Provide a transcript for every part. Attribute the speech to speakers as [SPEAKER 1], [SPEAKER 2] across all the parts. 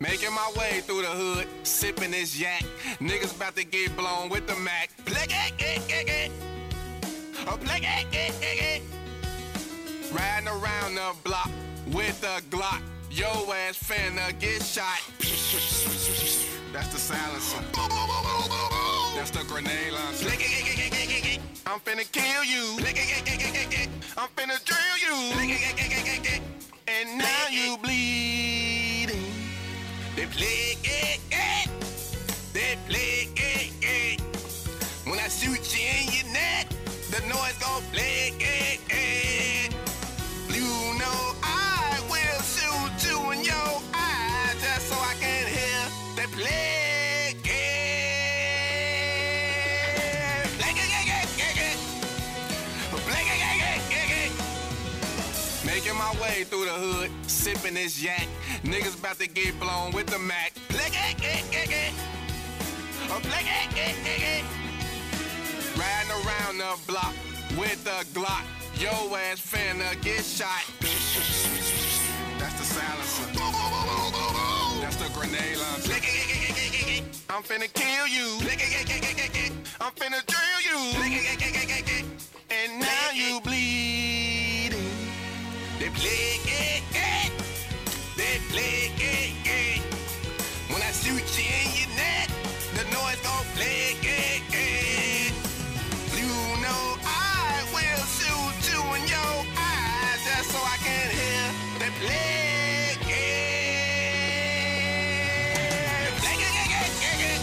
[SPEAKER 1] Making my way through the hood, sipping this yak. Niggas about to get blown with the Mac. Blick it, it, it, it. A blick it, it, it, it. Riding around the block with a Glock. Yo ass finna get shot. That's the silencer. That's the grenade launcher. Blick it, it, it, it, it, it. I'm finna kill you. Blick it, it, it, it, it, it. I'm finna drill you. Blick it, it, it, it, it, it. And now you bleeding. They play it, it. They play it, it. When I shoot you in your neck, the noise gon' play it, it. You know I will shoot you in your eye just so I can hear the play it. Play it, it, it, it, it. Play it, it, it, it, it. Making my way through the hood, sipping this yak. Niggas about to get blown with the Mac. Blick it, it, it, it. A blick it, it, it, it. Riding around the block with the Glock. Yo ass finna get shot. That's the silencer. That's the grenade launcher. Blick it, it, it, it, it, it. I'm finna kill you. Blick it, it, it, it, it, it. I'm finna drill you. Blick it, it, it, it, it, it. And now you bleeding. They play it, it. They play it, it. When I shoot you in your neck, the noise gon' play it, it. You know I will shoot you in your eyes just so I can hear the play it. Play it, it, it, it, it.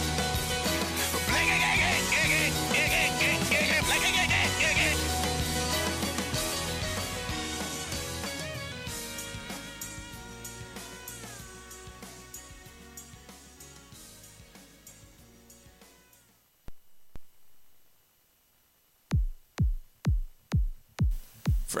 [SPEAKER 1] Play it, it, it, it, it, it, it, it. Play it, it, it, it, it.
[SPEAKER 2] For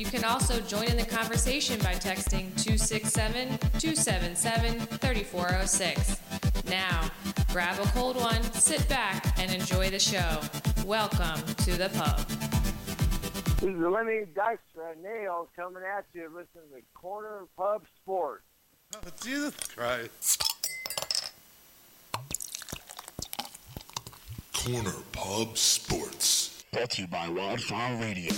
[SPEAKER 3] You can also join in the conversation by texting 267 277 3406. Now, grab a cold one, sit back, and enjoy the show. Welcome to the pub.
[SPEAKER 4] This is Lenny Dykstra Nail uh, coming at you. Listen to Corner Pub Sports.
[SPEAKER 5] Oh, Jesus Christ.
[SPEAKER 6] Corner Pub Sports. Brought to you by Wildfire Radio.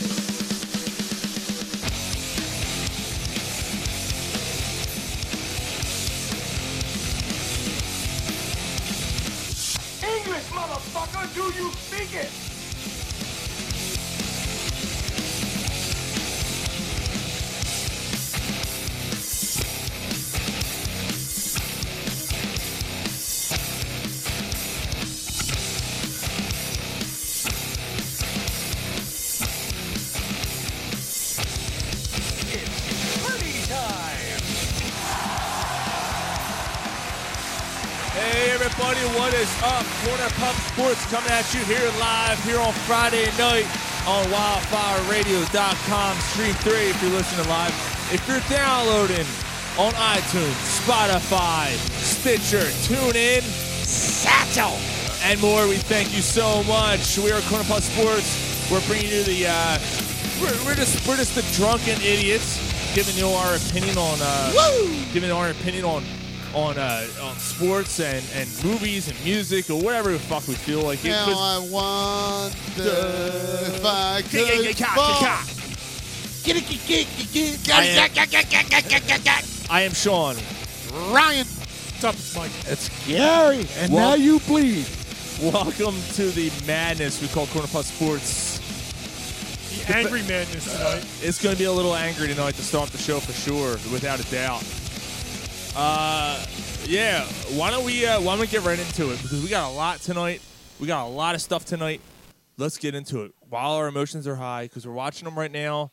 [SPEAKER 7] English, motherfucker, do you speak it?
[SPEAKER 2] Hey everybody, what is up? Corner Pub Sports coming at you here live here on Friday night on wildfireradio.com stream 3 if you're listening live. If you're downloading on iTunes, Spotify, Stitcher, TuneIn, Satchel, and more, we thank you so much. We are Corner Pub Sports. We're bringing you the uh, we're, we're just we're just the drunken idiots giving you our opinion on uh, giving our opinion on on uh, on sports and, and movies and music or whatever the fuck we feel like. It
[SPEAKER 5] Now
[SPEAKER 2] was-
[SPEAKER 8] uh,
[SPEAKER 5] I wonder if I
[SPEAKER 2] Yeah, yeah, yeah,
[SPEAKER 5] could
[SPEAKER 2] cock,
[SPEAKER 5] fall.
[SPEAKER 2] cock.
[SPEAKER 5] Get it, get it, get it,
[SPEAKER 2] I
[SPEAKER 5] get it,
[SPEAKER 2] am- I am Sean.
[SPEAKER 5] Ryan.
[SPEAKER 2] Top Mike.
[SPEAKER 5] It's Gary, and
[SPEAKER 2] Well-
[SPEAKER 5] now you bleed.
[SPEAKER 2] Welcome to the madness we call Corner Puff Sports. Uh,
[SPEAKER 9] The angry madness tonight.
[SPEAKER 2] It's going to be a little angry tonight to start the show for sure, without a doubt. Uh, yeah. Why don't we? Uh, why don't we get right into it? Because we got a lot tonight. We got a lot of stuff tonight. Let's get into it while our emotions are high because we're watching them right now.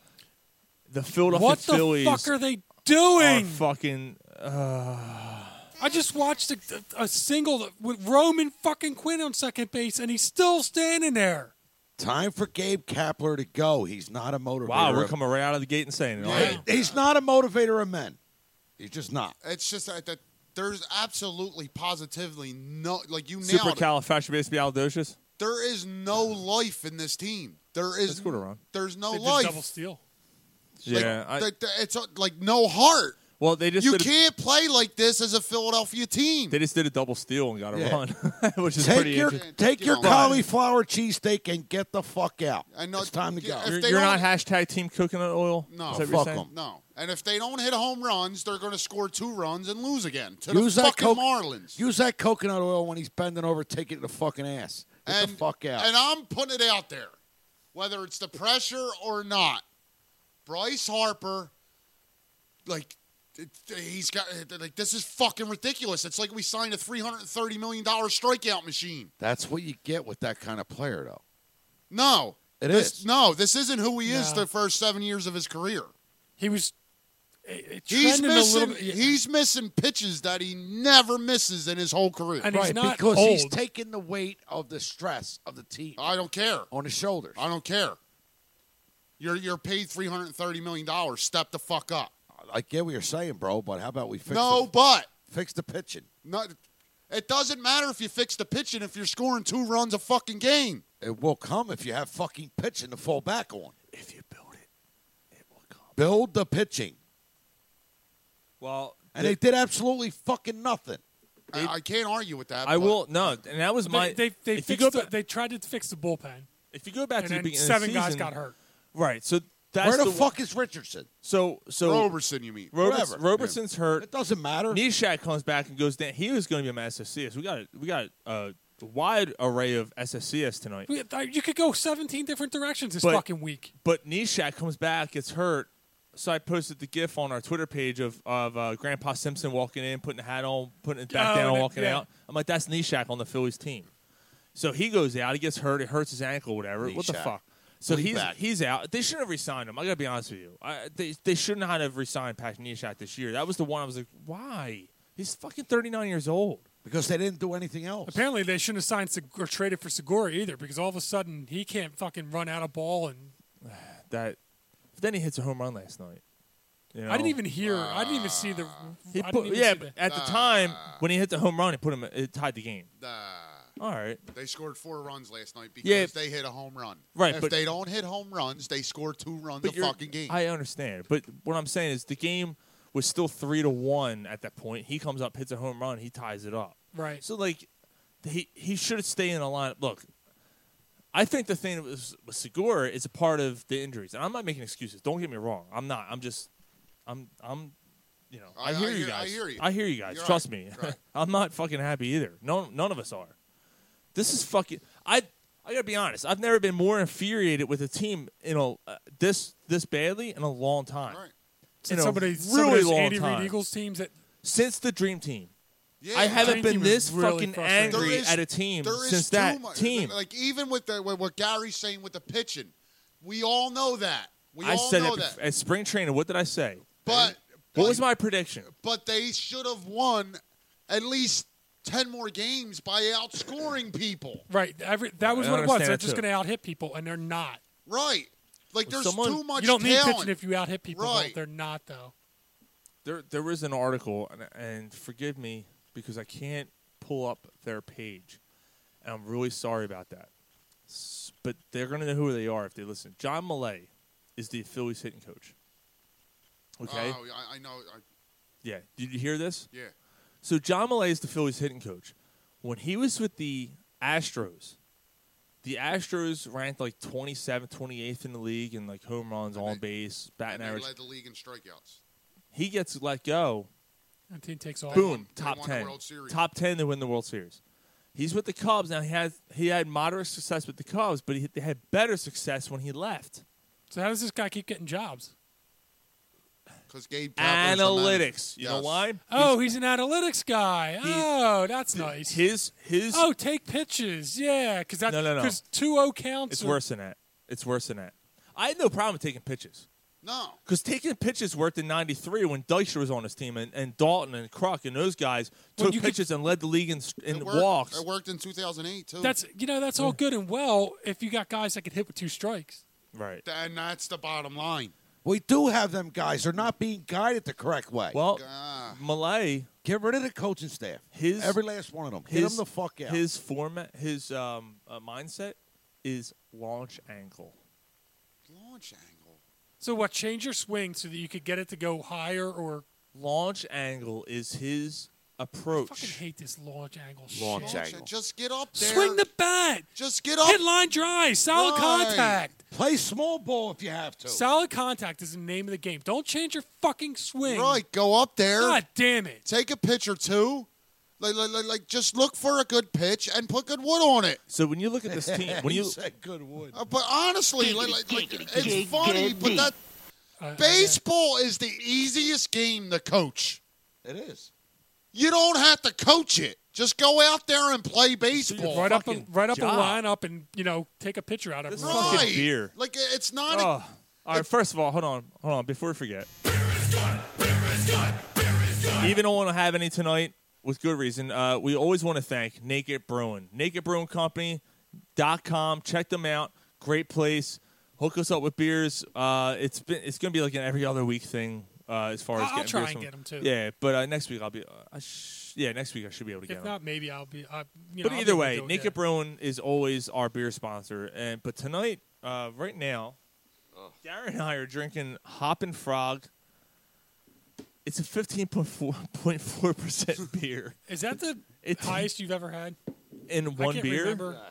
[SPEAKER 2] The Philadelphia
[SPEAKER 9] What the
[SPEAKER 2] Phillies
[SPEAKER 9] fuck are they
[SPEAKER 2] are
[SPEAKER 9] doing?
[SPEAKER 2] fucking.
[SPEAKER 9] I
[SPEAKER 10] I just watched a, a single with Roman fucking Quinn on second base, and he's still standing there.
[SPEAKER 5] Time for Gabe Kapler to go. He's not a motivator.
[SPEAKER 2] Wow, we're
[SPEAKER 5] of-
[SPEAKER 2] coming right out of the gate and saying it.
[SPEAKER 8] Yeah.
[SPEAKER 5] He's not a motivator of men. He's just not.
[SPEAKER 8] It's just uh, that, that there's absolutely positively no like you
[SPEAKER 2] Super
[SPEAKER 8] nailed it.
[SPEAKER 2] califragilisticexpialidocious.
[SPEAKER 8] There is no life in this team. There
[SPEAKER 2] Let's
[SPEAKER 8] is
[SPEAKER 2] go to Ron.
[SPEAKER 8] there's no
[SPEAKER 9] They did
[SPEAKER 8] life.
[SPEAKER 9] double steal.
[SPEAKER 8] Like,
[SPEAKER 2] Yeah. I-
[SPEAKER 8] th- th- it's uh, like no heart.
[SPEAKER 2] well, they just
[SPEAKER 8] You
[SPEAKER 2] did a,
[SPEAKER 8] can't play like this as a Philadelphia team.
[SPEAKER 2] they just did a double steal and got a
[SPEAKER 5] Yeah.
[SPEAKER 2] run, which is pretty
[SPEAKER 5] Take your
[SPEAKER 2] interesting.
[SPEAKER 5] take your
[SPEAKER 8] Yeah.
[SPEAKER 5] cauliflower cheesesteak and get the fuck out.
[SPEAKER 8] I know-
[SPEAKER 5] it's time to
[SPEAKER 8] yeah,
[SPEAKER 5] go.
[SPEAKER 8] if
[SPEAKER 2] You're,
[SPEAKER 8] they
[SPEAKER 2] you're not
[SPEAKER 8] don't-
[SPEAKER 2] hashtag team coconut oil.
[SPEAKER 8] No.
[SPEAKER 2] Is that what you're
[SPEAKER 5] Fuck
[SPEAKER 2] saying?
[SPEAKER 5] 'em.
[SPEAKER 8] No, and if they don't hit home runs, they're going to score two runs and lose again to
[SPEAKER 5] Use
[SPEAKER 8] the
[SPEAKER 5] that
[SPEAKER 8] fucking
[SPEAKER 5] Coke-
[SPEAKER 8] Marlins.
[SPEAKER 5] Use that coconut oil when he's bending over. Take it to the fucking ass. Get
[SPEAKER 8] and
[SPEAKER 5] the fuck out.
[SPEAKER 8] And I'm putting it out there, whether it's the pressure or not. Bryce Harper, like, it, he's got like this is fucking ridiculous. It's like we signed a three hundred and thirty million dollar strikeout machine.
[SPEAKER 5] That's what you get with that kind of player, though.
[SPEAKER 8] No,
[SPEAKER 5] It
[SPEAKER 8] this,
[SPEAKER 5] is.
[SPEAKER 8] no, this isn't who he is
[SPEAKER 10] No.
[SPEAKER 8] the first seven years of his career.
[SPEAKER 10] He was it, it
[SPEAKER 8] He's
[SPEAKER 10] trending a
[SPEAKER 8] missing,
[SPEAKER 10] little bit. yeah.
[SPEAKER 8] he's missing pitches that he never misses in his whole career.
[SPEAKER 10] And
[SPEAKER 5] right,
[SPEAKER 10] he's not
[SPEAKER 5] because
[SPEAKER 10] old.
[SPEAKER 5] he's taking the weight of the stress of the team
[SPEAKER 8] I don't care.
[SPEAKER 5] on his shoulders.
[SPEAKER 8] I don't care. You're you're paid three hundred and thirty million dollars. Step the fuck up.
[SPEAKER 5] I get what you're saying, bro, but how about we fix
[SPEAKER 8] no,
[SPEAKER 5] the,
[SPEAKER 8] but
[SPEAKER 5] fix the pitching?
[SPEAKER 8] not. It doesn't matter if you fix the pitching if you're scoring two runs a fucking game.
[SPEAKER 5] It will come if you have fucking pitching to fall back on.
[SPEAKER 2] If you build it, it will come.
[SPEAKER 5] Build the pitching,
[SPEAKER 2] Well,
[SPEAKER 5] and they did absolutely fucking nothing.
[SPEAKER 8] I, I can't argue with that.
[SPEAKER 2] I
[SPEAKER 8] but
[SPEAKER 2] will no, and that was my.
[SPEAKER 10] they they, they,
[SPEAKER 2] if you
[SPEAKER 10] fixed
[SPEAKER 2] go
[SPEAKER 10] the-
[SPEAKER 2] back,
[SPEAKER 10] they tried to fix the bullpen,
[SPEAKER 2] if you go back
[SPEAKER 10] and
[SPEAKER 2] to the
[SPEAKER 10] then
[SPEAKER 2] beginning
[SPEAKER 10] seven
[SPEAKER 2] of the
[SPEAKER 10] guys
[SPEAKER 2] season-
[SPEAKER 10] got hurt.
[SPEAKER 2] Right, so that's
[SPEAKER 5] Where the,
[SPEAKER 2] one-
[SPEAKER 5] fuck is Richardson?
[SPEAKER 2] So so
[SPEAKER 8] Roberson, you mean?
[SPEAKER 2] Roberts,
[SPEAKER 5] Whatever.
[SPEAKER 2] Robertson's hurt.
[SPEAKER 5] It doesn't matter.
[SPEAKER 2] Nishak comes back and goes down. He was going to be a massive CS. We got a, we got a wide array of SSCS tonight.
[SPEAKER 10] We- I- You could go 17 different directions this
[SPEAKER 2] But-
[SPEAKER 10] fucking week.
[SPEAKER 2] But Nishak comes back, gets hurt. So I posted the GIF on our Twitter page of of uh, Grandpa Simpson walking in, putting the hat on, putting it back
[SPEAKER 10] Oh,
[SPEAKER 2] down,
[SPEAKER 10] that-
[SPEAKER 2] walking
[SPEAKER 10] yeah.
[SPEAKER 2] out. I'm like, that's Nishak on the Phillies team. So he goes out. He gets hurt. It hurts his ankle, whatever. What the
[SPEAKER 5] Nishak.
[SPEAKER 2] fuck? So
[SPEAKER 5] Lead
[SPEAKER 2] he's
[SPEAKER 5] back.
[SPEAKER 2] he's out. They shouldn't have resigned him. I gotta be honest with you. I, they they should not have resigned Pat Nishak this year. That was the one I was like, why? He's fucking 39 years old.
[SPEAKER 5] because they didn't do anything else.
[SPEAKER 10] Apparently, they shouldn't have signed Seg- or traded for Segura either, because all of a sudden he can't fucking run out of ball. And
[SPEAKER 2] That but then he hits a home run last night. You know?
[SPEAKER 10] I didn't even hear. I didn't even see the.
[SPEAKER 2] He
[SPEAKER 10] I didn't
[SPEAKER 2] put,
[SPEAKER 10] even
[SPEAKER 2] yeah,
[SPEAKER 10] see
[SPEAKER 2] but
[SPEAKER 10] the-
[SPEAKER 2] at the time when he hit the home run, it put him. It tied the game.
[SPEAKER 8] Nah,
[SPEAKER 2] All right,
[SPEAKER 8] they scored four runs last night because
[SPEAKER 2] Yeah.
[SPEAKER 8] they hit a home run.
[SPEAKER 2] Right,
[SPEAKER 8] If
[SPEAKER 2] but-
[SPEAKER 8] they don't hit home runs, they score two runs a
[SPEAKER 2] you're-
[SPEAKER 8] fucking game.
[SPEAKER 2] I understand, but what I'm saying is the game was still three to one at that point. He comes up, hits a home run, he ties it up.
[SPEAKER 10] right.
[SPEAKER 2] So like, he he should stay in the lineup. Look, I think the thing with, with Segura is a part of the injuries, and I'm not making excuses. Don't get me wrong. I'm not. I'm just. I'm. I'm. You know. I,
[SPEAKER 8] I-
[SPEAKER 2] hear
[SPEAKER 8] I
[SPEAKER 2] you
[SPEAKER 8] hear- I
[SPEAKER 2] guys.
[SPEAKER 8] hear you.
[SPEAKER 2] I hear you guys.
[SPEAKER 8] You're
[SPEAKER 2] Trust me.
[SPEAKER 8] right. You're right.
[SPEAKER 2] I'm not fucking happy either. No. None of us are. This is fucking. I. I gotta be honest. I've never been more infuriated with a team, you know, uh, this this badly in a long time.
[SPEAKER 8] All right.
[SPEAKER 2] In
[SPEAKER 10] Since
[SPEAKER 2] a
[SPEAKER 10] somebody,
[SPEAKER 2] really
[SPEAKER 10] somebody
[SPEAKER 2] long
[SPEAKER 10] Andy Reid
[SPEAKER 2] time.
[SPEAKER 10] Eagles teams that
[SPEAKER 2] Since the dream team,
[SPEAKER 8] Yeah,
[SPEAKER 2] I
[SPEAKER 10] Dream
[SPEAKER 2] haven't
[SPEAKER 10] Team
[SPEAKER 2] been
[SPEAKER 10] is
[SPEAKER 2] this
[SPEAKER 10] really
[SPEAKER 2] fucking
[SPEAKER 10] frustrating.
[SPEAKER 8] There
[SPEAKER 2] angry
[SPEAKER 8] is-
[SPEAKER 2] at a team
[SPEAKER 8] there is
[SPEAKER 2] since
[SPEAKER 8] too
[SPEAKER 2] that
[SPEAKER 8] much.
[SPEAKER 2] team.
[SPEAKER 8] Like even with the, with what Gary's saying with the pitching, we all know that. We
[SPEAKER 2] I
[SPEAKER 8] all
[SPEAKER 2] said
[SPEAKER 8] know
[SPEAKER 2] it
[SPEAKER 8] that.
[SPEAKER 2] bef- at spring training. What did I say?
[SPEAKER 8] But
[SPEAKER 2] What was my prediction?
[SPEAKER 8] but they should have won at least 10 more games by outscoring people.
[SPEAKER 10] right. Every that was
[SPEAKER 2] I
[SPEAKER 10] what it was.
[SPEAKER 2] understand
[SPEAKER 10] They're
[SPEAKER 2] that
[SPEAKER 10] just
[SPEAKER 2] too.
[SPEAKER 10] going to out hit people, and they're not.
[SPEAKER 8] Right. Like, there's
[SPEAKER 2] Someone-
[SPEAKER 8] too much
[SPEAKER 10] you don't need
[SPEAKER 8] talent.
[SPEAKER 10] pitching if you out hit people.
[SPEAKER 8] Right.
[SPEAKER 10] They're not though.
[SPEAKER 2] There, there was an article, and, and forgive me because I can't pull up their page, and I'm really sorry about that. S- But they're going to know who they are if they listen. John Malay is the Phillies hitting coach. Okay,
[SPEAKER 8] Oh, I, I know. I,
[SPEAKER 2] yeah. Did you hear this?
[SPEAKER 8] yeah.
[SPEAKER 2] So John Malay is the Phillies hitting coach. When he was with the Astros, the Astros ranked like 27th, 28th in the league in like home runs, on base, batting
[SPEAKER 8] And they
[SPEAKER 2] average.
[SPEAKER 8] led the league in strikeouts.
[SPEAKER 2] He gets let go.
[SPEAKER 10] That team takes off.
[SPEAKER 2] Boom,
[SPEAKER 8] they
[SPEAKER 2] top
[SPEAKER 8] won the
[SPEAKER 2] ten.
[SPEAKER 8] World Series.
[SPEAKER 2] Top ten to win the World Series. He's with the Cubs now. He has he had moderate success with the Cubs, but he, they had better success when he left.
[SPEAKER 10] So how does this guy keep getting jobs?
[SPEAKER 8] Because Gabe Kapler's the manager.
[SPEAKER 2] Analytics. You know
[SPEAKER 8] Yes.
[SPEAKER 2] why?
[SPEAKER 10] Oh, he's an analytics guy. Oh, that's nice.
[SPEAKER 2] His his.
[SPEAKER 10] oh, take pitches. Yeah, because that
[SPEAKER 2] No, no, no.
[SPEAKER 10] because two O counts.
[SPEAKER 2] it's
[SPEAKER 10] are-
[SPEAKER 2] worse than that. It's worse than that. I had no problem with taking pitches.
[SPEAKER 8] No.
[SPEAKER 2] Because taking pitches worked in '93 when Dykstra was on his team, and, and Dalton and Kruk and those guys
[SPEAKER 10] Well,
[SPEAKER 2] took
[SPEAKER 10] you could-
[SPEAKER 2] pitches and led the league in, s- in
[SPEAKER 8] It worked,
[SPEAKER 2] walks.
[SPEAKER 8] It worked in 2008 too.
[SPEAKER 10] That's you know that's all good and well if you got guys that can hit with two strikes.
[SPEAKER 2] Right.
[SPEAKER 8] and that's the bottom line.
[SPEAKER 5] We do have them guys. They're not being guided the correct way.
[SPEAKER 2] Well,
[SPEAKER 8] Ah.
[SPEAKER 2] Malay,
[SPEAKER 5] Get rid of the coaching staff.
[SPEAKER 2] His-
[SPEAKER 5] every last one of them. Hit
[SPEAKER 2] his
[SPEAKER 5] them the fuck out.
[SPEAKER 2] His format, his um, uh, mindset is launch angle.
[SPEAKER 8] Launch angle.
[SPEAKER 9] So what? Change your swing so that you could get it to go higher, or
[SPEAKER 2] Launch angle is his
[SPEAKER 10] I fucking
[SPEAKER 2] approach.
[SPEAKER 10] hate this launch angle. shit.
[SPEAKER 2] Launch
[SPEAKER 8] Launch
[SPEAKER 2] angle.
[SPEAKER 8] Just get up there.
[SPEAKER 10] Swing the bat.
[SPEAKER 8] Just get up.
[SPEAKER 10] Hit line drive. Solid
[SPEAKER 8] Right.
[SPEAKER 10] contact.
[SPEAKER 5] Play small ball if you have to.
[SPEAKER 10] Solid contact is the name of the game. Don't change your fucking swing.
[SPEAKER 8] Right. Go up there.
[SPEAKER 10] God damn it.
[SPEAKER 8] Take a pitch or two. Like, like, like, like, just look for a good pitch and put good wood on it.
[SPEAKER 2] So when you look at this team, when
[SPEAKER 5] He
[SPEAKER 2] you
[SPEAKER 5] said good wood.
[SPEAKER 8] Uh, but honestly, like, like, like, it's funny, but that
[SPEAKER 10] I- I-
[SPEAKER 8] baseball is the easiest game to coach.
[SPEAKER 5] It is.
[SPEAKER 8] You don't have to coach it. Just go out there and play baseball.
[SPEAKER 10] right up, a,
[SPEAKER 2] fucking
[SPEAKER 10] right up a
[SPEAKER 2] job.
[SPEAKER 10] lineup, and you know, take a picture out of it.
[SPEAKER 2] This
[SPEAKER 10] Right.
[SPEAKER 2] fucking beer.
[SPEAKER 8] Like it's not.
[SPEAKER 2] Oh. All right, first of all, hold on, hold on. Before we forget, even though we don't have any tonight, with good reason, uh, we always want to thank Naked Brewing, nakedbrewingcompany.com. Check them out. Great place. Hook us up with beers. Uh, it's been it's gonna be like an every other week thing uh, as far as
[SPEAKER 10] I'll- I'll
[SPEAKER 2] getting
[SPEAKER 10] try
[SPEAKER 2] beers
[SPEAKER 10] and
[SPEAKER 2] from-
[SPEAKER 10] get 'em, too.
[SPEAKER 2] Yeah, but uh, next week I'll be. Uh, I sh- yeah, next week I should be able to get
[SPEAKER 10] If
[SPEAKER 2] them.
[SPEAKER 10] not, maybe I'll be. I, you know,
[SPEAKER 2] But
[SPEAKER 10] I'll be
[SPEAKER 2] either
[SPEAKER 10] able to
[SPEAKER 2] way,
[SPEAKER 10] do it,
[SPEAKER 2] Naked
[SPEAKER 10] yeah.
[SPEAKER 2] Brewing is always our beer sponsor. And but tonight, uh, right now, Darren and I are drinking Hop and Frog. It's a fifteen point four point four percent beer
[SPEAKER 10] Is that the
[SPEAKER 2] It's-
[SPEAKER 10] highest you've ever had?
[SPEAKER 2] in
[SPEAKER 10] I
[SPEAKER 2] one
[SPEAKER 10] can't
[SPEAKER 2] beer.
[SPEAKER 10] Remember.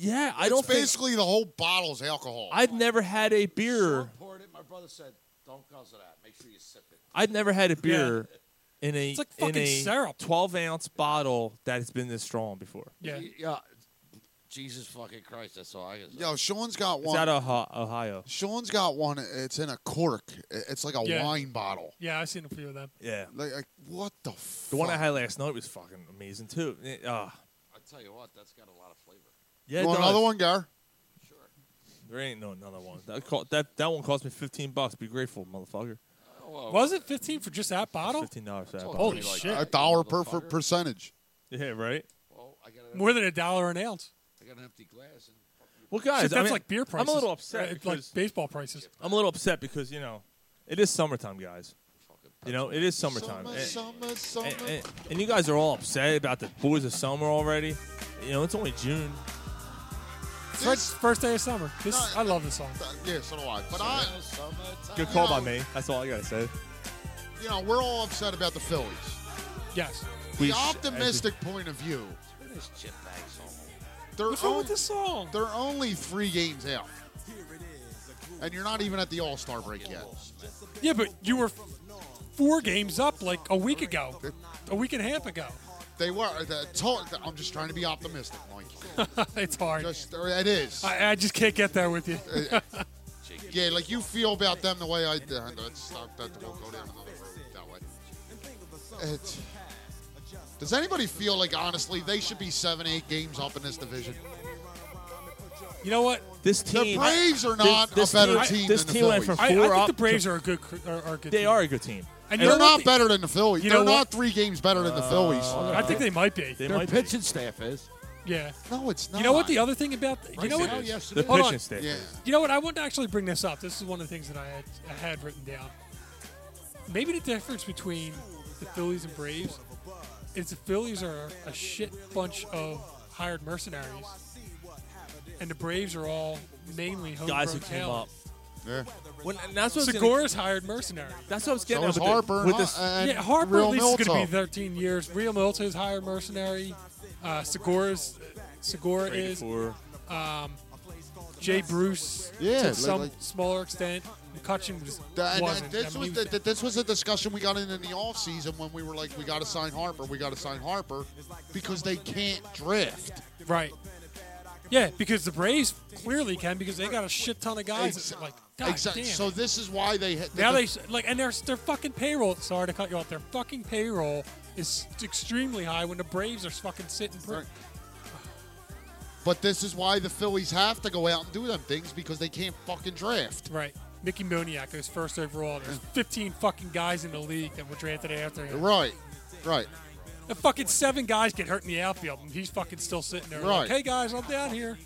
[SPEAKER 2] Yeah, I
[SPEAKER 8] It's
[SPEAKER 2] don't think
[SPEAKER 8] basically the whole bottle's alcohol.
[SPEAKER 2] I've never had a beer.
[SPEAKER 5] poured it. My brother said, "Don't guzzle that. Make sure you sip it."
[SPEAKER 2] I've never had a beer in a
[SPEAKER 10] It's like
[SPEAKER 2] in
[SPEAKER 10] fucking
[SPEAKER 2] a
[SPEAKER 10] syrup.
[SPEAKER 2] twelve ounce bottle that has been this strong before.
[SPEAKER 10] Yeah.
[SPEAKER 5] Yeah. Jesus fucking Christ! That's all I can say.
[SPEAKER 8] Yo, Sean's got
[SPEAKER 2] It's
[SPEAKER 8] one.
[SPEAKER 2] out of Ohi- Ohio.
[SPEAKER 8] Sean's got one. It's in a cork. It's like a
[SPEAKER 10] Yeah.
[SPEAKER 8] wine bottle.
[SPEAKER 10] Yeah, I've seen a few of them.
[SPEAKER 2] Yeah,
[SPEAKER 8] Like, like what the? Fuck?
[SPEAKER 2] the one I had last night was fucking amazing too. It- ah.
[SPEAKER 5] I tell you what, that's got a lot of flavor.
[SPEAKER 2] yeah,
[SPEAKER 8] You
[SPEAKER 2] it
[SPEAKER 8] want
[SPEAKER 2] does.
[SPEAKER 8] another one, Gar?
[SPEAKER 2] There ain't no another one. That co- that that one cost me fifteen bucks. Be grateful, motherfucker.
[SPEAKER 10] Was it 15 for just that bottle?
[SPEAKER 2] Fifteen dollars.
[SPEAKER 10] Holy shit.
[SPEAKER 8] A dollar per for percentage.
[SPEAKER 2] Yeah, right.
[SPEAKER 5] Well, Oh, I got, an,
[SPEAKER 10] More than a dollar an ounce.
[SPEAKER 5] I got an empty glass. And
[SPEAKER 2] Well, guys,
[SPEAKER 10] Shit,
[SPEAKER 2] I
[SPEAKER 10] that's
[SPEAKER 2] mean,
[SPEAKER 10] like beer prices.
[SPEAKER 2] I'm a little upset.
[SPEAKER 10] Uh, like
[SPEAKER 2] because-
[SPEAKER 10] baseball prices.
[SPEAKER 2] I'm a little upset because you know, it is summertime, guys. You know, it is summertime,
[SPEAKER 8] Summer,
[SPEAKER 2] and,
[SPEAKER 8] summer, summer.
[SPEAKER 2] and- and- and you guys are all upset about the boys of summer already. You know, it's only June.
[SPEAKER 10] First, first day of summer. This
[SPEAKER 8] No,
[SPEAKER 10] I love this song.
[SPEAKER 8] yeah, so do I. But I,
[SPEAKER 2] Good call by me. That's all I gotta say.
[SPEAKER 8] you know, we're all upset about the Phillies.
[SPEAKER 10] Yes.
[SPEAKER 2] We
[SPEAKER 8] The
[SPEAKER 2] sh-
[SPEAKER 8] optimistic point of view. They're
[SPEAKER 10] What's wrong
[SPEAKER 8] on-
[SPEAKER 10] with this song?
[SPEAKER 8] They're only three games out. And you're not even at the All Star break yet.
[SPEAKER 10] Yeah, but you were four games up like a week ago, a week and a half ago.
[SPEAKER 8] They were. The, to, I'm just trying to be optimistic, Mike.
[SPEAKER 10] it's hard.
[SPEAKER 8] Just or it is.
[SPEAKER 10] I, I just can't get there with you.
[SPEAKER 8] Yeah, like you feel about them the way I. do. Let's not that won't go down another road that way. It's- does anybody feel like honestly they should be seven, eight games up in this division?
[SPEAKER 10] You know what?
[SPEAKER 2] This
[SPEAKER 8] The
[SPEAKER 2] team,
[SPEAKER 8] Braves are
[SPEAKER 2] this-
[SPEAKER 8] not
[SPEAKER 2] this
[SPEAKER 8] a better
[SPEAKER 2] team-
[SPEAKER 8] team
[SPEAKER 2] this
[SPEAKER 8] than
[SPEAKER 2] team
[SPEAKER 8] the
[SPEAKER 2] went
[SPEAKER 8] Phillies.
[SPEAKER 2] from-
[SPEAKER 10] I, I
[SPEAKER 2] Four
[SPEAKER 10] think
[SPEAKER 2] up
[SPEAKER 10] the Braves are a good cr- are, are a good.
[SPEAKER 2] they
[SPEAKER 10] team.
[SPEAKER 2] are a good team.
[SPEAKER 10] And you
[SPEAKER 8] They're
[SPEAKER 10] know
[SPEAKER 8] not
[SPEAKER 10] what?
[SPEAKER 8] better than the Phillies.
[SPEAKER 10] You
[SPEAKER 8] They're
[SPEAKER 10] know what?
[SPEAKER 8] not three games better than the Phillies.
[SPEAKER 10] I think they might be.
[SPEAKER 2] They
[SPEAKER 5] their
[SPEAKER 2] might be.
[SPEAKER 5] pitching staff is.
[SPEAKER 10] Yeah.
[SPEAKER 8] No, it's not.
[SPEAKER 10] You know what? The other thing about you know
[SPEAKER 8] Right
[SPEAKER 10] what?
[SPEAKER 8] now, yes, it
[SPEAKER 2] the
[SPEAKER 8] is.
[SPEAKER 10] Hold on.
[SPEAKER 2] pitching staff.
[SPEAKER 8] Yeah.
[SPEAKER 10] You know what? I want to actually bring this up. This is one of the things that I had, I had written down. Maybe the difference between the Phillies and Braves is the Phillies are a shit bunch of hired mercenaries, and the Braves are all mainly homegrown
[SPEAKER 2] Guys who came up.
[SPEAKER 10] talent.
[SPEAKER 8] Yeah.
[SPEAKER 2] When, and that's what I was gonna-
[SPEAKER 10] Segura's hired mercenary.
[SPEAKER 2] That's what I was
[SPEAKER 8] So
[SPEAKER 2] getting
[SPEAKER 8] is
[SPEAKER 2] at with,
[SPEAKER 8] Harper.
[SPEAKER 2] the, with
[SPEAKER 8] and-
[SPEAKER 2] this.
[SPEAKER 8] and
[SPEAKER 10] yeah, Harper
[SPEAKER 8] Real
[SPEAKER 10] at least is
[SPEAKER 8] Milto.
[SPEAKER 10] going to be 13 years. Real Milton is hired mercenary. Uh, Segura's Segura
[SPEAKER 2] Traded
[SPEAKER 10] is
[SPEAKER 2] for-
[SPEAKER 10] Jay Bruce
[SPEAKER 8] Yeah,
[SPEAKER 10] to
[SPEAKER 8] like-
[SPEAKER 10] some
[SPEAKER 8] like-
[SPEAKER 10] smaller extent. McCutcheon was,
[SPEAKER 8] That, and-
[SPEAKER 10] wasn't.
[SPEAKER 8] and this
[SPEAKER 10] I mean,
[SPEAKER 8] was
[SPEAKER 10] he was-
[SPEAKER 8] the, this was a discussion we got in in the offseason when we were like, we got to sign Harper, we got to sign Harper, because they can't drift.
[SPEAKER 10] Right. Yeah, because the Braves clearly can because they got a shit ton of guys.
[SPEAKER 8] Ex-
[SPEAKER 10] Like, God
[SPEAKER 8] Exact-
[SPEAKER 10] damn.
[SPEAKER 8] So this is why they hit.
[SPEAKER 10] now they like, and their their fucking payroll. Sorry to cut you off. Their fucking payroll is extremely high when the Braves are fucking sitting. Right.
[SPEAKER 8] Right. But this is why the Phillies have to go out and do them things because they can't fucking draft.
[SPEAKER 10] right. Mickey Moniak goes first overall. There's 15 fucking guys in the league that were drafted after him.
[SPEAKER 8] Right, right.
[SPEAKER 10] The fucking seven guys get hurt in the outfield, and he's fucking still sitting there. Like,
[SPEAKER 8] Right.
[SPEAKER 10] hey guys, I'm down here.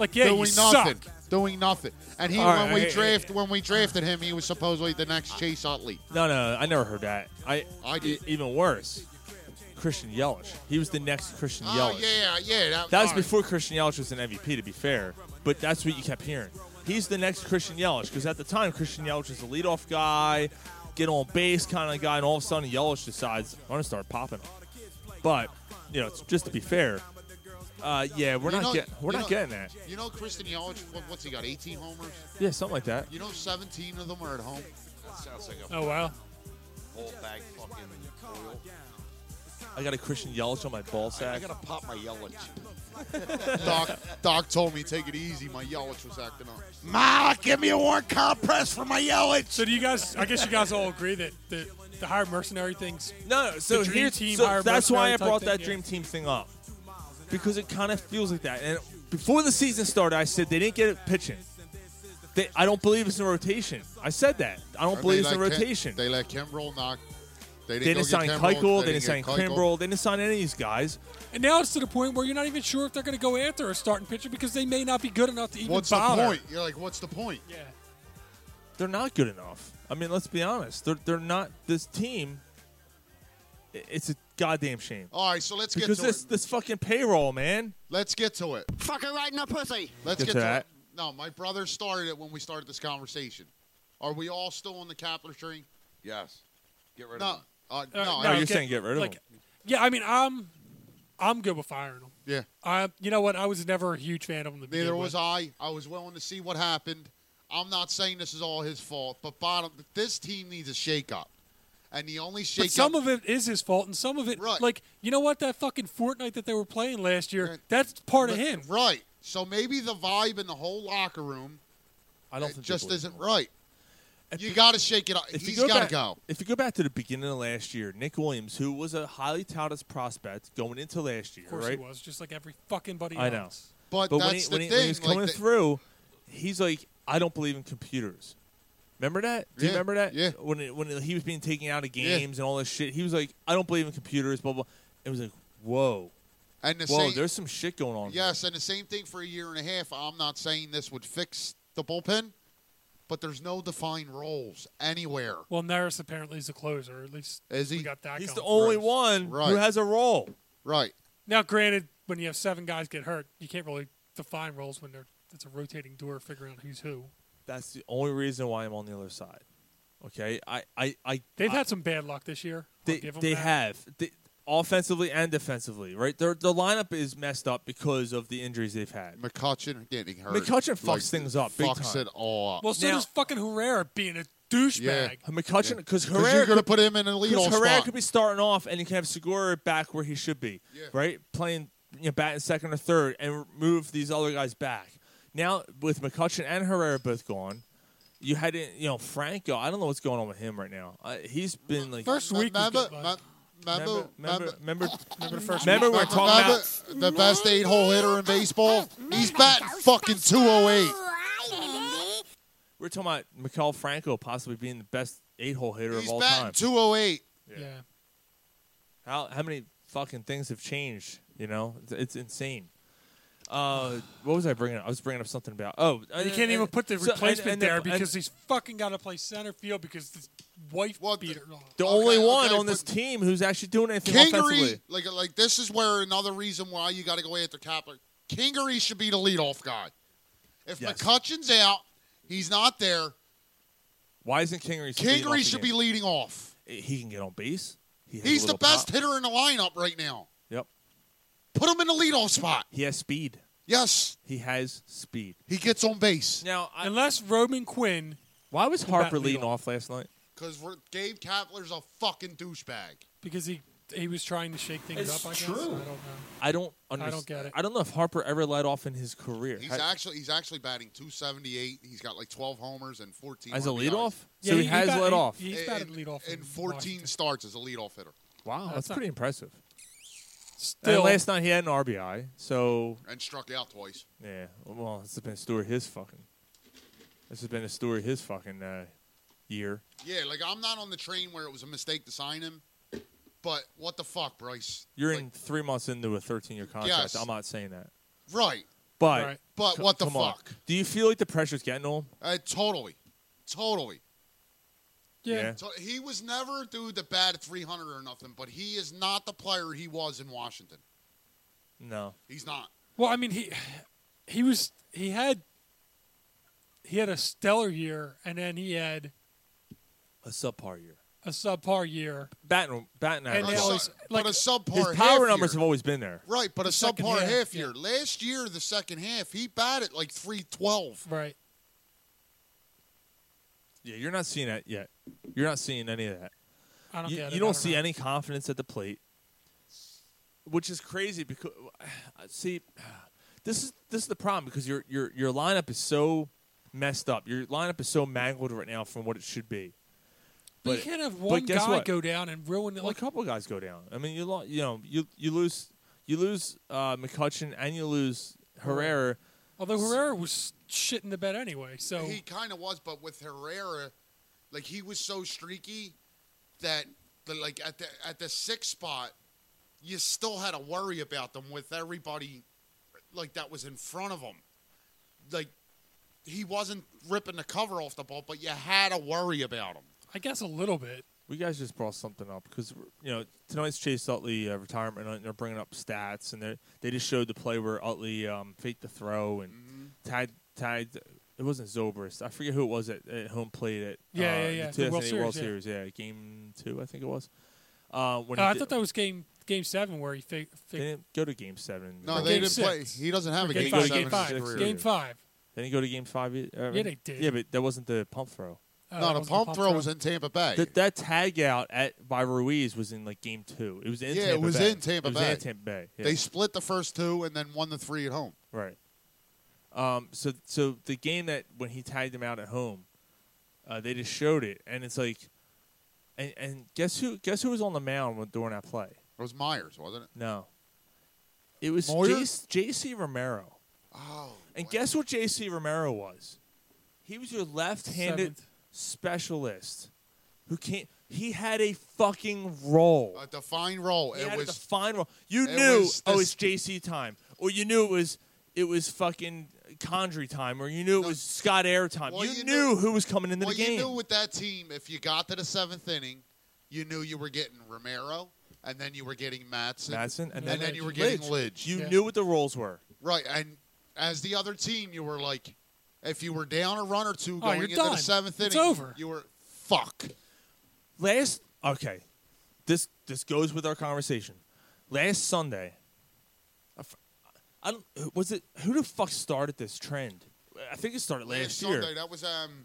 [SPEAKER 10] Like, yeah,
[SPEAKER 8] doing
[SPEAKER 10] you
[SPEAKER 8] nothing,
[SPEAKER 10] suck.
[SPEAKER 8] doing nothing. And he,
[SPEAKER 2] All right,
[SPEAKER 8] when we
[SPEAKER 2] hey, hey,
[SPEAKER 8] draft, when we drafted him, he was supposedly the next Chase Utley.
[SPEAKER 2] No, no, I never heard that. I,
[SPEAKER 8] I did.
[SPEAKER 2] e- even worse. Christian Yelich. He was the next Christian
[SPEAKER 8] Oh
[SPEAKER 2] Yelich.
[SPEAKER 8] yeah, yeah. That,
[SPEAKER 2] That was
[SPEAKER 8] all right.
[SPEAKER 2] before Christian Yelich was an MVP, to be fair. But that's what you kept hearing. He's the next Christian Yelich because at the time Christian Yelich was the leadoff guy, get on base kind of guy, and all of a sudden Yelich decides I'm gonna start popping. But you know, it's just to be fair, uh, yeah, we're
[SPEAKER 8] You
[SPEAKER 2] not
[SPEAKER 8] know-
[SPEAKER 2] getting we're
[SPEAKER 8] you
[SPEAKER 2] not
[SPEAKER 8] know-
[SPEAKER 2] getting that.
[SPEAKER 8] You know, Christian Yelich. What, what's he got? 18 homers.
[SPEAKER 2] Yeah, something like that.
[SPEAKER 8] You know, 17 of them are at home.
[SPEAKER 11] That sounds like a
[SPEAKER 10] Oh wow.
[SPEAKER 11] whole bag fucking oil.
[SPEAKER 2] I got a Christian Yelich on my ball
[SPEAKER 11] I
[SPEAKER 2] sack.
[SPEAKER 11] gotta pop my yellow.
[SPEAKER 8] Doc, Doc told me take it easy. My Yelich was acting up.
[SPEAKER 10] Ma, give me a warm compress for my Yelich. So do you guys? I guess you guys all agree that the, the hired mercenary things.
[SPEAKER 2] No, so
[SPEAKER 10] the dream
[SPEAKER 2] here,
[SPEAKER 10] team
[SPEAKER 2] so
[SPEAKER 10] hired
[SPEAKER 2] that's why
[SPEAKER 10] mercenary
[SPEAKER 2] I
[SPEAKER 10] type
[SPEAKER 2] brought
[SPEAKER 10] thing,
[SPEAKER 2] that
[SPEAKER 10] yeah.
[SPEAKER 2] dream team thing up because it kind of feels like that. And before the season started, I said they didn't get it pitching. They, I don't believe it's in rotation. I said that. I don't
[SPEAKER 8] They
[SPEAKER 2] believe it's
[SPEAKER 8] let
[SPEAKER 2] in
[SPEAKER 8] Kim-
[SPEAKER 2] rotation.
[SPEAKER 8] they let Kimbrel knock.
[SPEAKER 2] They
[SPEAKER 8] They didn't,
[SPEAKER 2] didn't,
[SPEAKER 8] go
[SPEAKER 2] sign
[SPEAKER 8] get
[SPEAKER 2] Keuchel. They, didn't
[SPEAKER 8] get
[SPEAKER 2] sign
[SPEAKER 8] Keuchel.
[SPEAKER 2] Kimbrel. They didn't sign any of these guys.
[SPEAKER 10] And now it's to the point where you're not even sure if they're going to go after a starting pitcher because they may not be good enough to even
[SPEAKER 8] What's the
[SPEAKER 10] bother.
[SPEAKER 8] point? You're like, what's the point?
[SPEAKER 10] Yeah.
[SPEAKER 2] They're not good enough. I mean, let's be honest. They're they're not this team. i- It's a goddamn shame
[SPEAKER 8] All right, so let's get
[SPEAKER 2] because
[SPEAKER 8] to
[SPEAKER 2] this
[SPEAKER 8] it.
[SPEAKER 2] this fucking payroll, man.
[SPEAKER 8] Let's get to it.
[SPEAKER 7] Fucker right in the pussy.
[SPEAKER 8] Let's
[SPEAKER 2] Get
[SPEAKER 8] get,
[SPEAKER 2] to
[SPEAKER 8] to,
[SPEAKER 2] that.
[SPEAKER 8] it. No, my brother started it when we started this conversation. Are we all still on the Kepler train?
[SPEAKER 11] Yes. Get rid
[SPEAKER 8] No.
[SPEAKER 11] of
[SPEAKER 8] Uh,
[SPEAKER 10] Uh,
[SPEAKER 8] no.
[SPEAKER 2] no,
[SPEAKER 8] I-
[SPEAKER 2] you're saying get rid of
[SPEAKER 10] like,
[SPEAKER 2] him.
[SPEAKER 10] Yeah, I mean, I'm I'm good with firing them.
[SPEAKER 8] yeah.
[SPEAKER 10] I, you know what? I was never a huge fan of them. To
[SPEAKER 8] Neither
[SPEAKER 10] begin
[SPEAKER 8] was
[SPEAKER 10] with.
[SPEAKER 8] I. I was willing to see what happened. I'm not saying this is all his fault, but bottom, this team needs a shakeup. And the only shakeup.
[SPEAKER 10] But some of it is his fault, and some of it,
[SPEAKER 8] Right.
[SPEAKER 10] like you know what, that fucking Fortnite that they were playing last year, that's part of
[SPEAKER 8] But-
[SPEAKER 10] him.
[SPEAKER 8] Right. So maybe the vibe in the whole locker room
[SPEAKER 2] I don't think they
[SPEAKER 8] just
[SPEAKER 2] believe
[SPEAKER 8] isn't
[SPEAKER 2] him.
[SPEAKER 8] right.
[SPEAKER 2] If
[SPEAKER 8] You got to shake it up.
[SPEAKER 2] if you
[SPEAKER 8] He's
[SPEAKER 2] go
[SPEAKER 8] got to
[SPEAKER 2] back-
[SPEAKER 8] go.
[SPEAKER 2] If you go back to the beginning of last year, Nick Williams, who was a highly touted prospect going into last year,
[SPEAKER 10] Of course
[SPEAKER 2] right?
[SPEAKER 10] he was, just like every fucking buddy
[SPEAKER 2] I know.
[SPEAKER 10] else.
[SPEAKER 8] But,
[SPEAKER 2] But
[SPEAKER 8] that's
[SPEAKER 2] when he,
[SPEAKER 8] the
[SPEAKER 2] when, he, when
[SPEAKER 8] thing.
[SPEAKER 2] he was
[SPEAKER 8] like
[SPEAKER 2] coming
[SPEAKER 8] the-
[SPEAKER 2] through, he's like, I don't believe in computers. Remember that? Do you
[SPEAKER 8] Yeah,
[SPEAKER 2] remember that?
[SPEAKER 8] yeah.
[SPEAKER 2] When it, when he was being taken out of
[SPEAKER 8] Yeah.
[SPEAKER 2] games and all this shit, he was like, I don't believe in computers. Blah blah. It was like, whoa,
[SPEAKER 8] and the
[SPEAKER 2] whoa.
[SPEAKER 8] same,
[SPEAKER 2] there's some shit going on. here.
[SPEAKER 8] Yes, and the same thing for a year and a half. I'm not saying this would fix the bullpen, but there's no defined roles anywhere.
[SPEAKER 10] Well, Naris apparently is a closer. At least
[SPEAKER 8] Is he?
[SPEAKER 10] we got that.
[SPEAKER 2] He's the
[SPEAKER 10] going.
[SPEAKER 2] only one who
[SPEAKER 8] Right.
[SPEAKER 2] has a role.
[SPEAKER 8] Right.
[SPEAKER 10] Now, granted, when you have seven guys get hurt, you can't really define roles when they're it's a rotating door figuring out who's who.
[SPEAKER 2] That's the only reason why I'm on the other side. Okay, I I I
[SPEAKER 10] They've
[SPEAKER 2] I-
[SPEAKER 10] had some bad luck this year. I'll
[SPEAKER 2] They,
[SPEAKER 10] give 'em
[SPEAKER 2] they
[SPEAKER 10] that.
[SPEAKER 2] have they, offensively and defensively, right? Their the lineup is messed up because of the injuries they've had.
[SPEAKER 8] McCutcheon getting hurt.
[SPEAKER 2] McCutcheon fucks things up big
[SPEAKER 8] Fucks
[SPEAKER 2] time.
[SPEAKER 8] it all up.
[SPEAKER 10] Well, so
[SPEAKER 2] Now-
[SPEAKER 10] does fucking Herrera being a douchebag.
[SPEAKER 8] Yeah.
[SPEAKER 2] McCutcheon, because
[SPEAKER 8] Because you're
[SPEAKER 2] Herrera,
[SPEAKER 8] going to
[SPEAKER 2] could,
[SPEAKER 8] put him in a
[SPEAKER 2] 'cause
[SPEAKER 8] leadoff
[SPEAKER 2] Herrera
[SPEAKER 8] spot.
[SPEAKER 2] could be starting off, and you can have Segura back where he should be,
[SPEAKER 8] Yeah.
[SPEAKER 2] right? Playing you know, batting second or third, and move these other guys back. Now with McCutcheon and Herrera both gone, you had you know Franco. I don't know what's going on with him right now. I, he's been like
[SPEAKER 10] First week was
[SPEAKER 8] remember,
[SPEAKER 10] good,
[SPEAKER 8] remember,
[SPEAKER 10] bud.
[SPEAKER 8] remember,
[SPEAKER 2] remember,
[SPEAKER 8] remember-
[SPEAKER 2] remember, remember,
[SPEAKER 10] the first
[SPEAKER 2] remember we're talking about
[SPEAKER 8] remember the best eight-hole hitter in baseball. He's batting fucking 208.
[SPEAKER 2] We're talking about Mikel Franco possibly being the best eight hole hitter
[SPEAKER 8] He's
[SPEAKER 2] of all
[SPEAKER 8] batting
[SPEAKER 2] time.
[SPEAKER 8] 208.
[SPEAKER 10] Yeah.
[SPEAKER 2] how how many fucking things have changed? You know, it's, it's insane. Uh, what was I bringing? up? I was bringing up something about oh,
[SPEAKER 10] You can't even put the replacement there because
[SPEAKER 2] the,
[SPEAKER 10] he's fucking got to play center field because his wife
[SPEAKER 8] Well,
[SPEAKER 10] beat
[SPEAKER 8] the-
[SPEAKER 10] her off.
[SPEAKER 2] the
[SPEAKER 8] Okay,
[SPEAKER 2] only one
[SPEAKER 8] okay,
[SPEAKER 2] on this
[SPEAKER 8] but-
[SPEAKER 2] team who's actually doing anything
[SPEAKER 8] Kingery,
[SPEAKER 2] offensively.
[SPEAKER 8] like like this is where another reason why you got to go after Kapler. Kingery should be the leadoff guy. If
[SPEAKER 2] Yes.
[SPEAKER 8] McCutcheon's out, he's not there.
[SPEAKER 2] Why isn't Kingery?
[SPEAKER 8] Kingery should be leading off.
[SPEAKER 2] be. He can get on base. He has a
[SPEAKER 8] He's the
[SPEAKER 2] little
[SPEAKER 8] best
[SPEAKER 2] pop.
[SPEAKER 8] hitter in the lineup right now.
[SPEAKER 2] Yep,
[SPEAKER 8] Put him in the leadoff spot.
[SPEAKER 2] he has speed.
[SPEAKER 8] Yes,
[SPEAKER 2] He has speed.
[SPEAKER 8] he gets on base
[SPEAKER 2] Now, I,
[SPEAKER 10] Unless Roman Quinn,
[SPEAKER 2] why was Harper
[SPEAKER 10] bat
[SPEAKER 2] leading
[SPEAKER 10] leadoff.
[SPEAKER 2] off last night?
[SPEAKER 8] because Gabe Kapler's a fucking douchebag.
[SPEAKER 10] because he he was trying to shake things
[SPEAKER 2] It's
[SPEAKER 10] up. I guess.
[SPEAKER 2] true.
[SPEAKER 10] I don't know.
[SPEAKER 2] I don't
[SPEAKER 10] don't
[SPEAKER 2] understand.
[SPEAKER 10] get it.
[SPEAKER 2] I don't know if Harper ever led off in his career.
[SPEAKER 8] He's
[SPEAKER 2] Ha-
[SPEAKER 8] actually he's actually batting 278. He's got like 12 homers and 14
[SPEAKER 2] as a
[SPEAKER 8] RBIs.
[SPEAKER 2] leadoff,
[SPEAKER 10] Yeah,
[SPEAKER 2] so he, has
[SPEAKER 10] bat-
[SPEAKER 2] let off.
[SPEAKER 10] He's
[SPEAKER 8] In-
[SPEAKER 10] batted lead off
[SPEAKER 8] in 14 starts as a leadoff hitter,
[SPEAKER 2] wow, that's,
[SPEAKER 10] not-
[SPEAKER 2] pretty impressive.
[SPEAKER 10] Still,
[SPEAKER 2] and last night he had an RBI, so
[SPEAKER 8] and struck out twice.
[SPEAKER 2] yeah. Well, it's been a story of his fucking This has been a story his fucking uh, year.
[SPEAKER 8] Yeah, like I'm not on the train where it was a mistake to sign him, but what the fuck, Bryce?
[SPEAKER 2] You're in three months into a 13 year contract.
[SPEAKER 8] Yes.
[SPEAKER 2] I'm not saying that.
[SPEAKER 8] Right.
[SPEAKER 2] But
[SPEAKER 8] But
[SPEAKER 2] c-
[SPEAKER 8] what the
[SPEAKER 2] come on.
[SPEAKER 8] fuck?
[SPEAKER 2] Do you feel like the pressure's getting to him?
[SPEAKER 8] Uh, totally. Totally.
[SPEAKER 2] Yeah.
[SPEAKER 8] So he was never a dude that batted 300 or nothing, but he is not the player he was in Washington.
[SPEAKER 2] No.
[SPEAKER 8] He's not.
[SPEAKER 10] Well, I mean, he he was he had he had a stellar year, and then he had
[SPEAKER 2] A subpar year.
[SPEAKER 10] a subpar year.
[SPEAKER 2] Batting, batting
[SPEAKER 10] And
[SPEAKER 2] average.
[SPEAKER 10] they always
[SPEAKER 8] But
[SPEAKER 10] like
[SPEAKER 8] a subpar
[SPEAKER 2] His
[SPEAKER 8] half
[SPEAKER 2] power numbers
[SPEAKER 8] year.
[SPEAKER 2] have always been there.
[SPEAKER 8] Right, but a
[SPEAKER 10] The second
[SPEAKER 8] subpar half,
[SPEAKER 10] half,
[SPEAKER 8] year. Last year, the second half, he batted like 312.
[SPEAKER 10] Right.
[SPEAKER 2] Yeah, you're not seeing that yet. You're not seeing any of that.
[SPEAKER 10] I don't
[SPEAKER 2] you,
[SPEAKER 10] get it.
[SPEAKER 2] you
[SPEAKER 10] I
[SPEAKER 2] don't
[SPEAKER 10] don't
[SPEAKER 2] see
[SPEAKER 10] know.
[SPEAKER 2] any confidence at the plate, which is crazy because see, this is this is the problem because your your your lineup is so messed up. Your lineup is so mangled right now from what it should be.
[SPEAKER 10] But you can't have one
[SPEAKER 2] guess
[SPEAKER 10] guy
[SPEAKER 2] what?
[SPEAKER 10] go down and ruin it.
[SPEAKER 2] Well,
[SPEAKER 10] Like
[SPEAKER 2] a couple guys go down. I mean, you lo- you know you you lose you lose uh, McCutcheon and you lose Herrera.
[SPEAKER 10] although Herrera was shit in the bed anyway, so
[SPEAKER 8] He kind of was, but with Herrera, like he was so streaky that, that, like at the at the sixth spot, you still had to worry about them with everybody, like that was in front of him. Like he wasn't ripping the cover off the ball, but you had to worry about him.
[SPEAKER 10] I guess a little bit.
[SPEAKER 2] We guys just brought something up because you know tonight's Chase Utley uh, retirement night, and they're bringing up stats and they they just showed the play where Utley um, faked the throw and
[SPEAKER 10] Mm-hmm.
[SPEAKER 2] tagged tagged. It wasn't Zobrist. I forget who it was at, at home plate at
[SPEAKER 10] Yeah,
[SPEAKER 2] uh,
[SPEAKER 10] yeah, yeah, the
[SPEAKER 2] 2008
[SPEAKER 10] World Series,
[SPEAKER 2] World
[SPEAKER 10] yeah.
[SPEAKER 2] Series. Yeah, game two, I think it was. Uh, when
[SPEAKER 10] Uh,
[SPEAKER 2] he
[SPEAKER 10] I
[SPEAKER 2] did-
[SPEAKER 10] thought that was game game seven where he fig-
[SPEAKER 2] they
[SPEAKER 10] fig-
[SPEAKER 2] didn't go to game seven.
[SPEAKER 8] No,
[SPEAKER 10] Or
[SPEAKER 8] they
[SPEAKER 10] game
[SPEAKER 8] didn't play.
[SPEAKER 10] six.
[SPEAKER 8] He doesn't have
[SPEAKER 10] Or
[SPEAKER 8] a
[SPEAKER 10] game
[SPEAKER 8] game
[SPEAKER 10] five,
[SPEAKER 8] seven
[SPEAKER 10] game
[SPEAKER 8] in
[SPEAKER 10] five,
[SPEAKER 8] his career.
[SPEAKER 10] game five.
[SPEAKER 2] They didn't go to game five. e- uh,
[SPEAKER 10] Yeah, they did.
[SPEAKER 2] Yeah, but that wasn't the pump throw.
[SPEAKER 10] Oh,
[SPEAKER 8] no,
[SPEAKER 10] that
[SPEAKER 8] the
[SPEAKER 10] was
[SPEAKER 8] pump, throw, was in Tampa Bay.
[SPEAKER 2] That that tag out at by Ruiz was in like game two. It was in
[SPEAKER 8] yeah,
[SPEAKER 2] Tampa
[SPEAKER 8] it was
[SPEAKER 2] Bay.
[SPEAKER 8] in Tampa
[SPEAKER 2] It was
[SPEAKER 8] Bay.
[SPEAKER 2] in Tampa Bay. yeah.
[SPEAKER 8] They split the first two and then won the three at home.
[SPEAKER 2] Right. Um, so so the game that when he tagged him out at home, uh, they just showed it, and it's like, and and guess who guess who was on the mound when, during that play?
[SPEAKER 8] It was Myers, wasn't it?
[SPEAKER 2] No. It was
[SPEAKER 8] Moyer?
[SPEAKER 2] Jace- J.C. Romero,
[SPEAKER 8] Oh,
[SPEAKER 2] and guess what J.C. Romero was? He was your left-handed
[SPEAKER 10] Seventh.
[SPEAKER 2] specialist who can't. He had a fucking role.
[SPEAKER 8] a defined role.
[SPEAKER 2] He
[SPEAKER 8] it
[SPEAKER 2] had
[SPEAKER 8] was
[SPEAKER 2] a defined role. You
[SPEAKER 8] it
[SPEAKER 2] knew
[SPEAKER 8] was
[SPEAKER 2] oh
[SPEAKER 8] this-
[SPEAKER 2] it's JC time, or you knew it was it was fucking Condry time, or you knew it was Scott Air time.
[SPEAKER 8] Well,
[SPEAKER 2] you,
[SPEAKER 8] you
[SPEAKER 2] knew,
[SPEAKER 8] knew-
[SPEAKER 2] who was coming into
[SPEAKER 8] well,
[SPEAKER 2] the game.
[SPEAKER 8] you knew with that team, if you got to the seventh inning, you knew you were getting Romero, and then you were getting Matson,
[SPEAKER 2] Madsen, and,
[SPEAKER 8] and,
[SPEAKER 2] then,
[SPEAKER 8] then, you were getting Lidge.
[SPEAKER 2] You
[SPEAKER 10] Yeah.
[SPEAKER 2] knew what the roles were.
[SPEAKER 8] right, and as the other team, you were like, if you were down a run or two
[SPEAKER 10] Oh,
[SPEAKER 8] going
[SPEAKER 10] you're
[SPEAKER 8] into the
[SPEAKER 10] done.
[SPEAKER 8] seventh
[SPEAKER 10] It's
[SPEAKER 8] inning,
[SPEAKER 10] over.
[SPEAKER 8] you were fuck.
[SPEAKER 2] Last okay, this this goes with our conversation. Last Sunday, I f- I don't was it who the fuck started this trend? I think it started last, year.
[SPEAKER 8] Sunday, that was um,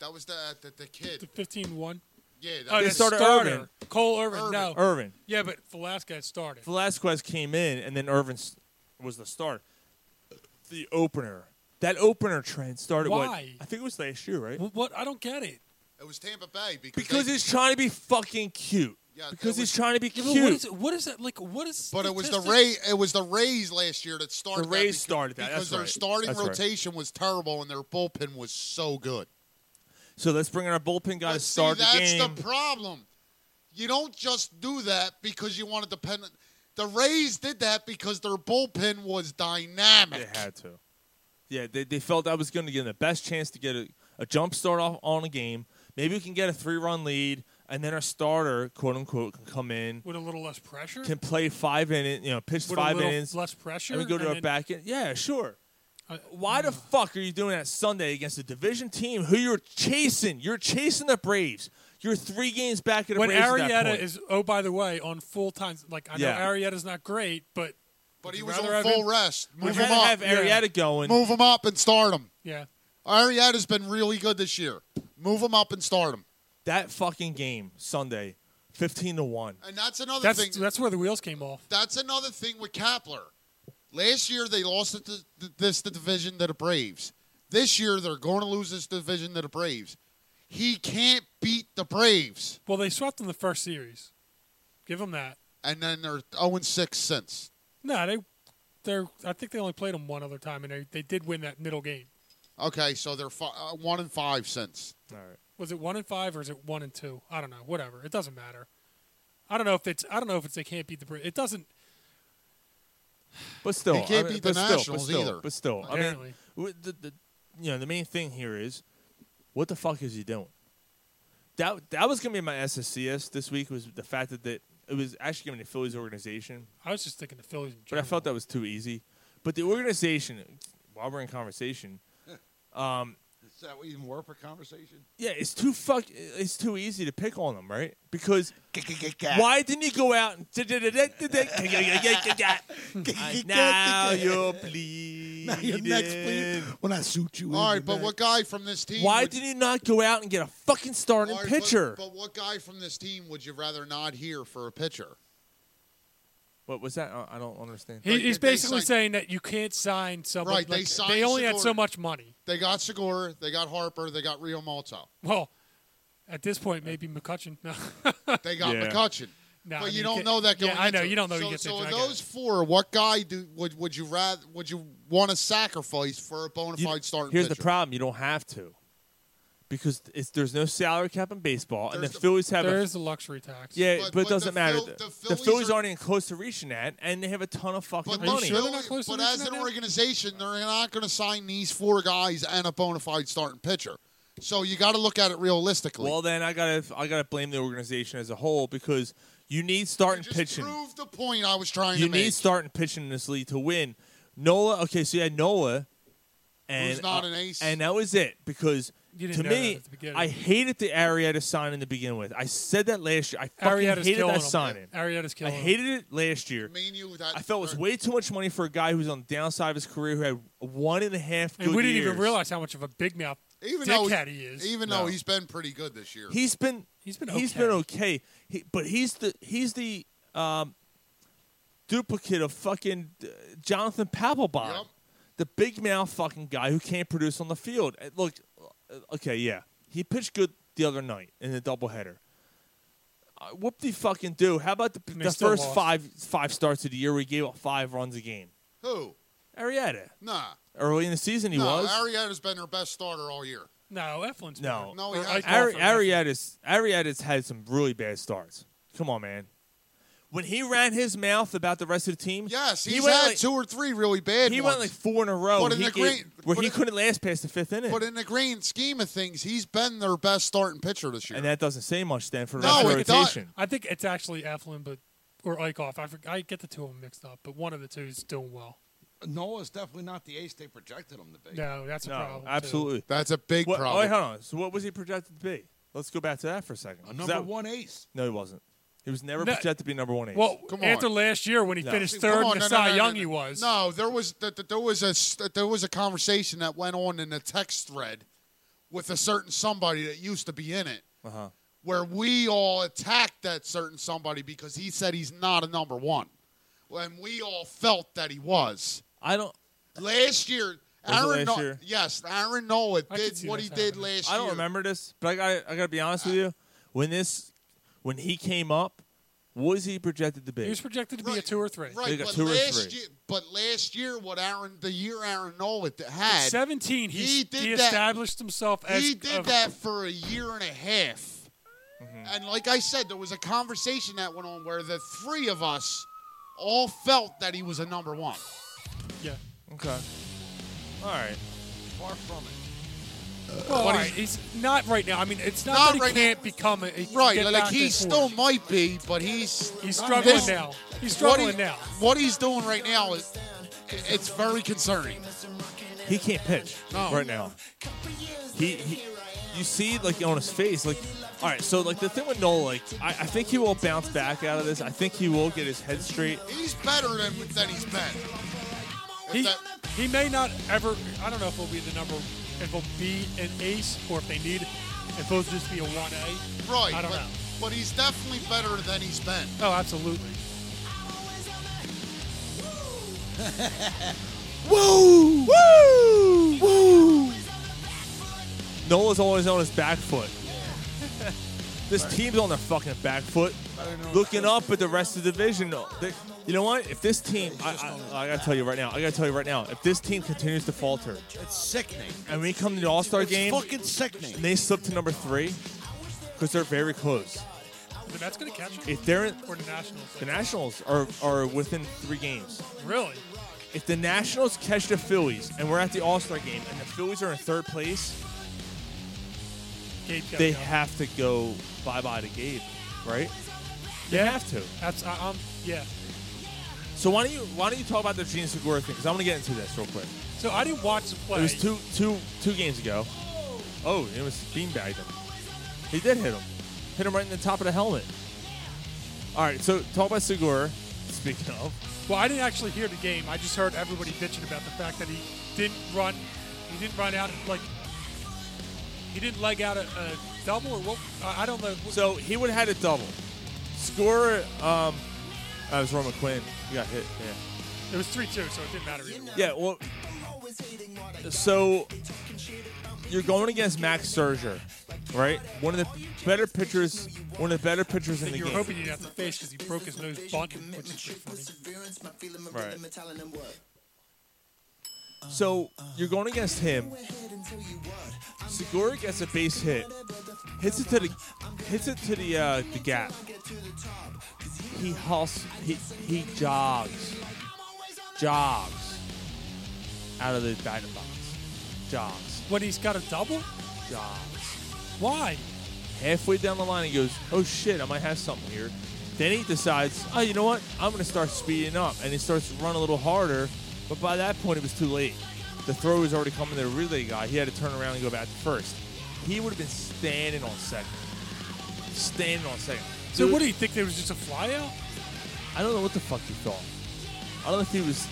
[SPEAKER 8] that was the the, the kid.
[SPEAKER 10] the 15-1.
[SPEAKER 8] Yeah, that
[SPEAKER 10] Oh,
[SPEAKER 2] They
[SPEAKER 10] that
[SPEAKER 8] was,
[SPEAKER 2] started
[SPEAKER 10] starter.
[SPEAKER 2] Irvin.
[SPEAKER 10] Cole Irvin.
[SPEAKER 8] Irvin.
[SPEAKER 10] No,
[SPEAKER 2] Irvin.
[SPEAKER 10] yeah, but Velasquez started.
[SPEAKER 2] Velasquez came in, and then Irvin s- was the start. The opener. That opener trend started what?
[SPEAKER 10] Why?
[SPEAKER 2] I think it was last year, right?
[SPEAKER 10] Wh- What? I don't get it.
[SPEAKER 8] it was Tampa Bay because,
[SPEAKER 2] Because
[SPEAKER 8] they-
[SPEAKER 2] he's trying to be fucking cute.
[SPEAKER 8] Yeah,
[SPEAKER 2] because
[SPEAKER 8] it
[SPEAKER 2] he's
[SPEAKER 8] was-
[SPEAKER 2] trying to be
[SPEAKER 10] Yeah,
[SPEAKER 2] cute.
[SPEAKER 10] but what is it? What is that? Like what is?
[SPEAKER 8] But it was the
[SPEAKER 10] statistics?
[SPEAKER 8] Ray. It was the Rays last year that started.
[SPEAKER 2] The
[SPEAKER 8] that
[SPEAKER 2] Rays
[SPEAKER 8] beca-
[SPEAKER 2] started that,
[SPEAKER 8] because
[SPEAKER 2] that's
[SPEAKER 8] their
[SPEAKER 2] right.
[SPEAKER 8] starting
[SPEAKER 2] That's right.
[SPEAKER 8] rotation was terrible and their bullpen was so good.
[SPEAKER 2] so let's bring in our bullpen guy to
[SPEAKER 8] But see,
[SPEAKER 2] start the
[SPEAKER 8] that's
[SPEAKER 2] game.
[SPEAKER 8] the problem. You don't just do that because you want to depend. on- The Rays did that because their bullpen was
[SPEAKER 2] they
[SPEAKER 8] dynamic.
[SPEAKER 2] had to. Yeah, they, they felt that was going to give them the best chance to get a, a jump start off on a game. Maybe we can get a three run lead, and then our starter, quote unquote, can come in,
[SPEAKER 10] with a little less pressure.
[SPEAKER 2] can play five innings, you know, pitch
[SPEAKER 10] with
[SPEAKER 2] five
[SPEAKER 10] a little
[SPEAKER 2] innings,
[SPEAKER 10] less pressure.
[SPEAKER 2] and we go to
[SPEAKER 10] and
[SPEAKER 2] our
[SPEAKER 10] then-
[SPEAKER 2] back end. Yeah, sure.
[SPEAKER 10] I-
[SPEAKER 2] Why the fuck are you doing that Sunday against a division team who you're chasing? You're chasing the Braves. You're three games back of the
[SPEAKER 10] when
[SPEAKER 2] Braves. at that
[SPEAKER 10] Arietta
[SPEAKER 2] point.
[SPEAKER 10] is oh by the way on full time like I know
[SPEAKER 2] Yeah.
[SPEAKER 10] Arietta's not great but
[SPEAKER 8] But
[SPEAKER 10] would
[SPEAKER 8] he
[SPEAKER 10] you
[SPEAKER 8] was
[SPEAKER 10] rather
[SPEAKER 8] on
[SPEAKER 10] have him-
[SPEAKER 8] full rest.
[SPEAKER 2] we'd
[SPEAKER 8] Move him
[SPEAKER 2] rather have
[SPEAKER 8] up.
[SPEAKER 10] Yeah.
[SPEAKER 2] Arietta going.
[SPEAKER 8] Move him up and start him.
[SPEAKER 10] yeah
[SPEAKER 8] Arietta's been really good this year. Move him up and start him.
[SPEAKER 2] That fucking game Sunday, fifteen to one.
[SPEAKER 8] And that's another
[SPEAKER 10] that's
[SPEAKER 8] thing.
[SPEAKER 10] that's where the wheels came off
[SPEAKER 8] That's another thing with Kapler. Last year they lost it to, th- this the division to the Braves. This year they're going to lose this division to the Braves. He can't beat the Braves,
[SPEAKER 10] well they swept in the first series give them that
[SPEAKER 8] and then they're zero and six since.
[SPEAKER 10] no they they're I think they only played them one other time and they, they did win that middle game
[SPEAKER 8] Okay, so they're fi- uh, one and five since.
[SPEAKER 2] All right.
[SPEAKER 10] Was it one and five or is it one and two? I don't know. Whatever. It doesn't matter. I don't know if it's. I don't know if it's. They can't beat the. Bra- It doesn't.
[SPEAKER 2] But still,
[SPEAKER 8] They can't
[SPEAKER 2] I mean,
[SPEAKER 8] beat
[SPEAKER 2] but
[SPEAKER 8] the
[SPEAKER 2] still,
[SPEAKER 8] Nationals
[SPEAKER 2] but still,
[SPEAKER 8] either.
[SPEAKER 2] But still, I mean,
[SPEAKER 10] Apparently.
[SPEAKER 2] w- the, the, you know, the main thing here is, what the fuck is he doing? That that was gonna be my SSCS this week was the fact that that it was actually gonna be the Phillies organization,
[SPEAKER 10] I was just thinking the Phillies. in
[SPEAKER 2] but I
[SPEAKER 10] general.
[SPEAKER 2] felt that was too easy. But the organization, while we're in conversation, um,
[SPEAKER 11] Is that even worth a conversation?
[SPEAKER 2] yeah, it's too fuck. It's too easy to pick on them, right? Because why didn't you go out and now you bleed?
[SPEAKER 5] Now your next bleed when I shoot you. in
[SPEAKER 8] All right,
[SPEAKER 5] the
[SPEAKER 8] but
[SPEAKER 5] neck.
[SPEAKER 8] what guy from this team?
[SPEAKER 2] Why
[SPEAKER 8] would-
[SPEAKER 2] did you not go out and get a fucking starting
[SPEAKER 8] All right, but-
[SPEAKER 2] pitcher?
[SPEAKER 8] But, what guy from this team would you rather not hear for a pitcher?
[SPEAKER 2] what was that? I I don't understand.
[SPEAKER 10] He,
[SPEAKER 8] Like,
[SPEAKER 10] he's
[SPEAKER 8] they
[SPEAKER 10] basically
[SPEAKER 8] signed-
[SPEAKER 10] saying that you can't sign somebody.
[SPEAKER 8] Right, they
[SPEAKER 10] like,
[SPEAKER 8] signed
[SPEAKER 10] They only had so
[SPEAKER 8] Segura.
[SPEAKER 10] much money.
[SPEAKER 8] They got Segura, they got Harper, they got Rio Malto,
[SPEAKER 10] Well, at this point, maybe McCutcheon. No,
[SPEAKER 8] they got
[SPEAKER 2] Yeah.
[SPEAKER 8] McCutcheon.
[SPEAKER 10] No,
[SPEAKER 8] but
[SPEAKER 10] I
[SPEAKER 8] you
[SPEAKER 10] mean,
[SPEAKER 8] don't
[SPEAKER 10] ca-
[SPEAKER 8] know that
[SPEAKER 10] yeah,
[SPEAKER 8] going.
[SPEAKER 10] I know,
[SPEAKER 8] into it.
[SPEAKER 10] you don't know who
[SPEAKER 8] So,
[SPEAKER 10] gets
[SPEAKER 8] so
[SPEAKER 10] into
[SPEAKER 8] of
[SPEAKER 10] it, I get
[SPEAKER 8] those
[SPEAKER 10] it.
[SPEAKER 8] four, what guy do would would you rather would you want to sacrifice for a bona
[SPEAKER 2] You-
[SPEAKER 8] fide starting
[SPEAKER 2] here's
[SPEAKER 8] pitcher?
[SPEAKER 2] the problem: you don't have to, because it's, there's no salary cap in baseball, and the,
[SPEAKER 8] There's the-
[SPEAKER 2] Phillies have
[SPEAKER 10] there
[SPEAKER 2] a
[SPEAKER 10] is the luxury tax.
[SPEAKER 2] yeah,
[SPEAKER 8] But-
[SPEAKER 2] but,
[SPEAKER 8] but
[SPEAKER 2] it
[SPEAKER 8] the
[SPEAKER 2] doesn't matter.
[SPEAKER 8] Phil-
[SPEAKER 2] the,
[SPEAKER 8] the
[SPEAKER 2] the
[SPEAKER 8] Phillies
[SPEAKER 2] Phillies
[SPEAKER 8] are-
[SPEAKER 2] aren't in Costa Rica net, and they have a ton of fucking
[SPEAKER 8] But,
[SPEAKER 10] you
[SPEAKER 2] money.
[SPEAKER 8] the
[SPEAKER 10] sure they're
[SPEAKER 8] Philly-
[SPEAKER 10] not close to
[SPEAKER 8] but
[SPEAKER 10] reaching
[SPEAKER 8] as
[SPEAKER 10] that
[SPEAKER 8] an
[SPEAKER 10] now?
[SPEAKER 8] organization, they're not going to sign these four guys and a bona fide starting pitcher. So you got to look at it realistically.
[SPEAKER 2] Well, then I gotta I gotta blame the organization as a whole because you need starting
[SPEAKER 8] You just
[SPEAKER 2] pitching.
[SPEAKER 8] proved the point I was trying
[SPEAKER 2] you
[SPEAKER 8] to make.
[SPEAKER 2] need starting pitching in this league to win. Noah, okay, so you had Noah, and uh,
[SPEAKER 8] Who's not an ace.
[SPEAKER 2] and that was it because
[SPEAKER 10] You didn't
[SPEAKER 2] to
[SPEAKER 10] know that
[SPEAKER 2] me,
[SPEAKER 10] at the beginning.
[SPEAKER 2] I hated the Arietta signing to begin with. I said that last year. I fucking
[SPEAKER 10] Arietta's
[SPEAKER 2] hated
[SPEAKER 10] killing
[SPEAKER 2] that
[SPEAKER 10] him.
[SPEAKER 2] signing.
[SPEAKER 10] Arietta's
[SPEAKER 2] I
[SPEAKER 10] killing. him.
[SPEAKER 2] hated it last year.
[SPEAKER 8] Me and you, that er,
[SPEAKER 2] I felt it was
[SPEAKER 8] or-
[SPEAKER 2] way too much money for a guy who was on the downside of his career, who had one and a half.
[SPEAKER 10] And
[SPEAKER 2] good
[SPEAKER 10] we didn't even
[SPEAKER 2] years.
[SPEAKER 10] realize how much of a big mouth
[SPEAKER 8] even though
[SPEAKER 10] dickhead he is.
[SPEAKER 8] Even
[SPEAKER 2] No.
[SPEAKER 8] though he's been pretty good this year.
[SPEAKER 2] he's been
[SPEAKER 10] He's been
[SPEAKER 2] he's
[SPEAKER 10] okay.
[SPEAKER 2] been okay. He, but he's the he's the um, duplicate of fucking uh, Jonathan Papelbon,
[SPEAKER 8] Yep.
[SPEAKER 2] the big mouth fucking guy who can't produce on the field. Uh, Look, uh, okay, yeah, he pitched good the other night in the doubleheader. Uh, whoop de fucking do. How about the,
[SPEAKER 10] And they
[SPEAKER 2] the
[SPEAKER 10] still
[SPEAKER 2] first
[SPEAKER 10] lost.
[SPEAKER 2] five five starts of the year? We gave up five runs a game.
[SPEAKER 8] Who?
[SPEAKER 2] Arietta
[SPEAKER 8] Nah.
[SPEAKER 2] early in the season he
[SPEAKER 8] no,
[SPEAKER 2] was.
[SPEAKER 8] Arietta's been their best starter all year.
[SPEAKER 10] no, Eflin's
[SPEAKER 2] No,
[SPEAKER 10] better.
[SPEAKER 8] No, he
[SPEAKER 10] Or
[SPEAKER 8] hasn't.
[SPEAKER 10] Eichel
[SPEAKER 2] Ari-
[SPEAKER 10] for
[SPEAKER 2] Arietta's Arietta's had some really bad starts. Come on, man. When he ran his mouth about the rest of the team,
[SPEAKER 8] Yes,
[SPEAKER 2] he
[SPEAKER 8] he's
[SPEAKER 2] went
[SPEAKER 8] had
[SPEAKER 2] like,
[SPEAKER 8] two or three really bad
[SPEAKER 2] He
[SPEAKER 8] ones.
[SPEAKER 2] went like four in a row.
[SPEAKER 8] But
[SPEAKER 2] where
[SPEAKER 8] in
[SPEAKER 2] he
[SPEAKER 8] the
[SPEAKER 2] gave-
[SPEAKER 8] green-
[SPEAKER 2] where
[SPEAKER 8] but
[SPEAKER 2] he
[SPEAKER 8] in-
[SPEAKER 2] couldn't last past the fifth inning,
[SPEAKER 8] but in the grand scheme of things, he's been their best starting pitcher this year.
[SPEAKER 2] and that doesn't say much then for the
[SPEAKER 8] No,
[SPEAKER 2] rest
[SPEAKER 8] it
[SPEAKER 2] of
[SPEAKER 8] does-
[SPEAKER 2] rotation.
[SPEAKER 10] I think it's actually Eflin, but or Eichhoff. I forg I get the two of them mixed up, but one of the two is doing well.
[SPEAKER 11] Noah's definitely not the ace they projected him to be.
[SPEAKER 10] No, that's a
[SPEAKER 2] No,
[SPEAKER 10] problem. too.
[SPEAKER 2] absolutely.
[SPEAKER 8] That's a big
[SPEAKER 2] What, oh,
[SPEAKER 8] problem.
[SPEAKER 2] wait, hold on. So what was he projected to be? Let's go back to that for a second.
[SPEAKER 11] A
[SPEAKER 2] 'Cause
[SPEAKER 11] number
[SPEAKER 2] that-
[SPEAKER 11] one ace.
[SPEAKER 2] No, he wasn't. He was never
[SPEAKER 10] No.
[SPEAKER 2] projected to be number one ace.
[SPEAKER 10] Well,
[SPEAKER 8] Come on.
[SPEAKER 10] after last year when he
[SPEAKER 2] No.
[SPEAKER 10] finished
[SPEAKER 8] Come
[SPEAKER 10] third
[SPEAKER 8] on,
[SPEAKER 10] in
[SPEAKER 8] no, no,
[SPEAKER 10] the Cy
[SPEAKER 8] no, no,
[SPEAKER 10] Young,
[SPEAKER 8] no.
[SPEAKER 10] he was.
[SPEAKER 8] No, there was th- th- there was a s- th- there was a conversation that went on in the text thread with a certain somebody that used to be in it,
[SPEAKER 2] Uh-huh.
[SPEAKER 8] where we all attacked that certain somebody because he said he's not a number one, and we all felt that he was.
[SPEAKER 2] I don't.
[SPEAKER 8] Last year,
[SPEAKER 2] Was it
[SPEAKER 8] Aaron,
[SPEAKER 2] last
[SPEAKER 8] Nola-
[SPEAKER 2] year?
[SPEAKER 8] yes, Aaron Noah
[SPEAKER 10] I could
[SPEAKER 8] did
[SPEAKER 10] see
[SPEAKER 8] what he
[SPEAKER 10] this
[SPEAKER 8] did
[SPEAKER 10] happening.
[SPEAKER 8] last
[SPEAKER 2] I
[SPEAKER 8] year.
[SPEAKER 2] don't remember this, but I got I got to be honest with you. When this when he came up, what was he projected to be?
[SPEAKER 10] He was projected to be a
[SPEAKER 8] Right,
[SPEAKER 10] two or three.
[SPEAKER 8] Right,
[SPEAKER 2] They got
[SPEAKER 8] but
[SPEAKER 2] two or
[SPEAKER 8] last
[SPEAKER 2] three.
[SPEAKER 8] year, but last year, what Aaron, the year Aaron Nola d- had,
[SPEAKER 10] Seventeen. He,
[SPEAKER 8] He
[SPEAKER 10] he,
[SPEAKER 8] did that-
[SPEAKER 10] established himself as
[SPEAKER 8] he did
[SPEAKER 10] a-
[SPEAKER 8] that for a year and a half.
[SPEAKER 10] Mm-hmm.
[SPEAKER 8] And like I said, there was a conversation that went on where the three of us all felt that he was a number one.
[SPEAKER 10] Yeah.
[SPEAKER 2] Okay. All right.
[SPEAKER 11] Far from it.
[SPEAKER 10] Well, all right, he's not right now. I mean, it's not,
[SPEAKER 8] Not
[SPEAKER 10] that he
[SPEAKER 8] right now.
[SPEAKER 10] can't become a he can
[SPEAKER 8] Right,
[SPEAKER 10] get
[SPEAKER 8] like
[SPEAKER 10] back
[SPEAKER 8] he
[SPEAKER 10] to
[SPEAKER 8] still
[SPEAKER 10] form.
[SPEAKER 8] might be, but he's
[SPEAKER 10] He's struggling
[SPEAKER 8] this-
[SPEAKER 10] now. He's
[SPEAKER 8] what
[SPEAKER 10] struggling
[SPEAKER 8] he-
[SPEAKER 10] now.
[SPEAKER 8] What he's doing right now is it's very concerning.
[SPEAKER 2] He can't pitch
[SPEAKER 8] No.
[SPEAKER 2] right now. He, he, you see, like on his face, like, all right. So, like the thing with Noel, like, I, I think he will bounce back out of this. I think he will get his head straight.
[SPEAKER 8] He's better than than he's been. If
[SPEAKER 10] He,
[SPEAKER 8] that-
[SPEAKER 10] he may not ever. I don't know if he'll be the number. If he'll be an ace or if they need. If he'll just be a one A.
[SPEAKER 8] right,
[SPEAKER 10] I don't
[SPEAKER 8] but,
[SPEAKER 10] know.
[SPEAKER 8] but he's definitely better than he's been.
[SPEAKER 10] Oh, absolutely.
[SPEAKER 2] Woo! Woo! Woo! Noel's always on his back foot. this team's on their fucking back foot, looking up at the rest of the division. They- You know what? If this team, I, I, I gotta tell you right now, I gotta tell you right now, if this team continues to falter,
[SPEAKER 5] It's sickening.
[SPEAKER 2] and we come to the All Star
[SPEAKER 5] It's
[SPEAKER 2] game,
[SPEAKER 5] fucking sickening.
[SPEAKER 2] and they slip to number three, because they're very close.
[SPEAKER 10] The Mets gonna catch them?
[SPEAKER 2] If they're in,
[SPEAKER 10] or the Nationals?
[SPEAKER 2] the Nationals are are within three games.
[SPEAKER 10] Really?
[SPEAKER 2] If the Nationals catch the Phillies, and we're at the All Star game, and the Phillies are in third place,
[SPEAKER 10] Gabe gotta
[SPEAKER 2] they
[SPEAKER 10] go.
[SPEAKER 2] have to go bye bye to Gabe, right? They have to.
[SPEAKER 10] That's I, um yeah.
[SPEAKER 2] So why don't you why don't you talk about the Gene Segura thing? Because I'm gonna get into this real quick.
[SPEAKER 10] So I didn't watch the play.
[SPEAKER 2] It was two two two games ago. Oh, it was beanbagged him. He did hit him. Hit him right in the top of the helmet. All right, so talk about Segura. Speaking of,
[SPEAKER 10] Well, I didn't actually hear the game. I just heard everybody bitching about the fact that he didn't run. He didn't run out like he didn't leg out a, a double or what? I I don't know.
[SPEAKER 2] so he would have had a double. Scorer, um, I was Roman Quinn. He got hit. Yeah.
[SPEAKER 10] It was three two, so it didn't matter. Either way.
[SPEAKER 2] Yeah. Well, so you're going against Max Serger, right? One of the better pitchers, one of the better pitchers in the
[SPEAKER 10] you were
[SPEAKER 2] game.
[SPEAKER 10] hoping he didn't have to face because he broke his nose bunting, which is pretty funny.
[SPEAKER 2] Right. So you're going against him. Segura gets a base hit, hits it to the hits it to the uh, the gap. He hustles, he he jogs, jogs out of the batting box, jogs,
[SPEAKER 10] When he's got a double,
[SPEAKER 2] jogs.
[SPEAKER 10] why?
[SPEAKER 2] Halfway down the line, he goes, "Oh shit, I might have something here." Then he decides, "Oh, you know what? I'm gonna start speeding up," and he starts to run a little harder. But by that point, it was too late. The throw was already coming to the relay guy. He had to turn around and go back to first. He would have been standing on second, standing on second.
[SPEAKER 10] So
[SPEAKER 2] Dude,
[SPEAKER 10] what do you think? There was just a fly out?
[SPEAKER 2] I don't know what the fuck he thought. I don't know if he was.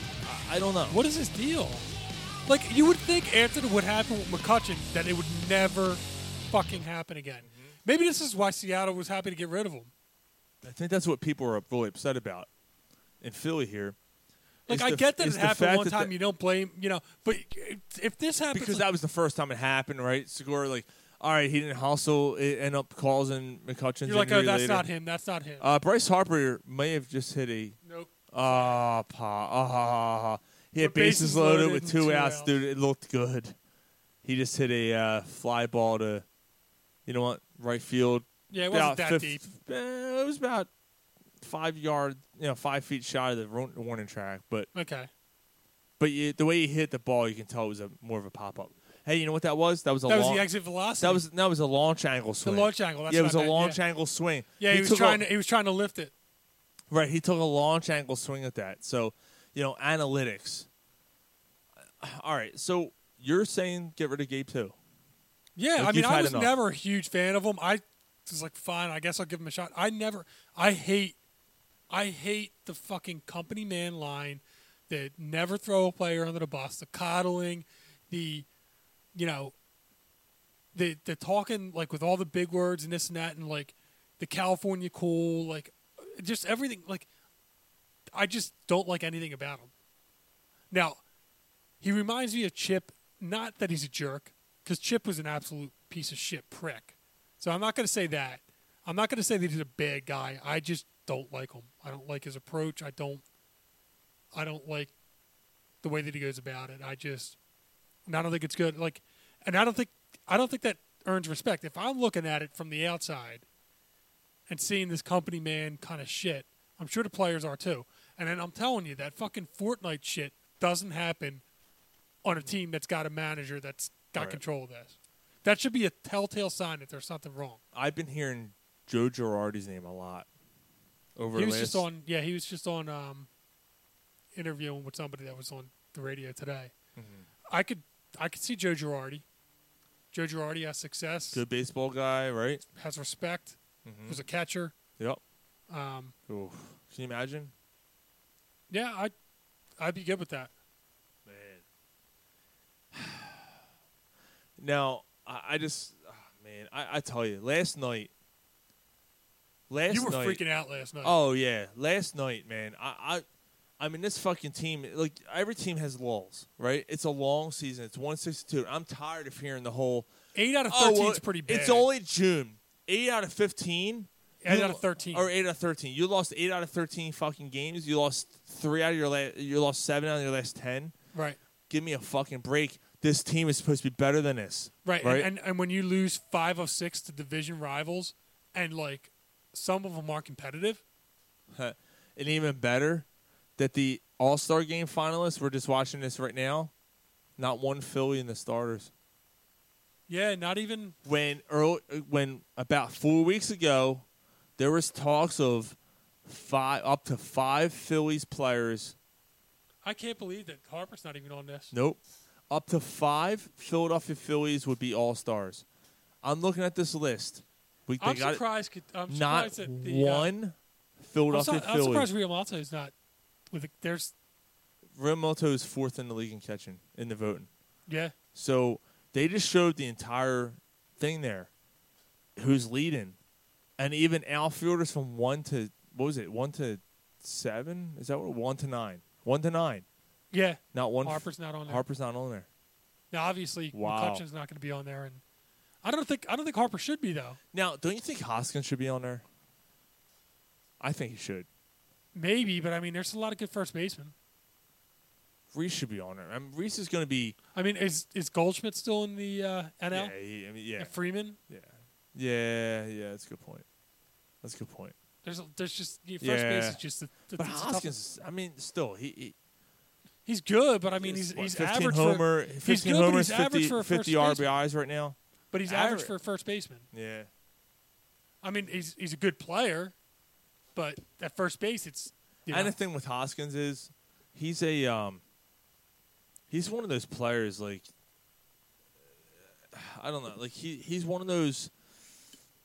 [SPEAKER 2] I, I don't know.
[SPEAKER 10] What is his deal? Like you would think after what happened with McCutcheon that it would never fucking happen again. Maybe this is why Seattle was happy to get rid of him.
[SPEAKER 2] I think that's what people are really upset about in Philly here.
[SPEAKER 10] Like
[SPEAKER 2] is
[SPEAKER 10] I
[SPEAKER 2] the-
[SPEAKER 10] get that it
[SPEAKER 2] is the
[SPEAKER 10] happened
[SPEAKER 2] fact
[SPEAKER 10] one
[SPEAKER 2] that
[SPEAKER 10] time.
[SPEAKER 2] the-
[SPEAKER 10] you don't blame, you know. But if- if this happens,
[SPEAKER 2] because that was the first time it happened, right? Segura, like, all right, he didn't hustle. It ended up causing McCutcheon's
[SPEAKER 10] you're like, oh,
[SPEAKER 2] injury
[SPEAKER 10] that's
[SPEAKER 2] later.
[SPEAKER 10] not him. That's not him.
[SPEAKER 2] Uh, Bryce Harper may have just hit a.
[SPEAKER 10] Nope.
[SPEAKER 2] Ah, pa. Ah, ha, ha, ha, ha. He had
[SPEAKER 10] With bases
[SPEAKER 2] bases loaded,
[SPEAKER 10] loaded
[SPEAKER 2] with
[SPEAKER 10] and
[SPEAKER 2] two,
[SPEAKER 10] two
[SPEAKER 2] outs,
[SPEAKER 10] outs.
[SPEAKER 2] dude. It looked good. He just hit a uh, fly ball to, you know what, right field.
[SPEAKER 10] Yeah, it wasn't
[SPEAKER 2] About fif-
[SPEAKER 10] that deep.
[SPEAKER 2] eh, it was about five yard, you know, five feet shy of the ro- warning track, but
[SPEAKER 10] Okay.
[SPEAKER 2] but you, the way he hit the ball, you can tell it was a more of a pop up. Hey, you know what that was? That was a
[SPEAKER 10] That was
[SPEAKER 2] laun-
[SPEAKER 10] the exit velocity.
[SPEAKER 2] That was that was a launch angle swing.
[SPEAKER 10] launch angle, that's
[SPEAKER 2] yeah, it
[SPEAKER 10] what
[SPEAKER 2] was
[SPEAKER 10] I
[SPEAKER 2] a
[SPEAKER 10] meant,
[SPEAKER 2] launch
[SPEAKER 10] yeah.
[SPEAKER 2] angle swing.
[SPEAKER 10] Yeah, he, was
[SPEAKER 2] took a-
[SPEAKER 10] trying to. He was trying to lift it.
[SPEAKER 2] right, he took a launch angle swing at that. So, you know, analytics. All right, so you're saying get rid of Gabe too?
[SPEAKER 10] Yeah,
[SPEAKER 2] Like,
[SPEAKER 10] I mean,
[SPEAKER 2] you've
[SPEAKER 10] I
[SPEAKER 2] had
[SPEAKER 10] was
[SPEAKER 2] enough.
[SPEAKER 10] never a huge fan of him. I was like, fine, I guess I'll give him a shot. I never, I hate, I hate the fucking company man line, the never throw a player under the bus, the coddling, the, you know, the the talking like with all the big words and this and that and like the California cool, like just everything. Like, I just don't like anything about him. Now, he reminds me of Chip. Not that he's a jerk, because Chip was an absolute piece of shit prick. So I'm not going to say that. I'm not going to say that he's a bad guy. I just don't like him. I don't like his approach. I don't. I don't like the way that he goes about it. I just. And I don't think it's good. Like, and I don't think I don't think that earns respect. If I'm looking at it from the outside, and seeing this company man kind of shit. I'm sure the players are too. And then I'm telling you, that fucking Fortnite shit doesn't happen on a team that's got a manager that's got
[SPEAKER 2] Right.
[SPEAKER 10] control of this. That should be a telltale sign that there's something wrong.
[SPEAKER 2] I've been hearing Joe Girardi's name a lot. Over
[SPEAKER 10] he was
[SPEAKER 2] last,
[SPEAKER 10] just on, yeah, he was just on um, interviewing with somebody that was on the radio today.
[SPEAKER 2] Mm-hmm.
[SPEAKER 10] I could, I could see Joe Girardi. Joe Girardi has success,
[SPEAKER 2] good Mm-hmm. baseball guy, right?
[SPEAKER 10] has respect, was a catcher.
[SPEAKER 2] Yep.
[SPEAKER 10] Um,
[SPEAKER 2] Oof. Can you imagine?
[SPEAKER 10] yeah, I, I'd be good with that.
[SPEAKER 2] Now, I, I just, ah, man, I, I tell you, last night, last
[SPEAKER 10] you were
[SPEAKER 2] night,
[SPEAKER 10] freaking out last night.
[SPEAKER 2] Oh yeah, last night, man. I, I, I mean, this fucking team. Like every team has lulls, right? It's a long season. It's one sixty-two. I'm tired of hearing the whole
[SPEAKER 10] Eight out of
[SPEAKER 2] "Oh,
[SPEAKER 10] thirteen
[SPEAKER 2] well,
[SPEAKER 10] is pretty bad.
[SPEAKER 2] It's only June. Eight out of fifteen.
[SPEAKER 10] Eight
[SPEAKER 2] you-
[SPEAKER 10] out of 13.
[SPEAKER 2] Or eight out of thirteen. You lost eight out of thirteen fucking games. You lost three out of your last. You lost seven out of your last ten.
[SPEAKER 10] Right.
[SPEAKER 2] Give me a fucking break. This team is supposed to be better than this.
[SPEAKER 10] Right.
[SPEAKER 2] Right.
[SPEAKER 10] And, and and when you lose five of six to division rivals, and like some of them are competitive.
[SPEAKER 2] and even better, that the All Star Game finalists. We're just watching this right now. Not one Philly in the starters.
[SPEAKER 10] Yeah, not even
[SPEAKER 2] when early, when about four weeks ago, there was talks of five up to five Phillies players.
[SPEAKER 10] I can't believe that Harper's not even on this.
[SPEAKER 2] Nope, up to five Philadelphia Phillies would be all stars. I'm looking at this list. We, they
[SPEAKER 10] I'm
[SPEAKER 2] got
[SPEAKER 10] surprised could- I'm
[SPEAKER 2] not
[SPEAKER 10] surprised that the, uh,
[SPEAKER 2] one
[SPEAKER 10] I'm,
[SPEAKER 2] Philadelphia
[SPEAKER 10] so, I'm
[SPEAKER 2] Philly.
[SPEAKER 10] surprised Real Malta is not with. The, there's
[SPEAKER 2] Remoto is fourth in the league in catching in the voting.
[SPEAKER 10] Yeah.
[SPEAKER 2] So they just showed the entire thing there. Who's leading? And even outfielders from one to what was it? One to seven? Is that what? One to nine? One to nine?
[SPEAKER 10] Yeah.
[SPEAKER 2] Not one.
[SPEAKER 10] Harper's not on there.
[SPEAKER 2] Harper's not on there.
[SPEAKER 10] now obviously
[SPEAKER 2] Wow.
[SPEAKER 10] McCutcheon's not going to be on there, and I don't think I don't think Harper should be though.
[SPEAKER 2] Now, don't you think Hoskins should be on there? I think he should.
[SPEAKER 10] Maybe, but I mean, there's a lot of good first basemen.
[SPEAKER 2] Reese should be on there. I mean, Reese is going to be.
[SPEAKER 10] I mean, is is Goldschmidt still in the uh, NL?
[SPEAKER 2] Yeah, he- I mean, yeah.
[SPEAKER 10] And Freeman.
[SPEAKER 2] Yeah. Yeah, yeah. That's a good point. That's a good point.
[SPEAKER 10] There's a, there's just you know, first
[SPEAKER 2] yeah.
[SPEAKER 10] base is just. A,
[SPEAKER 2] but Hoskins, is- I mean, still he. he
[SPEAKER 10] He's good, but I mean, he's
[SPEAKER 2] what,
[SPEAKER 10] he's
[SPEAKER 2] 15
[SPEAKER 10] average
[SPEAKER 2] homer,
[SPEAKER 10] for
[SPEAKER 2] 15
[SPEAKER 10] he's good, but
[SPEAKER 2] homers,
[SPEAKER 10] he's average
[SPEAKER 2] 50
[SPEAKER 10] for a
[SPEAKER 2] 50
[SPEAKER 10] first baseman.
[SPEAKER 2] RBIs right now.
[SPEAKER 10] But he's average,
[SPEAKER 2] Average.
[SPEAKER 10] for a first baseman.
[SPEAKER 2] Yeah.
[SPEAKER 10] I mean, he's he's a good player, but at first base, it's you know,
[SPEAKER 2] And the thing with Hoskins is, he's a um, he's one of those players like, I don't know, like he he's one of those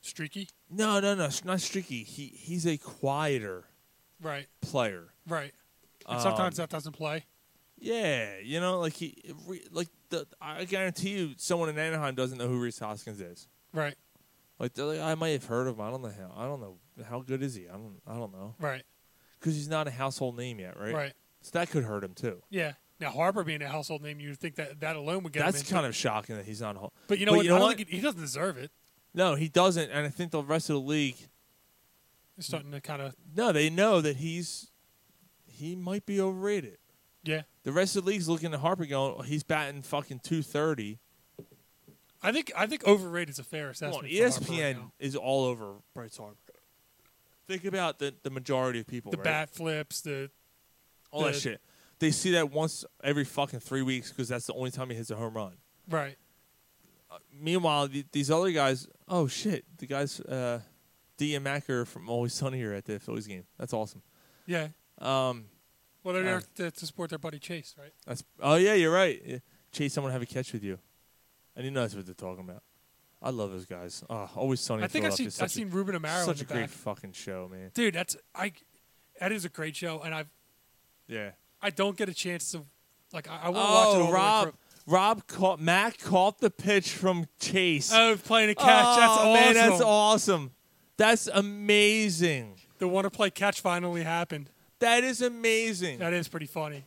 [SPEAKER 10] streaky.
[SPEAKER 2] No, no, no, not streaky. He he's a quieter
[SPEAKER 10] right,
[SPEAKER 2] player.
[SPEAKER 10] right. And
[SPEAKER 2] Um,
[SPEAKER 10] sometimes that doesn't play.
[SPEAKER 2] Yeah, you know, like he, re- like the, I guarantee you, someone in Anaheim doesn't know who Reese Hoskins is.
[SPEAKER 10] Right.
[SPEAKER 2] Like, they're like, I might have heard of him. I don't know how. I don't know how good is he. I don't. I don't know.
[SPEAKER 10] Right.
[SPEAKER 2] Because he's not a household name yet, right?
[SPEAKER 10] Right.
[SPEAKER 2] So that could hurt him too.
[SPEAKER 10] Yeah. Now Harper being a household name, you'd think that that alone would get
[SPEAKER 2] That's
[SPEAKER 10] him in.
[SPEAKER 2] kind of shocking that he's not. ho-
[SPEAKER 10] But you know what? I don't think he, he doesn't deserve it.
[SPEAKER 2] no, he doesn't, and I think the rest of the league. Mm.
[SPEAKER 10] It's starting to kind of
[SPEAKER 2] No, they know that he's he might be overrated.
[SPEAKER 10] yeah.
[SPEAKER 2] The rest of the league's looking at Harper, going, oh, he's batting fucking two thirty.
[SPEAKER 10] I think I think overrated is a fair
[SPEAKER 2] Come
[SPEAKER 10] assessment.
[SPEAKER 2] on, E
[SPEAKER 10] for Harper right
[SPEAKER 2] ESPN
[SPEAKER 10] now.
[SPEAKER 2] is all over Bryce Harper. Think about the the majority of people.
[SPEAKER 10] the
[SPEAKER 2] right?
[SPEAKER 10] bat flips, the
[SPEAKER 2] all that
[SPEAKER 10] the-
[SPEAKER 2] shit. They see that once every fucking three weeks because that's the only time he hits a home run.
[SPEAKER 10] Right.
[SPEAKER 2] Meanwhile, th- these other guys, oh shit, the guys, uh, D and Macker from Always Sunny here at the Phillies game. That's awesome.
[SPEAKER 10] Yeah.
[SPEAKER 2] Um,
[SPEAKER 10] Well, they're
[SPEAKER 2] uh,
[SPEAKER 10] there to, to support their buddy Chase, right?
[SPEAKER 2] That's oh yeah, you're right. Yeah. Chase, someone have a catch with you. I didn't know that's what they're talking about. I love those guys. Oh, always sunny. in
[SPEAKER 10] I think I
[SPEAKER 2] Philadelphia.
[SPEAKER 10] see- I
[SPEAKER 2] Such a-
[SPEAKER 10] seen Ruben Amaro in
[SPEAKER 2] Such
[SPEAKER 10] the
[SPEAKER 2] a great
[SPEAKER 10] back.
[SPEAKER 2] fucking show, man.
[SPEAKER 10] Dude, that's I. That is a great show, and I've
[SPEAKER 2] Yeah.
[SPEAKER 10] I don't get a chance to like I, I want to watch it.
[SPEAKER 2] Oh,
[SPEAKER 10] all the way
[SPEAKER 2] Rob.
[SPEAKER 10] through.
[SPEAKER 2] Rob caught Mac caught the pitch from Chase.
[SPEAKER 10] Oh, playing a catch.
[SPEAKER 2] Oh,
[SPEAKER 10] that's awesome.
[SPEAKER 2] man, that's awesome. That's amazing.
[SPEAKER 10] The want to play catch finally happened.
[SPEAKER 2] That is amazing.
[SPEAKER 10] That is pretty funny.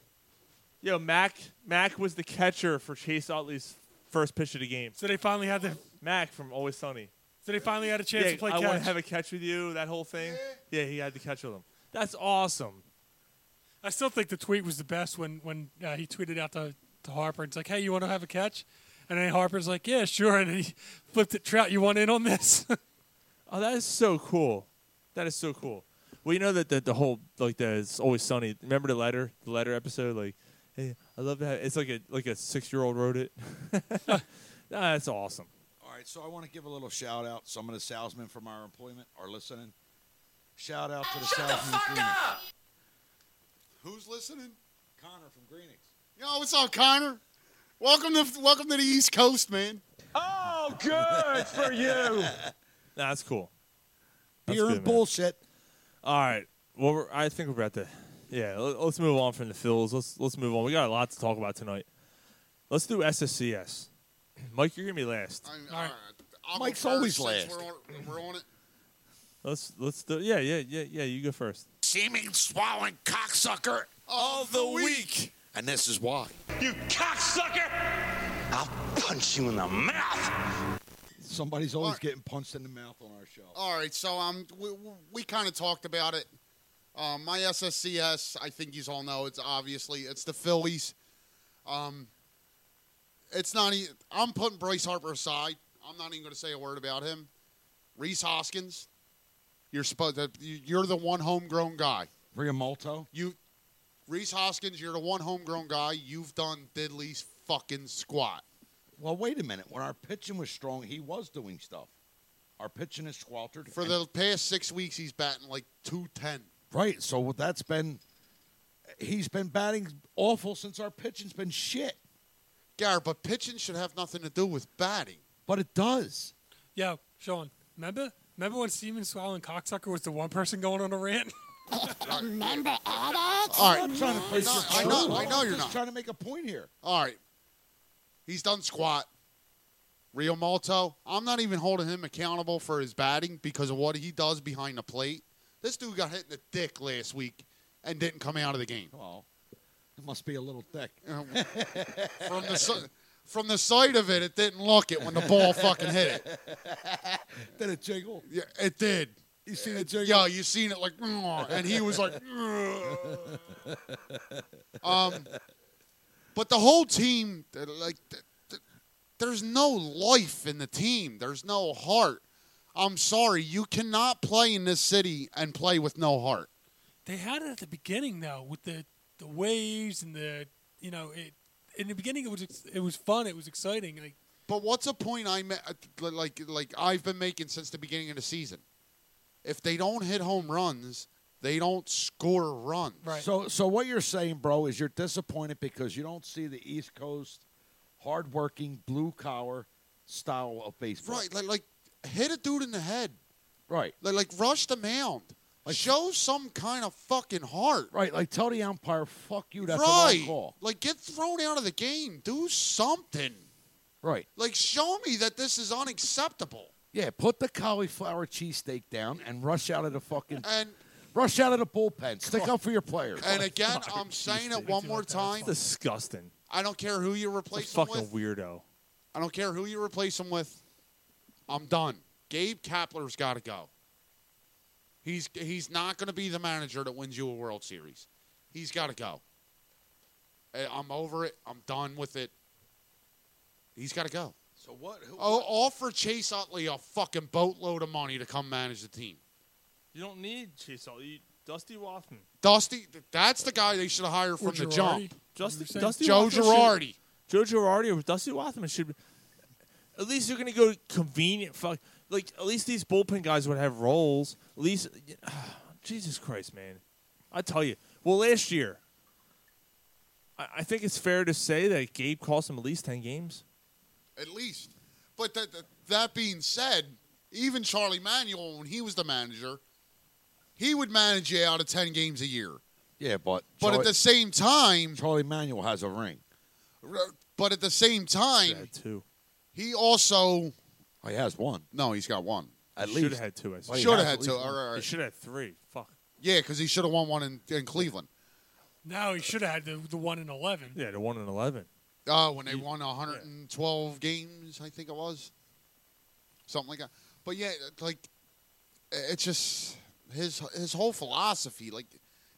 [SPEAKER 2] Yo, Mac Mac was the catcher for Chase Utley's first pitch of the game.
[SPEAKER 10] So they finally had the
[SPEAKER 2] Mac from Always Sunny.
[SPEAKER 10] So they finally had a chance
[SPEAKER 2] Yeah,
[SPEAKER 10] to play
[SPEAKER 2] I
[SPEAKER 10] catch.
[SPEAKER 2] want to have a catch with you. That whole thing. Yeah, he had the catch with him. That's awesome.
[SPEAKER 10] I still think the tweet was the best when when uh, he tweeted out to, to Harper. It's like, hey, you want to have a catch? And then Harper's like, yeah, sure. And he flipped it. Trout, you want in on this?
[SPEAKER 2] Oh, that is so cool. That is so cool. Well, you know that the, the whole like the it's always sunny. Remember the letter, the letter episode. Like, hey, I love that. It's like a like a six year old wrote it. Nah, that's awesome.
[SPEAKER 11] All right, so I want to give a little shout out. Some of the salesmen from our employment are listening. Shout out to the salesmen. employment.
[SPEAKER 8] Who's listening?
[SPEAKER 11] Connor from Greenix.
[SPEAKER 8] Yo, what's up, Connor? Welcome to welcome to the East Coast, man.
[SPEAKER 2] Oh, good for you. Nah, that's cool. That's
[SPEAKER 5] Beer
[SPEAKER 2] good,
[SPEAKER 5] and
[SPEAKER 2] man.
[SPEAKER 5] bullshit.
[SPEAKER 2] All right. Well, we're, I think we're at the. Yeah, let, let's move on from the Phils. Let's let's move on. We got a lot to talk about tonight. Let's do SSCS. Mike, you're gonna be last.
[SPEAKER 8] I'm, all right. I'll go
[SPEAKER 11] Mike's
[SPEAKER 8] first
[SPEAKER 11] always
[SPEAKER 8] since
[SPEAKER 11] last.
[SPEAKER 8] We're on, we're on it.
[SPEAKER 2] Let's let's do. Yeah, yeah, yeah, yeah. You go first.
[SPEAKER 6] Seeming swallowing cocksucker all the week. And this is why. You cocksucker! I'll punch you in the mouth.
[SPEAKER 11] Somebody's always getting punched in the mouth on our show.
[SPEAKER 8] All right, so um, we, we kind of talked about it. Um, my SSCS, I think you all know. It's obviously it's the Phillies. Um, it's not. e- I'm putting Bryce Harper aside. I'm not even going to say a word about him. Reese Hoskins, you're supposed to, you- you're the one homegrown guy.
[SPEAKER 11] Riamalto.
[SPEAKER 8] You, Reese Hoskins, you're the one homegrown guy. You've done diddly's fucking squat.
[SPEAKER 11] Well, wait a minute. When our pitching was strong, he was doing stuff. Our pitching is squaltered
[SPEAKER 8] For
[SPEAKER 11] and-
[SPEAKER 8] the past six weeks, he's batting like two ten.
[SPEAKER 11] right. So what that's been. He's been batting awful since our pitching's been shit.
[SPEAKER 8] Garrett, but pitching should have nothing to do with batting.
[SPEAKER 11] But it does.
[SPEAKER 10] Yeah, Sean. Remember? Remember when Steven Swallowing Cocksucker was the one person going on a rant?
[SPEAKER 8] Remember
[SPEAKER 10] All
[SPEAKER 8] All right. No, I know, I know you're
[SPEAKER 11] just
[SPEAKER 8] not.
[SPEAKER 11] trying to make a point here.
[SPEAKER 8] All right. He's done squat. Rio Malto, I'm not even holding him accountable for his batting because of what he does behind the plate. This dude got hit in the dick last week and didn't come out of the game.
[SPEAKER 11] Oh, it must be a little thick.
[SPEAKER 8] from the si- from the sight of it, it didn't look it when the ball fucking hit it.
[SPEAKER 11] Did it jiggle?
[SPEAKER 8] Yeah, it did.
[SPEAKER 11] You seen it
[SPEAKER 8] jiggle? Yeah, you seen it like, "Mm," and he was like, "Mm." um, but the whole team, they're like, th- th- there's no life in the team. There's no heart. I'm sorry, you cannot play in this city and play with no heart.
[SPEAKER 10] They had it at the beginning though, with the the waves and the you know it. In the beginning, it was ex- it was fun. It was exciting. Like
[SPEAKER 8] But what's a point I ma- uh, like like I've been making since the beginning of the season? If they don't hit home runs, they don't score runs.
[SPEAKER 11] So, so what you're saying, bro, is you're disappointed because you don't see the East Coast hardworking blue collar style of baseball.
[SPEAKER 8] Right, like, like hit a dude in the head.
[SPEAKER 11] Right.
[SPEAKER 8] Like, like rush the mound. Show some kind of fucking heart.
[SPEAKER 11] Right. Like tell the umpire, "Fuck you." That's a
[SPEAKER 8] right.
[SPEAKER 11] wrong call.
[SPEAKER 8] Like get thrown out of the game. Do something.
[SPEAKER 11] Right.
[SPEAKER 8] Like show me that this is unacceptable.
[SPEAKER 11] Yeah. Put the cauliflower cheesesteak down and rush out of the fucking
[SPEAKER 8] And
[SPEAKER 11] rush out of the bullpen. Stick up for your players.
[SPEAKER 8] and again, I'm saying it one more time.
[SPEAKER 2] Disgusting.
[SPEAKER 8] I don't care who you replace him
[SPEAKER 2] Fucking
[SPEAKER 8] with.
[SPEAKER 2] weirdo.
[SPEAKER 8] I don't care who you replace him with. I'm done. Gabe Kapler's got to go. He's he's not going to be the manager that wins you a World Series. He's got to go. Eh, I'm over it. I'm done with it. He's got to go.
[SPEAKER 11] So what? Who,
[SPEAKER 8] Oh, offer Chase Utley a fucking boatload of money to come manage the team.
[SPEAKER 2] You don't need Chase Utley. Dusty Rothman.
[SPEAKER 8] Dusty, that's the guy they should have hired from the jump.
[SPEAKER 2] Dusty,
[SPEAKER 8] saying?
[SPEAKER 2] Dusty
[SPEAKER 8] Joe
[SPEAKER 2] Rothman
[SPEAKER 8] Girardi.
[SPEAKER 2] Should, Joe Girardi or Dusty Rothman should. be- At least you're going to go convenient. Fuck. Like at least these bullpen guys would have roles. At least, Jesus Christ, man. I tell you. Well, last year, I, I think it's fair to say that Gabe cost him at least ten games.
[SPEAKER 8] At least. But that, that, that being said, even Charlie Manuel, when he was the manager, he would manage you out of 10 games a year.
[SPEAKER 11] Yeah, but
[SPEAKER 8] But
[SPEAKER 11] Charlie-
[SPEAKER 8] at the same time,
[SPEAKER 11] Charlie Manuel has a ring.
[SPEAKER 8] r- but at the same time,
[SPEAKER 2] Two.
[SPEAKER 8] he also
[SPEAKER 11] Oh, he has one.
[SPEAKER 8] no, he's got one.
[SPEAKER 11] At
[SPEAKER 2] Should
[SPEAKER 11] least
[SPEAKER 2] have had two. I said.
[SPEAKER 8] Should have had two. All right, all
[SPEAKER 2] He
[SPEAKER 8] right.
[SPEAKER 2] should have had three. Fuck.
[SPEAKER 8] Yeah, because he should have won one in, in Cleveland.
[SPEAKER 10] now, he should have had the, the one in eleven.
[SPEAKER 2] Yeah, the one and eleven.
[SPEAKER 8] Uh, when they won 112 games, I think it was. Something like that. But yeah, like it's just his his whole philosophy. Like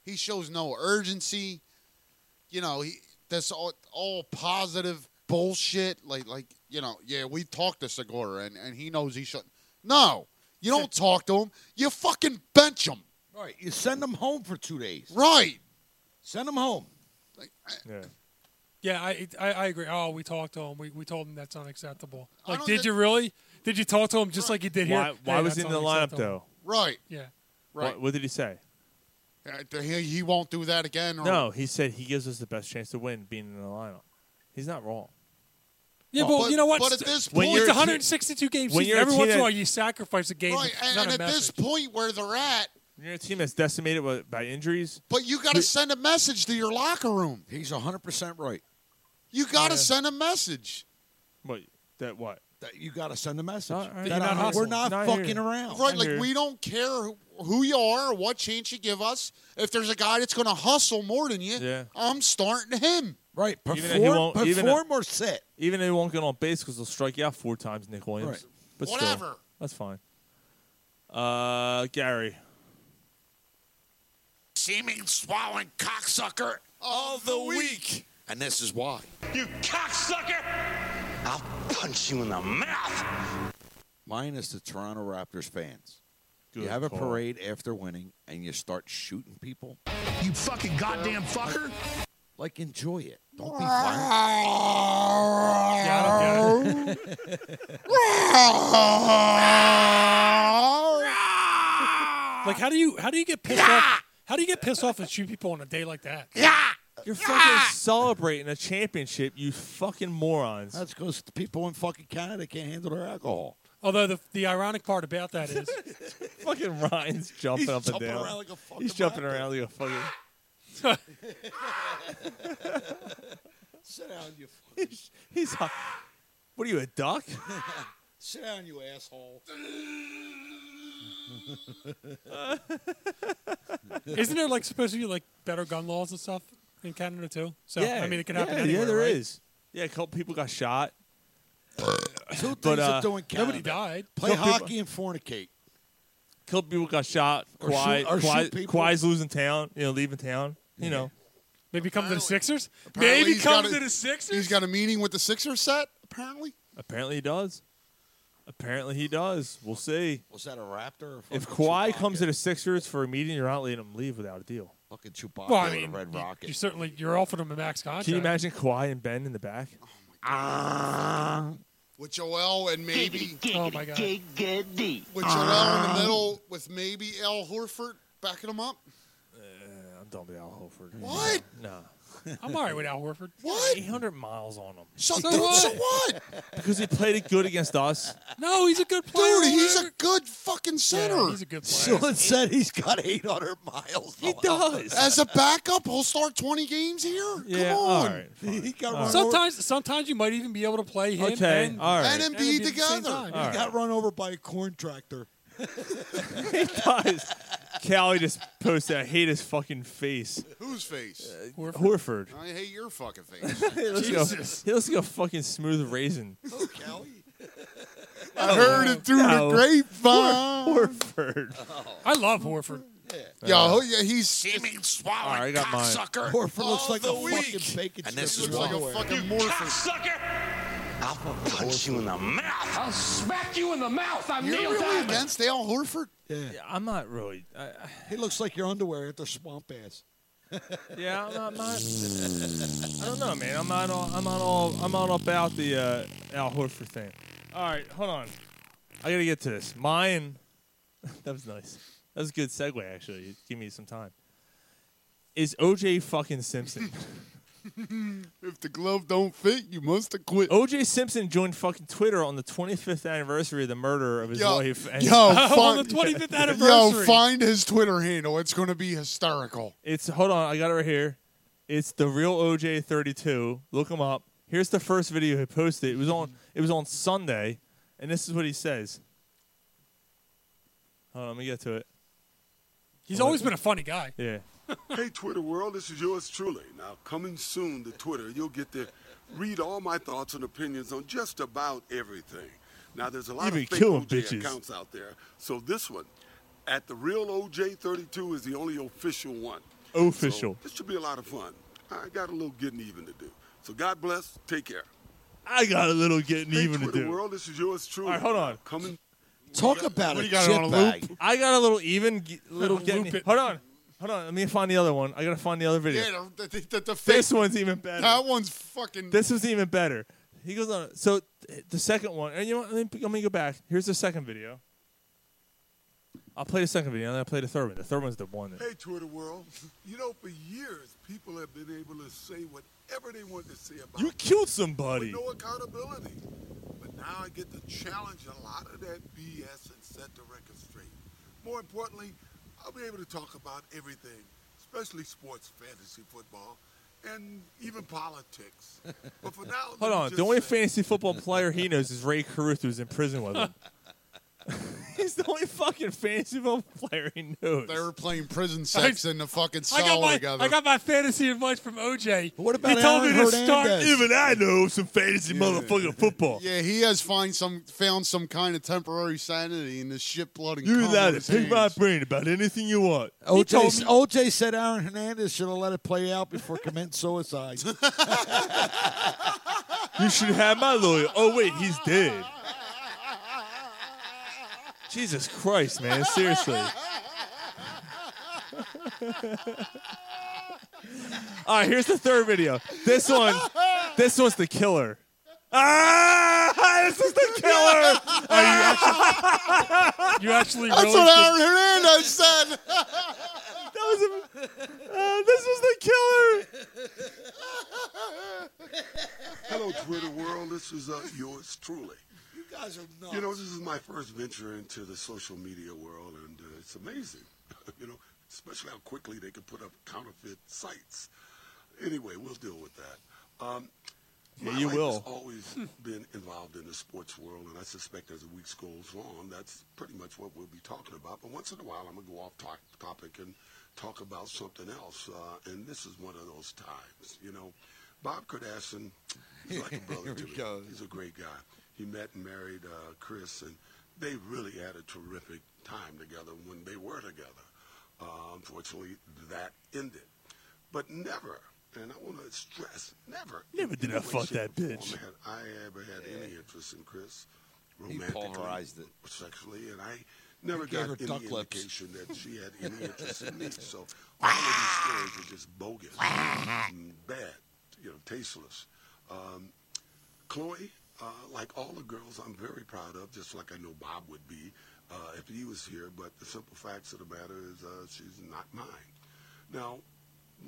[SPEAKER 8] he shows no urgency. You know, he that's all, all positive bullshit. Like like you know, yeah, we talked to Segura and and he knows he shouldn't. No, you don't talk to him. You fucking bench him.
[SPEAKER 11] Right. You send them home for two days.
[SPEAKER 8] Right. eh,
[SPEAKER 11] Send them home.
[SPEAKER 2] Yeah.
[SPEAKER 10] Yeah, I, I I agree. Oh, we talked to him. We, we told him that's unacceptable.
[SPEAKER 8] I
[SPEAKER 10] Like,
[SPEAKER 8] don't
[SPEAKER 10] did
[SPEAKER 8] get-
[SPEAKER 10] you really? Did you talk to him just like you did here?
[SPEAKER 2] Why, why
[SPEAKER 10] Hey,
[SPEAKER 2] was he
[SPEAKER 10] that's
[SPEAKER 2] in the lineup
[SPEAKER 10] unacceptable.
[SPEAKER 2] though?
[SPEAKER 8] Right.
[SPEAKER 10] Yeah.
[SPEAKER 8] Right.
[SPEAKER 2] What, what did he say?
[SPEAKER 8] Uh, He, he won't do that again. Or
[SPEAKER 2] No, he said he gives us the best chance to win being in the lineup. He's not wrong.
[SPEAKER 10] Yeah,
[SPEAKER 8] Well,
[SPEAKER 10] but,
[SPEAKER 8] Oh, but-
[SPEAKER 10] you know what?
[SPEAKER 8] but at this
[SPEAKER 10] When
[SPEAKER 8] point-
[SPEAKER 10] it's
[SPEAKER 8] you're a
[SPEAKER 10] 162 games.
[SPEAKER 2] when you're
[SPEAKER 10] season.
[SPEAKER 2] a
[SPEAKER 10] Every once in
[SPEAKER 2] teenage-
[SPEAKER 10] a while, you sacrifice a game.
[SPEAKER 8] Right.
[SPEAKER 10] that's
[SPEAKER 8] And,
[SPEAKER 10] not
[SPEAKER 8] and
[SPEAKER 10] a
[SPEAKER 8] at this
[SPEAKER 10] message.
[SPEAKER 8] point where they're at,
[SPEAKER 2] When you're a team that's decimated by, by injuries,
[SPEAKER 8] But you got to send a message to your locker room.
[SPEAKER 11] He's 100% right.
[SPEAKER 8] You got to
[SPEAKER 2] Yeah.
[SPEAKER 8] send a message.
[SPEAKER 2] what that what?
[SPEAKER 11] That you got to send a message.
[SPEAKER 2] All right.
[SPEAKER 11] That
[SPEAKER 10] You're not
[SPEAKER 11] I- we're
[SPEAKER 10] hustling.
[SPEAKER 11] not,
[SPEAKER 2] Not
[SPEAKER 11] fucking
[SPEAKER 2] here.
[SPEAKER 11] around.
[SPEAKER 8] Right,
[SPEAKER 2] Oh, I
[SPEAKER 8] like
[SPEAKER 2] hear you.
[SPEAKER 8] we don't care who, who you are or what chance you give us. If there's a guy that's going to hustle more than you,
[SPEAKER 2] Yeah.
[SPEAKER 8] I'm starting him.
[SPEAKER 11] Right.
[SPEAKER 2] Even if he
[SPEAKER 11] Perform,
[SPEAKER 2] won't- even if-
[SPEAKER 11] perform or sit.
[SPEAKER 2] Even if he won't get on base because they'll strike you out four times, Nick Williams.
[SPEAKER 11] Right.
[SPEAKER 2] But still,
[SPEAKER 8] Whatever.
[SPEAKER 2] that's fine. Uh, Gary.
[SPEAKER 6] Seeming swallowing cocksucker of the week. And this is why.
[SPEAKER 7] You cocksucker!
[SPEAKER 6] I'll punch you in the mouth.
[SPEAKER 11] Minus the Toronto Raptors fans. you
[SPEAKER 2] Good
[SPEAKER 11] have
[SPEAKER 2] call.
[SPEAKER 11] a parade after winning and you start shooting people.
[SPEAKER 7] You fucking goddamn fucker!
[SPEAKER 11] Like, enjoy it. Don't be
[SPEAKER 7] Yeah,
[SPEAKER 10] Oh.
[SPEAKER 11] violent.
[SPEAKER 10] Like, how do you how do you get pissed off? How do you get pissed off and shoot people on a day like that?
[SPEAKER 2] You're fucking celebrating a championship, you fucking morons.
[SPEAKER 11] That's because people in fucking Canada can't handle their alcohol.
[SPEAKER 10] Although the the ironic part about that is,
[SPEAKER 2] fucking Ryan's jumping
[SPEAKER 10] He's
[SPEAKER 2] up
[SPEAKER 10] jumping
[SPEAKER 2] and down.
[SPEAKER 10] around like a
[SPEAKER 2] He's jumping around like a fucking.
[SPEAKER 11] Sit down, you fuck.
[SPEAKER 2] He's, he's hot. What are you, a duck?
[SPEAKER 11] Sit down, you asshole.
[SPEAKER 10] isn't there like supposed to be like better gun laws and stuff in Canada too? So
[SPEAKER 2] yeah,
[SPEAKER 10] I mean, it can happen
[SPEAKER 2] yeah,
[SPEAKER 10] anywhere.
[SPEAKER 2] Yeah, there is.
[SPEAKER 10] right?
[SPEAKER 2] Yeah, a couple people got shot.
[SPEAKER 11] Two
[SPEAKER 2] But,
[SPEAKER 11] things
[SPEAKER 2] uh,
[SPEAKER 11] are doing Canada.
[SPEAKER 10] Nobody died.
[SPEAKER 11] Play
[SPEAKER 2] Couple
[SPEAKER 11] hockey and fornicate.
[SPEAKER 2] A couple people got shot.
[SPEAKER 11] Or shoot-
[SPEAKER 2] Kawhi,
[SPEAKER 11] or shoot
[SPEAKER 2] Kawhi,
[SPEAKER 11] people.
[SPEAKER 2] Kawhi's losing town. You know, leaving town. You know,
[SPEAKER 10] Maybe come to the Sixers.
[SPEAKER 8] Apparently
[SPEAKER 10] Maybe
[SPEAKER 8] he's
[SPEAKER 10] come
[SPEAKER 8] got a-
[SPEAKER 10] to the Sixers.
[SPEAKER 8] He's got a meeting with the Sixers set, apparently.
[SPEAKER 2] apparently he does. Apparently he does. We'll see.
[SPEAKER 11] Was that a raptor? Or
[SPEAKER 2] If Kawhi
[SPEAKER 11] fucking Chewbacca?
[SPEAKER 2] comes to the Sixers for a meeting, you're not letting him leave without a deal.
[SPEAKER 11] fucking Chewbacca
[SPEAKER 10] Well, I
[SPEAKER 11] or
[SPEAKER 10] mean,
[SPEAKER 11] a Red
[SPEAKER 10] you-
[SPEAKER 11] Rocket.
[SPEAKER 10] You certainly you're offering him a max contract.
[SPEAKER 2] Can you imagine Kawhi and Ben in the back?
[SPEAKER 8] With Joel and maybe
[SPEAKER 10] Oh my
[SPEAKER 8] with
[SPEAKER 10] god.
[SPEAKER 8] Joel in the middle with maybe Al Horford backing him up.
[SPEAKER 2] I'm done with Al Holford.
[SPEAKER 8] What?
[SPEAKER 2] No.
[SPEAKER 10] I'm all right with Al Horford.
[SPEAKER 8] What?
[SPEAKER 2] 800 miles on him.
[SPEAKER 8] So,
[SPEAKER 10] So
[SPEAKER 8] dude,
[SPEAKER 10] what?
[SPEAKER 8] so what?
[SPEAKER 2] Because he played it good against us.
[SPEAKER 10] No, he's a good player.
[SPEAKER 8] Dude, he's a
[SPEAKER 10] whatever.
[SPEAKER 8] good fucking center.
[SPEAKER 10] Yeah, he's a good player.
[SPEAKER 11] Sean said he's got 800 miles.
[SPEAKER 2] He
[SPEAKER 11] Joel.
[SPEAKER 2] does.
[SPEAKER 8] As a backup, he'll start 20 games here?
[SPEAKER 2] Yeah,
[SPEAKER 8] Come
[SPEAKER 2] all
[SPEAKER 8] on.
[SPEAKER 2] right. fine.
[SPEAKER 11] He got,
[SPEAKER 2] All
[SPEAKER 11] run over,
[SPEAKER 10] Sometimes, sometimes you might even be able to play him.
[SPEAKER 2] Okay,
[SPEAKER 10] and,
[SPEAKER 2] all
[SPEAKER 8] And
[SPEAKER 2] right.
[SPEAKER 8] Embiid
[SPEAKER 10] Embiid at the same
[SPEAKER 8] together.
[SPEAKER 10] time.
[SPEAKER 2] All
[SPEAKER 11] he
[SPEAKER 2] right.
[SPEAKER 11] got run over by a corn tractor.
[SPEAKER 2] He does. Callie just posted, I hate his fucking face.
[SPEAKER 8] Whose face?
[SPEAKER 10] Horford.
[SPEAKER 2] Horford.
[SPEAKER 8] I hate your fucking face.
[SPEAKER 2] He looks, like a, he looks like a fucking smooth raisin.
[SPEAKER 8] I heard it through
[SPEAKER 2] No.
[SPEAKER 8] the grapevine.
[SPEAKER 2] Horford.
[SPEAKER 10] I love Horford.
[SPEAKER 8] Yo, yeah, he's
[SPEAKER 6] Seeming
[SPEAKER 2] All
[SPEAKER 6] swallowing
[SPEAKER 2] right, I got mine.
[SPEAKER 6] cocksucker.
[SPEAKER 11] Horford looks
[SPEAKER 6] of
[SPEAKER 11] like
[SPEAKER 6] the
[SPEAKER 11] a
[SPEAKER 6] week.
[SPEAKER 11] fucking bacon
[SPEAKER 6] And
[SPEAKER 11] strip
[SPEAKER 6] this is
[SPEAKER 11] in
[SPEAKER 8] looks
[SPEAKER 6] why.
[SPEAKER 8] like a
[SPEAKER 11] Delaware.
[SPEAKER 8] fucking Morpheus.
[SPEAKER 7] Cocksucker!
[SPEAKER 6] I'll punch you in the mouth.
[SPEAKER 7] I'll smack you in the mouth. I'm
[SPEAKER 8] You're
[SPEAKER 7] Neil
[SPEAKER 8] really
[SPEAKER 7] Diamond.
[SPEAKER 8] against Al Horford?
[SPEAKER 2] Yeah, I'm not really. I, I-
[SPEAKER 11] He looks like your underwear after swamp ass.
[SPEAKER 2] yeah, I'm not. I'm not I don't know, man. I'm not all. I'm not all. I'm not about the uh, Al Horford thing. All right, hold on. I gotta get to this. Mine. that was nice. That was a good segue, actually. You Give me some time. Is OJ fucking Simpson?
[SPEAKER 8] If the glove don't fit, you must have quit.
[SPEAKER 2] OJ Simpson joined fucking Twitter on the 25th anniversary of the murder of his
[SPEAKER 8] Yo,
[SPEAKER 2] wife. And
[SPEAKER 8] yo,
[SPEAKER 10] on the
[SPEAKER 8] find,
[SPEAKER 10] 25th anniversary.
[SPEAKER 8] Oh, yo, find his Twitter handle. It's going to be hysterical.
[SPEAKER 2] It's hold on, I got it right here. It's the real OJ thirty two. Look him up. Here's the first video he posted. It was on it was on Sunday, and this is what he says. Hold on, let me get to it.
[SPEAKER 10] He's always been a funny guy.
[SPEAKER 2] Yeah.
[SPEAKER 12] Hey, Twitter world, this is yours truly. Now, coming soon to Twitter, you'll get to read all my thoughts and opinions on just about everything. Now, there's a lot
[SPEAKER 2] You be
[SPEAKER 12] of fake
[SPEAKER 2] killing
[SPEAKER 12] OJ
[SPEAKER 2] bitches.
[SPEAKER 12] accounts out there. So this one, at the real OJ32, is the only official one.
[SPEAKER 2] Official.
[SPEAKER 12] So this should be a lot of fun. I got a little getting even to do. So God bless. Take care.
[SPEAKER 2] I got a little getting
[SPEAKER 12] hey,
[SPEAKER 2] even to
[SPEAKER 12] Twitter
[SPEAKER 2] do.
[SPEAKER 12] world, this is yours truly.
[SPEAKER 2] All right, hold on.
[SPEAKER 12] Coming.
[SPEAKER 11] Talk about
[SPEAKER 8] what
[SPEAKER 11] it.
[SPEAKER 8] do you got on a loop?
[SPEAKER 2] I got a little even ge- little
[SPEAKER 10] Loop
[SPEAKER 2] getting.
[SPEAKER 10] it.
[SPEAKER 2] Hold on. Hold on. Let me find the other one. I gotta find the other video.
[SPEAKER 8] Yeah, the, the, the, the fake.
[SPEAKER 2] this one's even better.
[SPEAKER 8] That one's fucking.
[SPEAKER 2] This was even better. He goes on. So th- the second one, and you know, what, let me, let me go back. Here's the second video. I'll play the second video, and then I'll play the third one. The third one's the one. That,
[SPEAKER 12] Hey, Twitter world. You know, for years, people have been able to say whatever they want to say about
[SPEAKER 2] you killed somebody.
[SPEAKER 12] with no accountability. But now I get to challenge a lot of that BS and set the record straight. More importantly, I'll be able to talk about everything, especially sports, fantasy football, and even politics. But for now, let
[SPEAKER 2] Hold
[SPEAKER 12] me
[SPEAKER 2] on.
[SPEAKER 12] just
[SPEAKER 2] The only
[SPEAKER 12] say-
[SPEAKER 2] fantasy football player he knows is Ray Caruth, who's in prison with him. He's the only fucking fantasy football player he knows.
[SPEAKER 8] They were playing prison sex in the fucking
[SPEAKER 10] I got
[SPEAKER 8] cell
[SPEAKER 10] my
[SPEAKER 8] together.
[SPEAKER 10] I got my fantasy advice from OJ.
[SPEAKER 8] What
[SPEAKER 10] he told me to start
[SPEAKER 2] Even I know some fantasy motherfucking football.
[SPEAKER 8] Yeah, he has find some found some kind of temporary sanity in this shit blood and
[SPEAKER 2] You're
[SPEAKER 8] cum
[SPEAKER 2] allowed
[SPEAKER 8] on
[SPEAKER 2] to
[SPEAKER 8] his
[SPEAKER 2] pick
[SPEAKER 8] hands.
[SPEAKER 2] my brain about anything you want. He
[SPEAKER 11] OJ,
[SPEAKER 2] told me-
[SPEAKER 11] OJ said Aaron Hernandez should have let it play out before committing suicide.
[SPEAKER 2] you should have my lawyer. Oh wait, he's dead. Jesus Christ, man! Seriously. All right, here's the third video. This one, this one's the killer. Ah, this is the killer.
[SPEAKER 10] you actually
[SPEAKER 8] That's
[SPEAKER 2] really
[SPEAKER 8] what
[SPEAKER 2] should-
[SPEAKER 8] Aaron Hernandez said.
[SPEAKER 2] that was a, uh, this was the killer.
[SPEAKER 12] Hello, Twitter world. This is uh, yours truly.
[SPEAKER 13] You guys are nuts.
[SPEAKER 12] You know, this is my first venture into the social media world, and uh, it's amazing. you know, especially how quickly they can put up counterfeit sites. Anyway, we'll deal with that. Um,
[SPEAKER 2] Yeah,
[SPEAKER 12] my
[SPEAKER 2] you
[SPEAKER 12] life
[SPEAKER 2] will.
[SPEAKER 12] Has always been involved in the sports world, and I suspect as the weeks goes on, that's pretty much what we'll be talking about. But once in a while, I'm gonna go off to- topic and talk about something else, uh, and this is one of those times. You know, Bob Kardashian, he's like a brother to me. He's a great guy. He met and married uh, Chris, and they really had a terrific time together when they were together. Uh, unfortunately, that ended. But never, and I want to stress, never.
[SPEAKER 2] Never
[SPEAKER 12] in
[SPEAKER 2] did
[SPEAKER 12] any
[SPEAKER 2] I
[SPEAKER 12] way,
[SPEAKER 2] fuck
[SPEAKER 12] shape,
[SPEAKER 2] that
[SPEAKER 12] or
[SPEAKER 2] bitch.
[SPEAKER 12] form Had I ever had any interest in Chris
[SPEAKER 2] He
[SPEAKER 12] romantically,
[SPEAKER 2] pulverized
[SPEAKER 12] it. sexually, and I never
[SPEAKER 2] He gave
[SPEAKER 12] got
[SPEAKER 2] her
[SPEAKER 12] any
[SPEAKER 2] duck
[SPEAKER 12] indication
[SPEAKER 2] lips.
[SPEAKER 12] that she had any interest in me. So all of these stories are just bogus, and bad, you know, tasteless. Um, Chloe, uh, like all the girls, I'm very proud of, just like I know Bob would be uh, if he was here. But the simple facts of the matter is, uh, she's not mine. Now,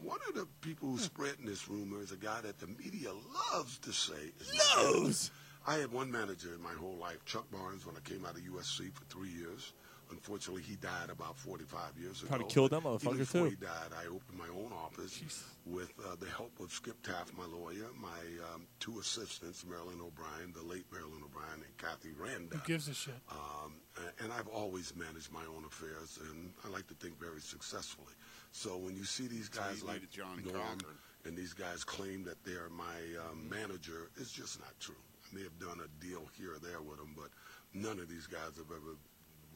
[SPEAKER 12] one of the people who's spreading this rumor is a guy that the media loves to say is my manager. I had one manager in my whole life, Chuck Barnes, when I came out of USC for three years. Unfortunately, he died about 45 years ago.
[SPEAKER 2] Probably killed that
[SPEAKER 12] Even
[SPEAKER 2] motherfucker,
[SPEAKER 12] before he
[SPEAKER 2] too.
[SPEAKER 12] died, I opened my own office with uh, the help of Skip Taft, my lawyer, my um, two assistants, Marilyn O'Brien, the late Marilyn O'Brien, and Kathy Randa.
[SPEAKER 10] Who gives a shit?
[SPEAKER 12] Um, a- and I've always managed my own affairs, and I like to think very successfully. So when you see these guys
[SPEAKER 8] you
[SPEAKER 12] like
[SPEAKER 8] needed Johnny
[SPEAKER 12] Norm
[SPEAKER 8] Cochran.
[SPEAKER 12] and these guys claim that they're my um, manager, it's just not true. I may have done a deal here or there with them, but none of these guys have ever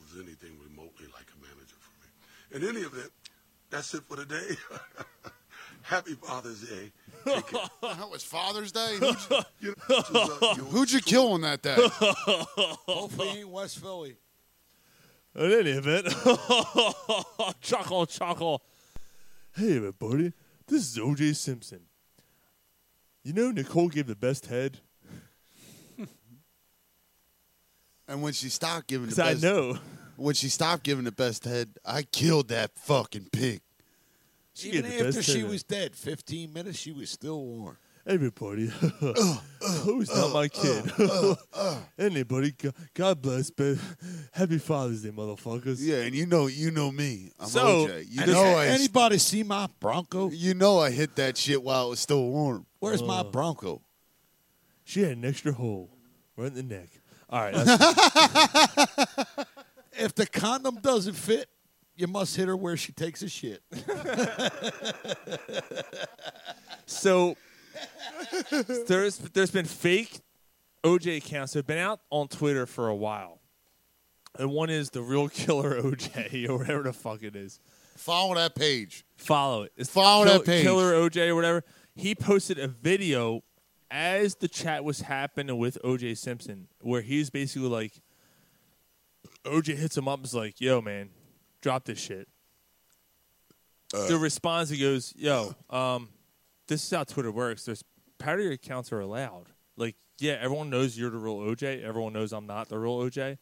[SPEAKER 12] was anything remotely like a manager for me. In any event, that's it for today. Happy Father's Day.
[SPEAKER 8] "Oh, that was Father's Day.
[SPEAKER 12] You know, this was, uh,
[SPEAKER 8] Who'd, who'd you kill on that day?
[SPEAKER 11] Hopefully, he ain't West Philly.
[SPEAKER 2] In any event, chuckle, chuckle. Hey, everybody, this is OJ Simpson. You know, Nicole gave the best head.
[SPEAKER 8] And when she stopped giving the
[SPEAKER 2] 'Cause I
[SPEAKER 8] best,
[SPEAKER 2] know.
[SPEAKER 8] When she stopped giving the best head, I killed that fucking pig.
[SPEAKER 11] Even after she was dead, 15 minutes, she was still warm.
[SPEAKER 2] Everybody, who's not my kid? Anybody, Go- God bless, but happy Father's Day, motherfuckers.
[SPEAKER 8] Yeah, and you know, you know me. I'm
[SPEAKER 2] So,
[SPEAKER 8] OJ. You
[SPEAKER 2] and-
[SPEAKER 8] know, I,
[SPEAKER 11] anybody see my Bronco?
[SPEAKER 8] You know, I hit that shit while it was still warm.
[SPEAKER 11] Where's my
[SPEAKER 2] Oh.
[SPEAKER 11] Bronco?
[SPEAKER 2] She had an extra hole right in the neck. All right. that's-
[SPEAKER 11] If the condom doesn't fit, you must hit her where she takes a shit.
[SPEAKER 2] so there's there's been fake OJ accounts that have been out on Twitter for a while, and one is the real killer OJ or whatever the fuck it is.
[SPEAKER 8] Follow that page.
[SPEAKER 2] Follow it. It's
[SPEAKER 8] Follow
[SPEAKER 2] Kill-
[SPEAKER 8] that page.
[SPEAKER 2] Killer OJ or whatever. He posted a video as the chat was happening with OJ Simpson, where he's basically like, OJ hits him up and is like, "Yo, man, drop this shit."
[SPEAKER 8] Uh.
[SPEAKER 2] the response he goes, "Yo, um, this is how Twitter works. There's parody accounts are allowed. Like, yeah, everyone knows you're the real OJ. Everyone knows I'm not the real OJ.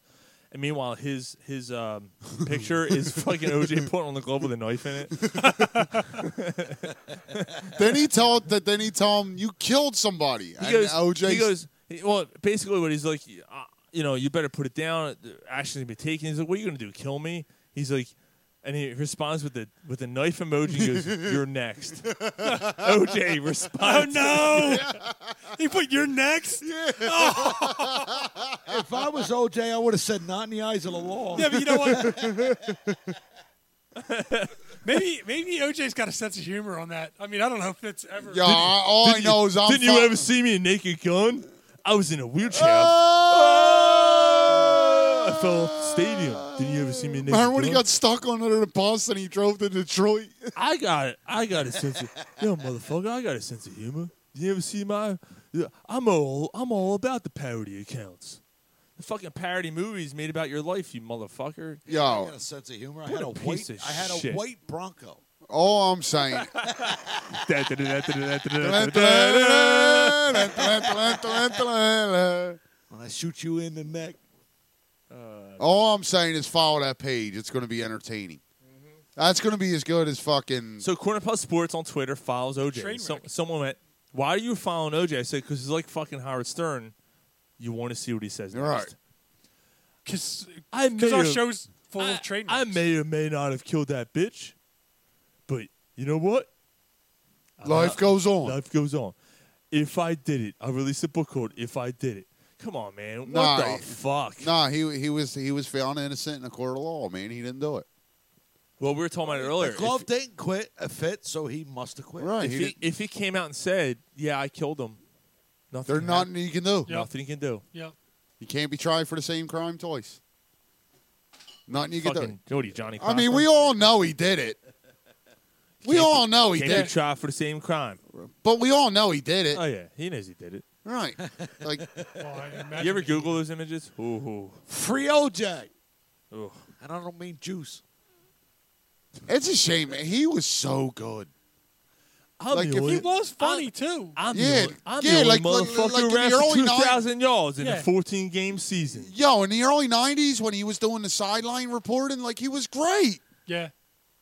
[SPEAKER 2] And meanwhile, his his um, picture is fucking OJ putting on the glove with a knife in it.
[SPEAKER 8] then he told that. Then he told him you killed somebody.
[SPEAKER 2] he
[SPEAKER 8] and
[SPEAKER 2] goes,
[SPEAKER 8] OJ.
[SPEAKER 2] he goes, he- well, basically what he's like, uh, you know, you better put it down. The Action's gonna be taken. He's like, what are you gonna do? Kill me? He's like, and he responds with the with the knife emoji. He goes, you're next. OJ responds.
[SPEAKER 10] Oh no! he put your next.
[SPEAKER 8] Yeah.
[SPEAKER 11] if I was OJ, I would have said not in the eyes of the law.
[SPEAKER 10] Yeah, but you know what? maybe maybe OJ's got a sense of humor on that. I mean, I don't know if it's ever.
[SPEAKER 8] Yeah, all I know is I'm.
[SPEAKER 2] Didn't you ever see me in Naked Gun? I was in a wheelchair. I fell off the Ah! stadium. Didn't you ever see me in Naked
[SPEAKER 8] Remember Oh! when he
[SPEAKER 2] Gun?
[SPEAKER 8] got stuck on under the bus and he drove to Detroit?
[SPEAKER 2] I got it. I got a sense of yo, motherfucker. I got a sense of humor. You ever see my? yeah, I'm all I'm all about the parody accounts. The fucking parody movies made about your life, you motherfucker.
[SPEAKER 11] I got a sense of humor. I
[SPEAKER 2] What
[SPEAKER 11] had
[SPEAKER 2] a
[SPEAKER 11] a,
[SPEAKER 2] piece
[SPEAKER 11] white.
[SPEAKER 2] of
[SPEAKER 11] I had a
[SPEAKER 2] shit.
[SPEAKER 11] white Bronco.
[SPEAKER 8] All I'm saying.
[SPEAKER 11] When I shoot you in the neck.
[SPEAKER 8] All I'm saying is follow that page. It's going to be entertaining. That's going to be as good as fucking.
[SPEAKER 2] Mm-hmm. So Corner Puff Sports on Twitter follows OJ.
[SPEAKER 8] Train
[SPEAKER 2] Some, someone went, "Why are you following OJ?" I said, "Because he's like fucking Howard Stern. You want to see what he says next."
[SPEAKER 10] Right.
[SPEAKER 2] Because
[SPEAKER 10] Because our show's full of train
[SPEAKER 2] I may or may not have killed that bitch, but you know what? I'm
[SPEAKER 8] Life
[SPEAKER 2] not-
[SPEAKER 8] goes on.
[SPEAKER 2] Life goes on. If I did it, I released a book called "If I Did It." Come on, man. What the
[SPEAKER 8] Nah.
[SPEAKER 2] fuck?
[SPEAKER 8] Nah, he he was he was found innocent in a court of law, man. He didn't do it.
[SPEAKER 2] Well, we were talking about it earlier.
[SPEAKER 11] The
[SPEAKER 2] If-
[SPEAKER 11] glove didn't quit a fit, so he must have quit.
[SPEAKER 2] If he, if he came out and said, "Yeah, I killed him," nothing.
[SPEAKER 8] There's nothing you can do.
[SPEAKER 2] Nothing you can do.
[SPEAKER 10] Yeah.
[SPEAKER 8] You can't be tried for the same crime twice. Nothing you
[SPEAKER 2] Fucking,
[SPEAKER 8] can
[SPEAKER 2] Jody, Johnny.
[SPEAKER 8] do. I mean,
[SPEAKER 2] Cochran.
[SPEAKER 8] we all know he did it. We all know he
[SPEAKER 2] Can't
[SPEAKER 8] did
[SPEAKER 2] be
[SPEAKER 8] it.
[SPEAKER 2] tried for the same crime.
[SPEAKER 8] But we all know he did it.
[SPEAKER 2] Oh yeah, he knows he did it.
[SPEAKER 8] Right. Like,
[SPEAKER 2] you ever Google those images? Ooh,
[SPEAKER 11] Free OJ.
[SPEAKER 2] ooh. ooh.
[SPEAKER 11] And I don't mean juice.
[SPEAKER 8] it's a shame. man. He was so good.
[SPEAKER 2] I'm
[SPEAKER 8] Like,
[SPEAKER 2] the
[SPEAKER 8] if
[SPEAKER 2] only-
[SPEAKER 8] you-
[SPEAKER 10] It was funny too.
[SPEAKER 2] I'm
[SPEAKER 8] Yeah,
[SPEAKER 2] the only, I'm
[SPEAKER 8] yeah,
[SPEAKER 2] the only
[SPEAKER 8] like- like-
[SPEAKER 2] motherfucker
[SPEAKER 8] like in the
[SPEAKER 2] around for
[SPEAKER 8] early nine-
[SPEAKER 2] 2,000 yards in a
[SPEAKER 8] Yeah.
[SPEAKER 2] 14 game season.
[SPEAKER 8] Yo, in the early '90s when he was doing the sideline reporting, like he was great.
[SPEAKER 10] Yeah.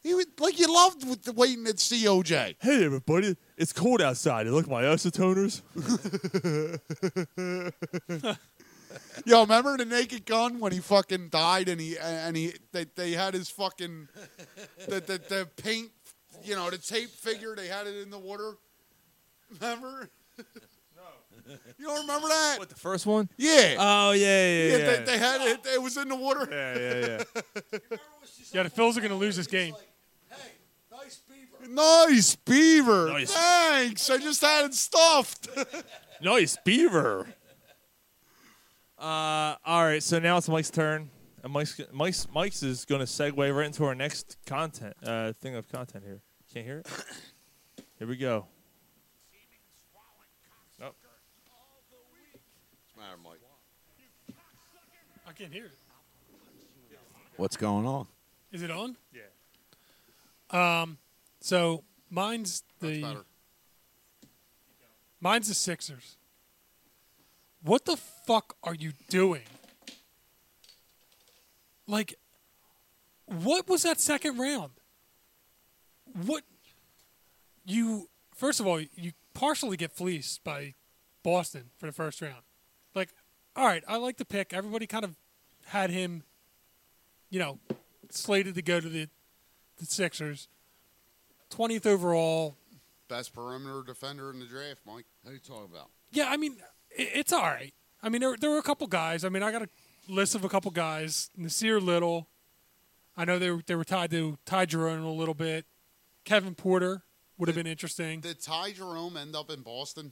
[SPEAKER 8] He was like you loved with the waiting at COJ.
[SPEAKER 2] Hey everybody, it's cold outside. You look at my isotoners.
[SPEAKER 8] Yo, remember the Naked Gun when he fucking died and he and he they, they had his fucking the, the the paint you know the tape figure they had it in the water. Remember? no. You don't remember that?
[SPEAKER 2] The first one?
[SPEAKER 8] Yeah.
[SPEAKER 10] Uh,
[SPEAKER 2] Oh yeah, yeah, yeah.
[SPEAKER 8] Yeah, They, they had it. It was in the water.
[SPEAKER 2] Yeah, yeah,
[SPEAKER 10] Yeah, the Phils are going to lose this game.
[SPEAKER 8] Nice beaver.
[SPEAKER 2] Nice.
[SPEAKER 8] Thanks. I just had it stuffed.
[SPEAKER 2] nice beaver. Uh, all right, so now it's Mike's turn, and Mike's Mike's Mike's is going to segue right into our next content uh, thing of content here. Can't hear it. Here we go.
[SPEAKER 10] I can't hear it.
[SPEAKER 11] What's going on?
[SPEAKER 10] Is it on?
[SPEAKER 2] Yeah.
[SPEAKER 10] Um, so mine's the
[SPEAKER 8] better.
[SPEAKER 10] mine's the Sixers. What the fuck are you doing? Like, what was that second round? What you first of all you partially get fleeced by Boston for the first round. Like, all right, I like the pick. Everybody kind of had him, you know, slated to go to the the Sixers. 20th overall.
[SPEAKER 8] Best perimeter defender in the draft, Mike. How you talking about?
[SPEAKER 10] Yeah, I mean, it, it's all right. I mean, there, there were a couple guys. I mean, I got a list of a couple guys. Nasir Little. I know they were, they were tied to Ty Jerome a little bit. Kevin Porter would have been interesting.
[SPEAKER 8] Did Ty Jerome end up in Boston?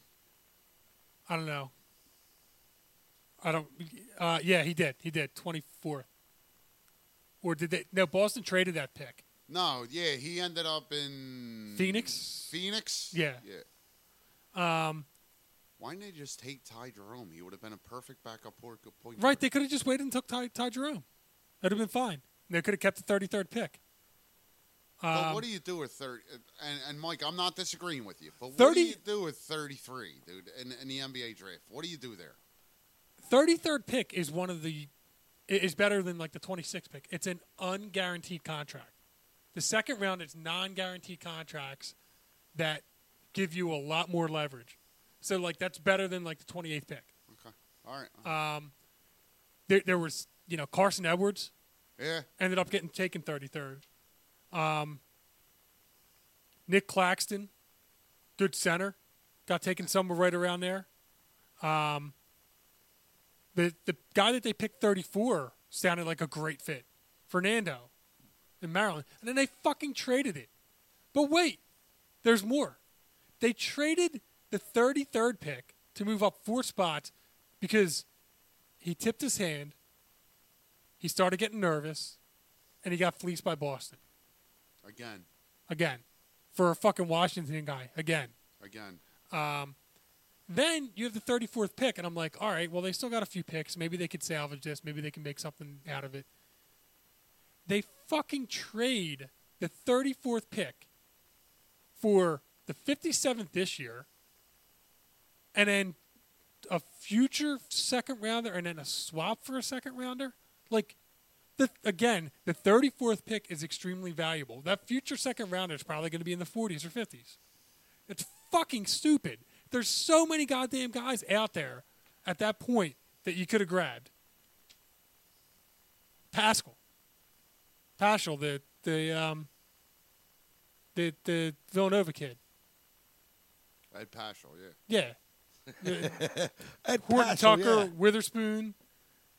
[SPEAKER 10] I don't know. I don't. Uh, yeah, he did. He did. 24th. Or did they? No, Boston traded that pick.
[SPEAKER 8] No, yeah, he ended up in
[SPEAKER 10] Phoenix?
[SPEAKER 8] Phoenix?
[SPEAKER 10] Yeah.
[SPEAKER 8] Yeah.
[SPEAKER 10] Um,
[SPEAKER 8] Why didn't they just take Ty Jerome? He would have been a perfect backup por- point.
[SPEAKER 10] Right, they could have just waited and took Ty, Ty Jerome. That'd have been fine. They could have kept the 33rd pick.
[SPEAKER 8] But
[SPEAKER 10] Um,
[SPEAKER 8] what do you do with thirty? And, and Mike, I'm not disagreeing with you, but what
[SPEAKER 10] 30
[SPEAKER 8] do you do with 33, dude, in, in the NBA draft? What do you do there?
[SPEAKER 10] 33rd pick is one of the i- is better than like the 26th pick. It's an unguaranteed contract. The second round is non-guaranteed contracts that give you a lot more leverage. So like that's better than like the 28th pick.
[SPEAKER 8] Okay, all right.
[SPEAKER 10] Um, there, there was you know Carson Edwards
[SPEAKER 8] Yeah,
[SPEAKER 10] ended up getting taken 33rd. Um, Nick Claxton, good center, got taken somewhere right around there. Um, The the guy that they picked 34 sounded like a great fit, Fernando, in Maryland, and then they fucking traded it. But wait, there's more. They traded the 33rd pick to move up four spots because he tipped his hand. He started getting nervous, and he got fleeced by Boston
[SPEAKER 8] Again,
[SPEAKER 10] again for a fucking Washington guy again.
[SPEAKER 8] again.
[SPEAKER 10] Um, then you have the 34th pick, and I'm like, all right, well, they still got a few picks. Maybe they could salvage this. Maybe they can make something out of it. They fucking trade the 34th pick for the 57th this year, and then a future second rounder, and then a swap for a second rounder. Like, the, again, the 34th pick is extremely valuable. That future second rounder is probably going to be in the 40s or 50s. It's fucking stupid. There's so many goddamn guys out there at that point that you could have grabbed. Pascal. Pascal, the the um the the Villanova kid.
[SPEAKER 8] Ed Paschal, yeah.
[SPEAKER 10] Yeah.
[SPEAKER 8] Ed
[SPEAKER 10] Horton
[SPEAKER 8] Paschal,
[SPEAKER 10] Tucker,
[SPEAKER 8] yeah.
[SPEAKER 10] Witherspoon.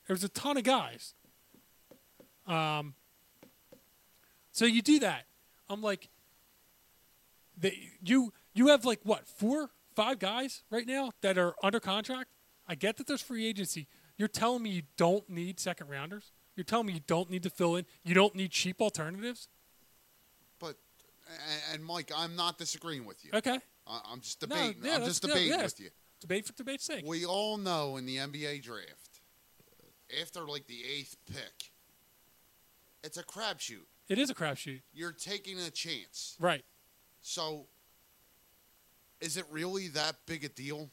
[SPEAKER 10] There was a ton of guys. Um, so you do that. I'm like, they, you you have like what four five guys right now that are under contract. I get that there's free agency. You're telling me you don't need second rounders. You're telling me you don't need to fill in. You don't need cheap alternatives.
[SPEAKER 8] But and, and Mike, I'm not disagreeing with you.
[SPEAKER 10] Okay.
[SPEAKER 8] I, I'm just
[SPEAKER 10] No,
[SPEAKER 8] debating. I'm
[SPEAKER 10] yeah, that's-
[SPEAKER 8] just
[SPEAKER 10] no,
[SPEAKER 8] debating
[SPEAKER 10] yeah.
[SPEAKER 8] with you.
[SPEAKER 10] Debate for debate's sake.
[SPEAKER 8] We all know in the NBA draft, after like the eighth pick, it's a crapshoot.
[SPEAKER 10] It is a crapshoot,
[SPEAKER 8] You're taking a chance.
[SPEAKER 10] right?
[SPEAKER 8] So, is it really that big a deal?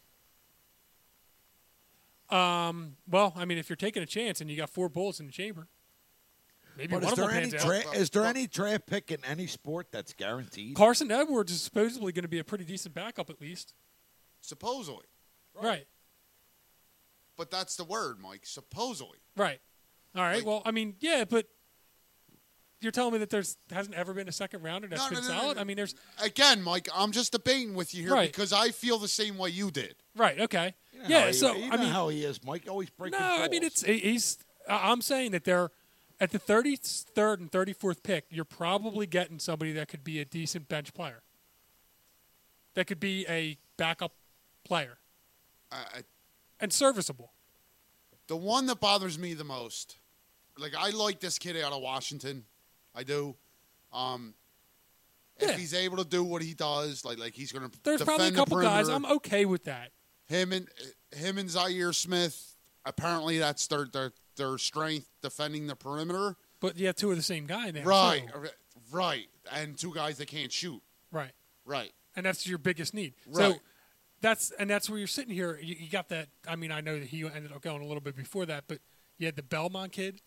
[SPEAKER 10] Um, well, I mean, if you're taking a chance and you got four bullets in the chamber, maybe one
[SPEAKER 11] But is
[SPEAKER 10] of them
[SPEAKER 11] there, any
[SPEAKER 10] pans out.
[SPEAKER 11] dra- is there any draft pick in any sport that's guaranteed?
[SPEAKER 10] Carson Edwards is supposedly going to be a pretty decent backup at least.
[SPEAKER 8] Supposedly.
[SPEAKER 10] Right. Right.
[SPEAKER 8] But that's the word, Mike. Supposedly.
[SPEAKER 10] All right. well, I mean, yeah, but you're telling me that there's hasn't ever been a second rounder that's
[SPEAKER 8] No,
[SPEAKER 10] been
[SPEAKER 8] no, no, no,
[SPEAKER 10] solid.
[SPEAKER 8] no.
[SPEAKER 10] I mean, there's
[SPEAKER 8] Again, Mike, I'm just debating with you here
[SPEAKER 10] Right.
[SPEAKER 8] because I feel the same way you did.
[SPEAKER 10] right. Okay.
[SPEAKER 8] You know
[SPEAKER 10] yeah.
[SPEAKER 8] how he-
[SPEAKER 10] so
[SPEAKER 8] you
[SPEAKER 10] I
[SPEAKER 8] know
[SPEAKER 10] mean,
[SPEAKER 8] how
[SPEAKER 11] he is, Mike. Always breaking.
[SPEAKER 10] No, I mean it's he- he's. I- I'm saying that they're at the 33rd and 34th pick. You're probably getting somebody that could be a decent bench player. That could be a backup player and serviceable.
[SPEAKER 8] The one that bothers me the most, like I like this kid out of Washington, I do. Um, If he's able to do what he does, like like he's going to
[SPEAKER 10] There's probably a couple guys. I'm okay with that.
[SPEAKER 8] him and him and Zaire Smith. Apparently, that's their their their strength defending the perimeter.
[SPEAKER 10] But yeah, two of the same guy now.
[SPEAKER 8] right,
[SPEAKER 10] too.
[SPEAKER 8] r- right, and two guys that can't shoot.
[SPEAKER 10] Right.
[SPEAKER 8] Right.
[SPEAKER 10] And that's your biggest need. So
[SPEAKER 8] Right.
[SPEAKER 10] that's and that's where you're sitting here. You, you got that. I mean, I know that he ended up going a little bit before that, but you had the Belmont kid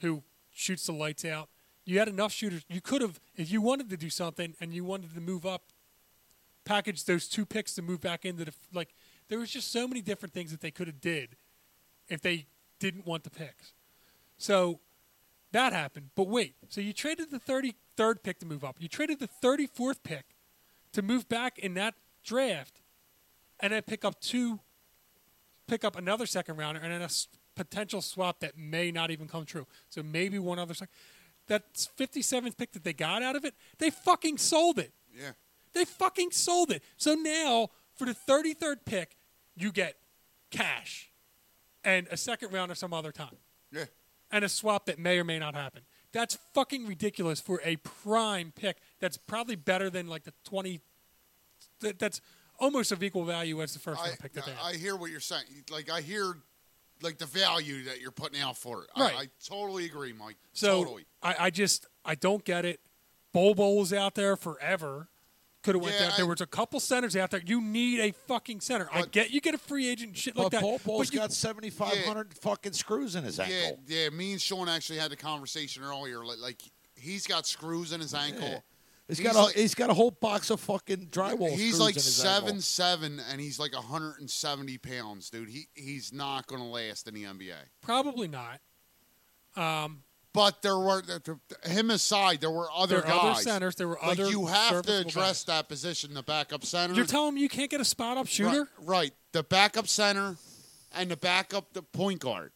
[SPEAKER 10] who shoots the lights out. You had enough shooters. You could have, if you wanted to do something and you wanted to move up, package those two picks to move back into the like. There was just so many different things that they could have did if they didn't want the picks. So that happened. But wait, so you traded the 33rd pick to move up. You traded the 34th pick to move back in that draft and then pick up two pick up another second rounder and then a s- potential swap that may not even come true. So maybe one other second. That 57th pick that they got out of it, they fucking sold it.
[SPEAKER 8] Yeah.
[SPEAKER 10] They fucking sold it. So now for the 33rd pick, you get cash and a second round or some other time
[SPEAKER 8] Yeah.
[SPEAKER 10] and a swap that may or may not happen. That's fucking ridiculous for a prime pick. That's probably better than like the 20 that, that's almost of equal value as the first
[SPEAKER 8] I,
[SPEAKER 10] round pick that they had.
[SPEAKER 8] I hear what you're saying. Like I hear, like the value that you're putting out for it.
[SPEAKER 10] Right.
[SPEAKER 8] I, I totally agree, Mike.
[SPEAKER 10] So
[SPEAKER 8] totally.
[SPEAKER 10] I, I just I don't get it. Bobo was out there forever. Could have went
[SPEAKER 8] Yeah,
[SPEAKER 10] there. There
[SPEAKER 8] I-
[SPEAKER 10] was a couple centers out there. You need a fucking center. I get you get a free agent and shit like
[SPEAKER 11] But
[SPEAKER 10] that.
[SPEAKER 11] Paul Paul's
[SPEAKER 10] but you-
[SPEAKER 11] got seventy five hundred fucking screws in his
[SPEAKER 8] Yeah,
[SPEAKER 11] ankle.
[SPEAKER 8] yeah. Me and Sean actually had a conversation earlier. Like, like he's got screws in his ankle.
[SPEAKER 11] Yeah. He's got a
[SPEAKER 8] like-
[SPEAKER 11] he's got a whole box of fucking drywall.
[SPEAKER 8] He's
[SPEAKER 11] screws
[SPEAKER 8] like
[SPEAKER 11] in his
[SPEAKER 8] seven
[SPEAKER 11] ankle.
[SPEAKER 8] seven, and he's like 170 pounds, dude. He he's not gonna last in the NBA.
[SPEAKER 10] probably not. Um,
[SPEAKER 8] But there were th- th- him aside, there were other
[SPEAKER 10] There were other
[SPEAKER 8] guys.
[SPEAKER 10] centers, there were
[SPEAKER 8] like
[SPEAKER 10] other
[SPEAKER 8] you have to
[SPEAKER 10] serviceable
[SPEAKER 8] address
[SPEAKER 10] guys.
[SPEAKER 8] that position, the backup center.
[SPEAKER 10] You're telling me you can't get a spot up shooter?
[SPEAKER 8] Right, right. The backup center and to back up the point guard.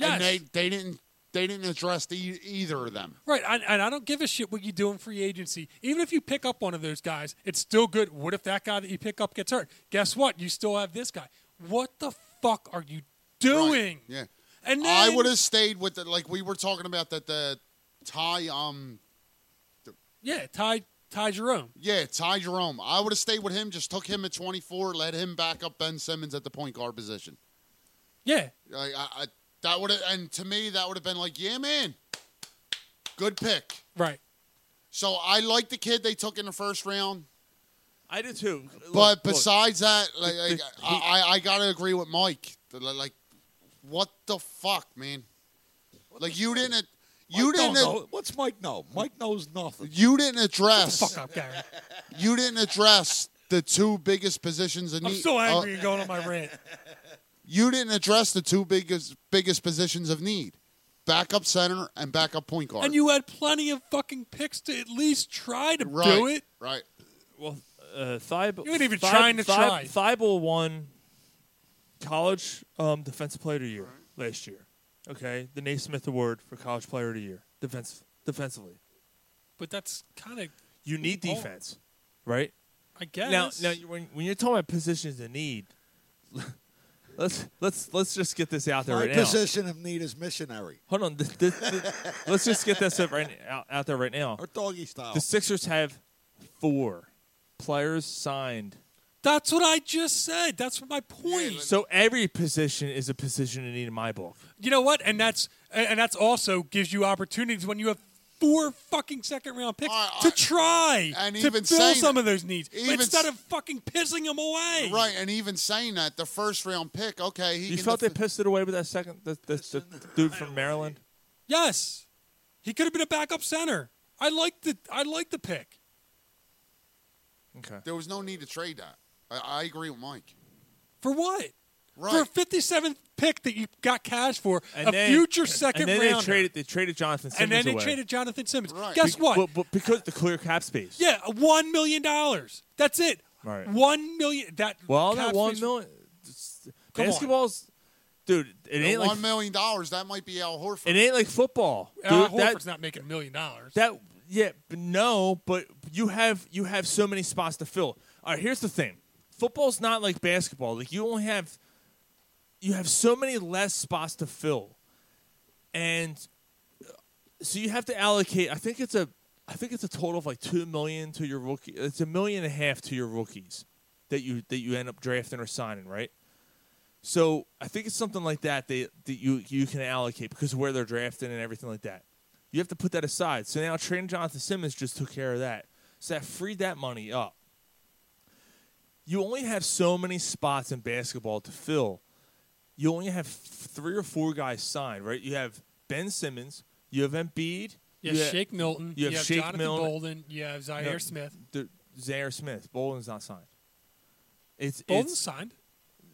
[SPEAKER 8] And they, they didn't they didn't address the, e-, either of them.
[SPEAKER 10] Right, I, and I don't give a shit what you do in free agency. Even if you pick up one of those guys, it's still good. What if that guy that you pick up gets hurt? Guess what? You still have this guy. What the fuck are you doing?
[SPEAKER 8] Yeah.
[SPEAKER 10] And
[SPEAKER 8] I
[SPEAKER 10] then-
[SPEAKER 8] would have stayed with the like we were talking about that the Ty um
[SPEAKER 10] Yeah, Ty Ty Jerome.
[SPEAKER 8] Yeah, Ty Jerome. I would have stayed with him, just took him at twenty four, let him back up Ben Simmons at the point guard position.
[SPEAKER 10] Yeah.
[SPEAKER 8] Like I, I that would have and to me that would have been like, yeah man. Good pick.
[SPEAKER 10] Right.
[SPEAKER 8] So I like the kid they took in the first round.
[SPEAKER 2] I did too.
[SPEAKER 8] But
[SPEAKER 2] Look, look.
[SPEAKER 8] besides that, like,
[SPEAKER 2] The- the-
[SPEAKER 8] I, I, I gotta agree with Mike. The- Like, what the fuck, man? Like you didn't, you
[SPEAKER 11] Mike
[SPEAKER 8] didn't.
[SPEAKER 11] don't know. What's Mike know? Mike knows nothing.
[SPEAKER 8] You didn't address.
[SPEAKER 11] Shut the fuck up,
[SPEAKER 10] Gary.
[SPEAKER 8] You didn't address the two biggest positions in
[SPEAKER 10] I'm
[SPEAKER 8] need.
[SPEAKER 10] so angry
[SPEAKER 8] uh,
[SPEAKER 10] you're going on my rant.
[SPEAKER 8] you didn't address the two biggest biggest positions of need: backup center and backup point guard.
[SPEAKER 10] And you had plenty of fucking picks to at least try to
[SPEAKER 8] right,
[SPEAKER 10] do it.
[SPEAKER 8] right?
[SPEAKER 2] Well, uh, Thibault.
[SPEAKER 10] You ain't even trying to try.
[SPEAKER 2] Thibault won college um, defensive player of the year last year. Okay, the Naismith Award for college player of the year, defensive, defensively.
[SPEAKER 10] But that's kind of
[SPEAKER 2] You need
[SPEAKER 10] Oh.
[SPEAKER 2] defense, right?
[SPEAKER 10] I guess.
[SPEAKER 2] Now, now you- when, when you're talking about positions in need, let's let's let's just get this out there
[SPEAKER 11] My
[SPEAKER 2] right now.
[SPEAKER 11] position of need is missionary.
[SPEAKER 2] Hold on, th- th- th- let's just get this up right out, out there right now.
[SPEAKER 11] Or doggy style.
[SPEAKER 2] The Sixers have four players signed.
[SPEAKER 10] That's what I just said. That's my point.
[SPEAKER 2] So every position is a position in need in my book.
[SPEAKER 10] You know what? And that's and and that's also gives you opportunities when you have four fucking second round picks to try
[SPEAKER 8] and
[SPEAKER 10] to
[SPEAKER 8] even
[SPEAKER 10] fill
[SPEAKER 8] saying
[SPEAKER 10] some
[SPEAKER 8] that-
[SPEAKER 10] of those needs
[SPEAKER 8] even
[SPEAKER 10] instead
[SPEAKER 8] s-
[SPEAKER 10] of fucking pissing them away.
[SPEAKER 8] Right, and even saying that the first round pick, okay, he
[SPEAKER 2] You
[SPEAKER 8] can
[SPEAKER 2] felt they pissed it away with that second the, the, the dude from Maryland.
[SPEAKER 10] Yes, he could have been a backup center. I like the I like the pick.
[SPEAKER 2] Okay.
[SPEAKER 8] There was no need to trade that. I, I agree with Mike.
[SPEAKER 10] For what?
[SPEAKER 8] Right.
[SPEAKER 10] For a fifty seventh pick that you got cash for
[SPEAKER 2] And
[SPEAKER 10] a
[SPEAKER 2] then-
[SPEAKER 10] future second
[SPEAKER 2] and then
[SPEAKER 10] rounder.
[SPEAKER 2] They traded, they traded Jonathan Simmons
[SPEAKER 10] and then they
[SPEAKER 2] away.
[SPEAKER 10] traded Jonathan Simmons. Guess what?
[SPEAKER 2] Well, but because the clear cap space.
[SPEAKER 10] yeah, one million dollars. That's it.
[SPEAKER 2] Right.
[SPEAKER 10] One million. That
[SPEAKER 2] Well,
[SPEAKER 10] cap
[SPEAKER 2] that one
[SPEAKER 10] space-
[SPEAKER 2] million.
[SPEAKER 10] Come on.
[SPEAKER 2] Basketball's, dude. It ain't like
[SPEAKER 8] one million dollars. That might be Al Horford.
[SPEAKER 2] it ain't like football. Dude,
[SPEAKER 10] Al
[SPEAKER 2] that,
[SPEAKER 10] Uh, Horford's not making a million dollars.
[SPEAKER 2] That yeah, but no, but you have you have so many spots to fill. All right, here's the thing. Football's not like basketball. Like you only have you have so many less spots to fill. And uh, so you have to allocate I think it's a I think it's a total of like 2 million to your rookie. It's a million and a half to your rookies that you that you end up drafting or signing, right? So I think it's something like that they, that you you can allocate because of where they're drafted and everything like that. You have to put that aside. So now trading Jonathan Simmons just took care of that. So that freed that money up. You only have so many spots in basketball to fill. You only have three or four guys signed, right? You have Ben Simmons, you have Embiid, you
[SPEAKER 10] You have
[SPEAKER 2] ha-
[SPEAKER 10] Shake Milton.
[SPEAKER 2] you have, Shake
[SPEAKER 10] Jonathan
[SPEAKER 2] Milton,
[SPEAKER 10] Bolden. You have Zaire
[SPEAKER 2] No,
[SPEAKER 10] Smith.
[SPEAKER 2] the- Zaire Smith. Bolden's not signed. It's
[SPEAKER 10] Bolden's
[SPEAKER 2] it's-
[SPEAKER 10] signed.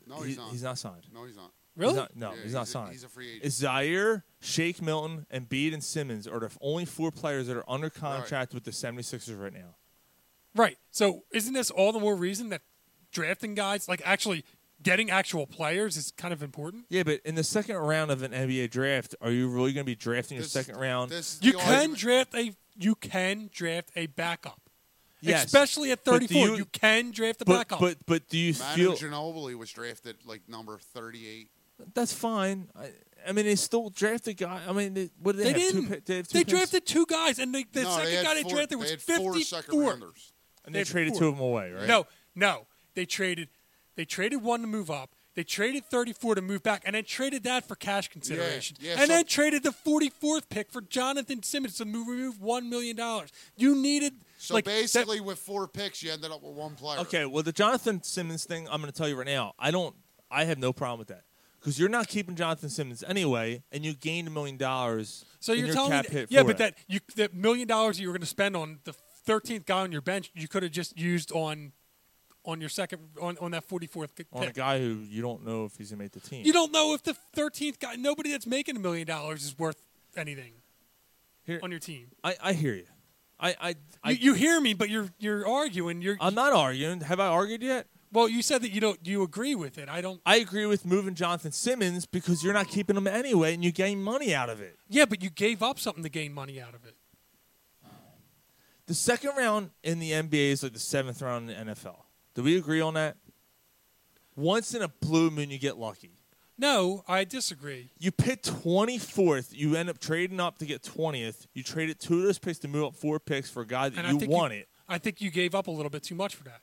[SPEAKER 8] No,
[SPEAKER 2] he-
[SPEAKER 8] Oh, he's not.
[SPEAKER 2] He's not signed.
[SPEAKER 8] No, he's not.
[SPEAKER 10] Really?
[SPEAKER 2] He's not- no,
[SPEAKER 8] Yeah,
[SPEAKER 2] he's not
[SPEAKER 8] a-
[SPEAKER 2] signed.
[SPEAKER 8] he's a free agent.
[SPEAKER 2] It's Zaire, Shake Milton, and Bede and Simmons are the only four players that are under contract with the 76ers right now.
[SPEAKER 10] Right. So isn't this all the more reason that drafting guys, like actually getting actual players, is kind of important?
[SPEAKER 2] Yeah, but in the second round of an NBA draft, are you really going to be drafting your
[SPEAKER 10] This-
[SPEAKER 2] second round?
[SPEAKER 10] You can draft a you can draft a backup,
[SPEAKER 2] Yes.
[SPEAKER 10] especially at
[SPEAKER 2] But do
[SPEAKER 10] 34. You,
[SPEAKER 2] you-
[SPEAKER 10] can draft a
[SPEAKER 2] but-
[SPEAKER 10] backup.
[SPEAKER 2] but- but do you
[SPEAKER 8] Manu
[SPEAKER 2] feel-
[SPEAKER 8] Ginobili was drafted like number thirty-eight.
[SPEAKER 2] That's fine. I, I mean, they still drafted guy. I mean, they, what did
[SPEAKER 10] they
[SPEAKER 2] they, have? Two
[SPEAKER 10] didn't.
[SPEAKER 2] pi- they have two
[SPEAKER 10] they
[SPEAKER 2] picks?
[SPEAKER 10] drafted two guys, and they, the
[SPEAKER 8] No,
[SPEAKER 10] second
[SPEAKER 8] they had
[SPEAKER 10] guy they
[SPEAKER 8] four-
[SPEAKER 10] drafted was
[SPEAKER 8] they had four
[SPEAKER 10] 54.
[SPEAKER 8] second rounders.
[SPEAKER 2] And they traded two of them away, right?
[SPEAKER 10] No, no, they traded. They traded one to move up. They traded 34 to move back, and then traded that for cash consideration.
[SPEAKER 8] yeah,
[SPEAKER 10] and
[SPEAKER 8] so-
[SPEAKER 10] then traded the 44th pick for Jonathan Simmons to move, remove one million dollars. You needed
[SPEAKER 8] So
[SPEAKER 10] like, that-
[SPEAKER 8] basically, with four picks, you ended up with one player.
[SPEAKER 2] Okay, well, the Jonathan Simmons thing, I'm going to tell you right now, I don't, I have no problem with that because you're not keeping Jonathan Simmons anyway, and you gained a million dollars.
[SPEAKER 10] So
[SPEAKER 2] in
[SPEAKER 10] you're
[SPEAKER 2] your
[SPEAKER 10] telling
[SPEAKER 2] cap
[SPEAKER 10] me,
[SPEAKER 2] hit
[SPEAKER 10] that, yeah,
[SPEAKER 2] for
[SPEAKER 10] but
[SPEAKER 2] it.
[SPEAKER 10] that you that million dollars that you were going to spend on the 13th guy on your bench, you could have just used on on your second on, on that 44th pick.
[SPEAKER 2] on a guy who you don't know if he's going to make the team.
[SPEAKER 10] You don't know if the 13th guy, nobody that's making a million dollars is worth anything on your team.
[SPEAKER 2] I, I hear you. I, I, I
[SPEAKER 10] you, you hear me, but you're you're arguing. You're
[SPEAKER 2] I'm not arguing. Have I argued yet?
[SPEAKER 10] Well, you said that you don't. You agree with it. I don't.
[SPEAKER 2] I agree with moving Jonathan Simmons because you're not keeping him anyway, and you gain money out of it.
[SPEAKER 10] Yeah, but you gave up something to gain money out of it.
[SPEAKER 2] The second round in the NBA is like the seventh round in the NFL. Do we agree on that? Once in a blue moon, you get lucky.
[SPEAKER 10] No, I disagree.
[SPEAKER 2] You pick 24th. You end up trading up to get 20th. You traded two of those picks to move up four picks for a guy that
[SPEAKER 10] And I
[SPEAKER 2] you
[SPEAKER 10] think
[SPEAKER 2] wanted.
[SPEAKER 10] I think you gave up a little bit too much for that.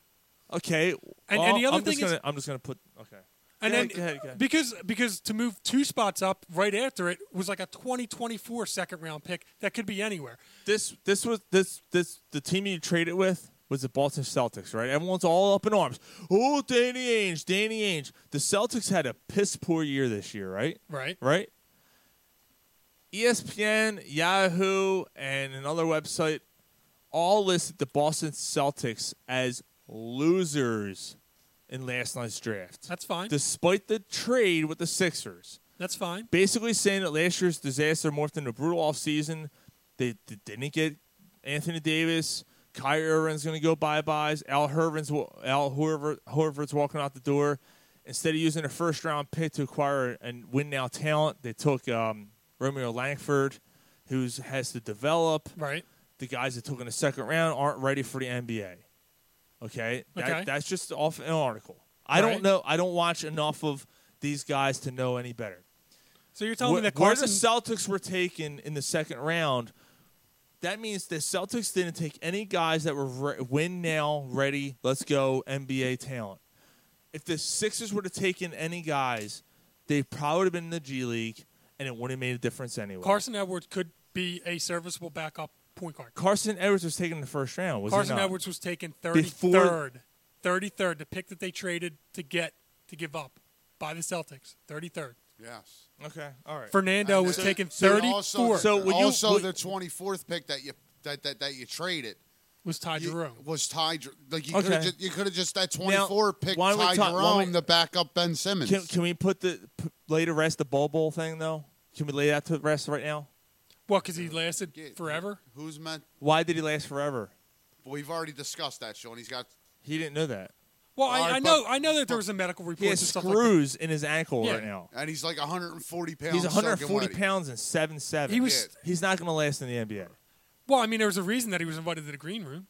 [SPEAKER 2] Okay.
[SPEAKER 10] And- and
[SPEAKER 2] well,
[SPEAKER 10] the other
[SPEAKER 2] I'm just
[SPEAKER 10] thing is-
[SPEAKER 2] gonna, I'm just going to put. Okay.
[SPEAKER 10] And
[SPEAKER 2] Go
[SPEAKER 10] then
[SPEAKER 2] ahead, go ahead, go ahead.
[SPEAKER 10] because because to move two spots up right after it was like a 2024 second round pick that could be anywhere.
[SPEAKER 2] this this was this this the team you traded with was the Boston Celtics, right? Everyone's all up in arms. Oh, Danny Ainge, Danny Ainge. The Celtics had a piss poor year this year, right?
[SPEAKER 10] Right.
[SPEAKER 2] Right? E ESPN, Yahoo, and another website all listed the Boston Celtics as losers in last night's draft.
[SPEAKER 10] That's fine.
[SPEAKER 2] Despite the trade with the Sixers
[SPEAKER 10] That's fine.
[SPEAKER 2] basically saying that last year's disaster morphed into a brutal offseason. They, they didn't get Anthony Davis. Kyrie Irving's going to go bye byes. Al Horford's Al Horford, Horford's walking out the door. Instead of using a first round pick to acquire and win now talent, they took um, Romeo Langford, who has to develop.
[SPEAKER 10] Right.
[SPEAKER 2] The guys that took in the second round aren't ready for the NBA. Okay, That-
[SPEAKER 10] Okay.
[SPEAKER 2] that's just off an article. I
[SPEAKER 10] Right.
[SPEAKER 2] don't know. I don't watch enough of these guys to know any better.
[SPEAKER 10] So you're telling
[SPEAKER 2] Where-
[SPEAKER 10] me that
[SPEAKER 2] where
[SPEAKER 10] Carson
[SPEAKER 2] the Celtics were taken in the second round, that means the Celtics didn't take any guys that were re- win now, ready, let's go NBA talent. If the Sixers would have taken any guys, they probably would have been in the G League, and it wouldn't have made a difference anyway.
[SPEAKER 10] Carson Edwards could be a serviceable backup point guard.
[SPEAKER 2] Carson Edwards was taken in the first round. Was he
[SPEAKER 10] Carson
[SPEAKER 2] not?
[SPEAKER 10] Edwards was taken
[SPEAKER 2] Before-
[SPEAKER 10] 33rd. 33rd, the pick that they traded to get to give up by the Celtics. 33rd.
[SPEAKER 8] Yes.
[SPEAKER 2] Okay. All right.
[SPEAKER 10] Fernando was taken 34th.
[SPEAKER 8] Also,
[SPEAKER 10] So would you-
[SPEAKER 8] also
[SPEAKER 10] would-
[SPEAKER 8] the 24th pick that you that, that, that you traded
[SPEAKER 10] was Ty
[SPEAKER 8] you,
[SPEAKER 10] Jerome.
[SPEAKER 8] Was Ty Jer- like you
[SPEAKER 2] Okay.
[SPEAKER 8] could have just, you could have just that
[SPEAKER 2] Now,
[SPEAKER 8] 24 pick
[SPEAKER 2] why don't we
[SPEAKER 8] Ty
[SPEAKER 2] talk- why don't we-
[SPEAKER 8] Jerome to back up Ben Simmons.
[SPEAKER 2] Can, can we put the p- lay to rest the bowl bowl thing though? Can we lay that to rest right now?
[SPEAKER 10] Well, because he lasted forever.
[SPEAKER 8] Who's meant?
[SPEAKER 2] Why did he last forever?
[SPEAKER 8] We've already discussed that, Sean. He's got
[SPEAKER 2] He didn't know that.
[SPEAKER 10] Well,
[SPEAKER 8] All
[SPEAKER 10] I,
[SPEAKER 8] right,
[SPEAKER 10] I
[SPEAKER 8] but-
[SPEAKER 10] know I know that there was a medical report
[SPEAKER 2] He
[SPEAKER 10] and
[SPEAKER 2] has
[SPEAKER 10] stuff like that.
[SPEAKER 2] screws in his ankle
[SPEAKER 10] Yeah.
[SPEAKER 2] right now.
[SPEAKER 8] and he's like 140 pounds.
[SPEAKER 2] He's 140
[SPEAKER 8] soaking wet.
[SPEAKER 2] pounds and seven seven.
[SPEAKER 10] He was-
[SPEAKER 2] He's not going to last in the NBA.
[SPEAKER 10] Well, I mean, there was a reason that he was invited to the green room.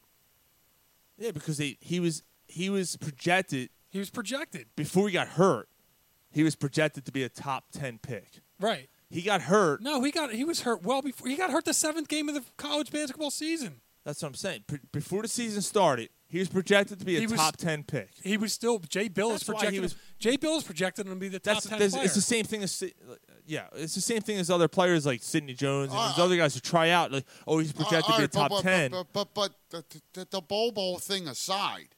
[SPEAKER 2] Yeah, because they, he was he was projected
[SPEAKER 10] He was projected.
[SPEAKER 2] before he got hurt. He was projected to be a top 10 pick.
[SPEAKER 10] Right.
[SPEAKER 2] He got hurt.
[SPEAKER 10] No, he got he was hurt well before he got hurt the seventh game of the college basketball season.
[SPEAKER 2] That's what I'm saying. Pre- before the season started, he was projected to be a
[SPEAKER 10] He was-
[SPEAKER 2] top 10 pick.
[SPEAKER 10] He was still Jay Bill is
[SPEAKER 2] That's why he
[SPEAKER 10] projected.
[SPEAKER 2] was-
[SPEAKER 10] Jay Bill is projected him to be the top
[SPEAKER 2] That's,
[SPEAKER 10] ten
[SPEAKER 2] that's-
[SPEAKER 10] player.
[SPEAKER 2] it's the same thing as Si- yeah, it's the same thing as other players like Sidney Jones and
[SPEAKER 8] All
[SPEAKER 2] these other guys who try out like oh he's
[SPEAKER 8] All
[SPEAKER 2] projected to be a
[SPEAKER 8] right,
[SPEAKER 2] top
[SPEAKER 8] but,
[SPEAKER 2] 10.
[SPEAKER 8] But, but, but, but the, the, the Bowl Bowl thing aside,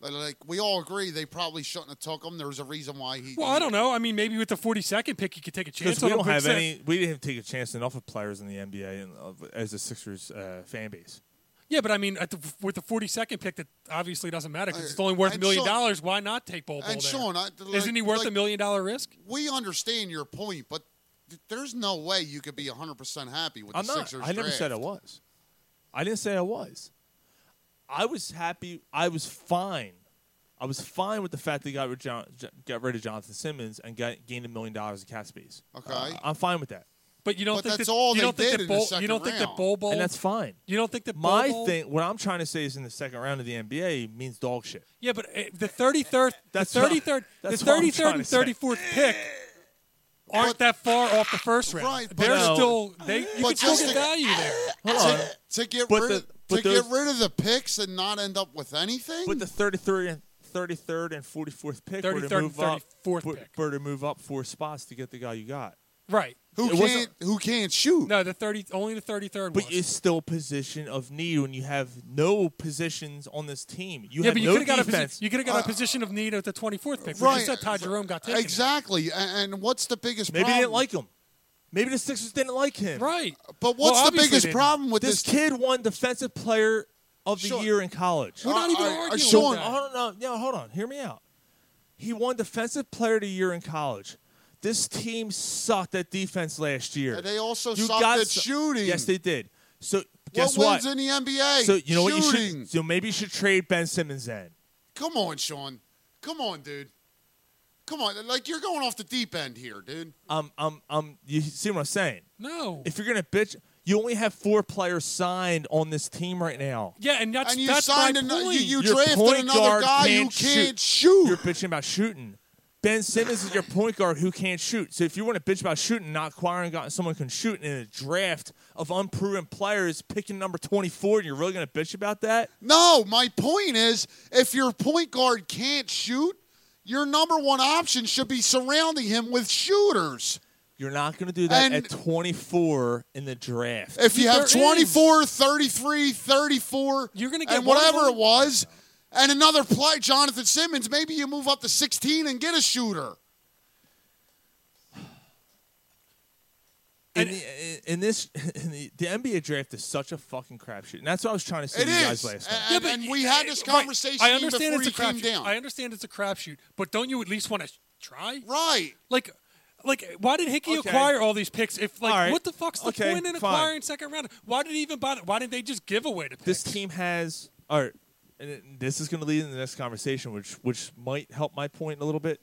[SPEAKER 8] like- like we all agree, they probably shouldn't have took him. There was a reason why he.
[SPEAKER 10] well, I don't know. I mean, maybe with the forty second pick, you could take a chance.
[SPEAKER 2] Because we
[SPEAKER 10] on him,
[SPEAKER 2] don't
[SPEAKER 10] but
[SPEAKER 2] have
[SPEAKER 10] said-
[SPEAKER 2] any, we didn't take a chance enough of players in the NBA and of, as the Sixers uh, fan base.
[SPEAKER 10] Yeah, but I mean, at the, with the forty second pick, that obviously doesn't matter because it's only worth a
[SPEAKER 8] And
[SPEAKER 10] million
[SPEAKER 8] Sean-
[SPEAKER 10] dollars. Why not take Bowl Bowl?
[SPEAKER 8] And
[SPEAKER 10] there?
[SPEAKER 8] Sean, I,
[SPEAKER 10] isn't he worth
[SPEAKER 8] like-
[SPEAKER 10] a million dollar risk?
[SPEAKER 8] We understand your point, but th- there's no way you could be 100 percent happy with
[SPEAKER 2] I'm
[SPEAKER 8] the
[SPEAKER 2] not.
[SPEAKER 8] Sixers.
[SPEAKER 2] I never
[SPEAKER 8] draft.
[SPEAKER 2] said I was. I didn't say I was. I was happy. I was fine. I was fine with the fact they got rid, John, got rid of Jonathan Simmons and got, gained a million dollars in cap space.
[SPEAKER 8] Okay.
[SPEAKER 2] Uh, I'm fine with that.
[SPEAKER 10] But you don't
[SPEAKER 8] But
[SPEAKER 10] think
[SPEAKER 8] that's
[SPEAKER 10] that,
[SPEAKER 8] all
[SPEAKER 10] you
[SPEAKER 8] they
[SPEAKER 10] don't think
[SPEAKER 8] did
[SPEAKER 10] that
[SPEAKER 8] in the
[SPEAKER 10] Bowl,
[SPEAKER 8] second
[SPEAKER 10] you don't think that
[SPEAKER 8] round.
[SPEAKER 10] Bowl Bowl
[SPEAKER 2] And that's fine.
[SPEAKER 10] You don't think that Bowl
[SPEAKER 2] My
[SPEAKER 10] Bowl-
[SPEAKER 2] thing, what I'm trying to say is, in the second round of the NBA, means dog shit.
[SPEAKER 10] Yeah, but uh, the thirty third, the
[SPEAKER 2] That's what-
[SPEAKER 10] thirty third, the
[SPEAKER 2] that's what I'm
[SPEAKER 10] thirty third
[SPEAKER 2] trying
[SPEAKER 10] and
[SPEAKER 2] to say.
[SPEAKER 10] thirty fourth pick aren't that far off the first round.
[SPEAKER 8] Right, but-
[SPEAKER 10] They're
[SPEAKER 2] No.
[SPEAKER 10] still they you
[SPEAKER 8] But
[SPEAKER 10] can still
[SPEAKER 8] just
[SPEAKER 10] get
[SPEAKER 8] to-
[SPEAKER 10] value there.
[SPEAKER 2] Hold on.
[SPEAKER 8] to get
[SPEAKER 2] But
[SPEAKER 8] rid
[SPEAKER 2] the- but
[SPEAKER 8] of to
[SPEAKER 2] those-
[SPEAKER 8] get rid of the picks and not end up with anything.
[SPEAKER 2] But the 33rd and 33rd and 44th pick were
[SPEAKER 10] 33rd
[SPEAKER 2] to
[SPEAKER 10] and
[SPEAKER 2] move up
[SPEAKER 10] 34th
[SPEAKER 2] were-
[SPEAKER 10] pick.
[SPEAKER 2] were to move up four spots to get the guy you got.
[SPEAKER 10] Right.
[SPEAKER 8] who
[SPEAKER 2] it wasn't-
[SPEAKER 8] can't who can't shoot?
[SPEAKER 10] No, the thirty only the thirty third
[SPEAKER 2] But
[SPEAKER 10] was.
[SPEAKER 2] it's still position of need when you have no positions on this team. You
[SPEAKER 10] yeah,
[SPEAKER 2] have
[SPEAKER 10] but you
[SPEAKER 2] no
[SPEAKER 10] could have got a
[SPEAKER 2] defense.
[SPEAKER 10] position. You could have got a position of need at the twenty fourth pick.
[SPEAKER 8] Right.
[SPEAKER 10] We just said Ty Jerome got taken.
[SPEAKER 8] Exactly. A- And, what's the biggest
[SPEAKER 2] Maybe they
[SPEAKER 8] problem?
[SPEAKER 2] didn't like him. Maybe the Sixers didn't like him.
[SPEAKER 10] Right.
[SPEAKER 8] But what's
[SPEAKER 10] Well,
[SPEAKER 8] the
[SPEAKER 10] obviously
[SPEAKER 8] biggest
[SPEAKER 10] they-
[SPEAKER 8] problem with
[SPEAKER 2] This
[SPEAKER 8] this?
[SPEAKER 2] kid won Defensive Player of the
[SPEAKER 8] Sure.
[SPEAKER 2] Year in college.
[SPEAKER 10] We're not even
[SPEAKER 8] Uh, uh,
[SPEAKER 10] arguing.
[SPEAKER 8] Sean,
[SPEAKER 10] with that.
[SPEAKER 2] Hold on, no, no, hold on. Hear me out. He won Defensive Player of the Year in college. This team sucked at defense last year.
[SPEAKER 8] And they also
[SPEAKER 2] You
[SPEAKER 8] sucked
[SPEAKER 2] got
[SPEAKER 8] at
[SPEAKER 2] so-
[SPEAKER 8] shooting.
[SPEAKER 2] Yes, they did. So
[SPEAKER 8] What
[SPEAKER 2] guess
[SPEAKER 8] wins
[SPEAKER 2] what?
[SPEAKER 8] in the NBA?
[SPEAKER 2] so you know
[SPEAKER 8] shooting.
[SPEAKER 2] what you should. So maybe you should trade Ben Simmons then.
[SPEAKER 8] Come on, Sean. Come on, dude. Come on. Like you're going off the deep end here, dude.
[SPEAKER 2] I'm, I'm, I'm. You see what I'm saying?
[SPEAKER 10] No.
[SPEAKER 2] If you're gonna bitch, you only have four players signed on this team right now.
[SPEAKER 10] Yeah, and that's
[SPEAKER 8] And you
[SPEAKER 10] that's
[SPEAKER 8] signed
[SPEAKER 10] my
[SPEAKER 8] ano-
[SPEAKER 10] point.
[SPEAKER 8] you- you
[SPEAKER 2] Your
[SPEAKER 8] drafted
[SPEAKER 2] point
[SPEAKER 8] another
[SPEAKER 2] guard
[SPEAKER 8] guy who can't shoot.
[SPEAKER 2] You're bitching about shooting. Ben Simmons is your point guard who can't shoot. So if you want to bitch about shooting, not acquiring gotten someone who can shoot in a draft of unproven players, picking number 24, and you're really gonna bitch about that?
[SPEAKER 8] No, my point is if your point guard can't shoot, your number one option should be surrounding him with shooters.
[SPEAKER 2] You're not gonna do that
[SPEAKER 8] And-
[SPEAKER 2] at 24 in the draft.
[SPEAKER 8] If you have
[SPEAKER 2] There is.
[SPEAKER 8] 24, 33, 34,
[SPEAKER 10] you're going
[SPEAKER 2] get
[SPEAKER 8] and
[SPEAKER 2] one of
[SPEAKER 8] whatever
[SPEAKER 2] them.
[SPEAKER 8] it was, and another play, Jonathan Simmons, maybe you move up to 16 and get a shooter.
[SPEAKER 2] in, the, in this in the, the NBA draft is such a fucking crapshoot, and that's what I was trying to say to you guys last night.
[SPEAKER 8] And, and we had this
[SPEAKER 10] Right.
[SPEAKER 8] conversation
[SPEAKER 10] I understand
[SPEAKER 8] before
[SPEAKER 10] it's a
[SPEAKER 8] you came
[SPEAKER 10] crapshoot.
[SPEAKER 8] down.
[SPEAKER 10] I understand it's a crapshoot, but don't you at least want to try?
[SPEAKER 8] Right.
[SPEAKER 10] Like, like why did Hickey
[SPEAKER 2] Okay.
[SPEAKER 10] acquire all these picks? If like,
[SPEAKER 2] All right.
[SPEAKER 10] what the fuck's the
[SPEAKER 2] Okay,
[SPEAKER 10] point in
[SPEAKER 2] fine.
[SPEAKER 10] acquiring second round? Why did he even bother? Why didn't they just give away the pick?
[SPEAKER 2] This team has all right. And it- this is going to lead into the next conversation, which which might help my point a little bit.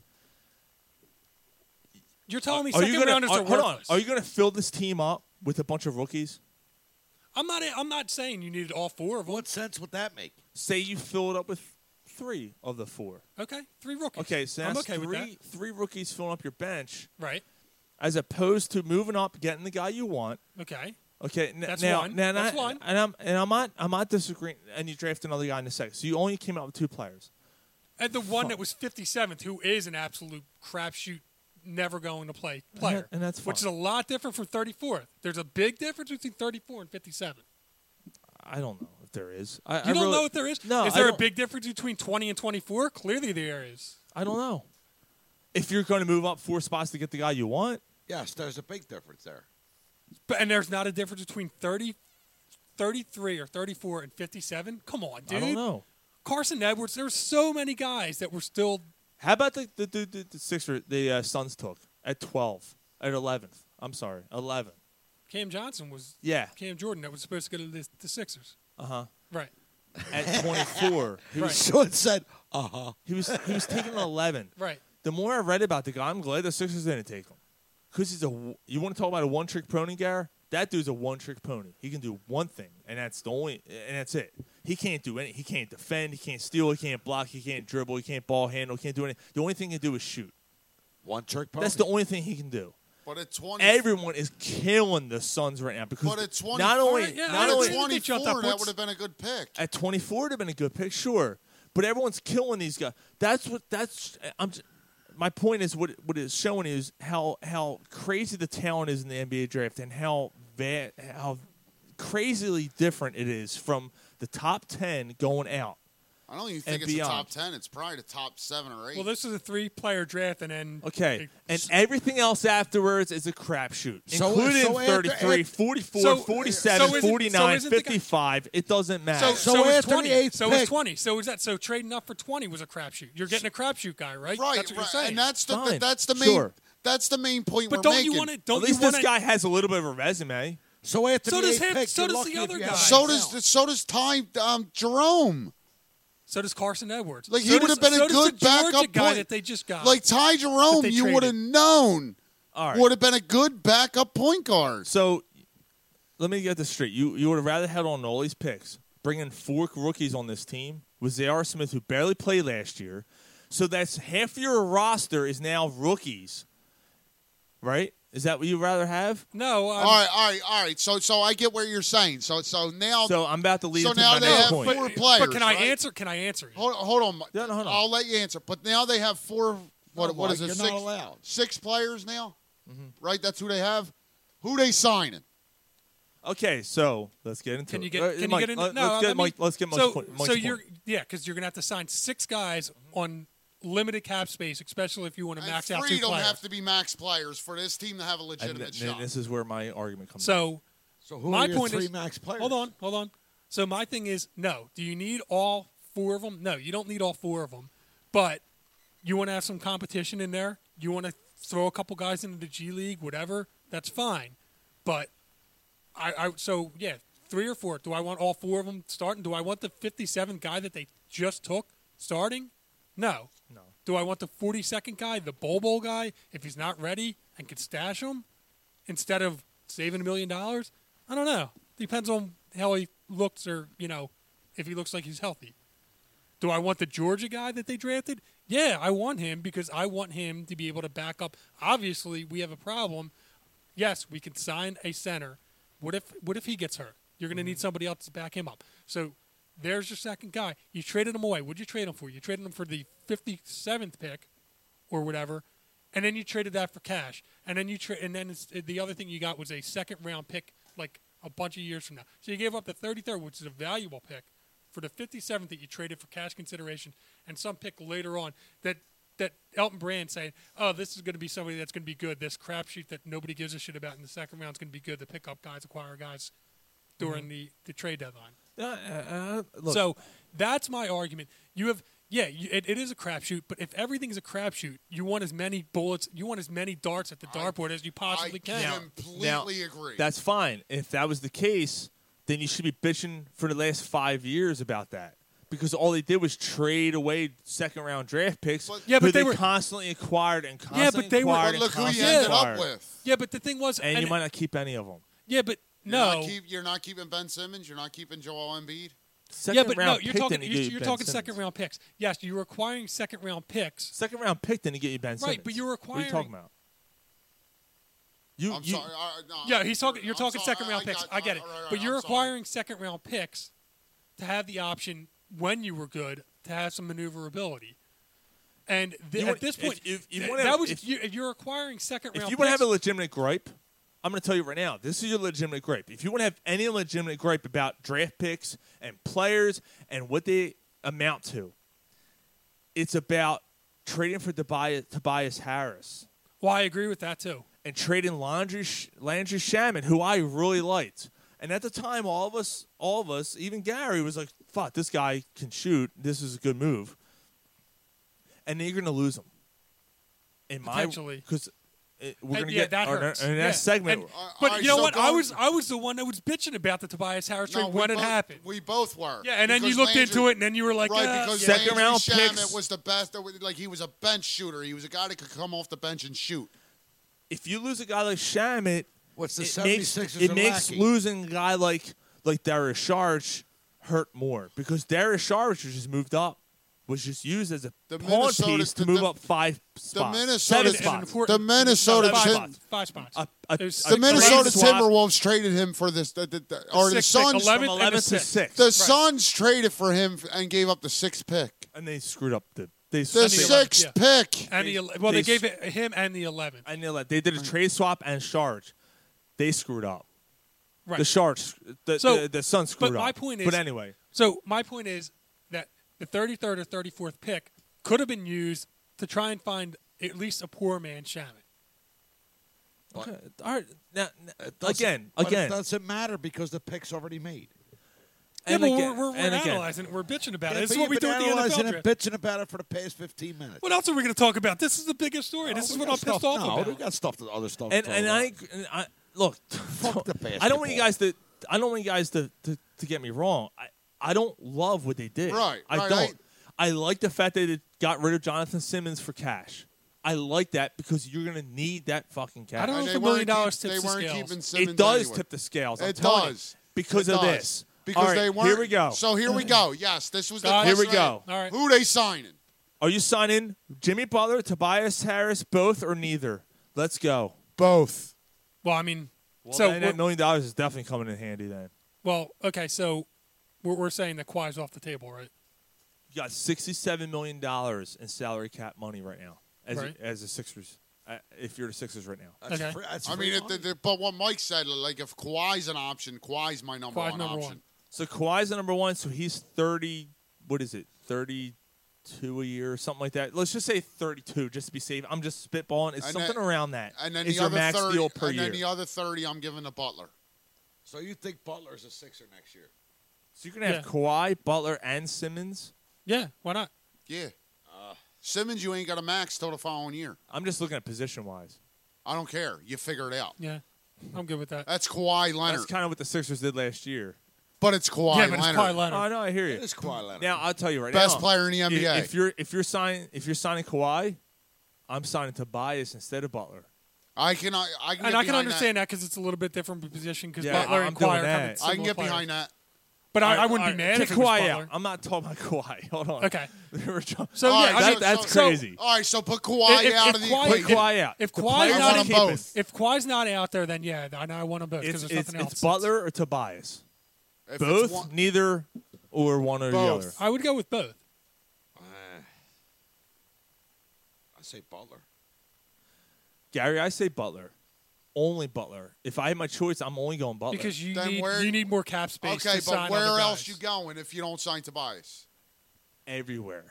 [SPEAKER 10] You're telling me
[SPEAKER 2] Are
[SPEAKER 10] second
[SPEAKER 2] you going
[SPEAKER 10] rounders
[SPEAKER 2] to
[SPEAKER 10] are,
[SPEAKER 2] hold on?
[SPEAKER 10] worthless.
[SPEAKER 2] Are you going to fill this team up with a bunch of rookies?
[SPEAKER 10] I'm not. I'm not saying you needed all four of them. What
[SPEAKER 11] sense would that make?
[SPEAKER 2] Say you fill it up with three of the four.
[SPEAKER 10] Okay, three rookies.
[SPEAKER 2] Okay, so
[SPEAKER 10] I'm
[SPEAKER 2] that's
[SPEAKER 10] okay
[SPEAKER 2] three
[SPEAKER 10] with that.
[SPEAKER 2] three rookies filling up your bench,
[SPEAKER 10] Right.
[SPEAKER 2] as opposed to moving up, getting the guy you want.
[SPEAKER 10] Okay.
[SPEAKER 2] Okay, n-
[SPEAKER 10] That's
[SPEAKER 2] now,
[SPEAKER 10] one.
[SPEAKER 2] now-
[SPEAKER 10] That's
[SPEAKER 2] now-
[SPEAKER 10] one.
[SPEAKER 2] and I'm and I'm not I'm not disagreeing. And you draft another guy in a second, so you only came out with two players.
[SPEAKER 10] And the one that was 57th, who is an absolute crapshoot, never going to play player,
[SPEAKER 2] that- and that's
[SPEAKER 10] which is a lot different from 34th. There's a big difference between 34 and 57.
[SPEAKER 2] I don't know if there is. I,
[SPEAKER 10] you
[SPEAKER 2] I
[SPEAKER 10] don't
[SPEAKER 2] really-
[SPEAKER 10] know what there is.
[SPEAKER 2] No,
[SPEAKER 10] is
[SPEAKER 2] I
[SPEAKER 10] there a
[SPEAKER 2] don't-
[SPEAKER 10] big difference between 20 and 24? Clearly, there is.
[SPEAKER 2] I don't know. If you're going to move up four spots to get the guy you want,
[SPEAKER 11] Yes, there's a big difference there.
[SPEAKER 10] But and there's not a difference between 30, 33 or 34 and 57. Come on, dude.
[SPEAKER 2] I don't know.
[SPEAKER 10] Carson Edwards. There's so many guys that were still.
[SPEAKER 2] How about the the the, the, the Sixer the uh, Suns took at twelve at eleventh? I'm sorry, eleven.
[SPEAKER 10] Cam Johnson was.
[SPEAKER 2] Yeah.
[SPEAKER 10] Cam Jordan that was supposed to go to the, the Sixers.
[SPEAKER 2] Uh huh.
[SPEAKER 10] Right.
[SPEAKER 2] At 24, he was,
[SPEAKER 10] Right.
[SPEAKER 2] said, "Uh huh." He was he was taking an 11.
[SPEAKER 10] Right.
[SPEAKER 2] The more I read about the guy, I'm glad the Sixers didn't take him, because he's a w- you want to talk about a one trick pony, Gar? That dude's a one trick pony. He can do one thing, and that's the only, and that's it. He can't do any. He can't defend. He can't steal. He can't block. He can't dribble. He can't ball handle. He can't do anything. The only thing he can do is shoot.
[SPEAKER 11] One trick
[SPEAKER 2] That's the only thing he can do.
[SPEAKER 8] But at 20,
[SPEAKER 2] Everyone is killing the Suns right now because
[SPEAKER 8] but at 24,
[SPEAKER 2] not only not
[SPEAKER 8] at
[SPEAKER 2] only
[SPEAKER 8] 24, that would have been a good pick.
[SPEAKER 2] at 24 would have been a good pick, sure. But everyone's killing these guys. That's what that's I'm j- my point is what what it's showing is how how crazy the talent is in the NBA draft and how va- how crazily different it is from the top 10 going out.
[SPEAKER 8] I don't even
[SPEAKER 2] and
[SPEAKER 8] think it's the
[SPEAKER 2] beyond.
[SPEAKER 8] top 10. It's probably the top 7 or 8.
[SPEAKER 10] Well, this was a three-player draft, and then
[SPEAKER 2] Okay. And everything else afterwards is a crapshoot,
[SPEAKER 10] So-
[SPEAKER 2] including
[SPEAKER 10] so after-
[SPEAKER 2] 33,
[SPEAKER 10] at-
[SPEAKER 2] 44,
[SPEAKER 10] So-
[SPEAKER 2] 47,
[SPEAKER 10] so is it- so
[SPEAKER 2] 49,
[SPEAKER 10] isn't the guy-
[SPEAKER 2] 55. It doesn't matter.
[SPEAKER 10] So, so, is 20. So is 20. So is that so trading up for 20 was a crapshoot. You're getting a crapshoot guy, right?
[SPEAKER 8] Right,
[SPEAKER 10] That's what
[SPEAKER 8] right.
[SPEAKER 10] you're saying.
[SPEAKER 8] And that's the that's the main
[SPEAKER 2] Sure.
[SPEAKER 8] that's the main point
[SPEAKER 10] But
[SPEAKER 8] we're
[SPEAKER 10] don't you
[SPEAKER 8] making.
[SPEAKER 10] wanna- don't
[SPEAKER 2] At least this guy has a little bit of a resume.
[SPEAKER 11] So after
[SPEAKER 10] So the does eighth him- pick, so you're does the lucky if other you have guy. nine
[SPEAKER 8] So does so does time um, Jerome.
[SPEAKER 10] So does Carson Edwards.
[SPEAKER 8] Like
[SPEAKER 10] so
[SPEAKER 8] he
[SPEAKER 10] does-
[SPEAKER 8] would have been
[SPEAKER 10] so
[SPEAKER 8] a
[SPEAKER 10] does
[SPEAKER 8] good
[SPEAKER 10] the Georgia
[SPEAKER 8] backup
[SPEAKER 10] guy
[SPEAKER 8] point.
[SPEAKER 10] that they just got.
[SPEAKER 8] Like Ty Jerome,
[SPEAKER 10] that they
[SPEAKER 8] you would have
[SPEAKER 10] traded.
[SPEAKER 8] known.
[SPEAKER 2] All right.
[SPEAKER 8] Would have been a good backup point guard.
[SPEAKER 2] So let me get this straight. You you would have rather had on all these picks, bringing four rookies on this team with J.R. Smith, who barely played last year. So that's half your roster is now rookies, right? Is that what you'd rather have?
[SPEAKER 10] No. um,
[SPEAKER 8] all right, all right, all right. So so I get what you're saying. So so
[SPEAKER 10] Oh,
[SPEAKER 8] now
[SPEAKER 2] So I'm about to lead
[SPEAKER 8] so
[SPEAKER 2] into
[SPEAKER 8] now
[SPEAKER 2] my
[SPEAKER 8] they
[SPEAKER 2] next
[SPEAKER 8] have
[SPEAKER 2] point.
[SPEAKER 8] four players.
[SPEAKER 10] But can I
[SPEAKER 8] right?
[SPEAKER 10] answer? Can I answer?
[SPEAKER 8] Hold, hold on. Mike.
[SPEAKER 10] no, hold on.
[SPEAKER 8] I'll let you answer. But now they have four. What,
[SPEAKER 11] No,
[SPEAKER 8] what is
[SPEAKER 11] Mike,
[SPEAKER 8] it?
[SPEAKER 11] you're
[SPEAKER 8] Six,
[SPEAKER 11] not allowed.
[SPEAKER 8] six players now,
[SPEAKER 10] Mm-hmm.
[SPEAKER 8] right? That's who they have. Who they signing?
[SPEAKER 2] Okay, so let's get into
[SPEAKER 10] Can
[SPEAKER 2] it.
[SPEAKER 10] you get?
[SPEAKER 2] Uh,
[SPEAKER 10] Can
[SPEAKER 2] Mike,
[SPEAKER 10] you get? Into,
[SPEAKER 2] let-
[SPEAKER 10] no.
[SPEAKER 2] let's get
[SPEAKER 10] I mean,
[SPEAKER 2] Mike. Let's get Mike's
[SPEAKER 10] so,
[SPEAKER 2] point. Mike's
[SPEAKER 10] so
[SPEAKER 2] point.
[SPEAKER 10] you're yeah, because you're gonna have to sign six guys on limited cap space, especially if you want to
[SPEAKER 8] And
[SPEAKER 10] max out
[SPEAKER 8] three
[SPEAKER 10] two
[SPEAKER 8] don't
[SPEAKER 10] players.
[SPEAKER 8] have to be max players for this team to have a
[SPEAKER 2] and,
[SPEAKER 8] legitimate
[SPEAKER 2] th-
[SPEAKER 8] shot.
[SPEAKER 2] and this is where my argument comes. in.
[SPEAKER 10] So,
[SPEAKER 11] so
[SPEAKER 2] who
[SPEAKER 10] my
[SPEAKER 2] are your
[SPEAKER 10] point
[SPEAKER 2] three
[SPEAKER 10] is,
[SPEAKER 11] max players?
[SPEAKER 10] Hold on, hold on. So my thing is, no. Do you need all four of them? No, you don't need all four of them. But you want to have some competition in there. You want to throw a couple guys into the G League, whatever. That's fine. But I, I so yeah, three or four. Do I want all four of them starting? Do I want the 57th guy that they just took starting? No.
[SPEAKER 2] No.
[SPEAKER 10] Do I want the 42nd guy, the Bobo guy, if he's not ready and could stash him instead of saving a million dollars? I don't know. Depends on how he looks or, you know, if he looks like he's healthy. Do I want the Georgia guy that they drafted? Yeah, I want him because I want him to be able to back up. Obviously, we have a problem. Yes, we can sign a center. What if what if he gets hurt? You're going to need somebody else to back him up. So there's your second guy. You traded him away. What'd you trade him for? You traded him for the 57th pick or whatever, and then you traded that for cash. And then you tra- and then it's, the other thing you got was a second round pick like a bunch of years from now. So you gave up the 33rd, which is a valuable pick, for the 57th that you traded for cash consideration and some pick later on that that Elton Brand saying, "Oh, this is going to be somebody that's going to be good. This crapshoot that nobody gives a shit about in the second round is going to be good to pick up guys, acquire guys during
[SPEAKER 2] Mhm.
[SPEAKER 10] the, the trade deadline."
[SPEAKER 2] Uh, uh, uh, look.
[SPEAKER 10] So that's my argument. You have, yeah, you, it, it is a crapshoot, but if everything's a crapshoot, you want as many bullets, you want as many darts at the dartboard as you possibly can.
[SPEAKER 8] completely agree.
[SPEAKER 2] That's fine. If that was the case, then you should be bitching for the last five years about that. Because all they did was trade away second round draft picks.
[SPEAKER 10] Yeah, but
[SPEAKER 2] who
[SPEAKER 10] they were-
[SPEAKER 2] constantly acquired and constantly
[SPEAKER 10] yeah, but they were.
[SPEAKER 2] acquired and constantly acquired.
[SPEAKER 10] Yeah, but the thing was,
[SPEAKER 2] And, you might not keep any of them.
[SPEAKER 10] Yeah, but
[SPEAKER 8] You're
[SPEAKER 10] no.
[SPEAKER 8] not keep- you're not keeping Ben Simmons. You're not keeping Joel Embiid.
[SPEAKER 10] yeah, but no, you're talking you're, you're talking second round picks. Yes, you're acquiring second round picks.
[SPEAKER 2] Second round pick didn't get you Ben Simmons.
[SPEAKER 10] Right, but you're
[SPEAKER 2] What are you
[SPEAKER 10] acquiring-
[SPEAKER 2] talking about? You,
[SPEAKER 8] I'm
[SPEAKER 2] you-
[SPEAKER 8] sorry. Uh, no,
[SPEAKER 10] yeah,
[SPEAKER 8] I'm-
[SPEAKER 10] he's talking. You're
[SPEAKER 8] I'm
[SPEAKER 10] talking
[SPEAKER 8] sorry,
[SPEAKER 10] second round picks.
[SPEAKER 8] got-
[SPEAKER 10] I get it.
[SPEAKER 8] all right, all right,
[SPEAKER 10] but you're
[SPEAKER 8] I'm sorry.
[SPEAKER 10] acquiring second round picks to have the option when you were good to have some maneuverability. And th-
[SPEAKER 2] You
[SPEAKER 10] at this
[SPEAKER 2] would-
[SPEAKER 10] point,
[SPEAKER 2] if- if you
[SPEAKER 10] th-
[SPEAKER 2] wanna
[SPEAKER 10] that
[SPEAKER 2] have-
[SPEAKER 10] was
[SPEAKER 2] if-
[SPEAKER 10] you, you're acquiring second
[SPEAKER 2] if
[SPEAKER 10] round.
[SPEAKER 2] you
[SPEAKER 10] picks,
[SPEAKER 2] want to have a legitimate gripe, I'm going to tell you right now, this is your legitimate gripe. If you want to have any legitimate gripe about draft picks and players and what they amount to, it's about trading for Tobias, Tobias Harris
[SPEAKER 10] well, I agree with that too.
[SPEAKER 2] and trading Landry Sh- Landry Shaman, who I really liked. And at the time, all of us, all of us, even Gary was like, "Fuck, this guy can shoot. This is a good move." And then you're going to lose him. In my
[SPEAKER 10] Potentially.
[SPEAKER 2] because we're
[SPEAKER 10] Uh,
[SPEAKER 2] going to
[SPEAKER 10] yeah,
[SPEAKER 2] get
[SPEAKER 10] that
[SPEAKER 2] our,
[SPEAKER 10] hurts.
[SPEAKER 2] our next
[SPEAKER 10] Yeah.
[SPEAKER 2] segment.
[SPEAKER 10] And-
[SPEAKER 8] All
[SPEAKER 10] but
[SPEAKER 8] right,
[SPEAKER 10] you know
[SPEAKER 8] so
[SPEAKER 10] what? I
[SPEAKER 8] go-
[SPEAKER 10] was I was the one that was bitching about the Tobias Harris trade
[SPEAKER 8] No, we
[SPEAKER 10] when it
[SPEAKER 8] both-
[SPEAKER 10] happened.
[SPEAKER 8] We both were.
[SPEAKER 10] Yeah, and then you
[SPEAKER 8] Because
[SPEAKER 10] looked
[SPEAKER 8] Landry-
[SPEAKER 10] into it, and then you were like,
[SPEAKER 8] right,
[SPEAKER 10] uh,
[SPEAKER 8] because
[SPEAKER 10] yeah.
[SPEAKER 8] second
[SPEAKER 10] Second
[SPEAKER 8] round
[SPEAKER 10] round
[SPEAKER 8] Shamet
[SPEAKER 10] picks.
[SPEAKER 8] was the best. that was- Like he was a bench shooter. He was a guy that could come off the bench and shoot.
[SPEAKER 2] if you lose a guy like Shamit,
[SPEAKER 11] what's
[SPEAKER 8] the
[SPEAKER 2] it makes,
[SPEAKER 8] 76ers
[SPEAKER 2] it
[SPEAKER 8] are
[SPEAKER 2] makes
[SPEAKER 8] lacking.
[SPEAKER 2] losing a guy like like Darius Sharge hurt more because Darius Sharge was just moved up, was just used as a
[SPEAKER 8] The
[SPEAKER 2] pawn
[SPEAKER 8] Minnesota-
[SPEAKER 2] piece to
[SPEAKER 8] the-
[SPEAKER 2] move
[SPEAKER 8] the-
[SPEAKER 2] up five
[SPEAKER 8] The
[SPEAKER 2] spots,
[SPEAKER 8] Minnesota,
[SPEAKER 2] seven spots. Uh,
[SPEAKER 8] the Minnesota,
[SPEAKER 2] Five
[SPEAKER 8] Tim-
[SPEAKER 2] spots.
[SPEAKER 10] Five spots.
[SPEAKER 2] A- a- a
[SPEAKER 8] the Minnesota
[SPEAKER 2] trade swap.
[SPEAKER 8] Timberwolves traded him for this, the, the, the, or the
[SPEAKER 2] Sixth pick,
[SPEAKER 8] Suns.
[SPEAKER 2] 11th and a 11th to sixth. sixth.
[SPEAKER 8] The
[SPEAKER 2] Right.
[SPEAKER 8] Suns traded for him f- and gave up the sixth pick.
[SPEAKER 2] and they screwed up the they
[SPEAKER 8] The sixth pick.
[SPEAKER 10] and the ele- well, they, gave it, him and the 11.
[SPEAKER 2] I knew that they did a trade swap and Sharge, they screwed up.
[SPEAKER 10] Right.
[SPEAKER 2] The Sharge, the
[SPEAKER 10] So-
[SPEAKER 2] the, the Suns
[SPEAKER 10] but
[SPEAKER 2] screwed up.
[SPEAKER 10] my point is,
[SPEAKER 2] but anyway,
[SPEAKER 10] So my point is that the 33rd or 34th pick could have been used to try and find at least a poor man Shaman.
[SPEAKER 2] okay, all right. Now, now
[SPEAKER 11] Doesn't-
[SPEAKER 2] again,
[SPEAKER 11] but
[SPEAKER 2] again,
[SPEAKER 11] it doesn't matter because the pick's already made.
[SPEAKER 10] Yeah,
[SPEAKER 2] And
[SPEAKER 10] but
[SPEAKER 2] again-
[SPEAKER 10] we're, we're,
[SPEAKER 2] and
[SPEAKER 10] we're
[SPEAKER 2] again.
[SPEAKER 10] analyzing it. We're bitching about it.
[SPEAKER 11] Yeah,
[SPEAKER 10] This is
[SPEAKER 11] but
[SPEAKER 10] what we
[SPEAKER 11] you've
[SPEAKER 10] do
[SPEAKER 11] been
[SPEAKER 10] at the
[SPEAKER 11] analyzing
[SPEAKER 10] NFL
[SPEAKER 11] and
[SPEAKER 10] draft.
[SPEAKER 11] bitching about it for the past fifteen minutes.
[SPEAKER 10] What else are we going to talk about? This is the biggest story. this is
[SPEAKER 11] Oh, we
[SPEAKER 10] what
[SPEAKER 11] got
[SPEAKER 10] I'm pissed
[SPEAKER 11] stuff-
[SPEAKER 10] off
[SPEAKER 11] no,
[SPEAKER 10] about.
[SPEAKER 11] we got stuff to other stuff.
[SPEAKER 2] and
[SPEAKER 11] to
[SPEAKER 2] and
[SPEAKER 11] talk
[SPEAKER 2] I,
[SPEAKER 11] about.
[SPEAKER 2] and I look.
[SPEAKER 11] fuck the basketball.
[SPEAKER 2] I don't want you guys to. I don't want you guys to to, to get me wrong. I, I don't love what they did.
[SPEAKER 8] Right,
[SPEAKER 2] I
[SPEAKER 8] right,
[SPEAKER 2] don't. I, like the fact that it got rid of Jonathan Simmons for cash. I like that because you're gonna need that fucking cash.
[SPEAKER 10] I don't know
[SPEAKER 8] And
[SPEAKER 10] if
[SPEAKER 8] they
[SPEAKER 10] a million
[SPEAKER 8] weren't
[SPEAKER 10] dollars
[SPEAKER 8] keep-
[SPEAKER 10] tips
[SPEAKER 8] they
[SPEAKER 10] the
[SPEAKER 8] weren't
[SPEAKER 10] scales.
[SPEAKER 8] keeping Simmons
[SPEAKER 2] it does
[SPEAKER 8] anyway.
[SPEAKER 2] tip the scales. I'm
[SPEAKER 8] It
[SPEAKER 2] telling you.
[SPEAKER 8] does.
[SPEAKER 2] because
[SPEAKER 8] It
[SPEAKER 2] of
[SPEAKER 8] does.
[SPEAKER 2] this.
[SPEAKER 8] Because
[SPEAKER 2] All right,
[SPEAKER 8] they weren't.
[SPEAKER 2] Here we go.
[SPEAKER 8] So here we go. Yes, this was the
[SPEAKER 2] Guys, here we
[SPEAKER 8] question I
[SPEAKER 2] go.
[SPEAKER 8] had. Who they signing?
[SPEAKER 2] Are you signing Jimmy Butler, Tobias Harris, both or neither? Let's go.
[SPEAKER 8] Both.
[SPEAKER 10] Well, I mean,
[SPEAKER 2] Well,
[SPEAKER 10] so
[SPEAKER 2] then
[SPEAKER 10] we're-
[SPEAKER 2] that million dollars is definitely coming in handy. Then
[SPEAKER 10] well, okay, so we're, we're saying that Kawhi's off the table, right?
[SPEAKER 2] you got sixty-seven million dollars in salary cap money right now as
[SPEAKER 10] Right.
[SPEAKER 2] as the Sixers. Uh, if you're the Sixers right now,
[SPEAKER 10] That's Okay. free-
[SPEAKER 8] I mean, it, the, the, but what Mike said, like if Kawhi's an option, Kawhi's my number
[SPEAKER 10] Kawhi's
[SPEAKER 8] one
[SPEAKER 10] number
[SPEAKER 8] option.
[SPEAKER 10] one.
[SPEAKER 2] So Kawhi's the number one, so he's thirty. What is it? Thirty-two a year or something like that. Let's just say thirty-two, just to be safe. I'm just spitballing. It's
[SPEAKER 8] And
[SPEAKER 2] something
[SPEAKER 8] then-
[SPEAKER 2] around that.
[SPEAKER 8] And then
[SPEAKER 2] It's
[SPEAKER 8] the
[SPEAKER 2] your
[SPEAKER 8] other
[SPEAKER 2] max
[SPEAKER 8] 30,
[SPEAKER 2] deal per
[SPEAKER 8] and
[SPEAKER 2] year.
[SPEAKER 8] then the other thirty, I'm giving to Butler.
[SPEAKER 11] So you think Butler's a Sixer next year?
[SPEAKER 2] so you're gonna have Kawhi, Butler, and Simmons.
[SPEAKER 10] Yeah, why not?
[SPEAKER 8] Yeah.
[SPEAKER 11] Uh.
[SPEAKER 8] Simmons, you ain't got a max till the following year.
[SPEAKER 2] I'm just looking at position wise.
[SPEAKER 8] I don't care. You figure it out.
[SPEAKER 10] Yeah, I'm good with that.
[SPEAKER 8] That's Kawhi Leonard.
[SPEAKER 2] That's kind of what the Sixers did last year.
[SPEAKER 8] But it's Kawhi
[SPEAKER 2] Yeah, but it's
[SPEAKER 8] Leonard.
[SPEAKER 2] Kawhi Leonard. I know, I hear you. It
[SPEAKER 11] is Kawhi Leonard.
[SPEAKER 2] Now I'll tell you right now,
[SPEAKER 8] Best player in the
[SPEAKER 2] i-
[SPEAKER 8] NBA.
[SPEAKER 2] If you're if you're signing if you're signing Kawhi, I'm signing Tobias instead of Butler.
[SPEAKER 8] I can I, I can. get
[SPEAKER 10] and I can
[SPEAKER 8] behind
[SPEAKER 10] understand that because it's a little bit different of a position because
[SPEAKER 2] Yeah,
[SPEAKER 10] Butler
[SPEAKER 2] I'm
[SPEAKER 10] and Kawhi
[SPEAKER 2] doing
[SPEAKER 10] are kind
[SPEAKER 2] that.
[SPEAKER 10] of
[SPEAKER 8] I can
[SPEAKER 10] similar
[SPEAKER 8] get
[SPEAKER 10] players.
[SPEAKER 8] behind that.
[SPEAKER 10] But I,
[SPEAKER 2] All right,
[SPEAKER 10] I wouldn't
[SPEAKER 2] all
[SPEAKER 10] be
[SPEAKER 2] right,
[SPEAKER 10] mad
[SPEAKER 2] Take
[SPEAKER 10] if um, it was
[SPEAKER 2] Kawhi
[SPEAKER 10] Butler.
[SPEAKER 2] out. I'm not talking about Kawhi. Hold on.
[SPEAKER 10] Okay.
[SPEAKER 2] They were trying-
[SPEAKER 10] So,
[SPEAKER 2] All
[SPEAKER 10] yeah,
[SPEAKER 2] right,
[SPEAKER 10] I-
[SPEAKER 2] that- that's
[SPEAKER 8] So-
[SPEAKER 2] crazy.
[SPEAKER 8] all right, so put Kawhi
[SPEAKER 2] If- if-
[SPEAKER 8] out
[SPEAKER 2] if
[SPEAKER 8] of the
[SPEAKER 2] Kawhi-
[SPEAKER 8] equation.
[SPEAKER 2] if- Kawhi out.
[SPEAKER 10] If
[SPEAKER 2] The
[SPEAKER 10] Kawhi's
[SPEAKER 2] players
[SPEAKER 10] not
[SPEAKER 2] want
[SPEAKER 10] in-
[SPEAKER 2] them both.
[SPEAKER 10] if Kawhi's not out there, then yeah, I know I want them both because
[SPEAKER 2] it's,
[SPEAKER 10] there's
[SPEAKER 2] it's,
[SPEAKER 10] nothing else.
[SPEAKER 2] it's Butler or Tobias.
[SPEAKER 8] If it's
[SPEAKER 2] both,
[SPEAKER 8] one-
[SPEAKER 2] neither, or one or the other.
[SPEAKER 10] I would go with both.
[SPEAKER 11] I say Butler.
[SPEAKER 2] Gary, I say Butler. Only Butler. If I had my choice, I'm only going Butler.
[SPEAKER 10] Because you
[SPEAKER 8] Then
[SPEAKER 10] need
[SPEAKER 8] where-
[SPEAKER 10] you need more cap space.
[SPEAKER 8] Okay,
[SPEAKER 10] to
[SPEAKER 8] but
[SPEAKER 10] sign other
[SPEAKER 8] where
[SPEAKER 10] guys.
[SPEAKER 8] else you going if you don't sign Tobias?
[SPEAKER 2] everywhere.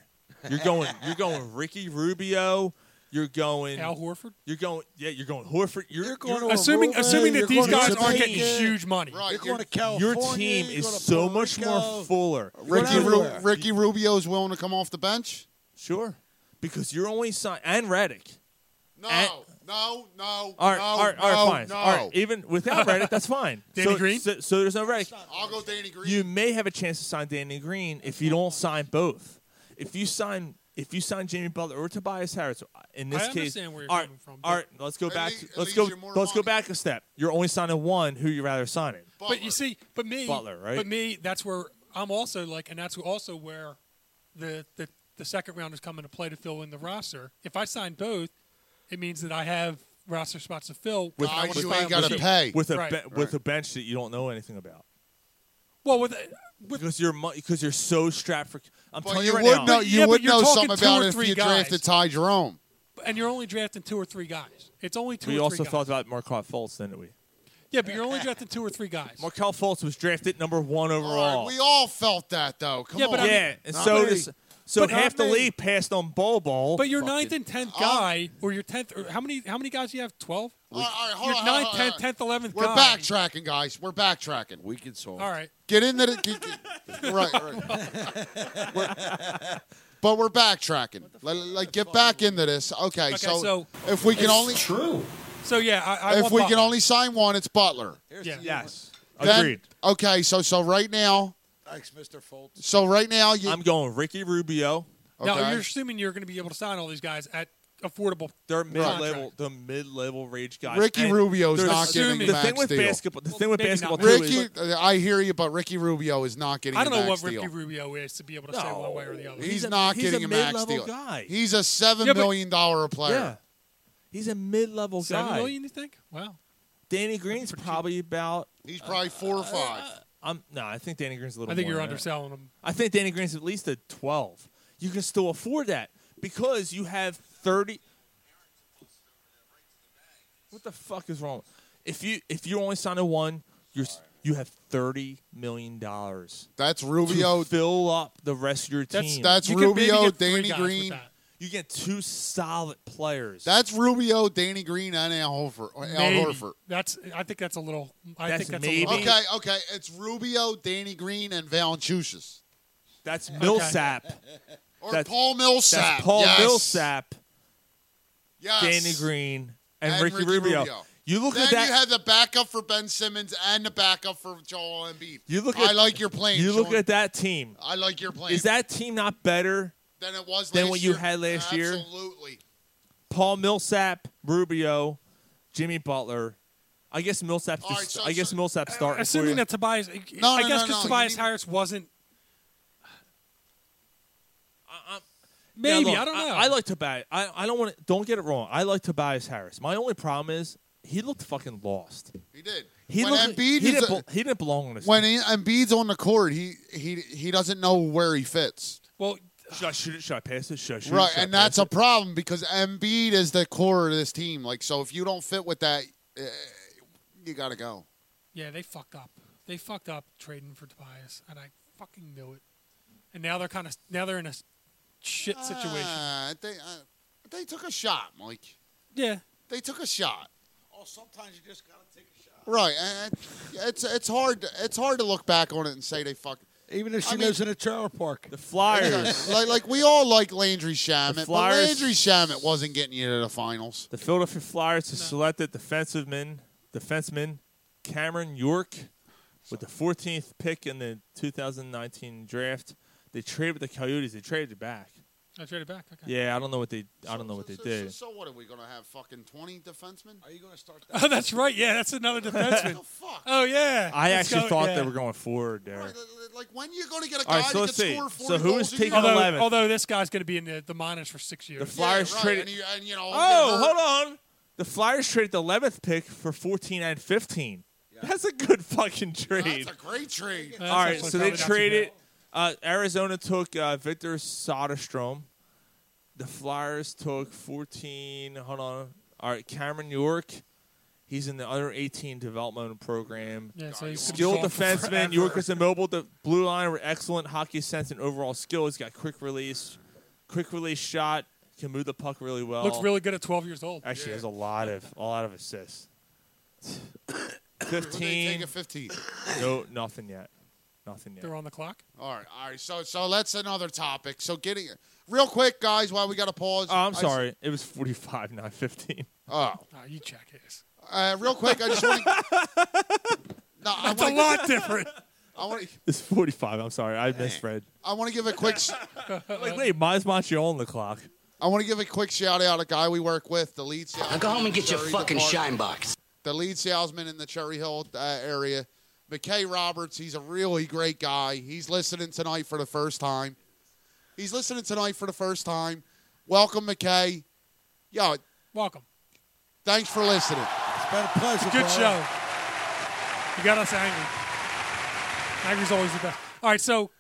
[SPEAKER 2] You're going. you're going Ricky Rubio. You're going
[SPEAKER 10] Al Horford.
[SPEAKER 2] You're going. Yeah, you're going Horford. You're,
[SPEAKER 11] going
[SPEAKER 2] you're-
[SPEAKER 11] to
[SPEAKER 10] Assuming
[SPEAKER 11] Aruba,
[SPEAKER 10] assuming
[SPEAKER 11] you're
[SPEAKER 10] that these
[SPEAKER 11] going to
[SPEAKER 10] guys aren't
[SPEAKER 11] Jamaica.
[SPEAKER 10] getting huge money.
[SPEAKER 8] Right,
[SPEAKER 11] You're going to
[SPEAKER 2] your
[SPEAKER 11] California.
[SPEAKER 2] team
[SPEAKER 11] you're
[SPEAKER 2] is
[SPEAKER 11] going to
[SPEAKER 2] so
[SPEAKER 11] Puerto
[SPEAKER 2] much more
[SPEAKER 11] Rico.
[SPEAKER 2] fuller.
[SPEAKER 11] You're
[SPEAKER 8] Ricky,
[SPEAKER 11] going
[SPEAKER 8] Ru-
[SPEAKER 11] everywhere.
[SPEAKER 8] Ricky Rubio is willing to come off the bench.
[SPEAKER 2] Sure, because you're only sign and Reddick.
[SPEAKER 8] No,
[SPEAKER 2] And-
[SPEAKER 8] no, no,
[SPEAKER 2] All right,
[SPEAKER 8] no,
[SPEAKER 2] all right, all
[SPEAKER 8] no,
[SPEAKER 2] right, fine.
[SPEAKER 8] no.
[SPEAKER 2] All right, even without Reddick, that's fine.
[SPEAKER 10] Danny
[SPEAKER 2] so,
[SPEAKER 10] Green?
[SPEAKER 2] So, so there's no Reddick.
[SPEAKER 8] I'll go Danny Green.
[SPEAKER 2] You may have a chance to sign Danny Green if you don't sign both. If you sign. If you sign Jamie Butler or Tobias Harris, in this
[SPEAKER 10] I
[SPEAKER 2] case,
[SPEAKER 10] understand where you're
[SPEAKER 2] all right,
[SPEAKER 10] coming from,
[SPEAKER 2] all
[SPEAKER 10] but-
[SPEAKER 2] right, let's go
[SPEAKER 8] At
[SPEAKER 2] back.
[SPEAKER 8] lea-
[SPEAKER 2] to-
[SPEAKER 8] at
[SPEAKER 2] let's
[SPEAKER 8] least
[SPEAKER 2] go.
[SPEAKER 8] you're more
[SPEAKER 2] Let's go
[SPEAKER 8] money.
[SPEAKER 2] back a step. You're only signing one. Who you rather signing?
[SPEAKER 10] But you see, but me,
[SPEAKER 2] Butler, right?
[SPEAKER 10] But me, that's where I'm also like, and that's also where the the, the second rounders come into play to fill in the roster. If I sign both, it means that I have roster spots to fill.
[SPEAKER 2] With-
[SPEAKER 10] I
[SPEAKER 8] you
[SPEAKER 10] sign
[SPEAKER 8] ain't gotta
[SPEAKER 10] with-
[SPEAKER 8] pay.
[SPEAKER 2] with a
[SPEAKER 10] Right.
[SPEAKER 2] be- with a bench that you don't know anything about
[SPEAKER 10] Well, with
[SPEAKER 2] because you're because you're so strapped for. I'm
[SPEAKER 8] But
[SPEAKER 2] telling
[SPEAKER 8] you
[SPEAKER 2] you right
[SPEAKER 8] would
[SPEAKER 2] now.
[SPEAKER 8] know
[SPEAKER 10] But
[SPEAKER 8] you
[SPEAKER 10] yeah,
[SPEAKER 8] would
[SPEAKER 10] but you're
[SPEAKER 8] know
[SPEAKER 10] talking
[SPEAKER 8] something
[SPEAKER 10] two
[SPEAKER 8] about
[SPEAKER 10] or
[SPEAKER 8] it if
[SPEAKER 10] three
[SPEAKER 8] you
[SPEAKER 10] guys.
[SPEAKER 8] drafted Ty Jerome.
[SPEAKER 10] and you're only drafting two or three guys. It's only two.
[SPEAKER 2] we
[SPEAKER 10] or
[SPEAKER 2] also
[SPEAKER 10] three
[SPEAKER 2] thought
[SPEAKER 10] guys.
[SPEAKER 2] about Markov Fultz, didn't we?
[SPEAKER 10] Yeah, but you're only drafting two or three guys.
[SPEAKER 2] Markel Fultz was drafted number one
[SPEAKER 8] All
[SPEAKER 2] overall.
[SPEAKER 8] right, we all felt that though. Come
[SPEAKER 10] Yeah,
[SPEAKER 8] on.
[SPEAKER 10] but I mean-
[SPEAKER 2] yeah, and
[SPEAKER 8] Not
[SPEAKER 2] so
[SPEAKER 8] me.
[SPEAKER 2] does, so
[SPEAKER 10] But
[SPEAKER 2] half
[SPEAKER 10] not
[SPEAKER 2] the
[SPEAKER 10] me.
[SPEAKER 2] league passed on Ball Ball.
[SPEAKER 10] But your
[SPEAKER 2] Fucking-
[SPEAKER 10] ninth and tenth guy, or your tenth, or how many how many guys do you have? Twelve.
[SPEAKER 8] All right, all right, hold
[SPEAKER 10] Your
[SPEAKER 8] on, hold on,
[SPEAKER 10] ninth,
[SPEAKER 8] hold on.
[SPEAKER 10] tenth, tenth, eleventh.
[SPEAKER 8] We're
[SPEAKER 10] guy.
[SPEAKER 8] backtracking, guys. We're backtracking.
[SPEAKER 11] We can solve.
[SPEAKER 10] All right.
[SPEAKER 8] Get into the get, get- right, right. We're- but we're backtracking. Like, like get back into this. Okay,
[SPEAKER 10] Okay,
[SPEAKER 8] so,
[SPEAKER 10] so
[SPEAKER 8] if we can only
[SPEAKER 7] True.
[SPEAKER 10] So yeah, I, I
[SPEAKER 8] if
[SPEAKER 10] want
[SPEAKER 8] we
[SPEAKER 10] Butler.
[SPEAKER 8] can only sign one, it's Butler.
[SPEAKER 10] yeah.
[SPEAKER 2] Yes,
[SPEAKER 8] Then-
[SPEAKER 2] agreed.
[SPEAKER 8] okay, so so right now,
[SPEAKER 11] Thanks, Mr. Fultz.
[SPEAKER 8] so right now you
[SPEAKER 2] I'm going Ricky Rubio.
[SPEAKER 8] okay.
[SPEAKER 10] Now you're assuming you're going to be able to sign all these guys at affordable.
[SPEAKER 2] They're mid level,
[SPEAKER 10] Contract.
[SPEAKER 2] the mid level rage guys.
[SPEAKER 8] Ricky
[SPEAKER 2] And
[SPEAKER 8] Rubio's
[SPEAKER 2] there's-
[SPEAKER 8] not getting
[SPEAKER 2] the
[SPEAKER 8] a max
[SPEAKER 2] thing with
[SPEAKER 8] deal.
[SPEAKER 2] basketball. The
[SPEAKER 10] Well,
[SPEAKER 2] thing with
[SPEAKER 10] maybe
[SPEAKER 2] basketball
[SPEAKER 10] not.
[SPEAKER 2] too is-
[SPEAKER 8] Ricky, I hear you, but Ricky Rubio is not getting.
[SPEAKER 10] I don't
[SPEAKER 8] a
[SPEAKER 10] know
[SPEAKER 8] max
[SPEAKER 10] what
[SPEAKER 8] deal.
[SPEAKER 10] Ricky Rubio is to be able to say one way or the other.
[SPEAKER 8] He's, not
[SPEAKER 2] he's a
[SPEAKER 8] getting max
[SPEAKER 2] mid-level
[SPEAKER 8] deal.
[SPEAKER 2] guy.
[SPEAKER 8] He's a seven
[SPEAKER 10] Yeah,
[SPEAKER 8] million
[SPEAKER 10] but-
[SPEAKER 8] dollar player.
[SPEAKER 2] yeah, he's a mid level
[SPEAKER 10] Seven
[SPEAKER 2] guy.
[SPEAKER 10] million, you think? Wow.
[SPEAKER 2] Danny Green's probably about.
[SPEAKER 8] He's probably
[SPEAKER 2] Uh,
[SPEAKER 8] four or five.
[SPEAKER 2] I'm no. I think Danny Green's a little.
[SPEAKER 10] I think
[SPEAKER 2] more
[SPEAKER 10] you're
[SPEAKER 2] than that.
[SPEAKER 10] underselling him.
[SPEAKER 2] I think Danny Green's at least a 12. You can still afford that because you have 30. What the fuck is wrong? If you if you only sign a one, you're s- you have 30 million dollars
[SPEAKER 8] that's
[SPEAKER 2] to
[SPEAKER 8] Rubio.
[SPEAKER 2] fill up the rest of your team.
[SPEAKER 8] That's
[SPEAKER 10] That's- You could maybe
[SPEAKER 8] Rubio,
[SPEAKER 10] get three
[SPEAKER 8] oh, Danny
[SPEAKER 10] guys with
[SPEAKER 8] Green.
[SPEAKER 10] that.
[SPEAKER 2] you get two solid players.
[SPEAKER 8] That's Rubio, Danny Green, and Al Horford. Al
[SPEAKER 10] Maybe.
[SPEAKER 8] Horford.
[SPEAKER 10] That's. I think that's a little. I
[SPEAKER 2] That's
[SPEAKER 10] think that's
[SPEAKER 2] maybe.
[SPEAKER 10] a little.
[SPEAKER 8] Okay, okay. It's Rubio, Danny Green, and Valanciunas.
[SPEAKER 2] that's Millsap.
[SPEAKER 8] Or
[SPEAKER 2] That's-
[SPEAKER 8] Paul Millsap.
[SPEAKER 2] That's Paul
[SPEAKER 8] yes.
[SPEAKER 2] Millsap,
[SPEAKER 8] Yes.
[SPEAKER 2] Danny Green, and,
[SPEAKER 8] And
[SPEAKER 2] Ricky,
[SPEAKER 8] Ricky
[SPEAKER 2] Rubio.
[SPEAKER 8] Rubio.
[SPEAKER 2] You look
[SPEAKER 8] Then
[SPEAKER 2] at that.
[SPEAKER 8] you have the backup for Ben Simmons and the backup for Joel Embiid.
[SPEAKER 2] You look
[SPEAKER 8] I
[SPEAKER 2] at-
[SPEAKER 8] like your plan.
[SPEAKER 2] you look
[SPEAKER 8] Sean.
[SPEAKER 2] at that team.
[SPEAKER 8] I like your plan.
[SPEAKER 2] Is that team not better
[SPEAKER 8] than it was
[SPEAKER 2] than
[SPEAKER 8] last
[SPEAKER 2] what you
[SPEAKER 8] year?
[SPEAKER 2] had last year?
[SPEAKER 8] Absolutely.
[SPEAKER 2] Paul Millsap, Rubio, Jimmy Butler. I guess Millsap's.
[SPEAKER 8] All
[SPEAKER 2] the-
[SPEAKER 8] right, so-
[SPEAKER 2] I guess
[SPEAKER 8] so-
[SPEAKER 2] Millsap's starting. for
[SPEAKER 10] Assuming
[SPEAKER 2] you.
[SPEAKER 10] that Tobias.
[SPEAKER 8] No,
[SPEAKER 10] I
[SPEAKER 8] no,
[SPEAKER 10] guess
[SPEAKER 8] no, no. You
[SPEAKER 10] Tobias
[SPEAKER 8] need-
[SPEAKER 10] Harris wasn't.
[SPEAKER 2] Yeah,
[SPEAKER 10] Maybe
[SPEAKER 2] look,
[SPEAKER 10] I don't know.
[SPEAKER 2] I, like Tobias. I, I don't want. to Don't get it wrong. I like Tobias Harris. My only problem is he looked fucking lost.
[SPEAKER 8] He did.
[SPEAKER 2] He
[SPEAKER 8] when
[SPEAKER 2] looked.
[SPEAKER 8] Embiid
[SPEAKER 2] he,
[SPEAKER 8] is
[SPEAKER 2] didn't,
[SPEAKER 8] a-
[SPEAKER 2] bel- he didn't belong on this.
[SPEAKER 8] when
[SPEAKER 2] team.
[SPEAKER 8] he, Embiid's on the court, he he he doesn't know where he fits.
[SPEAKER 10] Well,
[SPEAKER 2] should I shoot it? Should I pass it? Should I shoot it?
[SPEAKER 8] Right,
[SPEAKER 2] Should I
[SPEAKER 8] and that's
[SPEAKER 2] pass
[SPEAKER 8] a problem because Embiid is the core of this team. Like, so if you don't fit with that, uh, you gotta go.
[SPEAKER 10] yeah, they fucked up. They fucked up trading for Tobias, and I fucking knew it. And now they're kind of. Now they're in a shit situation.
[SPEAKER 8] Uh, they uh, they took a shot, Mike.
[SPEAKER 10] yeah.
[SPEAKER 8] They took a shot.
[SPEAKER 11] Oh, sometimes you just gotta take a shot.
[SPEAKER 8] Right, and it's it's hard it's hard to look back on it and say they fuck.
[SPEAKER 11] Even if she
[SPEAKER 8] I mean-
[SPEAKER 11] lives in a trailer park.
[SPEAKER 2] the Flyers?
[SPEAKER 8] like like we all like Landry Shamet, but
[SPEAKER 2] Flyers-
[SPEAKER 8] Landry Shamet wasn't getting you to the finals.
[SPEAKER 2] The Philadelphia Flyers have selected defensive man, defenseman Cameron York with the 14th pick in the 2019 draft. They traded with the Coyotes. They traded it back.
[SPEAKER 10] I traded back. Okay.
[SPEAKER 2] Yeah, I don't know what they. I don't know what they
[SPEAKER 8] So,
[SPEAKER 2] did.
[SPEAKER 8] so what are we gonna have? Fucking twenty defensemen? Are you gonna start?
[SPEAKER 10] Oh, that's right. Yeah, that's another defenseman. Oh yeah.
[SPEAKER 2] I
[SPEAKER 10] Let's
[SPEAKER 2] actually
[SPEAKER 10] go-
[SPEAKER 2] thought
[SPEAKER 10] yeah.
[SPEAKER 2] they were going forward there.
[SPEAKER 8] Like when are you gonna get a
[SPEAKER 2] All
[SPEAKER 8] guy
[SPEAKER 2] right, so
[SPEAKER 8] that
[SPEAKER 2] let's
[SPEAKER 8] can
[SPEAKER 2] see.
[SPEAKER 8] score forty
[SPEAKER 2] So who
[SPEAKER 8] goals
[SPEAKER 2] is
[SPEAKER 8] a
[SPEAKER 2] taking
[SPEAKER 8] year?
[SPEAKER 10] Although,
[SPEAKER 2] 11th?
[SPEAKER 10] although this guy's going to be in the, the minors for six years.
[SPEAKER 2] The Flyers
[SPEAKER 8] right,
[SPEAKER 2] traded.
[SPEAKER 8] and you- and, you know,
[SPEAKER 2] oh,
[SPEAKER 8] get hurt.
[SPEAKER 2] hold on. The Flyers traded the 11th pick for 14 and 15. That's a good fucking trade. Uh,
[SPEAKER 8] That's a great trade.
[SPEAKER 2] All right, so they traded. Uh, Arizona took uh, Victor Soderstrom. The Flyers took 14. Hold on. All right, Cameron York. He's in the under 18 development program.
[SPEAKER 10] Yeah, so he's gonna
[SPEAKER 2] Skilled
[SPEAKER 10] be gone
[SPEAKER 2] defenseman.
[SPEAKER 10] forever.
[SPEAKER 2] York is immobile. The blue line were excellent hockey sense and overall skill. He's got quick release, quick release shot. Can move the puck really well.
[SPEAKER 10] Looks really good at 12 years old.
[SPEAKER 2] Actually, has a lot of a lot of assists.
[SPEAKER 8] Who'd they
[SPEAKER 2] Fifteen.
[SPEAKER 8] take at 15?
[SPEAKER 2] No, nothing yet. Nothing yet.
[SPEAKER 10] They're on the clock.
[SPEAKER 8] All right, all right. So, so that's another topic. So, getting real quick, guys, while we got to pause.
[SPEAKER 2] Oh, I'm
[SPEAKER 8] I-
[SPEAKER 2] sorry. It was 45, not 15.
[SPEAKER 8] Oh.
[SPEAKER 10] Oh, you jackass.
[SPEAKER 8] Uh, real quick, I just want. to no, I
[SPEAKER 10] That's
[SPEAKER 8] wanna-
[SPEAKER 10] a lot different.
[SPEAKER 8] I want to.
[SPEAKER 2] It's 45. I'm sorry. I misread.
[SPEAKER 8] I want to give a quick. s-
[SPEAKER 2] Like, wait, mine's Montreal on the clock.
[SPEAKER 8] I want to give a quick shout out a guy we work with, the lead. Salesman
[SPEAKER 2] Now go home and
[SPEAKER 8] in
[SPEAKER 2] get your
[SPEAKER 8] Cherry
[SPEAKER 2] fucking
[SPEAKER 8] Department.
[SPEAKER 2] shine box.
[SPEAKER 8] The lead salesman in the Cherry Hill uh, area, McKay Roberts. He's a really great guy. He's listening tonight for the first time. He's listening tonight for the first time. Welcome, McKay. Yo,
[SPEAKER 10] welcome.
[SPEAKER 8] Thanks for listening.
[SPEAKER 11] It's been a pleasure.
[SPEAKER 10] Good
[SPEAKER 8] bro.
[SPEAKER 10] show. You got us angry. Angry's always the best. All right, so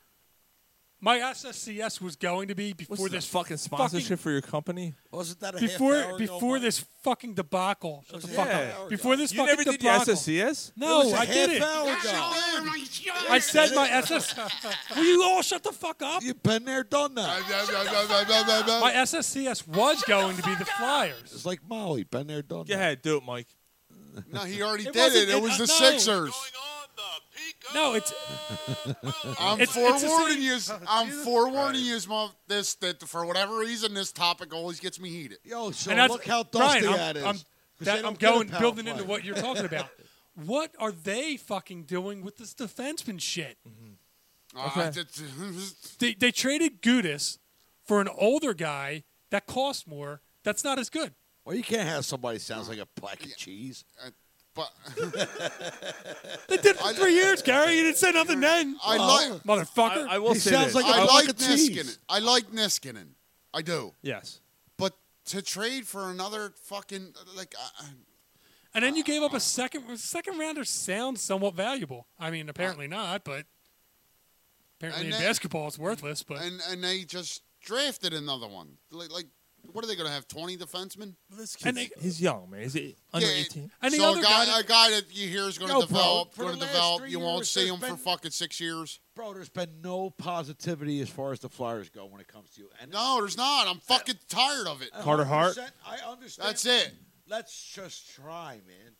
[SPEAKER 10] my SSCS was going to be before
[SPEAKER 2] What's
[SPEAKER 10] this
[SPEAKER 2] the fucking sponsorship for your company?
[SPEAKER 11] Wasn't that a half
[SPEAKER 10] before
[SPEAKER 11] hour ago,
[SPEAKER 10] before this fucking debacle. Shut the fuck
[SPEAKER 2] half hour
[SPEAKER 10] up. Before this
[SPEAKER 2] You
[SPEAKER 10] fucking
[SPEAKER 2] never did your
[SPEAKER 10] debacle.
[SPEAKER 2] SSCS?
[SPEAKER 10] No,
[SPEAKER 11] It was
[SPEAKER 10] Oh,
[SPEAKER 11] a
[SPEAKER 10] I did
[SPEAKER 11] half
[SPEAKER 10] it.
[SPEAKER 11] hour ago.
[SPEAKER 10] I said my SS. Will you all shut the fuck up?
[SPEAKER 11] You've been there, done that.
[SPEAKER 10] My SSCS was going to be the Flyers.
[SPEAKER 11] It's like Molly, been there, done
[SPEAKER 2] Go ahead, do it, Mike.
[SPEAKER 8] No, he already
[SPEAKER 10] It
[SPEAKER 8] did it.
[SPEAKER 10] wasn't-
[SPEAKER 8] It
[SPEAKER 10] it-
[SPEAKER 8] was
[SPEAKER 10] uh,
[SPEAKER 8] the
[SPEAKER 10] no.
[SPEAKER 8] Sixers.
[SPEAKER 10] No, it's
[SPEAKER 8] I'm
[SPEAKER 10] It's- it's the
[SPEAKER 8] forwarding
[SPEAKER 10] same-
[SPEAKER 8] you. I'm forwarding you. Mo- This that for whatever reason, this topic always gets me heated.
[SPEAKER 11] Yo, so
[SPEAKER 10] and that's
[SPEAKER 11] look how
[SPEAKER 10] Brian,
[SPEAKER 11] dusty
[SPEAKER 10] I'm,
[SPEAKER 11] that is.
[SPEAKER 10] I'm,
[SPEAKER 11] 'Cause
[SPEAKER 10] that-
[SPEAKER 11] they don't
[SPEAKER 10] I'm
[SPEAKER 11] get a
[SPEAKER 10] going
[SPEAKER 11] power
[SPEAKER 10] building
[SPEAKER 11] play.
[SPEAKER 10] into what you're talking about. What are they fucking doing with this defenseman shit?
[SPEAKER 8] Uh,
[SPEAKER 10] Okay.
[SPEAKER 8] it's-
[SPEAKER 10] They, they traded Gudis for an older guy that costs more. That's not as good.
[SPEAKER 11] Well, you can't have somebody sounds like a plaque of cheese.
[SPEAKER 8] Uh, but
[SPEAKER 10] They did it for three years, Gary. You didn't say nothing then.
[SPEAKER 8] I like-
[SPEAKER 10] motherfucker.
[SPEAKER 2] I, I will
[SPEAKER 11] He
[SPEAKER 2] say
[SPEAKER 11] sounds
[SPEAKER 2] this.
[SPEAKER 11] like a
[SPEAKER 8] I
[SPEAKER 11] block
[SPEAKER 8] like
[SPEAKER 11] of cheese.
[SPEAKER 8] Niskanen. I like Niskanen. I do.
[SPEAKER 2] yes.
[SPEAKER 8] But to trade for another fucking like, uh,
[SPEAKER 10] and then you gave up a second a second rounder. Sounds somewhat valuable. I mean, apparently not, but apparently
[SPEAKER 8] And
[SPEAKER 10] in
[SPEAKER 8] then-
[SPEAKER 10] basketball it's worthless. But
[SPEAKER 8] and and they just drafted another one. Like, like what are they going to have? Twenty defensemen?
[SPEAKER 10] and they,
[SPEAKER 2] He's young, man. Is he under
[SPEAKER 8] Yeah,
[SPEAKER 2] 18?
[SPEAKER 10] and the
[SPEAKER 8] so
[SPEAKER 10] other
[SPEAKER 8] a guy,
[SPEAKER 10] guy,
[SPEAKER 8] a guy that you hear is going to
[SPEAKER 11] No, bro.
[SPEAKER 8] develop,
[SPEAKER 11] For the
[SPEAKER 8] going to
[SPEAKER 11] last
[SPEAKER 8] develop.
[SPEAKER 11] three
[SPEAKER 8] You won't
[SPEAKER 11] years,
[SPEAKER 8] see
[SPEAKER 11] there's
[SPEAKER 8] him for
[SPEAKER 11] been-
[SPEAKER 8] fucking six years.
[SPEAKER 11] Bro, there's been no positivity as far as the Flyers go when it comes to you. And
[SPEAKER 8] No, there's not. I'm fucking tired of it.
[SPEAKER 11] Uh,
[SPEAKER 2] Carter Hart.
[SPEAKER 11] 100%, I understand.
[SPEAKER 8] That's it.
[SPEAKER 11] Let's just try, man.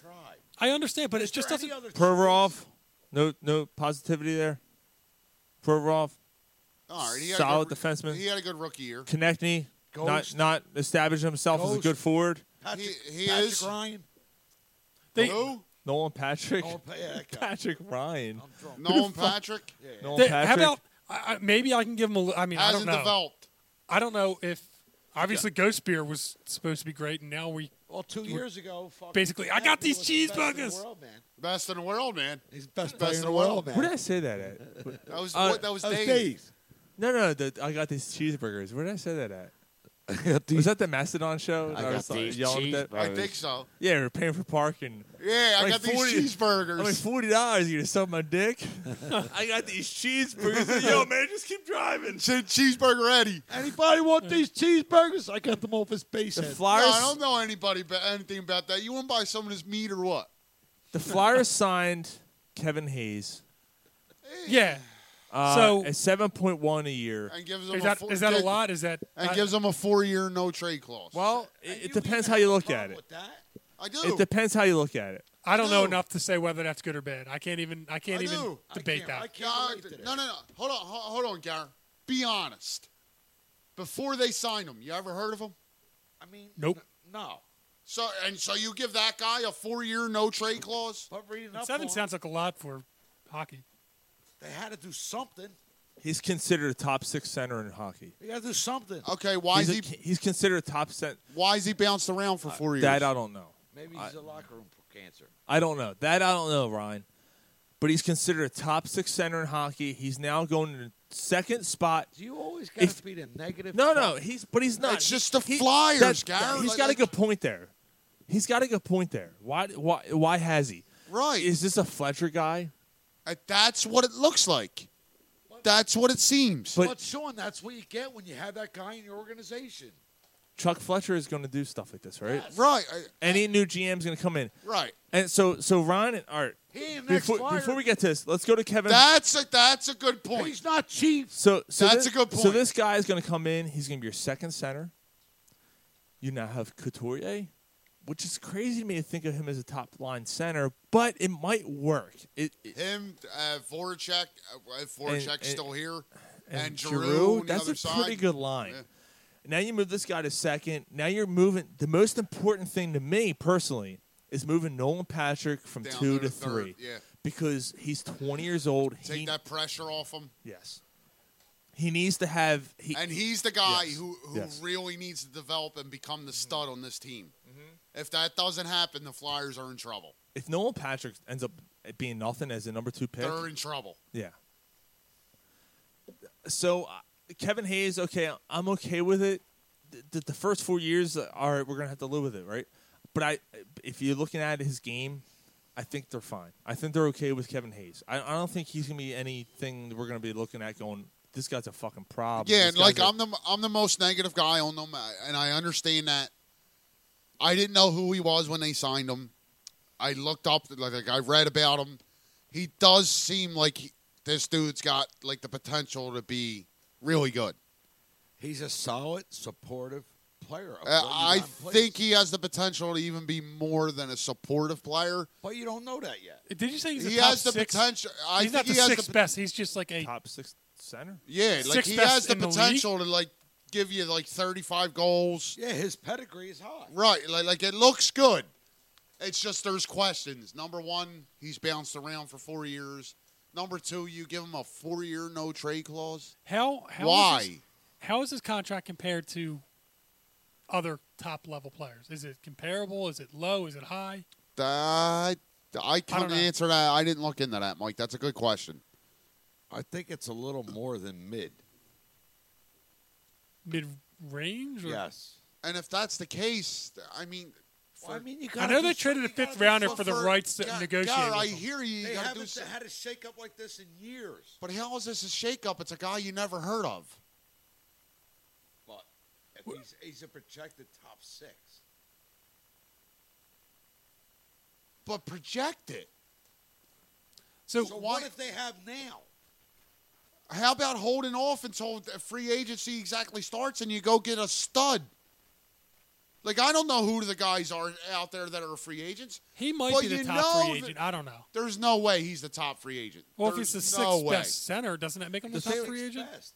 [SPEAKER 11] Try.
[SPEAKER 10] I understand, but
[SPEAKER 11] Is
[SPEAKER 10] it just
[SPEAKER 11] there
[SPEAKER 10] doesn't.
[SPEAKER 11] any other
[SPEAKER 2] Provorov. No, no positivity there. Provorov.
[SPEAKER 8] All right, he had a
[SPEAKER 2] Solid
[SPEAKER 8] good-
[SPEAKER 2] defenseman.
[SPEAKER 8] He had a good rookie year.
[SPEAKER 2] Konechny. Not,
[SPEAKER 11] Ghost.
[SPEAKER 2] not establishing himself as a
[SPEAKER 11] Ghost.
[SPEAKER 2] good forward.
[SPEAKER 11] Patrick,
[SPEAKER 8] He- he
[SPEAKER 11] Patrick
[SPEAKER 8] is-
[SPEAKER 11] Ryan.
[SPEAKER 10] They,
[SPEAKER 8] Who?
[SPEAKER 2] Nolan Patrick.
[SPEAKER 11] Oh, pa- yeah, that guy.
[SPEAKER 2] Patrick Ryan.
[SPEAKER 11] I'm drunk.
[SPEAKER 8] Nolan Patrick
[SPEAKER 2] Nolan
[SPEAKER 10] they,
[SPEAKER 2] Patrick.
[SPEAKER 10] how about I, I, maybe I can give him a? li- I mean, I don't
[SPEAKER 8] hasn't
[SPEAKER 10] know.
[SPEAKER 8] developed.
[SPEAKER 10] I don't know if obviously Ghost Beer was supposed to be great, and now we
[SPEAKER 11] Well, two years ago, fucking
[SPEAKER 10] Basically, I
[SPEAKER 11] Patrick
[SPEAKER 10] got these
[SPEAKER 11] was the best in the
[SPEAKER 10] cheeseburgers.
[SPEAKER 11] world, man.
[SPEAKER 8] Best in the world, man.
[SPEAKER 11] He's the
[SPEAKER 8] Best
[SPEAKER 11] best, player
[SPEAKER 8] in
[SPEAKER 11] in
[SPEAKER 8] the
[SPEAKER 11] the
[SPEAKER 8] world.
[SPEAKER 11] world, man.
[SPEAKER 2] Where did I say that at?
[SPEAKER 8] That was
[SPEAKER 2] Uh,
[SPEAKER 8] what that was
[SPEAKER 11] That was
[SPEAKER 8] Dave.
[SPEAKER 11] Dave.
[SPEAKER 2] No, no, the, I got these cheeseburgers. Where did I say that at?
[SPEAKER 11] These-
[SPEAKER 2] Was that the Mastodon show? I
[SPEAKER 11] got
[SPEAKER 2] was like,
[SPEAKER 11] these
[SPEAKER 2] yelling at that?
[SPEAKER 8] I think so.
[SPEAKER 2] Yeah, we we're paying for parking.
[SPEAKER 8] Yeah, I
[SPEAKER 2] Like
[SPEAKER 8] got these
[SPEAKER 2] 40
[SPEAKER 8] cheeseburgers.
[SPEAKER 2] I'm like forty dollars. You gonna suck my dick? I got these cheeseburgers. Yo, man, just keep driving.
[SPEAKER 8] Che- cheeseburger Eddie.
[SPEAKER 11] Anybody want these cheeseburgers? I got them off his base.
[SPEAKER 2] The
[SPEAKER 11] head.
[SPEAKER 8] No,
[SPEAKER 2] Flyers.
[SPEAKER 8] I don't know anybody about anything about that. You want to buy some of this meat or what?
[SPEAKER 2] The Flyers signed Kevin Hayes.
[SPEAKER 10] yeah.
[SPEAKER 2] Uh,
[SPEAKER 10] So-
[SPEAKER 2] at seven point one a year.
[SPEAKER 8] And gives them
[SPEAKER 10] Is
[SPEAKER 8] a
[SPEAKER 10] that
[SPEAKER 8] four,
[SPEAKER 10] is that a
[SPEAKER 8] gi-
[SPEAKER 10] lot? Is that
[SPEAKER 8] And
[SPEAKER 10] I-
[SPEAKER 8] gives them a four-year no-trade clause.
[SPEAKER 2] Well, it, it depends how you look at it.
[SPEAKER 11] With that?
[SPEAKER 8] I do.
[SPEAKER 2] It depends how you look at it.
[SPEAKER 10] I don't know
[SPEAKER 8] No.
[SPEAKER 10] enough to say whether that's good or bad. I can't even I can't
[SPEAKER 8] I
[SPEAKER 10] even
[SPEAKER 8] do. I
[SPEAKER 10] debate
[SPEAKER 11] can't-
[SPEAKER 10] that.
[SPEAKER 11] I can't-
[SPEAKER 8] Uh,
[SPEAKER 11] relate to this.
[SPEAKER 8] no, no, no. Hold on, ho- hold on, Gar. Be honest. Before they signed him, you ever heard of him?
[SPEAKER 11] I mean,
[SPEAKER 10] Nope.
[SPEAKER 11] n- no.
[SPEAKER 8] So and so you give that guy a four-year no trade clause.
[SPEAKER 11] But reading
[SPEAKER 10] And seven sounds like a lot for hockey.
[SPEAKER 11] They had to do something.
[SPEAKER 2] He's considered a top six center in hockey.
[SPEAKER 11] You got to do something.
[SPEAKER 8] Okay, why
[SPEAKER 2] he's
[SPEAKER 8] is
[SPEAKER 2] a-
[SPEAKER 8] he?
[SPEAKER 2] he's considered a top cent.
[SPEAKER 8] Why is he bounced around for four years?
[SPEAKER 2] That I don't know.
[SPEAKER 11] Maybe he's a locker room cancer.
[SPEAKER 2] I don't know. That I don't know, Ryan. But he's considered a top six center in hockey. He's now going to second spot.
[SPEAKER 11] Do you always got to be the negative?
[SPEAKER 2] No, no, he's but he's not.
[SPEAKER 11] It's just the
[SPEAKER 2] He-
[SPEAKER 11] Flyers,
[SPEAKER 2] that's-
[SPEAKER 11] Garrett.
[SPEAKER 2] He's
[SPEAKER 11] Like-
[SPEAKER 2] got a good point there. He's got a good point there. Why? Why? Why has he?
[SPEAKER 8] Right.
[SPEAKER 2] Is this a Fletcher guy?
[SPEAKER 8] Uh, That's what it looks like. That's what it seems.
[SPEAKER 11] But, Sean, that's what you get when you have that guy in your organization.
[SPEAKER 2] Chuck Fletcher is going to do stuff like this, right?
[SPEAKER 8] Right.
[SPEAKER 2] Any new GM is going to come in.
[SPEAKER 8] Right.
[SPEAKER 2] And so, so Ryan and Art.
[SPEAKER 11] He ain't next
[SPEAKER 2] before,
[SPEAKER 11] Flyer.
[SPEAKER 2] before we get to this, let's go to Kevin.
[SPEAKER 8] That's a that's a good point.
[SPEAKER 11] He's not cheap.
[SPEAKER 2] So, so
[SPEAKER 8] That's
[SPEAKER 2] thi-
[SPEAKER 8] a good point.
[SPEAKER 2] So this guy is going to come in. He's going to be your second center. You now have Couturier, which is crazy to me to think of him as a top line center, but it might work. It, it-
[SPEAKER 8] Him, uh, Voracek, uh, if Voracek's
[SPEAKER 2] and-
[SPEAKER 8] still here,
[SPEAKER 2] and,
[SPEAKER 8] and, Giroux.
[SPEAKER 2] Giroux,
[SPEAKER 8] on the
[SPEAKER 2] that's
[SPEAKER 8] other
[SPEAKER 2] a
[SPEAKER 8] side.
[SPEAKER 2] pretty good line. Now you move this guy to second. Now you're moving. The most important thing to me personally is moving Nolan Patrick from
[SPEAKER 8] Down
[SPEAKER 2] two
[SPEAKER 8] there
[SPEAKER 2] to
[SPEAKER 8] to third,
[SPEAKER 2] three.
[SPEAKER 8] yeah.
[SPEAKER 2] Because he's 20 years old.
[SPEAKER 8] Take
[SPEAKER 2] He,
[SPEAKER 8] that pressure off him.
[SPEAKER 2] Yes. he needs to have. He,
[SPEAKER 8] and he's the guy
[SPEAKER 2] Yes.
[SPEAKER 8] who, who
[SPEAKER 2] Yes. Mm-hmm.
[SPEAKER 8] really needs to develop and become the stud on this team. If that doesn't happen, the Flyers are in trouble.
[SPEAKER 2] if Nolan Patrick ends up being nothing as a number two pick,
[SPEAKER 8] They're in trouble.
[SPEAKER 2] yeah. So uh, Kevin Hayes, okay, I'm okay with it. The, the, the first four years, uh, all right, we're gonna have to live with it, right? But I, if you're looking at his game, I think they're fine. I think they're okay with Kevin Hayes. I, I don't think he's gonna be anything that we're gonna be looking at going. This guy's a fucking problem.
[SPEAKER 8] Yeah,
[SPEAKER 2] This
[SPEAKER 8] and like
[SPEAKER 2] guy's a-"
[SPEAKER 8] I'm the I'm the most negative guy on them, uh, and I understand that. I didn't know who he was when they signed him. I looked up, like, like I read about him. He does seem like he, this dude's got like the potential to be really good.
[SPEAKER 11] He's a solid, supportive player. of
[SPEAKER 8] Uh,
[SPEAKER 11] what
[SPEAKER 8] I
[SPEAKER 11] Ivan plays.
[SPEAKER 8] think he has the potential to even be more than a supportive player.
[SPEAKER 11] But you don't know that yet.
[SPEAKER 10] Did you say he's
[SPEAKER 8] He
[SPEAKER 10] a top
[SPEAKER 8] has the
[SPEAKER 10] six?
[SPEAKER 8] potential- I
[SPEAKER 10] he's not
[SPEAKER 8] think
[SPEAKER 10] the
[SPEAKER 8] he has the
[SPEAKER 10] sixth
[SPEAKER 8] pot-
[SPEAKER 10] best. He's just like a
[SPEAKER 2] top six center.
[SPEAKER 8] Yeah, like
[SPEAKER 10] Sixth
[SPEAKER 8] he
[SPEAKER 10] best
[SPEAKER 8] has the
[SPEAKER 10] in the league?
[SPEAKER 8] potential to like give you like 35 goals.
[SPEAKER 11] Yeah, his pedigree is high.
[SPEAKER 8] Right, like, like it looks good. It's just there's questions. Number one, he's bounced around for four years. Number two, you give him a four-year no trade clause.
[SPEAKER 10] How? how is
[SPEAKER 8] Why?
[SPEAKER 10] this- how is his contract compared to other top level players? Is it comparable? Is it low? Is it high?
[SPEAKER 8] That I
[SPEAKER 10] don't
[SPEAKER 8] couldn't
[SPEAKER 10] know.
[SPEAKER 8] answer that. I didn't look into that, Mike. That's a good question.
[SPEAKER 11] I think it's a little more than mid.
[SPEAKER 10] Mid range?
[SPEAKER 11] Yes.
[SPEAKER 8] And if that's the case, th- I mean, for,
[SPEAKER 11] I mean, you
[SPEAKER 10] I know they traded a fifth rounder for the rights to
[SPEAKER 8] Gar-
[SPEAKER 10] negotiate.
[SPEAKER 8] Gar,
[SPEAKER 10] with
[SPEAKER 8] I
[SPEAKER 10] him.
[SPEAKER 8] hear you. you
[SPEAKER 11] They
[SPEAKER 8] gotta do
[SPEAKER 11] haven't
[SPEAKER 8] so-
[SPEAKER 11] had a shakeup like this in years.
[SPEAKER 8] but how is this a shakeup? It's a guy you never heard of.
[SPEAKER 11] But if he's, he's a projected top six.
[SPEAKER 8] But project it.
[SPEAKER 10] So,
[SPEAKER 11] So what if they have now?
[SPEAKER 8] How about holding off until the free agency exactly starts and you go get a stud? Like I don't know who the guys are out there that are free agents.
[SPEAKER 10] he might
[SPEAKER 8] But
[SPEAKER 10] be the
[SPEAKER 8] you
[SPEAKER 10] top
[SPEAKER 8] know
[SPEAKER 10] free
[SPEAKER 8] that-
[SPEAKER 10] agent. I don't know.
[SPEAKER 8] There's no way he's the top free agent.
[SPEAKER 10] Well,
[SPEAKER 8] There's
[SPEAKER 10] if he's the
[SPEAKER 8] no
[SPEAKER 10] sixth
[SPEAKER 8] way.
[SPEAKER 10] best center, doesn't that make him the,
[SPEAKER 2] The
[SPEAKER 10] top
[SPEAKER 2] sixth
[SPEAKER 10] free agent?
[SPEAKER 11] Best.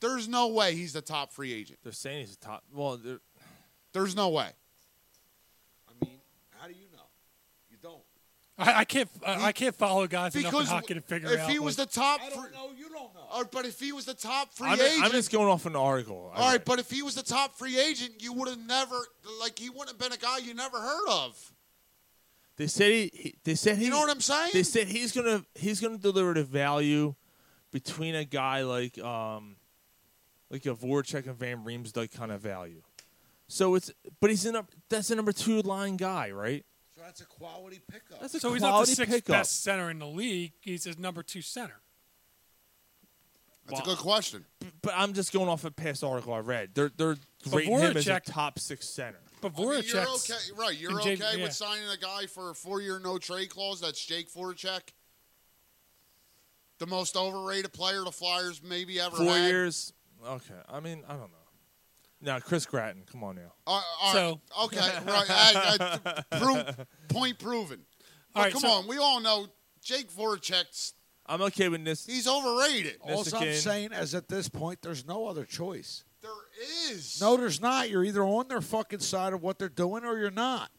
[SPEAKER 8] There's no way he's the top free agent.
[SPEAKER 2] They're saying he's a top. Well, they're-
[SPEAKER 8] There's no way.
[SPEAKER 11] I mean, how do you know? You don't.
[SPEAKER 10] I, I can't. I, I can't follow guys enough in
[SPEAKER 8] Because
[SPEAKER 10] hockey to figure
[SPEAKER 8] if
[SPEAKER 10] out.
[SPEAKER 8] he was
[SPEAKER 10] like-
[SPEAKER 8] the top,
[SPEAKER 11] I
[SPEAKER 8] free,
[SPEAKER 11] don't know. You don't know.
[SPEAKER 8] or, but if he was the top free
[SPEAKER 2] I'm,
[SPEAKER 8] agent,
[SPEAKER 2] I'm just going off an article.
[SPEAKER 8] all right. But if he was the top free agent, you would have never like he wouldn't have been a guy you never heard of.
[SPEAKER 2] They said he, he. They said he.
[SPEAKER 8] You know what I'm saying?
[SPEAKER 2] They said he's gonna he's gonna deliver the value between a guy like um like a Voracek and Van Riemsdyk kind of value. So it's but he's in a that's a number two line guy, right?
[SPEAKER 11] So that's a quality pickup.
[SPEAKER 2] That's a
[SPEAKER 10] so he's not the
[SPEAKER 2] quality
[SPEAKER 10] sixth
[SPEAKER 2] pickup.
[SPEAKER 10] best center in the league. He's his number two center.
[SPEAKER 8] That's
[SPEAKER 2] Well,
[SPEAKER 8] a good question.
[SPEAKER 2] But I'm just going off a past article I read. They're they're
[SPEAKER 10] But
[SPEAKER 2] rating him as a
[SPEAKER 10] Voracek-
[SPEAKER 2] top six center.
[SPEAKER 10] But
[SPEAKER 8] I mean,
[SPEAKER 10] Voracek's
[SPEAKER 8] you're okay, right? You're
[SPEAKER 10] and Jake-
[SPEAKER 8] okay
[SPEAKER 10] yeah.
[SPEAKER 8] with signing a guy for a four-year no-trade clause? That's Jake Voracek, the most overrated player the Flyers maybe ever
[SPEAKER 2] Four
[SPEAKER 8] had.
[SPEAKER 2] years. Okay. I mean I don't know. Now Chris Gratton, come on now.
[SPEAKER 8] Uh, all right.
[SPEAKER 10] So-
[SPEAKER 8] okay, right? I, I, pro- point proven. But
[SPEAKER 10] All right,
[SPEAKER 8] come
[SPEAKER 10] so-
[SPEAKER 8] on, we all know Jake Voracek's
[SPEAKER 2] I'm okay with this.
[SPEAKER 8] he's overrated.
[SPEAKER 11] All I'm
[SPEAKER 2] Nissikin.
[SPEAKER 11] saying is at this point, there's no other choice.
[SPEAKER 8] There is.
[SPEAKER 11] No, there's not. You're either on their fucking side of what they're doing or you're not.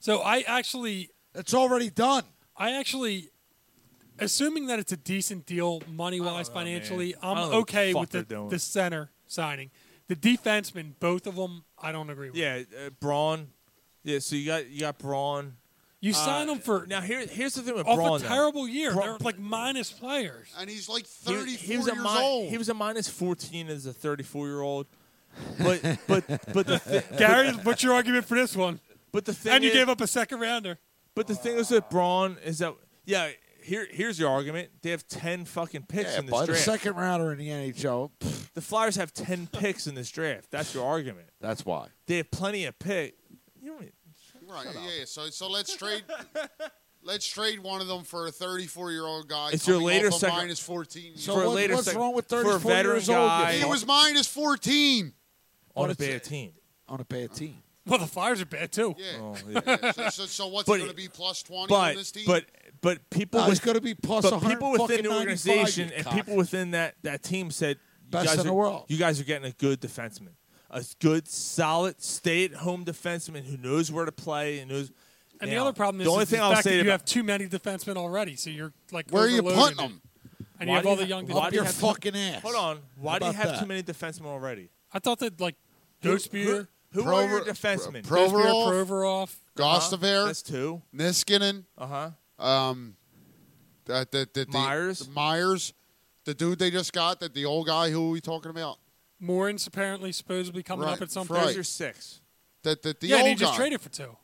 [SPEAKER 10] So I actually.
[SPEAKER 11] It's already done.
[SPEAKER 10] I actually. Assuming that it's a decent deal money wise, financially,
[SPEAKER 2] Oh, I don't
[SPEAKER 10] I'm
[SPEAKER 2] know what
[SPEAKER 10] okay
[SPEAKER 2] the fuck
[SPEAKER 10] with the,
[SPEAKER 2] they're doing.
[SPEAKER 10] the center signing. The defensemen, both of them, I don't agree with.
[SPEAKER 2] Yeah, uh, Braun. Yeah, so you got you got Braun.
[SPEAKER 10] You sign him for
[SPEAKER 2] Uh, now. Here, here's the thing with
[SPEAKER 10] off
[SPEAKER 2] Braun.
[SPEAKER 10] a
[SPEAKER 2] though.
[SPEAKER 10] terrible year.
[SPEAKER 2] Bra-
[SPEAKER 10] They're like minus players.
[SPEAKER 8] And he's like
[SPEAKER 2] He-
[SPEAKER 8] 34
[SPEAKER 2] he was a
[SPEAKER 8] years
[SPEAKER 2] mi-
[SPEAKER 8] old.
[SPEAKER 2] He was a minus 14 as a 34 year old. But but but the thi-
[SPEAKER 10] Gary, what's your argument for this one?
[SPEAKER 2] But the thing
[SPEAKER 10] and you
[SPEAKER 2] is-
[SPEAKER 10] gave up a second rounder.
[SPEAKER 2] But the thing is with Braun is that yeah. Here, here's your argument. They have ten fucking picks
[SPEAKER 11] Yeah,
[SPEAKER 2] in this
[SPEAKER 11] but a
[SPEAKER 2] draft.
[SPEAKER 11] second rounder in the NHL. pfft,
[SPEAKER 2] the Flyers have ten picks in this draft. That's your argument.
[SPEAKER 11] That's why.
[SPEAKER 2] They have plenty of pick.
[SPEAKER 8] Right. Yeah. yeah. So so let's trade. let's trade one of them for a 34 year old guy.
[SPEAKER 2] It's your
[SPEAKER 8] coming
[SPEAKER 2] later
[SPEAKER 8] off a
[SPEAKER 2] second-
[SPEAKER 8] minus 14.
[SPEAKER 2] So For a what- later what's sec- wrong with for a 34 veteran years old? guy-
[SPEAKER 8] He was minus 14.
[SPEAKER 2] On a
[SPEAKER 11] What is
[SPEAKER 2] bad
[SPEAKER 11] it?
[SPEAKER 2] team.
[SPEAKER 11] On a bad team.
[SPEAKER 10] Well, the Flyers are bad too.
[SPEAKER 8] Yeah.
[SPEAKER 2] Oh,
[SPEAKER 8] yeah. So, so, so what's
[SPEAKER 2] But-
[SPEAKER 8] it going to be plus 20
[SPEAKER 2] but,
[SPEAKER 8] on this team?
[SPEAKER 2] but but people
[SPEAKER 11] No,
[SPEAKER 2] with-
[SPEAKER 11] he's gotta be plus
[SPEAKER 2] but
[SPEAKER 11] 100
[SPEAKER 2] people within
[SPEAKER 11] fucking
[SPEAKER 2] the
[SPEAKER 11] 95,
[SPEAKER 2] organization
[SPEAKER 11] you
[SPEAKER 2] and
[SPEAKER 11] cock.
[SPEAKER 2] people within that, that team said you
[SPEAKER 11] Best
[SPEAKER 2] guys
[SPEAKER 11] in the
[SPEAKER 2] are-
[SPEAKER 11] world.
[SPEAKER 2] You guys are getting a good defenseman. A good, solid, stay-at-home defenseman who knows where to play and knows.
[SPEAKER 10] And the
[SPEAKER 2] Now,
[SPEAKER 10] other problem is
[SPEAKER 2] the only
[SPEAKER 10] is
[SPEAKER 2] thing
[SPEAKER 10] the
[SPEAKER 2] I'll
[SPEAKER 10] fact
[SPEAKER 2] say
[SPEAKER 10] that you
[SPEAKER 2] about-
[SPEAKER 10] have too many defensemen already, so you're like
[SPEAKER 2] Where are you
[SPEAKER 10] overloaded.
[SPEAKER 2] putting 'em?
[SPEAKER 10] And
[SPEAKER 2] Why
[SPEAKER 10] you have
[SPEAKER 2] do
[SPEAKER 10] all the young
[SPEAKER 2] why
[SPEAKER 10] defensemen.
[SPEAKER 2] do you have too- Hold on. Why do you have too many defensemen already?
[SPEAKER 10] I thought that like
[SPEAKER 2] Who-
[SPEAKER 10] Dospear,
[SPEAKER 2] Who, who are your defensemen?
[SPEAKER 8] Provorov,
[SPEAKER 10] Provorov,
[SPEAKER 8] Gostaver.
[SPEAKER 2] That's two.
[SPEAKER 8] Niskanen.
[SPEAKER 2] Uh
[SPEAKER 8] huh. Um, that the, the, the
[SPEAKER 2] Myers.
[SPEAKER 8] Myers, the dude they just got. That the old guy. Who are we talking about?
[SPEAKER 10] Morin's apparently supposedly coming up
[SPEAKER 8] Right,
[SPEAKER 10] at some
[SPEAKER 8] right.
[SPEAKER 10] point.
[SPEAKER 8] Those are
[SPEAKER 2] six.
[SPEAKER 8] That the, the
[SPEAKER 10] yeah,
[SPEAKER 8] old
[SPEAKER 10] and you just
[SPEAKER 8] guy.
[SPEAKER 10] traded for two.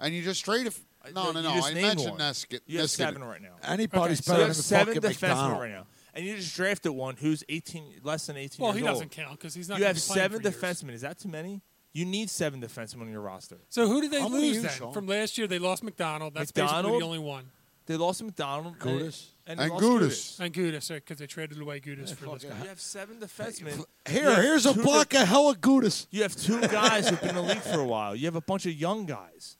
[SPEAKER 8] And you just traded. f- No,
[SPEAKER 2] Uh, you
[SPEAKER 8] no, no.
[SPEAKER 2] just
[SPEAKER 8] I
[SPEAKER 2] named
[SPEAKER 8] mentioned
[SPEAKER 2] one.
[SPEAKER 8] Niskanen.
[SPEAKER 2] You have
[SPEAKER 8] Niskanen.
[SPEAKER 2] seven right now.
[SPEAKER 11] Anybody's
[SPEAKER 2] so
[SPEAKER 11] better
[SPEAKER 2] you have
[SPEAKER 11] than a
[SPEAKER 2] seven
[SPEAKER 11] fucking
[SPEAKER 2] defensemen
[SPEAKER 11] McDonald.
[SPEAKER 2] right now, and you just drafted one who's eighteen, less than eighteen.
[SPEAKER 10] Well,
[SPEAKER 2] years
[SPEAKER 10] he doesn't
[SPEAKER 2] old.
[SPEAKER 10] count 'cause he's not
[SPEAKER 2] You
[SPEAKER 10] gonna
[SPEAKER 2] have
[SPEAKER 10] be playing
[SPEAKER 2] seven
[SPEAKER 10] for years.
[SPEAKER 2] defensemen. Is that too many? You need seven defensemen on your roster.
[SPEAKER 10] So who did they
[SPEAKER 2] How many
[SPEAKER 10] lose
[SPEAKER 2] you,
[SPEAKER 10] then?
[SPEAKER 2] Sean?
[SPEAKER 10] From last year, they lost McDonald. That's basically
[SPEAKER 2] McDonald?
[SPEAKER 10] the only one.
[SPEAKER 2] They lost McDonald,
[SPEAKER 11] Gudas.
[SPEAKER 2] and,
[SPEAKER 11] And
[SPEAKER 2] they lost
[SPEAKER 11] Gudas.
[SPEAKER 10] And Gudis, because they traded away Gudis for this
[SPEAKER 2] You
[SPEAKER 10] guy.
[SPEAKER 2] have seven defensemen. You
[SPEAKER 11] Here,
[SPEAKER 2] have
[SPEAKER 11] here's a
[SPEAKER 2] two
[SPEAKER 11] block
[SPEAKER 2] de-
[SPEAKER 11] of hella Gudis.
[SPEAKER 2] You have two guys who've been in the league for a while. You have a bunch of young guys.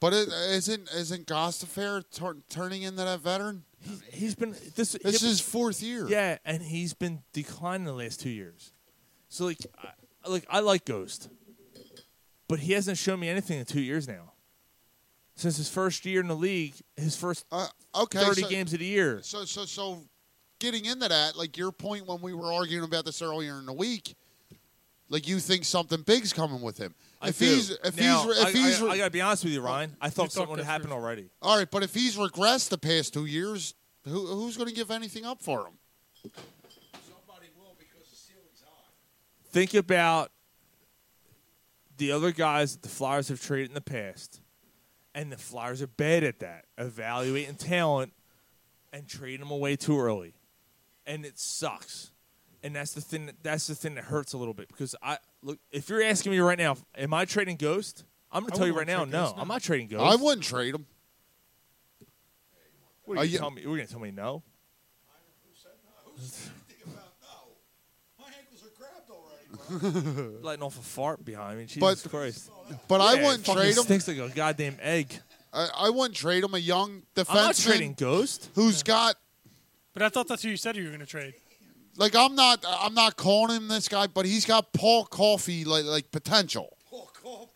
[SPEAKER 8] But it, isn't isn't Gostafair tur- turning into that veteran?
[SPEAKER 2] He's been this.
[SPEAKER 8] This is fourth year.
[SPEAKER 2] Yeah, and he's been declining the last two years. So like, I, like I like Ghost, but he hasn't shown me anything in two years now. Since his first year in the league, his first
[SPEAKER 8] Uh, okay,
[SPEAKER 2] thirty
[SPEAKER 8] so-
[SPEAKER 2] games of the year.
[SPEAKER 8] So so so, getting into that, like your point when we were arguing about this earlier in the week, like you think something big's coming with him.
[SPEAKER 2] I
[SPEAKER 8] if
[SPEAKER 2] do.
[SPEAKER 8] he's if
[SPEAKER 2] Now,
[SPEAKER 8] he's
[SPEAKER 2] I-
[SPEAKER 8] if he's Oh,
[SPEAKER 2] I, I gotta be honest with you, Ryan. I thought something would happen already.
[SPEAKER 8] all right, but if he's regressed the past two years, who who's going to give anything up for him?
[SPEAKER 2] Think about the other guys that the Flyers have traded in the past, and the Flyers are bad at that, evaluating talent and trading them away too early, and it sucks. And that's the thing. That, that's the thing that hurts a little bit because I look. If you're asking me right now, am I trading Ghost? I'm going
[SPEAKER 8] I
[SPEAKER 2] to tell you right
[SPEAKER 8] wouldn't
[SPEAKER 2] now,
[SPEAKER 8] trade
[SPEAKER 2] no,
[SPEAKER 8] Ghost, no.
[SPEAKER 2] I'm not trading Ghost.
[SPEAKER 8] I wouldn't trade him.
[SPEAKER 2] What are
[SPEAKER 8] Are
[SPEAKER 2] you,
[SPEAKER 8] you-
[SPEAKER 2] gonna tell me? You're going to tell me no? Letting off a fart behind me, Jesus
[SPEAKER 8] But-
[SPEAKER 2] Christ!
[SPEAKER 8] but I
[SPEAKER 2] it
[SPEAKER 8] wouldn't
[SPEAKER 2] fucking
[SPEAKER 8] trade 'em.
[SPEAKER 2] Stinks like a goddamn egg.
[SPEAKER 8] I, I wouldn't trade him. A young defenseman.
[SPEAKER 2] I'm not trading Ghost.
[SPEAKER 8] Who's got
[SPEAKER 10] But I thought that's who you said you were going to trade.
[SPEAKER 8] like I'm not I'm not calling him this guy, but he's got Paul Coffee like like potential.
[SPEAKER 11] Oh,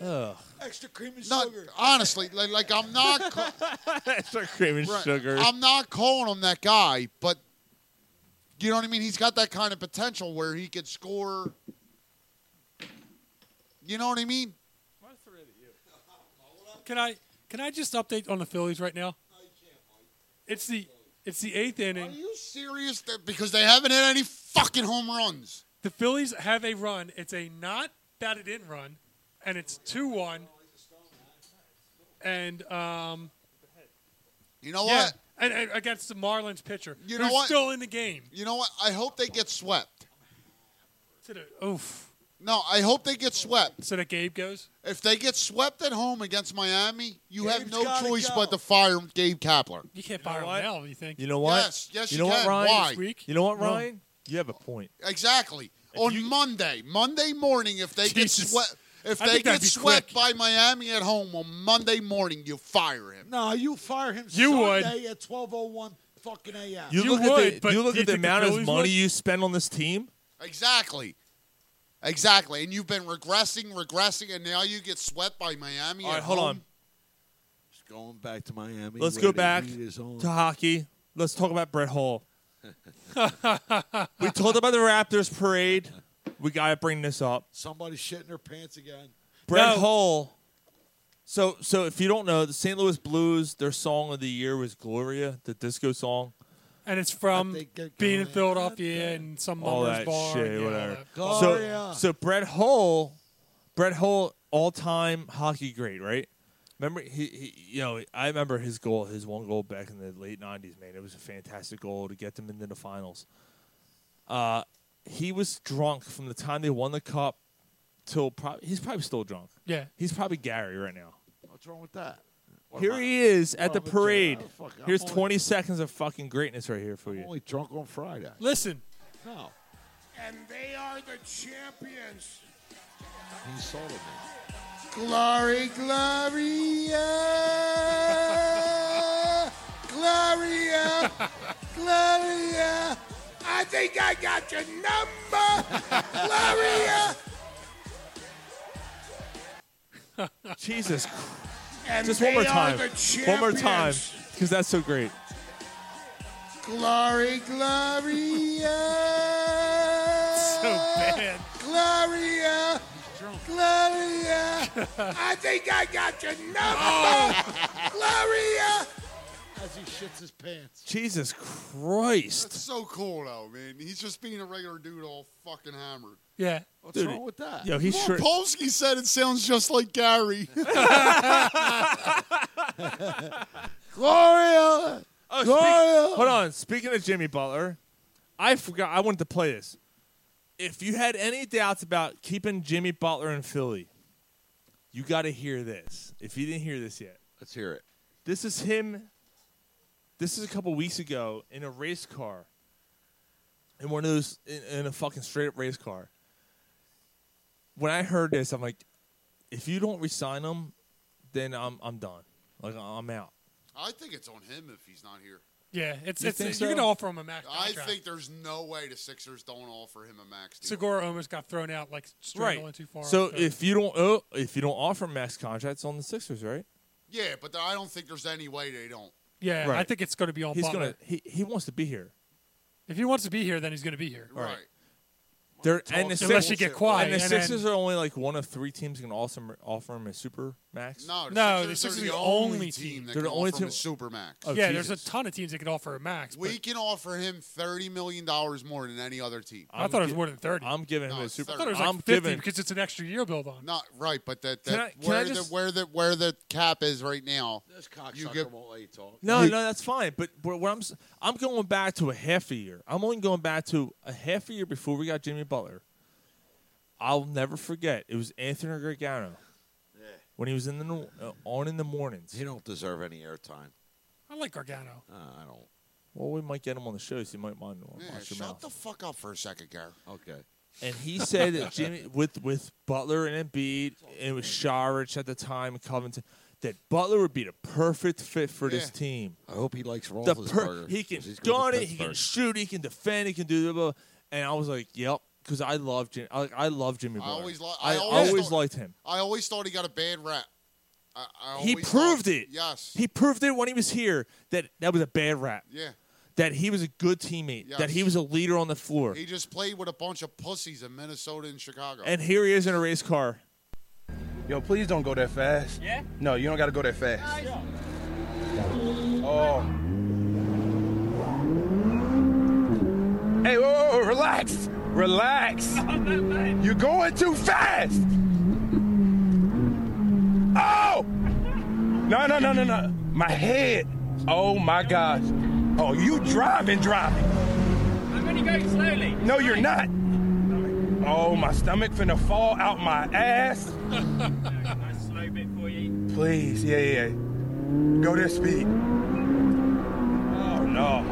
[SPEAKER 2] Ugh.
[SPEAKER 8] Extra cream and sugar. Honestly, like, like I'm not ca-
[SPEAKER 2] extra cream and
[SPEAKER 8] Right.
[SPEAKER 2] sugar.
[SPEAKER 8] I'm not calling him that guy, but you know what I mean. He's got that kind of potential where he could score. You know what I mean?
[SPEAKER 10] Can I can I just update on the Phillies right now? It's the it's the eighth inning. Are
[SPEAKER 8] you serious? Because they haven't hit any fucking home runs.
[SPEAKER 10] The Phillies have a run. It's a not batted in run, and it's two one. And um,
[SPEAKER 8] you know
[SPEAKER 10] yeah,
[SPEAKER 8] what?
[SPEAKER 10] And, and against the Marlins pitcher,
[SPEAKER 8] You
[SPEAKER 10] who's
[SPEAKER 8] know what?
[SPEAKER 10] still in the game.
[SPEAKER 8] You know what? I hope they get swept.
[SPEAKER 10] To the, oof.
[SPEAKER 8] No, I hope they get swept.
[SPEAKER 10] So that Gabe goes.
[SPEAKER 8] If they get swept at home against Miami, you have
[SPEAKER 10] Gabe's
[SPEAKER 8] no
[SPEAKER 10] gotta
[SPEAKER 8] choice
[SPEAKER 10] go.
[SPEAKER 8] but to fire Gabe Kapler.
[SPEAKER 10] You can't fire him now. You think?
[SPEAKER 2] You know what?
[SPEAKER 8] Yes, yes,
[SPEAKER 2] you
[SPEAKER 8] you
[SPEAKER 2] know what,
[SPEAKER 8] can.
[SPEAKER 2] Ryan?
[SPEAKER 8] Why?
[SPEAKER 2] You know what,
[SPEAKER 8] No.
[SPEAKER 2] Ryan? You have a point.
[SPEAKER 8] Exactly. On Monday, Monday morning, if they get swept, if
[SPEAKER 2] I
[SPEAKER 8] they
[SPEAKER 2] think that'd
[SPEAKER 8] get
[SPEAKER 2] be
[SPEAKER 8] swept by Miami at home on Monday morning, you fire him.
[SPEAKER 11] No, you fire him
[SPEAKER 8] You would.
[SPEAKER 11] Sunday at 12.01 fucking a.m.
[SPEAKER 2] You, look at the, you look at the amount of money you spend on this team,
[SPEAKER 8] Exactly. Exactly. And you've been regressing, regressing, and now you get swept by Miami.
[SPEAKER 2] All right,
[SPEAKER 8] at
[SPEAKER 2] hold
[SPEAKER 8] home.
[SPEAKER 2] on.
[SPEAKER 11] Just going back to Miami.
[SPEAKER 2] Let's
[SPEAKER 11] where
[SPEAKER 2] go
[SPEAKER 11] the
[SPEAKER 2] back
[SPEAKER 11] heat is on.
[SPEAKER 2] to hockey. Let's talk about Brett Hall. we talked about the Raptors parade. We got to bring this up.
[SPEAKER 11] Somebody's shitting their pants again.
[SPEAKER 2] Brett Hull. So, so if you don't know, the St. Louis Blues, their song of the year was "Gloria," the disco song.
[SPEAKER 10] And it's from being in Philadelphia and some
[SPEAKER 2] all
[SPEAKER 10] mummer's
[SPEAKER 2] that
[SPEAKER 10] bar.
[SPEAKER 2] shit,
[SPEAKER 10] yeah,
[SPEAKER 2] whatever.
[SPEAKER 11] Oh,
[SPEAKER 10] all that.
[SPEAKER 2] So, so Brett Hull, Brett Hull, all-time hockey great, right? Remember, he, he, you know, I remember his goal, his one goal back in the late '90s. Man, it was a fantastic goal to get them into the finals. Uh, he was drunk from the time they won the cup till probably he's probably still drunk.
[SPEAKER 10] Yeah.
[SPEAKER 2] he's probably Gary right now.
[SPEAKER 11] What's wrong with that? What
[SPEAKER 2] Here
[SPEAKER 11] am I-
[SPEAKER 2] he is
[SPEAKER 11] what
[SPEAKER 2] at the
[SPEAKER 11] am I-
[SPEAKER 2] parade.
[SPEAKER 11] Oh, fuck, I'm
[SPEAKER 2] Here's
[SPEAKER 11] only-
[SPEAKER 2] 20 seconds of fucking greatness right here for you.
[SPEAKER 11] Only drunk on Friday.
[SPEAKER 10] Listen.
[SPEAKER 11] No.
[SPEAKER 13] And they are the champions.
[SPEAKER 11] He saw it.
[SPEAKER 13] Glory, Gloria! Gloria! Gloria! I think I got your number! Gloria!
[SPEAKER 2] Jesus.
[SPEAKER 13] And
[SPEAKER 2] Just one more
[SPEAKER 13] they are
[SPEAKER 2] time.
[SPEAKER 13] the
[SPEAKER 2] One more time.
[SPEAKER 13] champions.
[SPEAKER 2] Because that's so great.
[SPEAKER 13] Glory, Gloria! so
[SPEAKER 10] bad.
[SPEAKER 13] Gloria! Gloria! I think I got your number! Gloria!
[SPEAKER 8] As he shits his pants.
[SPEAKER 2] Jesus Christ.
[SPEAKER 8] That's so cool, though, man. He's just being a regular dude all fucking hammered.
[SPEAKER 10] Yeah.
[SPEAKER 8] What's wrong with that?
[SPEAKER 2] Yo, he's
[SPEAKER 8] Well,
[SPEAKER 2] straight-
[SPEAKER 8] Polsky said it sounds just like Gary.
[SPEAKER 11] Gloria!
[SPEAKER 2] Oh, speak-
[SPEAKER 11] Gloria!
[SPEAKER 2] hold on. Speaking of Jimmy Butler, I forgot. I wanted to play this. If you had any doubts about keeping Jimmy Butler in Philly, you got to hear this. If you didn't hear this yet,
[SPEAKER 11] Let's hear it.
[SPEAKER 2] This is him. This is a couple weeks ago in a race car. In one of those, in, in a fucking straight up race car. When I heard this, I'm like, if you don't resign him, then I'm I'm done. Like I'm out.
[SPEAKER 8] I think it's on him if he's not here.
[SPEAKER 10] Yeah, it's,
[SPEAKER 2] You
[SPEAKER 10] it's,
[SPEAKER 2] think
[SPEAKER 10] you're
[SPEAKER 2] so?
[SPEAKER 10] going to offer him a max
[SPEAKER 8] I
[SPEAKER 10] contract.
[SPEAKER 8] think there's no way the Sixers don't offer him a max. Deal.
[SPEAKER 10] Segura almost got thrown out like straight going too far.
[SPEAKER 2] So
[SPEAKER 10] off the-
[SPEAKER 2] if you don't oh, if you don't offer max contracts on the Sixers, right?
[SPEAKER 8] Yeah, but I don't think there's any way they don't.
[SPEAKER 10] yeah, I
[SPEAKER 2] Right.
[SPEAKER 10] think it's going to be on
[SPEAKER 2] He's
[SPEAKER 10] Butler.
[SPEAKER 2] gonna he, he wants to be here.
[SPEAKER 10] If he wants to be here, then he's going to be here.
[SPEAKER 2] All right. They're, and the
[SPEAKER 10] Unless
[SPEAKER 2] Sixers-
[SPEAKER 10] you get quiet,
[SPEAKER 2] And the
[SPEAKER 10] and then-
[SPEAKER 2] Sixers are only like one of three teams can also offer him a super max.
[SPEAKER 8] No, the
[SPEAKER 10] No,
[SPEAKER 8] Sixers,
[SPEAKER 10] the Sixers
[SPEAKER 8] are the
[SPEAKER 10] are the
[SPEAKER 8] only
[SPEAKER 10] only
[SPEAKER 8] team,
[SPEAKER 10] team.
[SPEAKER 8] that
[SPEAKER 2] They're
[SPEAKER 8] can
[SPEAKER 2] the only
[SPEAKER 8] offer him
[SPEAKER 2] team-
[SPEAKER 8] a super max.
[SPEAKER 2] Oh,
[SPEAKER 10] yeah,
[SPEAKER 2] Jesus.
[SPEAKER 10] there's a ton of teams that could offer a max.
[SPEAKER 8] We can offer him thirty million dollars more than any other team.
[SPEAKER 10] I thought it was more than 30.
[SPEAKER 2] I'm giving
[SPEAKER 8] No,
[SPEAKER 2] him a
[SPEAKER 8] it's
[SPEAKER 2] super.
[SPEAKER 10] I thought it was like
[SPEAKER 2] I'm
[SPEAKER 10] 50
[SPEAKER 2] giving
[SPEAKER 10] because it's an extra year build on.
[SPEAKER 8] Not right, but that,
[SPEAKER 2] Can
[SPEAKER 8] that
[SPEAKER 2] I- can I
[SPEAKER 8] where
[SPEAKER 2] just-
[SPEAKER 8] the where the where the cap is right now.
[SPEAKER 11] This cocksucker
[SPEAKER 8] you get,
[SPEAKER 11] won't let you talk.
[SPEAKER 2] No, no, that's fine. But what what I'm s- I'm going back to a half a year. I'm only going back to a half a year before we got Jimmy Butler. I'll never forget. It was Anthony Gargano when he was in the no- uh, on in the mornings.
[SPEAKER 11] He don't deserve any airtime.
[SPEAKER 10] I like Gargano.
[SPEAKER 11] Uh, I don't.
[SPEAKER 2] Well, we might get him on the show, so you might mind wa-
[SPEAKER 8] Yeah,
[SPEAKER 2] watch your
[SPEAKER 8] shut
[SPEAKER 2] mouth.
[SPEAKER 8] the fuck up for a second, Gar.
[SPEAKER 11] Okay.
[SPEAKER 2] and he said that Jimmy with with Butler and Embiid and with Sharich at the time, Covington, that Butler would be the perfect fit for this
[SPEAKER 11] Yeah.
[SPEAKER 2] team.
[SPEAKER 11] I hope he likes
[SPEAKER 2] the
[SPEAKER 11] Roethlisberger.
[SPEAKER 2] per- he can
[SPEAKER 11] 'cause he's
[SPEAKER 2] gun
[SPEAKER 11] going to
[SPEAKER 2] it, he can
[SPEAKER 11] Pittsburgh.
[SPEAKER 2] shoot, he can defend, he can do blah, blah. blah. And I was like, yep, because I love Jim. I, I love Jimmy.
[SPEAKER 8] I
[SPEAKER 2] Butler.
[SPEAKER 8] always li-
[SPEAKER 2] I,
[SPEAKER 8] I always
[SPEAKER 2] always
[SPEAKER 8] thought-
[SPEAKER 2] liked him.
[SPEAKER 8] I always thought he got a bad rap. I, I
[SPEAKER 2] He
[SPEAKER 8] always
[SPEAKER 2] proved
[SPEAKER 8] thought-
[SPEAKER 2] it.
[SPEAKER 8] Yes.
[SPEAKER 2] He proved it when he was here that that was a bad rap.
[SPEAKER 8] Yeah.
[SPEAKER 2] That he was a good teammate. That he
[SPEAKER 8] Yes.
[SPEAKER 2] was a leader on the floor.
[SPEAKER 8] He just played with a bunch of pussies in Minnesota and Chicago.
[SPEAKER 2] and here he is in a race car.
[SPEAKER 14] Yo, please don't go that fast.
[SPEAKER 8] Yeah?
[SPEAKER 14] No, you don't gotta go that fast. Oh. Hey, whoa, whoa, whoa, relax. Relax. You're going too fast. Oh! No, no, no, no, no. My head. Oh my gosh. Oh, you driving, driving.
[SPEAKER 7] I'm gonna go slowly.
[SPEAKER 14] No, you're not. Oh, my stomach finna fall out my ass.
[SPEAKER 7] nice slow bit for you.
[SPEAKER 14] Please, yeah, yeah. yeah. Go this speed. Oh no.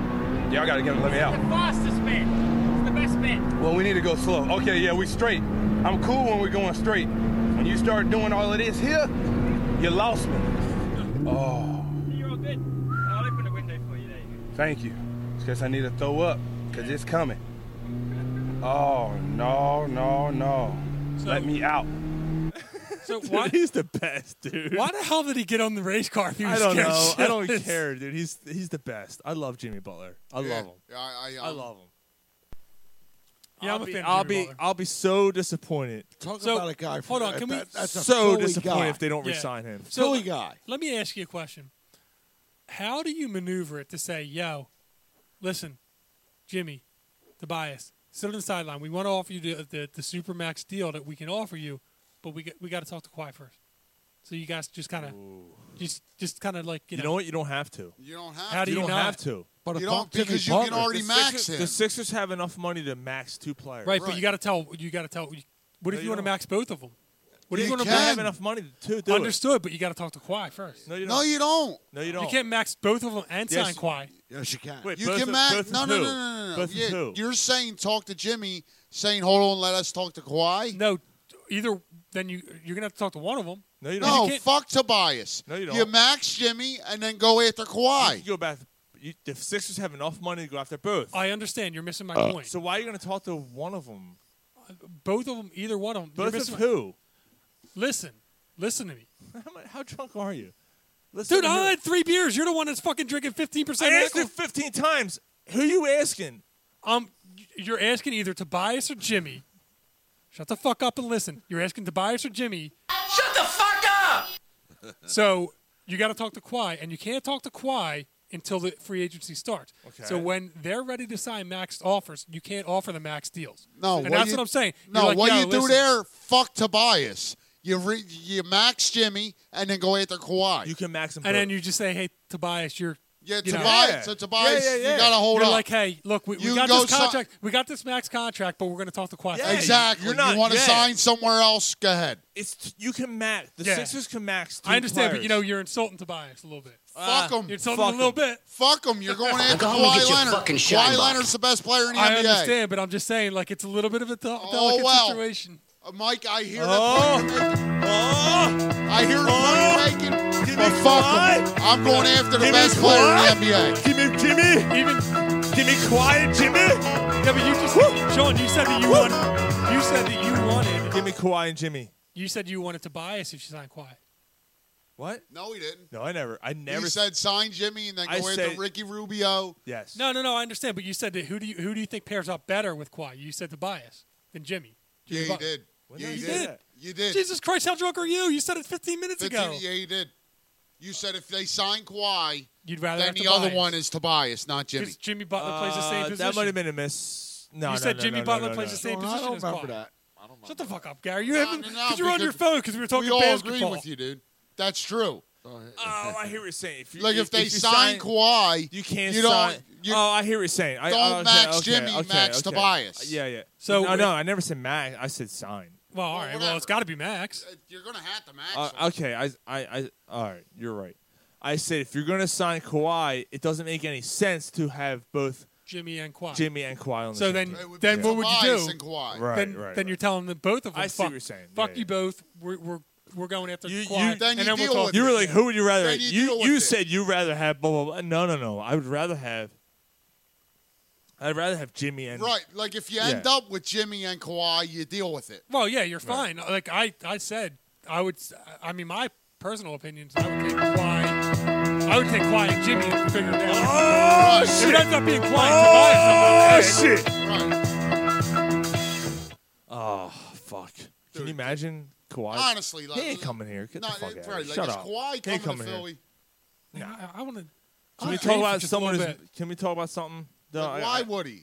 [SPEAKER 14] Y'all gotta get let me out.
[SPEAKER 7] fastest bit. It's the best bit.
[SPEAKER 14] Well, we need to go slow. Okay, yeah, we straight. I'm cool when we're going straight. When you start doing all of this here, you lost me. Oh,
[SPEAKER 7] You're all good. I'll open the window for you. There you
[SPEAKER 14] thank you. It's 'cause I need to throw up, cause it's coming. Oh no, no, no! Let me out.
[SPEAKER 10] So why,
[SPEAKER 2] he's the best, dude.
[SPEAKER 10] Why the hell did he get on the race car? If he was
[SPEAKER 2] I don't
[SPEAKER 10] scared
[SPEAKER 2] know. I don't
[SPEAKER 10] shitless?
[SPEAKER 2] care, dude. He's he's the best. I love Jimmy Butler. I
[SPEAKER 10] Yeah.
[SPEAKER 2] love him.
[SPEAKER 8] Yeah, I, um,
[SPEAKER 2] I love him.
[SPEAKER 10] Yeah,
[SPEAKER 2] I'll
[SPEAKER 10] I'm a
[SPEAKER 2] be,
[SPEAKER 10] fan of
[SPEAKER 2] I'll
[SPEAKER 10] Jimmy
[SPEAKER 2] be
[SPEAKER 10] Butler.
[SPEAKER 2] I'll be so disappointed.
[SPEAKER 11] Talk
[SPEAKER 10] So, about a guy from- hold on, can we- that- that's a
[SPEAKER 2] so
[SPEAKER 11] Philly
[SPEAKER 2] disappointed
[SPEAKER 11] guy.
[SPEAKER 2] if they don't
[SPEAKER 11] Yeah.
[SPEAKER 2] resign him.
[SPEAKER 10] So,
[SPEAKER 11] Philly guy.
[SPEAKER 10] Let me ask you a question. How do you maneuver it to say, yo, listen, Jimmy, Tobias, sit on the sideline. We want to offer you the, the, the Supermax deal that we can offer you, but we got, we got to talk to Kawhi first. So you guys just kind of, just just kind of like, you,
[SPEAKER 2] You know what? You don't have to.
[SPEAKER 8] You don't have
[SPEAKER 10] How do
[SPEAKER 2] you,
[SPEAKER 10] you
[SPEAKER 2] don't
[SPEAKER 10] not?
[SPEAKER 2] have to.
[SPEAKER 10] But
[SPEAKER 8] You a don't, bump Jimmy because you can Butler. already
[SPEAKER 2] The
[SPEAKER 8] max
[SPEAKER 2] Sixers-
[SPEAKER 8] him.
[SPEAKER 2] The Sixers have enough money to max two players.
[SPEAKER 10] Right, but you got to tell, you got to tell, what if
[SPEAKER 2] No,
[SPEAKER 10] you
[SPEAKER 2] you
[SPEAKER 10] want to
[SPEAKER 2] don't.
[SPEAKER 10] max both of them? What if
[SPEAKER 2] You
[SPEAKER 10] you want to
[SPEAKER 2] can. They have enough money to do it.
[SPEAKER 10] Understood, but you got to talk to Kawhi first.
[SPEAKER 2] No, you
[SPEAKER 8] No, don't. you don't.
[SPEAKER 2] No, you
[SPEAKER 10] You
[SPEAKER 2] don't.
[SPEAKER 10] can't max both of them and
[SPEAKER 2] Yes,
[SPEAKER 10] sign Kawhi.
[SPEAKER 11] Yes, you can.
[SPEAKER 2] Wait,
[SPEAKER 8] you
[SPEAKER 2] both
[SPEAKER 8] can
[SPEAKER 2] of-
[SPEAKER 8] match.
[SPEAKER 2] both
[SPEAKER 8] No,
[SPEAKER 2] of
[SPEAKER 8] no, no,
[SPEAKER 2] who?
[SPEAKER 8] no, no, no.
[SPEAKER 2] Both of
[SPEAKER 8] Yeah,
[SPEAKER 2] who?
[SPEAKER 8] You're saying talk to Jimmy, saying hold on, let us talk to Kawhi.
[SPEAKER 10] No, either then you you're gonna have to talk to one of them.
[SPEAKER 2] No, you
[SPEAKER 8] No,
[SPEAKER 2] don't.
[SPEAKER 8] fuck Tobias.
[SPEAKER 2] No, you don't.
[SPEAKER 8] You max Jimmy and then go after
[SPEAKER 2] You
[SPEAKER 8] Kawhi.
[SPEAKER 2] can go back. You, the Sixers have enough money to go after both.
[SPEAKER 10] I understand. You're missing my point.
[SPEAKER 2] Uh, So why are you going to talk to one of them?
[SPEAKER 10] Both of them, either one of them.
[SPEAKER 2] Both of who?
[SPEAKER 10] Listen, listen to me,
[SPEAKER 2] How, mu- how drunk are you? Listen
[SPEAKER 10] dude.
[SPEAKER 2] to
[SPEAKER 10] I
[SPEAKER 2] who-
[SPEAKER 10] had three beers. You're the one that's fucking drinking 15
[SPEAKER 2] I
[SPEAKER 10] percent.
[SPEAKER 2] asked you 15 times. Who you asking?
[SPEAKER 10] Um, you're asking either Tobias or Jimmy. Shut the fuck up and listen. You're asking Tobias or Jimmy. Shut the fuck up. so you got to talk to Kawhi, and you can't talk to Kawhi until the free agency starts.
[SPEAKER 8] Okay.
[SPEAKER 10] So when they're ready to sign max offers, you can't offer the max deals.
[SPEAKER 8] No,
[SPEAKER 10] and
[SPEAKER 8] what
[SPEAKER 10] that's
[SPEAKER 8] you-
[SPEAKER 10] what I'm saying. You're
[SPEAKER 8] No,
[SPEAKER 10] like,
[SPEAKER 8] what
[SPEAKER 10] "Yo,
[SPEAKER 8] you do
[SPEAKER 10] listen."
[SPEAKER 8] there? Fuck Tobias. You re, you max Jimmy and then go after Kawhi. You
[SPEAKER 2] can max
[SPEAKER 10] and then you just say, "Hey, Tobias, you're."
[SPEAKER 8] Yeah,
[SPEAKER 10] you know-
[SPEAKER 8] Tobias. So Tobias,
[SPEAKER 10] Yeah, yeah, yeah.
[SPEAKER 8] you gotta hold
[SPEAKER 10] You're
[SPEAKER 8] up.
[SPEAKER 10] like, hey, look, we, we
[SPEAKER 8] You
[SPEAKER 10] got
[SPEAKER 8] go
[SPEAKER 10] this
[SPEAKER 8] si-
[SPEAKER 10] contract. we got this max contract, but we're going to talk to Kawhi. first."
[SPEAKER 8] exactly.
[SPEAKER 2] you're not-
[SPEAKER 8] you want to
[SPEAKER 2] yeah.
[SPEAKER 8] sign somewhere else? Go ahead.
[SPEAKER 2] It's t- you can max. The
[SPEAKER 10] Yeah.
[SPEAKER 2] Sixers can max. Two
[SPEAKER 10] I understand, but you know
[SPEAKER 2] players.
[SPEAKER 10] you're insulting Tobias a little bit.
[SPEAKER 8] Fuck him.
[SPEAKER 10] Ah, You're insulting him a little bit.
[SPEAKER 8] Fuck him. You're going after
[SPEAKER 10] gonna get
[SPEAKER 8] Kawhi
[SPEAKER 10] your
[SPEAKER 8] Leonard.
[SPEAKER 10] fucking
[SPEAKER 8] Kawhi
[SPEAKER 10] shine box.
[SPEAKER 8] Leonard's the best player in the
[SPEAKER 10] I
[SPEAKER 8] NBA.
[SPEAKER 10] understand, but I'm just saying, like it's a little bit of a del-
[SPEAKER 8] Oh,
[SPEAKER 10] delicate
[SPEAKER 8] well.
[SPEAKER 10] situation.
[SPEAKER 8] Uh, Mike, I hear
[SPEAKER 10] Oh.
[SPEAKER 8] that point you're making.
[SPEAKER 2] Oh!
[SPEAKER 8] I hear the point you're making. But fuck him. I'm going after the best player in the NBA.
[SPEAKER 2] Give me Jimmy.
[SPEAKER 10] Even
[SPEAKER 2] give me quiet, Jimmy.
[SPEAKER 10] Yeah, but you just Sean, you said that you wanted. You said that you wanted.
[SPEAKER 2] Give me Kawhi and Jimmy.
[SPEAKER 10] You said you wanted Tobias if you signed Kawhi.
[SPEAKER 2] What?
[SPEAKER 8] No, he didn't.
[SPEAKER 2] No, I never. I never.
[SPEAKER 8] he said sign Jimmy and then
[SPEAKER 2] I
[SPEAKER 8] go after
[SPEAKER 2] said-
[SPEAKER 8] Ricky Rubio.
[SPEAKER 2] yes.
[SPEAKER 10] No, no, no. I understand, but you said that who do you who do you think pairs up better with Kawhi? You said Tobias than Jimmy.
[SPEAKER 8] Yeah,
[SPEAKER 10] Jimmy
[SPEAKER 8] he
[SPEAKER 10] Butler.
[SPEAKER 8] did. Yeah,
[SPEAKER 10] you
[SPEAKER 8] he
[SPEAKER 10] did.
[SPEAKER 8] did. You did.
[SPEAKER 10] Jesus Christ, how drunk are you? You said it 15 minutes ago.
[SPEAKER 8] 15 Yeah, he did. You said if they sign Kawhi,
[SPEAKER 10] You'd rather
[SPEAKER 8] then
[SPEAKER 10] have
[SPEAKER 8] the
[SPEAKER 10] Tobias.
[SPEAKER 8] other one is Tobias, not Jimmy.
[SPEAKER 10] Because Jimmy Butler plays the same
[SPEAKER 2] Uh,
[SPEAKER 10] position.
[SPEAKER 2] That might have been a miss. No,
[SPEAKER 10] You
[SPEAKER 2] no,
[SPEAKER 10] said
[SPEAKER 2] no,
[SPEAKER 10] Jimmy
[SPEAKER 2] no, no,
[SPEAKER 10] Butler
[SPEAKER 2] no,
[SPEAKER 10] plays
[SPEAKER 2] no.
[SPEAKER 10] the same
[SPEAKER 11] Well, I
[SPEAKER 10] position
[SPEAKER 11] don't
[SPEAKER 10] as
[SPEAKER 11] remember
[SPEAKER 10] Kawhi.
[SPEAKER 11] that.
[SPEAKER 10] Shut the fuck up, Gary. You
[SPEAKER 8] No,
[SPEAKER 10] haven't
[SPEAKER 8] no, no,
[SPEAKER 10] because you were on your
[SPEAKER 8] because
[SPEAKER 10] phone because we were talking
[SPEAKER 8] we all agree
[SPEAKER 10] basketball.
[SPEAKER 8] with you, dude. That's true.
[SPEAKER 2] Oh, I hear what you're saying. If you,
[SPEAKER 8] Like if, they
[SPEAKER 2] you
[SPEAKER 8] sign, Kawhi,
[SPEAKER 2] you can't
[SPEAKER 8] you don't.
[SPEAKER 2] sign.
[SPEAKER 8] you-
[SPEAKER 2] oh, I hear what you're saying. I,
[SPEAKER 8] Don't
[SPEAKER 2] I, okay,
[SPEAKER 8] max
[SPEAKER 2] okay,
[SPEAKER 8] Jimmy,
[SPEAKER 2] okay,
[SPEAKER 8] max
[SPEAKER 2] okay.
[SPEAKER 8] Tobias.
[SPEAKER 2] Yeah, yeah.
[SPEAKER 10] So-
[SPEAKER 2] no, no, I never said max. I said sign.
[SPEAKER 10] Well, all right. Well, it's got to be Max.
[SPEAKER 8] uh, You're gonna have to max.
[SPEAKER 2] Uh, okay, I, I, I, all right, you're right. I said if you're gonna sign Kawhi, it doesn't make any sense to have both
[SPEAKER 10] Jimmy and Kawhi.
[SPEAKER 2] Jimmy and Kawhi on the
[SPEAKER 10] So
[SPEAKER 2] same
[SPEAKER 10] then,
[SPEAKER 2] team.
[SPEAKER 10] then what would you
[SPEAKER 8] Tobias
[SPEAKER 10] do?
[SPEAKER 8] and Kawhi.
[SPEAKER 2] Right, right,
[SPEAKER 10] then, then
[SPEAKER 2] right.
[SPEAKER 10] you're telling them both of them.
[SPEAKER 2] I see
[SPEAKER 10] fuck,
[SPEAKER 2] what you're saying.
[SPEAKER 10] Fuck
[SPEAKER 2] Yeah,
[SPEAKER 10] you
[SPEAKER 2] yeah.
[SPEAKER 10] both. We're we're we're going after
[SPEAKER 2] You- you-
[SPEAKER 10] Kawhi.
[SPEAKER 2] Then
[SPEAKER 10] and
[SPEAKER 2] you
[SPEAKER 10] then we'll
[SPEAKER 8] deal
[SPEAKER 10] talk.
[SPEAKER 8] with
[SPEAKER 2] You were like, who would you rather?
[SPEAKER 8] Then you
[SPEAKER 2] You
[SPEAKER 8] deal
[SPEAKER 2] you,
[SPEAKER 8] with it.
[SPEAKER 2] said you rather have blah blah blah. No, no, no. I would rather have. I'd rather have Jimmy and
[SPEAKER 8] Right, like if you end
[SPEAKER 2] Yeah.
[SPEAKER 8] up with Jimmy and Kawhi, you deal with it.
[SPEAKER 10] Well, yeah, you're fine. Uh, Like I, I said, I would. s- I mean, my personal opinions. I would take Kawhi. I would take Kawhi and Jimmy if we figure it
[SPEAKER 2] Oh,
[SPEAKER 10] out. It
[SPEAKER 2] shit.
[SPEAKER 10] would end up being Kawhi.
[SPEAKER 2] Oh,
[SPEAKER 10] and Tobias. I'm okay.
[SPEAKER 2] shit. Oh fuck! Can you imagine Kawhi?
[SPEAKER 8] Honestly, like,
[SPEAKER 2] he ain't coming here. Get
[SPEAKER 8] no,
[SPEAKER 2] the fuck
[SPEAKER 8] it-
[SPEAKER 2] out!
[SPEAKER 8] right, like,
[SPEAKER 2] Shut
[SPEAKER 8] is
[SPEAKER 2] up.
[SPEAKER 8] Kawhi
[SPEAKER 2] He ain't
[SPEAKER 8] coming to
[SPEAKER 2] coming here.
[SPEAKER 8] Philly?
[SPEAKER 10] No, I, I want to.
[SPEAKER 2] Can we talk about someone? Who's, can we talk about something? No,
[SPEAKER 8] Like,
[SPEAKER 2] I-
[SPEAKER 8] why
[SPEAKER 2] I-
[SPEAKER 8] would he?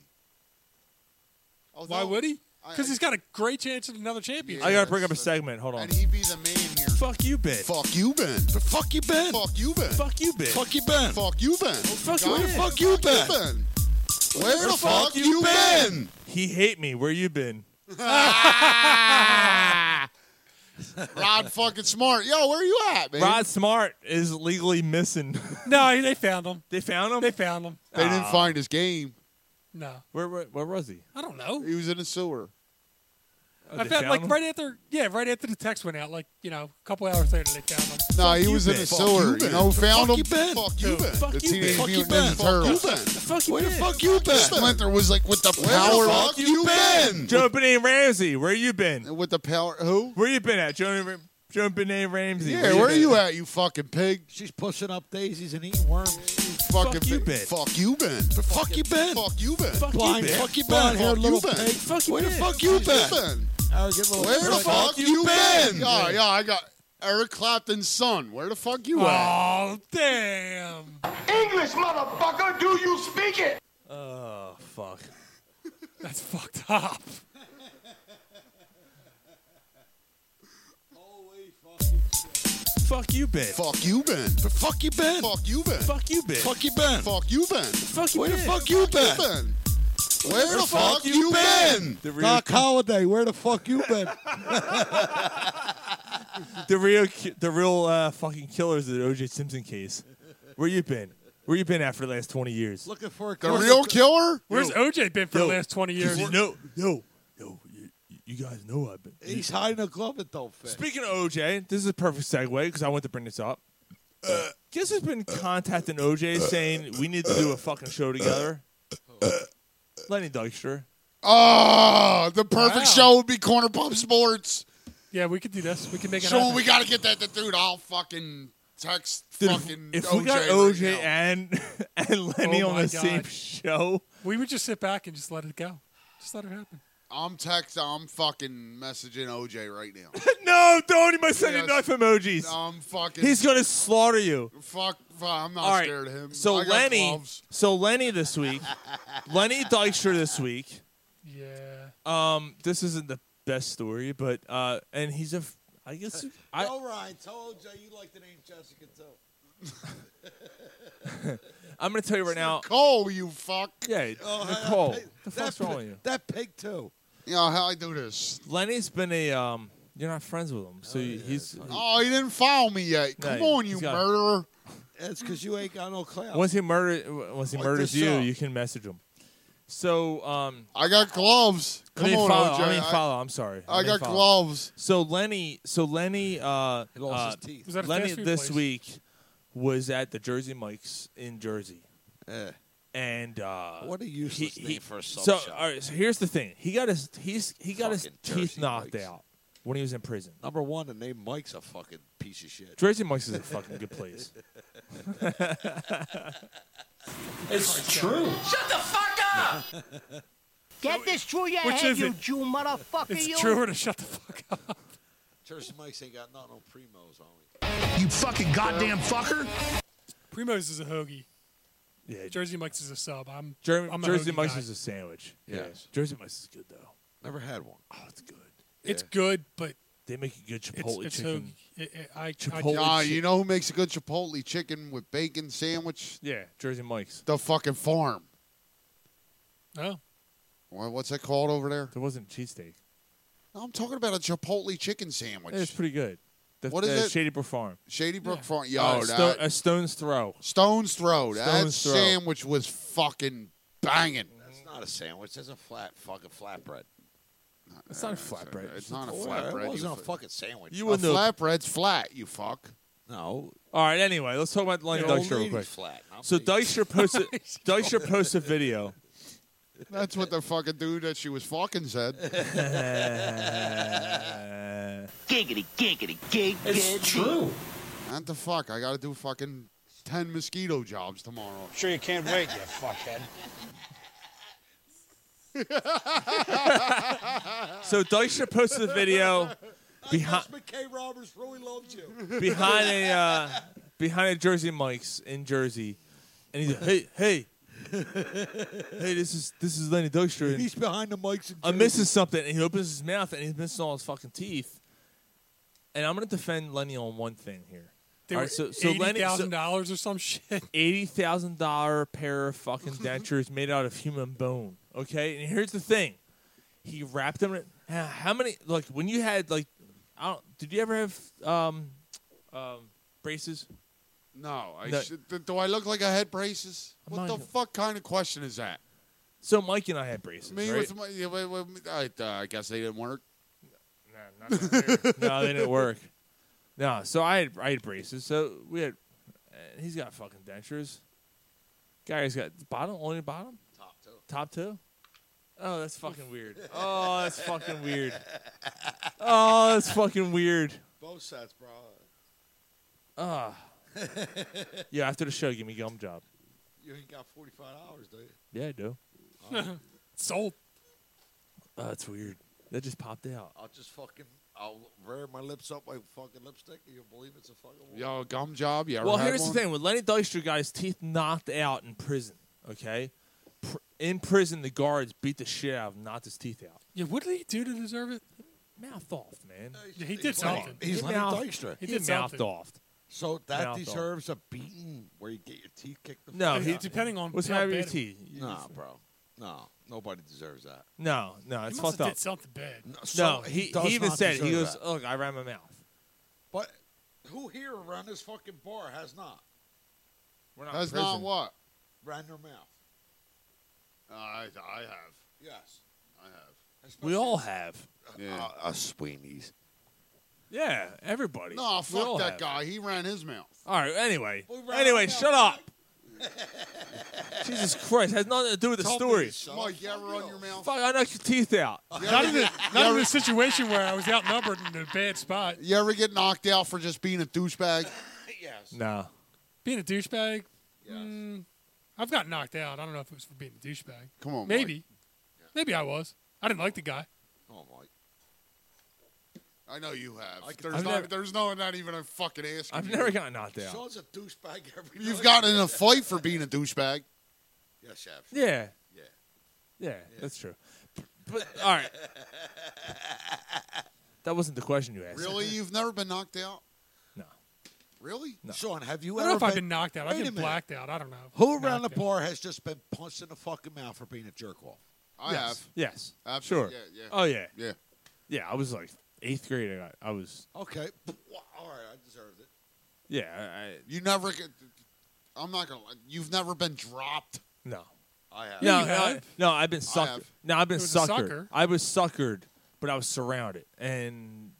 [SPEAKER 8] Although,
[SPEAKER 10] Why would he?
[SPEAKER 8] I-
[SPEAKER 10] Because he's got a great chance at another championship.
[SPEAKER 2] I gotta bring up a segment. Hold on.
[SPEAKER 8] And he'd be the man here.
[SPEAKER 2] Fuck you, Ben.
[SPEAKER 8] Fuck you, Ben. The fuck you, Ben. Fuck you, Ben.
[SPEAKER 2] Fuck you, Ben.
[SPEAKER 8] Fuck you, Ben. Fuck you, Ben.
[SPEAKER 2] fuck you, Ben.
[SPEAKER 8] Fuck you, Ben. Where the fuck you been?
[SPEAKER 2] He hate me. Where you been?
[SPEAKER 8] Rod fucking smart. Yo, where you at, man?
[SPEAKER 2] Rod Smart is legally missing.
[SPEAKER 10] No, they found him.
[SPEAKER 2] they found him.
[SPEAKER 10] They found him.
[SPEAKER 8] They didn't
[SPEAKER 2] Aw.
[SPEAKER 8] find his game.
[SPEAKER 10] No,
[SPEAKER 2] Where, where where was he?
[SPEAKER 10] I don't know.
[SPEAKER 8] He was in the sewer.
[SPEAKER 10] I found like right after, yeah, right after the text went out, like you know, a couple hours later they found him.
[SPEAKER 8] No, he was in the sewer. You know, found him. Fuck you, Ben.
[SPEAKER 10] Fuck
[SPEAKER 8] The
[SPEAKER 10] you,
[SPEAKER 8] Teenage
[SPEAKER 10] Ben.
[SPEAKER 8] Mutant
[SPEAKER 10] Fuck you,
[SPEAKER 8] Ninja
[SPEAKER 10] Ben.
[SPEAKER 8] Turtles.
[SPEAKER 10] Fuck you, Ben. The fuck you,
[SPEAKER 8] Where the
[SPEAKER 10] Ben.
[SPEAKER 8] fuck you been? Splinter was like with the power.
[SPEAKER 2] Jumping in Ramsey, where you been?
[SPEAKER 8] With the power, who?
[SPEAKER 2] Where you been at? Jumping Jumping in Ramsey.
[SPEAKER 8] Yeah, where are
[SPEAKER 2] been?
[SPEAKER 8] you at, you fucking pig?
[SPEAKER 11] She's pushing up daisies and eating worms.
[SPEAKER 8] Fucking
[SPEAKER 11] Fuck you,
[SPEAKER 8] pig.
[SPEAKER 11] Ben.
[SPEAKER 8] Fuck you, Ben.
[SPEAKER 11] The fuck you been?
[SPEAKER 8] Fuck you, Ben.
[SPEAKER 11] Fuck you,
[SPEAKER 8] Blind-
[SPEAKER 11] Ben.
[SPEAKER 8] fuck you, Ben.
[SPEAKER 11] Blonde
[SPEAKER 8] Fuck
[SPEAKER 11] haired
[SPEAKER 8] you,
[SPEAKER 11] little
[SPEAKER 8] Ben.
[SPEAKER 11] pig.
[SPEAKER 8] Fuck you,
[SPEAKER 11] Where the
[SPEAKER 8] Ben.
[SPEAKER 11] fuck you
[SPEAKER 8] Fuck you,
[SPEAKER 11] been?
[SPEAKER 8] Ben.
[SPEAKER 11] All right, get a little-
[SPEAKER 8] Where the
[SPEAKER 11] Fuck
[SPEAKER 8] fuck
[SPEAKER 11] you
[SPEAKER 8] you
[SPEAKER 11] been?
[SPEAKER 8] been? Yeah, yeah, I got Eric Clapton's son. Where the fuck you at?
[SPEAKER 10] Oh damn!
[SPEAKER 13] English, motherfucker, do you speak it?
[SPEAKER 2] Oh fuck.
[SPEAKER 10] That's fucked up.
[SPEAKER 2] Fuck you, Ben.
[SPEAKER 8] Fuck you, Ben. The
[SPEAKER 11] fuck you, Ben.
[SPEAKER 8] Fuck you, Ben.
[SPEAKER 2] Fuck you, Ben.
[SPEAKER 11] Fuck you, Ben.
[SPEAKER 8] Fuck you, Ben.
[SPEAKER 2] Fuck
[SPEAKER 11] you,
[SPEAKER 8] Where the
[SPEAKER 11] Ben.
[SPEAKER 8] fuck you,
[SPEAKER 11] Fuck you,
[SPEAKER 8] Ben?
[SPEAKER 11] Ben.
[SPEAKER 8] Where the fuck you been?
[SPEAKER 11] Doc Holiday, where the fuck you been?
[SPEAKER 2] the real, ki- the real uh, fucking killers of the O.J. Simpson case. Where you been? Where you been after the last twenty years?
[SPEAKER 11] Looking for a
[SPEAKER 8] The real killer?
[SPEAKER 10] Where's OJ been for
[SPEAKER 2] Yo,
[SPEAKER 10] the last twenty years?
[SPEAKER 2] You know, yo, yo, you, you guys know I've been.
[SPEAKER 11] He's hiding a glove that don't fit.
[SPEAKER 2] Speaking of OJ, this is a perfect segue because I want to bring this up. Uh, Guess who's been contacting OJ saying we need to do a fucking show together? Lenny Dykstra.
[SPEAKER 8] Oh, the perfect show would be Corner Pub Sports.
[SPEAKER 10] Yeah, we could do this. We can make it
[SPEAKER 8] So
[SPEAKER 10] happen.
[SPEAKER 8] we got to get that to dude. I'll fucking text
[SPEAKER 2] Dude, if-
[SPEAKER 8] fucking
[SPEAKER 2] if
[SPEAKER 8] OJ.
[SPEAKER 2] we got
[SPEAKER 8] right
[SPEAKER 2] OJ
[SPEAKER 8] now.
[SPEAKER 2] and and Lenny
[SPEAKER 10] Oh
[SPEAKER 2] on
[SPEAKER 10] my
[SPEAKER 2] the same
[SPEAKER 10] God.
[SPEAKER 2] show,
[SPEAKER 10] We would just sit back and just let it go. Just let it happen.
[SPEAKER 8] I'm text. I'm fucking messaging OJ right now.
[SPEAKER 2] no, don't my second
[SPEAKER 8] Yes.
[SPEAKER 2] knife emojis.
[SPEAKER 8] I'm fucking.
[SPEAKER 2] He's gonna slaughter you.
[SPEAKER 8] fuck. fuck I'm not
[SPEAKER 2] All right.
[SPEAKER 8] scared of him.
[SPEAKER 2] So
[SPEAKER 8] I got
[SPEAKER 2] Lenny,
[SPEAKER 8] gloves.
[SPEAKER 2] so Lenny this week, Lenny Dykstra this week.
[SPEAKER 10] Yeah.
[SPEAKER 2] Um, this isn't the best story, but uh, and he's a, f- I guess I,
[SPEAKER 11] All right, told you you like the name Jessica too.
[SPEAKER 2] I'm gonna tell you right now.
[SPEAKER 8] Cole, you fuck.
[SPEAKER 2] Yeah,
[SPEAKER 11] Oh, hey,
[SPEAKER 2] Nicole,
[SPEAKER 11] that pig-
[SPEAKER 2] the
[SPEAKER 11] that
[SPEAKER 2] fuck's wrong with you?
[SPEAKER 11] That pig too.
[SPEAKER 8] You know how I do this.
[SPEAKER 2] Lenny's been a um. You're not friends with him, so you he's.
[SPEAKER 8] Oh, he didn't follow me yet.
[SPEAKER 2] No,
[SPEAKER 8] Come
[SPEAKER 2] he-
[SPEAKER 8] on,
[SPEAKER 2] he's
[SPEAKER 8] you
[SPEAKER 2] got-
[SPEAKER 8] murderer.
[SPEAKER 11] That's because you ain't got no clout.
[SPEAKER 2] Once he murder, once he
[SPEAKER 11] Like
[SPEAKER 2] murders
[SPEAKER 11] this
[SPEAKER 2] you,
[SPEAKER 11] show.
[SPEAKER 2] you can message him. So um,
[SPEAKER 8] I got gloves.
[SPEAKER 2] I
[SPEAKER 8] Come
[SPEAKER 2] mean
[SPEAKER 8] on,
[SPEAKER 2] follow,
[SPEAKER 8] OJ.
[SPEAKER 2] I mean follow. I'm sorry.
[SPEAKER 8] I
[SPEAKER 2] mean
[SPEAKER 8] got
[SPEAKER 2] follow.
[SPEAKER 8] gloves.
[SPEAKER 2] So Lenny, so Lenny, uh,
[SPEAKER 11] lost
[SPEAKER 2] uh,
[SPEAKER 11] his teeth.
[SPEAKER 10] Was that a
[SPEAKER 2] Lenny
[SPEAKER 10] fast food
[SPEAKER 2] this
[SPEAKER 10] place?
[SPEAKER 2] week was at the Jersey Mike's in Jersey,
[SPEAKER 11] Eh.
[SPEAKER 2] and uh,
[SPEAKER 11] What a
[SPEAKER 2] he-
[SPEAKER 11] useless
[SPEAKER 2] he,
[SPEAKER 11] name for a sub
[SPEAKER 2] So,
[SPEAKER 11] shop.
[SPEAKER 2] all right, so here's the thing: he got his he's he got his
[SPEAKER 11] Fucking
[SPEAKER 2] teeth
[SPEAKER 11] Jersey
[SPEAKER 2] knocked
[SPEAKER 11] Mike's.
[SPEAKER 2] out when he was in prison.
[SPEAKER 11] Number one, the name Mike's a fucking piece of shit.
[SPEAKER 2] Jersey Mike's is a fucking good place.
[SPEAKER 13] It's true. Shut the fuck up! Get this through your
[SPEAKER 10] Which
[SPEAKER 13] head,
[SPEAKER 10] is
[SPEAKER 13] you
[SPEAKER 10] it?
[SPEAKER 13] Jew motherfucker,
[SPEAKER 10] It's
[SPEAKER 13] you.
[SPEAKER 10] truer to shut the fuck up.
[SPEAKER 11] Jersey Mike's ain't got no, no primos, homie.
[SPEAKER 13] You fucking goddamn fucker.
[SPEAKER 10] Primos is a hoagie.
[SPEAKER 2] Yeah.
[SPEAKER 10] Jersey Mike's is a sub. I'm.
[SPEAKER 2] Jer-
[SPEAKER 10] I'm a
[SPEAKER 2] Jersey
[SPEAKER 10] hoagie
[SPEAKER 2] Mike's
[SPEAKER 10] guy.
[SPEAKER 2] is a sandwich.
[SPEAKER 11] Yes.
[SPEAKER 2] Jersey Mike's is good though.
[SPEAKER 11] Never had one.
[SPEAKER 2] Oh, it's good.
[SPEAKER 10] It's good, but
[SPEAKER 2] They make a good
[SPEAKER 10] it's,
[SPEAKER 2] Chipotle
[SPEAKER 10] it's
[SPEAKER 2] chicken.
[SPEAKER 10] hoagie. It- it- I, I-
[SPEAKER 2] Chipotle
[SPEAKER 8] Nah,
[SPEAKER 2] chi-
[SPEAKER 8] you know who makes a good Chipotle chicken with bacon sandwich?
[SPEAKER 2] Yeah, Jersey Mike's.
[SPEAKER 8] The fucking farm.
[SPEAKER 10] Oh.
[SPEAKER 8] Wha- What's that called over there?
[SPEAKER 2] There wasn't cheesesteak.
[SPEAKER 8] No, I'm talking about a Chipotle
[SPEAKER 2] Yeah,
[SPEAKER 8] chicken
[SPEAKER 2] It's
[SPEAKER 8] sandwich.
[SPEAKER 2] pretty good. The,
[SPEAKER 8] What is
[SPEAKER 2] the
[SPEAKER 8] it?
[SPEAKER 2] Shady Brook Farm.
[SPEAKER 8] Shady Brook Farm. Yo,
[SPEAKER 2] Uh,
[SPEAKER 8] that
[SPEAKER 2] sto- a stone's throw.
[SPEAKER 8] Stone's Throw. that
[SPEAKER 2] Stone's Throw.
[SPEAKER 8] sandwich was fucking banging.
[SPEAKER 2] Mm.
[SPEAKER 11] That's not a sandwich. That's a flat fucking flatbread.
[SPEAKER 2] It's not a flatbread.
[SPEAKER 8] It's not a
[SPEAKER 11] Oh,
[SPEAKER 8] flatbread.
[SPEAKER 11] It wasn't
[SPEAKER 8] you
[SPEAKER 11] a
[SPEAKER 8] fu-
[SPEAKER 11] fucking sandwich.
[SPEAKER 2] You
[SPEAKER 8] a
[SPEAKER 2] wouldn't know.
[SPEAKER 8] flatbread's flat, you fuck.
[SPEAKER 11] No.
[SPEAKER 2] All right. Anyway, let's talk about Lenny
[SPEAKER 11] Your old
[SPEAKER 2] Dykstra real
[SPEAKER 11] lady's
[SPEAKER 2] quick.
[SPEAKER 11] flat, not
[SPEAKER 2] So
[SPEAKER 11] me.
[SPEAKER 2] Dykstra posted. Dykstra posted a video.
[SPEAKER 8] That's what the fucking dude that she was fucking said.
[SPEAKER 13] Giggity, giggity, giggity. It's true.
[SPEAKER 8] Not the fuck. I gotta do fucking ten mosquito jobs tomorrow.
[SPEAKER 13] Sure you can't wait, you fuckhead.
[SPEAKER 2] So Dykstra posted a video behind
[SPEAKER 11] McKay Roberts really loved you.
[SPEAKER 2] behind a uh, behind a Jersey Mike's in Jersey, and he's like, hey hey hey this is this is Lenny Dykstra. And
[SPEAKER 11] He's behind the mics. And
[SPEAKER 2] I'm missing something, and he opens his mouth and he's missing all his fucking teeth. And I'm gonna defend Lenny on one thing here.
[SPEAKER 10] They
[SPEAKER 2] all
[SPEAKER 10] were
[SPEAKER 2] right, so so
[SPEAKER 10] eighty
[SPEAKER 2] Lenny
[SPEAKER 10] thousand dollars or some shit.
[SPEAKER 2] eighty thousand dollar pair of fucking dentures made out of human bone. Okay, and here's the thing, he wrapped them. In, how how many? Like when you had like, I don't. Did you ever have um, um braces?
[SPEAKER 8] No, I
[SPEAKER 2] No.
[SPEAKER 8] should, th- do I look like I had braces?
[SPEAKER 2] I'm
[SPEAKER 8] what
[SPEAKER 2] not
[SPEAKER 8] the
[SPEAKER 2] even-
[SPEAKER 8] fuck kind of question is that?
[SPEAKER 2] So Mike and I had braces,
[SPEAKER 8] Me
[SPEAKER 2] right?
[SPEAKER 8] with my, yeah, wait, wait, I, uh, I guess they didn't work.
[SPEAKER 2] no, no, they didn't work. No, so I had I had braces. So we had. Uh, he's got fucking dentures. Guy's got bottom only bottom.
[SPEAKER 6] Top two.
[SPEAKER 2] Top two. Oh, that's fucking weird. Oh, that's fucking weird. Oh, that's fucking weird.
[SPEAKER 11] Both sets, bro.
[SPEAKER 2] Ah. yeah, after the show, give me gum job.
[SPEAKER 11] You ain't got 45 hours, do you?
[SPEAKER 2] Yeah, I do.
[SPEAKER 10] Sold.
[SPEAKER 2] Oh, that's weird. That just popped out.
[SPEAKER 11] I'll just fucking, I'll rear my lips up like fucking lipstick, and you'll believe it's a fucking woman.
[SPEAKER 8] Yo, gum job. Yeah.
[SPEAKER 2] well, here's the thing: when Lenny Dykstra got his teeth knocked out in prison, okay, Pr- in prison the guards beat the shit out of him, knocked his teeth out.
[SPEAKER 10] Yeah, what did he do to deserve it?
[SPEAKER 2] Mouth off, man.
[SPEAKER 10] Yeah, he did something.
[SPEAKER 11] He's
[SPEAKER 2] He
[SPEAKER 11] Lenny
[SPEAKER 2] mouthed-
[SPEAKER 11] Dykstra.
[SPEAKER 2] He,
[SPEAKER 10] Uh, He did
[SPEAKER 2] mouthed
[SPEAKER 10] something.
[SPEAKER 2] off.
[SPEAKER 11] So that
[SPEAKER 2] Mouth off.
[SPEAKER 11] deserves a beating where you get your teeth kicked. The
[SPEAKER 2] No,
[SPEAKER 11] fuck
[SPEAKER 2] he-
[SPEAKER 11] out.
[SPEAKER 10] depending on
[SPEAKER 2] What's
[SPEAKER 10] how
[SPEAKER 2] matter with your
[SPEAKER 10] bad it-
[SPEAKER 2] teeth? You
[SPEAKER 11] No,
[SPEAKER 2] just-
[SPEAKER 11] bro. No, nobody deserves that.
[SPEAKER 2] No, no, it's
[SPEAKER 10] he
[SPEAKER 2] fucked
[SPEAKER 10] must have
[SPEAKER 2] up.
[SPEAKER 10] did something bad.
[SPEAKER 11] No,
[SPEAKER 2] no,
[SPEAKER 11] so
[SPEAKER 2] he,
[SPEAKER 11] does
[SPEAKER 2] he even
[SPEAKER 11] not
[SPEAKER 2] said it. he uh,
[SPEAKER 11] deserve
[SPEAKER 2] goes,
[SPEAKER 11] that.
[SPEAKER 2] "Look, I ran my mouth."
[SPEAKER 11] But who here around this fucking bar has not
[SPEAKER 2] We're not in
[SPEAKER 8] That's not
[SPEAKER 2] prison. Uh,
[SPEAKER 8] what.
[SPEAKER 11] ran their mouth?
[SPEAKER 12] I, I have.
[SPEAKER 11] Yes.
[SPEAKER 12] I have.
[SPEAKER 2] We all have.
[SPEAKER 12] Yeah.
[SPEAKER 11] Uh, us weenies.
[SPEAKER 2] Yeah, everybody.
[SPEAKER 8] No,
[SPEAKER 2] We all
[SPEAKER 8] fuck that
[SPEAKER 2] have.
[SPEAKER 8] guy. He ran his mouth.
[SPEAKER 2] All right. Anyway,
[SPEAKER 11] We ran
[SPEAKER 2] anyway,
[SPEAKER 11] our mouth.
[SPEAKER 2] shut up. Jesus Christ, has nothing to do with the story.
[SPEAKER 8] Mike, you ever run your mouth?
[SPEAKER 2] Fuck, I knocked your teeth out.
[SPEAKER 10] Not in, a, not in a situation where I was outnumbered in a bad spot.
[SPEAKER 8] You ever get knocked out for just being a douchebag?
[SPEAKER 11] Yes.
[SPEAKER 2] No.
[SPEAKER 10] Being a douchebag,
[SPEAKER 11] Yes.
[SPEAKER 10] mm, I've got knocked out. I don't know if it was for being a douchebag.
[SPEAKER 8] Come on,
[SPEAKER 10] Maybe. Maybe I was. I didn't like the guy.
[SPEAKER 11] Oh my.
[SPEAKER 8] Mike. I know you have.
[SPEAKER 11] I could-
[SPEAKER 8] there's,
[SPEAKER 2] I've
[SPEAKER 8] not,
[SPEAKER 2] never-
[SPEAKER 8] there's no, not even a fucking asking.
[SPEAKER 2] I've
[SPEAKER 8] you.
[SPEAKER 2] never gotten knocked out.
[SPEAKER 11] Sean's a douchebag every.
[SPEAKER 8] You've
[SPEAKER 11] night.
[SPEAKER 8] gotten in a fight for being a douchebag.
[SPEAKER 11] Yes, Chef.
[SPEAKER 2] Yeah.
[SPEAKER 11] Yeah.
[SPEAKER 2] Yeah, that's true. But all right. That wasn't the question you asked.
[SPEAKER 8] Really? You've never been knocked out?
[SPEAKER 2] No.
[SPEAKER 8] Really?
[SPEAKER 11] Sean, have you
[SPEAKER 10] I
[SPEAKER 11] ever
[SPEAKER 10] don't know if
[SPEAKER 11] been,
[SPEAKER 10] I've been knocked out.
[SPEAKER 11] Wait
[SPEAKER 10] I've
[SPEAKER 11] a
[SPEAKER 10] been
[SPEAKER 11] minute.
[SPEAKER 10] blacked out. I don't know.
[SPEAKER 11] Who around the
[SPEAKER 10] Knocked out.
[SPEAKER 11] bar has just been punched in the fucking mouth for being a jerk off?
[SPEAKER 8] I
[SPEAKER 2] yes. Yes.
[SPEAKER 8] have. Abso-
[SPEAKER 2] Sure.
[SPEAKER 8] Yeah, yeah.
[SPEAKER 2] Oh yeah.
[SPEAKER 8] yeah.
[SPEAKER 2] Yeah. I was like eighth grade. I got. I was.
[SPEAKER 11] Okay. Well, All right, I deserved it.
[SPEAKER 2] Yeah. I, I
[SPEAKER 8] You never get. I'm not gonna. lie. You've never been dropped.
[SPEAKER 2] no.
[SPEAKER 11] I have.
[SPEAKER 2] No.
[SPEAKER 10] you
[SPEAKER 2] No,
[SPEAKER 10] have.
[SPEAKER 2] no. I've been suckered.
[SPEAKER 8] have.
[SPEAKER 2] No, I've been
[SPEAKER 10] It was a
[SPEAKER 2] suckered.
[SPEAKER 10] sucker.
[SPEAKER 2] I was suckered, but I was surrounded, and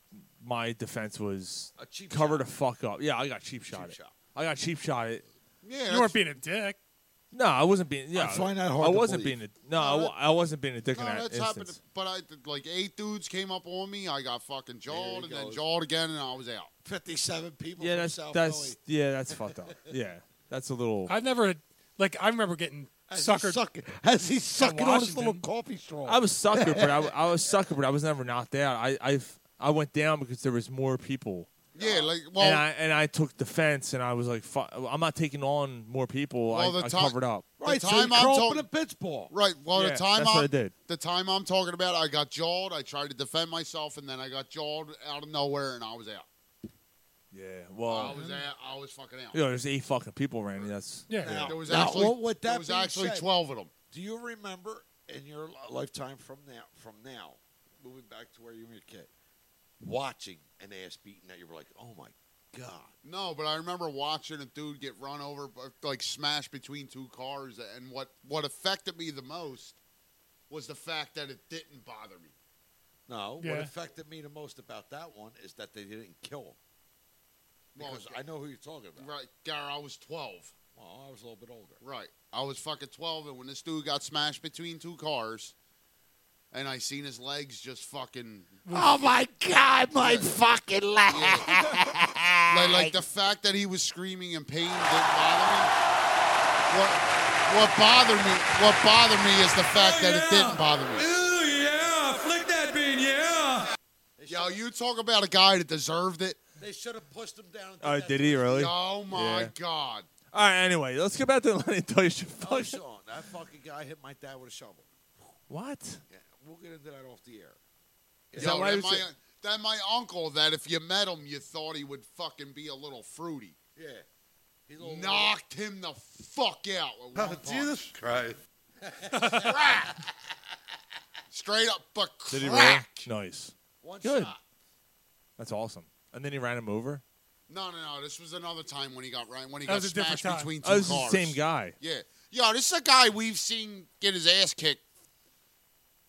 [SPEAKER 2] my defense was
[SPEAKER 11] A cheap
[SPEAKER 2] cover
[SPEAKER 11] shot.
[SPEAKER 2] the fuck up. Yeah, I got cheap shot. it.
[SPEAKER 11] shot.
[SPEAKER 2] I got cheap shot. It.
[SPEAKER 8] Yeah.
[SPEAKER 10] You weren't being a dick.
[SPEAKER 2] No, I wasn't being. Yeah,
[SPEAKER 11] find that hard
[SPEAKER 2] I
[SPEAKER 11] to
[SPEAKER 2] wasn't
[SPEAKER 11] believe.
[SPEAKER 2] being a. No, I,
[SPEAKER 8] No,
[SPEAKER 2] wa- I wasn't being a dick
[SPEAKER 8] No,
[SPEAKER 2] in that
[SPEAKER 8] that's happened.
[SPEAKER 2] instance.
[SPEAKER 8] But I like eight dudes came up on me. I got fucking jawed
[SPEAKER 11] he
[SPEAKER 8] and then
[SPEAKER 11] goes.
[SPEAKER 8] jawed again, and I was out.
[SPEAKER 11] Fifty-seven people
[SPEAKER 2] yeah,
[SPEAKER 11] from
[SPEAKER 2] that's
[SPEAKER 11] South
[SPEAKER 2] that's
[SPEAKER 11] Philly.
[SPEAKER 2] yeah, that's fucked up. Yeah, that's a little. I,
[SPEAKER 10] I've never, had- like, I remember getting
[SPEAKER 11] As he
[SPEAKER 10] suckered.
[SPEAKER 11] suck- as he's sucking on his little
[SPEAKER 10] Washington.
[SPEAKER 11] coffee straw.
[SPEAKER 2] was sucker, but I, w- I was sucker, but I was never knocked out. I I've, I went down because there was more people,
[SPEAKER 8] Yeah, like well,
[SPEAKER 2] and I and I took defense, and I was like, fu- I'm not taking on more people.
[SPEAKER 8] Well,
[SPEAKER 2] I,
[SPEAKER 8] the
[SPEAKER 2] I
[SPEAKER 8] ti-
[SPEAKER 2] covered up.
[SPEAKER 11] right,
[SPEAKER 8] the
[SPEAKER 11] so you
[SPEAKER 8] time I'm
[SPEAKER 11] crawl
[SPEAKER 8] talk-
[SPEAKER 11] for the bitch ball.
[SPEAKER 8] right. Well,
[SPEAKER 2] Yeah,
[SPEAKER 8] the time
[SPEAKER 2] that's
[SPEAKER 8] I'm
[SPEAKER 2] what I did.
[SPEAKER 8] the time I'm talking about, I got jawed. I tried to defend myself, and then I got jawed out of nowhere, and I was out.
[SPEAKER 2] Yeah, well,
[SPEAKER 8] I was out. I was fucking out.
[SPEAKER 2] you know, there's eight fucking people, Randy. That's
[SPEAKER 10] Yeah.
[SPEAKER 11] Now,
[SPEAKER 8] There was
[SPEAKER 11] now,
[SPEAKER 8] actually
[SPEAKER 11] what would
[SPEAKER 8] there
[SPEAKER 11] that
[SPEAKER 8] was
[SPEAKER 11] being
[SPEAKER 8] actually
[SPEAKER 11] said,
[SPEAKER 8] twelve of them.
[SPEAKER 11] Do you remember in your li- lifetime from now, from now, moving back to where you were a kid, watching an ass beating that you were like, oh my god,
[SPEAKER 8] No, but I remember watching a dude get run over, but, like smashed between two cars, and what what affected me the most was the fact that it didn't bother me.
[SPEAKER 11] no.
[SPEAKER 10] Yeah.
[SPEAKER 11] What affected me the most about that one is that they didn't kill him.
[SPEAKER 8] Well,
[SPEAKER 11] Because
[SPEAKER 8] okay.
[SPEAKER 11] I know who you're talking about.
[SPEAKER 8] Right, Gar, I was twelve.
[SPEAKER 11] Well, I was a little bit older.
[SPEAKER 8] Right, I was fucking twelve, and when this dude got smashed between two cars, and I seen his legs just fucking
[SPEAKER 13] Oh my god, my fucking leg.
[SPEAKER 8] like, like the fact that he was screaming in pain didn't bother me. What what bothered me? What bothered me is the fact that it didn't bother me.
[SPEAKER 2] yeah, flick that bean, yeah.
[SPEAKER 8] Yo, you talk about a guy that deserved it.
[SPEAKER 11] They should have pushed him down.
[SPEAKER 2] Oh, did he really?
[SPEAKER 8] Oh my
[SPEAKER 2] Yeah.
[SPEAKER 8] god.
[SPEAKER 2] All right. Anyway, let's get back to Lenny Dykstra.
[SPEAKER 11] Oh,
[SPEAKER 2] Fuck.
[SPEAKER 11] Sean, that fucking guy hit my dad with a shovel.
[SPEAKER 2] What?
[SPEAKER 11] Yeah, we'll get into that off the air.
[SPEAKER 8] Is
[SPEAKER 2] that
[SPEAKER 8] Yo,
[SPEAKER 2] why
[SPEAKER 8] that
[SPEAKER 2] you
[SPEAKER 8] my,
[SPEAKER 2] said-
[SPEAKER 8] that my uncle that if you met him you thought he would fucking be a little fruity.
[SPEAKER 11] Yeah. He's a little-
[SPEAKER 8] Knocked him the fuck out with
[SPEAKER 2] Oh,
[SPEAKER 8] one punch.
[SPEAKER 12] Christ.
[SPEAKER 8] Straight up but
[SPEAKER 2] Did he
[SPEAKER 8] crack.
[SPEAKER 2] really? Nice.
[SPEAKER 11] One
[SPEAKER 2] Good.
[SPEAKER 11] shot.
[SPEAKER 2] That's awesome. And then he ran him over.
[SPEAKER 8] No, no, no. This was another time when he got right when he
[SPEAKER 10] That
[SPEAKER 8] got
[SPEAKER 10] was a different
[SPEAKER 8] smashed
[SPEAKER 10] time.
[SPEAKER 8] between two
[SPEAKER 2] Oh, this
[SPEAKER 8] cars.
[SPEAKER 2] is the same guy.
[SPEAKER 8] Yeah. Yo, this is a guy we've seen get his ass kicked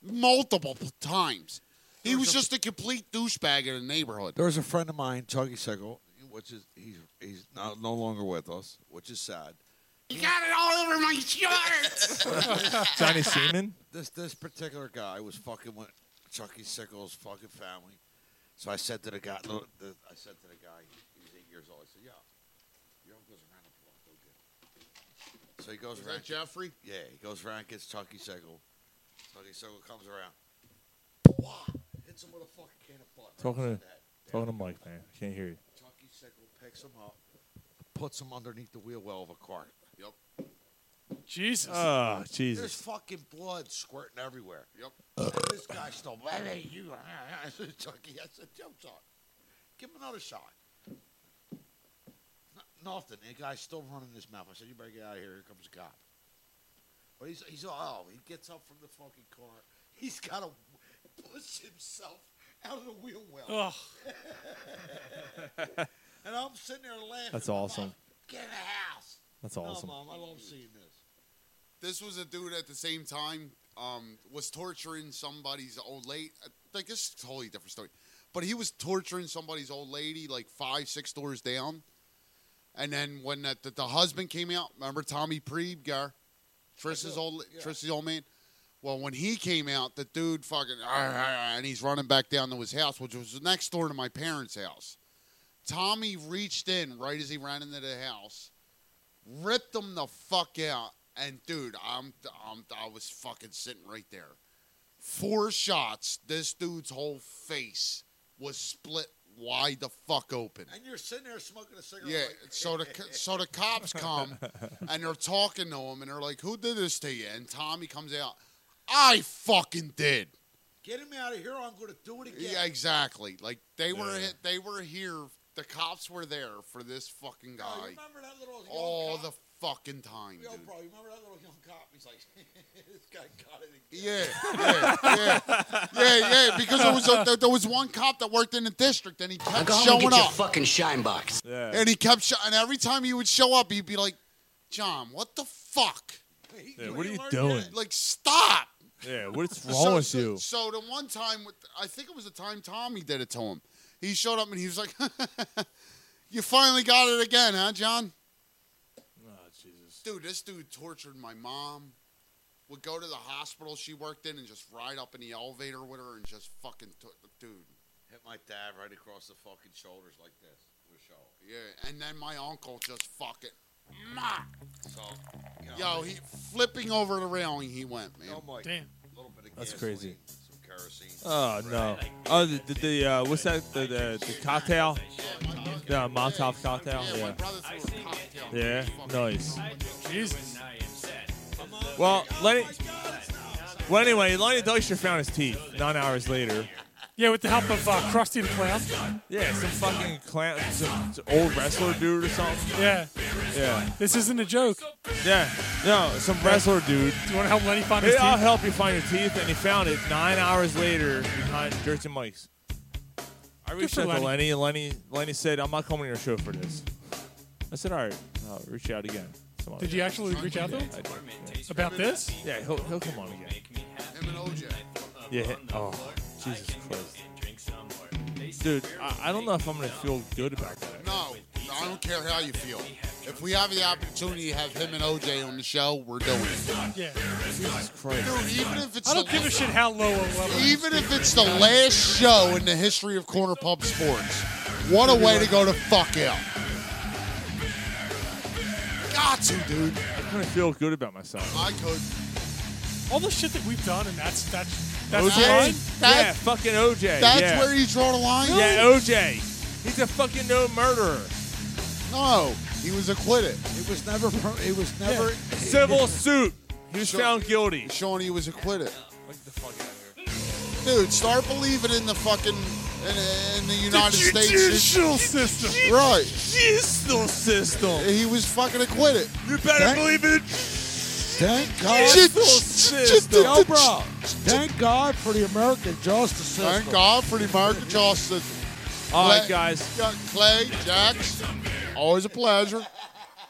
[SPEAKER 8] multiple p- times. He was just a complete douchebag in the neighborhood.
[SPEAKER 11] There was a friend of mine, Tuggy Sickle, which is he's he's not, no longer with us, which is sad.
[SPEAKER 13] You got it all over my shirt.
[SPEAKER 2] Johnny Seaman?
[SPEAKER 11] This this particular guy was fucking with Chucky Sickle's fucking family. So I said to the guy, the, the- I said to the guy, he was eight years old. I said, "Yeah, your uncle's around the block. Go get him." So he goes
[SPEAKER 8] Was
[SPEAKER 11] around.
[SPEAKER 8] that Jeffrey?
[SPEAKER 11] Yeah, he goes around gets Chucky Sickle. Chucky Sickle comes around. Wah! Hits him with a fucking can of butter.
[SPEAKER 2] Talking to, talking to Mike, man. I can't hear you.
[SPEAKER 11] Chucky Sickle picks him up, puts him underneath the wheel well of a car. Yep.
[SPEAKER 10] Jesus.
[SPEAKER 2] Oh, Jesus.
[SPEAKER 11] There's fucking blood squirting everywhere. Yep. this guy still, hey, you, I said, Chucky, I said, jump shot. Give him another shot. No- Nothing. The guy's still running his mouth. I said, you better get out of here. Here comes a cop. But he's, he's oh, he gets up from the fucking car. He's got to push himself out of the wheel well. and I'm sitting there laughing.
[SPEAKER 2] That's awesome.
[SPEAKER 11] Get in the house.
[SPEAKER 2] That's
[SPEAKER 8] No,
[SPEAKER 2] awesome.
[SPEAKER 11] Mom, I love seeing this.
[SPEAKER 8] This was a dude at the same time um, was torturing somebody's old lady. Like this is a totally different story, but he was torturing somebody's old lady like five, six doors down. And then when that, the, the husband came out, remember Tommy Preebgar, Triss's old Triss's old man. Well, when he came out, the dude fucking "Arr, arr, arr," and he's running back down to his house, which was next door to my parents' house. Tommy reached in right as he ran into the house, ripped him the fuck out, and dude, I'm, I'm I was fucking sitting right there. Four shots. This dude's whole face was split wide the fuck open.
[SPEAKER 11] And you're sitting there smoking a cigarette.
[SPEAKER 8] Yeah.
[SPEAKER 11] like-
[SPEAKER 8] So the co- so the cops come and they're talking to him and they're like, "Who did this to you?" And Tommy comes out, "I fucking did."
[SPEAKER 11] Get him out of here. I'm going to do it again.
[SPEAKER 8] Yeah, exactly. Like they were
[SPEAKER 11] Yeah.
[SPEAKER 8] hit, they were here. The cops were there for this fucking guy
[SPEAKER 11] Oh, you remember that little young
[SPEAKER 8] all
[SPEAKER 11] cop?
[SPEAKER 8] Oh, the fucking time,
[SPEAKER 11] Yo,
[SPEAKER 8] dude.
[SPEAKER 11] bro, you remember that little young cop? He's like, this guy got it again.
[SPEAKER 8] Yeah, yeah, yeah, yeah, yeah. Because there was a, there, there was one cop that worked in the district, and he kept
[SPEAKER 13] go home and
[SPEAKER 8] showing
[SPEAKER 13] get your
[SPEAKER 8] up.
[SPEAKER 13] fucking shine box.
[SPEAKER 8] And he kept, sho- and every time he would show up, he'd be like, "John, what the fuck?
[SPEAKER 2] Yeah, what are you doing?
[SPEAKER 8] Like, stop!"
[SPEAKER 2] Yeah, what's
[SPEAKER 8] So-
[SPEAKER 2] wrong with
[SPEAKER 8] so-
[SPEAKER 2] you?
[SPEAKER 8] So the one time, with, I think it was the time Tommy did it to him. He showed up and he was like, "You finally got it again, huh, John?"
[SPEAKER 2] Oh, Jesus.
[SPEAKER 8] Dude, this dude tortured my mom. Would go to the hospital she worked in and just ride up in the elevator with her and just fucking, t- dude.
[SPEAKER 11] Hit my dad right across the fucking shoulders like this. With a shovel.
[SPEAKER 8] Yeah, and then my uncle just fucking, ma.
[SPEAKER 11] So, you know,
[SPEAKER 8] Yo, he flipping over the railing. He went, man.
[SPEAKER 11] no, Mike,
[SPEAKER 10] Damn.
[SPEAKER 11] little bit of
[SPEAKER 2] That's
[SPEAKER 11] gasoline,
[SPEAKER 2] crazy.
[SPEAKER 11] Some kerosene.
[SPEAKER 2] Oh no! Oh, the, the, the uh, what's that? The, the the cocktail, the Molotov cocktail. Yeah. Yeah. Nice.
[SPEAKER 10] Jesus.
[SPEAKER 2] Well, Lenny. Well, anyway, Lenny Dykstra found his teeth nine hours later.
[SPEAKER 10] Yeah, with the help of uh, Krusty the Clown.
[SPEAKER 2] Yeah, some fucking clown, some, some old wrestler dude or something.
[SPEAKER 10] Yeah.
[SPEAKER 2] Yeah.
[SPEAKER 10] This isn't a joke.
[SPEAKER 2] Yeah. No, some wrestler dude.
[SPEAKER 10] Do you want to help Lenny find his
[SPEAKER 2] Hey, I'll
[SPEAKER 10] teeth?
[SPEAKER 2] help you find your teeth, and he found it nine hours later behind Dirts and Mike's. I reached
[SPEAKER 10] for
[SPEAKER 2] out to Lenny,
[SPEAKER 10] Lenny.
[SPEAKER 2] and Lenny, Lenny said, "I'm not coming to your show for this." I said, "All right, I'll reach out again." some other
[SPEAKER 10] Did you
[SPEAKER 2] time."
[SPEAKER 10] actually reach out to him
[SPEAKER 2] I did, yeah.
[SPEAKER 10] about this?
[SPEAKER 2] Yeah, he'll, he'll come on again.
[SPEAKER 8] Him and OJ.
[SPEAKER 2] Yeah. he- Oh, Jesus Christ. Dude, I, I don't know if I'm gonna feel good about that.
[SPEAKER 8] No, I don't care how you feel. If we have the opportunity to have him and OJ on the show, we're doing it.
[SPEAKER 10] Yeah.
[SPEAKER 2] Jesus Christ.
[SPEAKER 8] Dude, even if it's
[SPEAKER 10] I don't
[SPEAKER 8] the,
[SPEAKER 10] give a shit how low a level.
[SPEAKER 8] even if it's the last show in the history of Corner Pub Sports, what a way to go to fuck out. Got to, dude.
[SPEAKER 2] I'm gonna feel good about myself.
[SPEAKER 8] I could.
[SPEAKER 10] All the shit that we've done, and that's that's that's
[SPEAKER 2] OJ?
[SPEAKER 10] fine.
[SPEAKER 2] yeah,
[SPEAKER 8] That-
[SPEAKER 2] fucking OJ.
[SPEAKER 8] That's
[SPEAKER 2] yeah.
[SPEAKER 8] where you draw the line.
[SPEAKER 2] Yeah,
[SPEAKER 10] oh.
[SPEAKER 2] OJ. He's a fucking no murderer.
[SPEAKER 8] No, he was acquitted.
[SPEAKER 11] It was never. Pro- it was never.
[SPEAKER 2] Civil suit. He was
[SPEAKER 8] Sure.
[SPEAKER 2] found guilty.
[SPEAKER 8] Sean, he was acquitted.
[SPEAKER 2] Get the fuck out of here.
[SPEAKER 8] Dude, start believing in the fucking in, in the United States.
[SPEAKER 2] judicial system.
[SPEAKER 8] Right.
[SPEAKER 2] Judicial system.
[SPEAKER 8] He was fucking acquitted.
[SPEAKER 2] You better
[SPEAKER 11] That-
[SPEAKER 2] believe it.
[SPEAKER 11] Thank
[SPEAKER 2] Judicial
[SPEAKER 11] God.
[SPEAKER 2] system.
[SPEAKER 11] Yo, bro.
[SPEAKER 5] Thank God for the American justice system.
[SPEAKER 8] Thank God for the American justice.
[SPEAKER 2] All right,
[SPEAKER 8] Clay-
[SPEAKER 2] guys.
[SPEAKER 8] Got Clay, Jax, always a pleasure.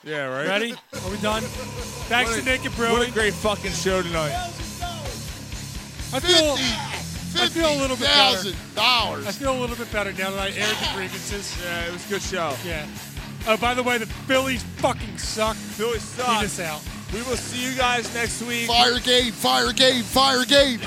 [SPEAKER 2] Yeah, right.
[SPEAKER 10] Ready? Are we done? Thanks to Naked
[SPEAKER 2] What
[SPEAKER 10] Brewing.
[SPEAKER 2] a great fucking show tonight.
[SPEAKER 10] I feel
[SPEAKER 8] 50,
[SPEAKER 10] I feel a little bit better.
[SPEAKER 8] $50,000.
[SPEAKER 10] I feel a little bit better now that I aired the grievances.
[SPEAKER 2] Yeah, it was a good show.
[SPEAKER 10] Yeah. Oh, by the way, the Phillies fucking suck.
[SPEAKER 2] Phillies suck.
[SPEAKER 10] Beat us out.
[SPEAKER 2] We will see you guys next week.
[SPEAKER 8] Fire game, fire game, fire game.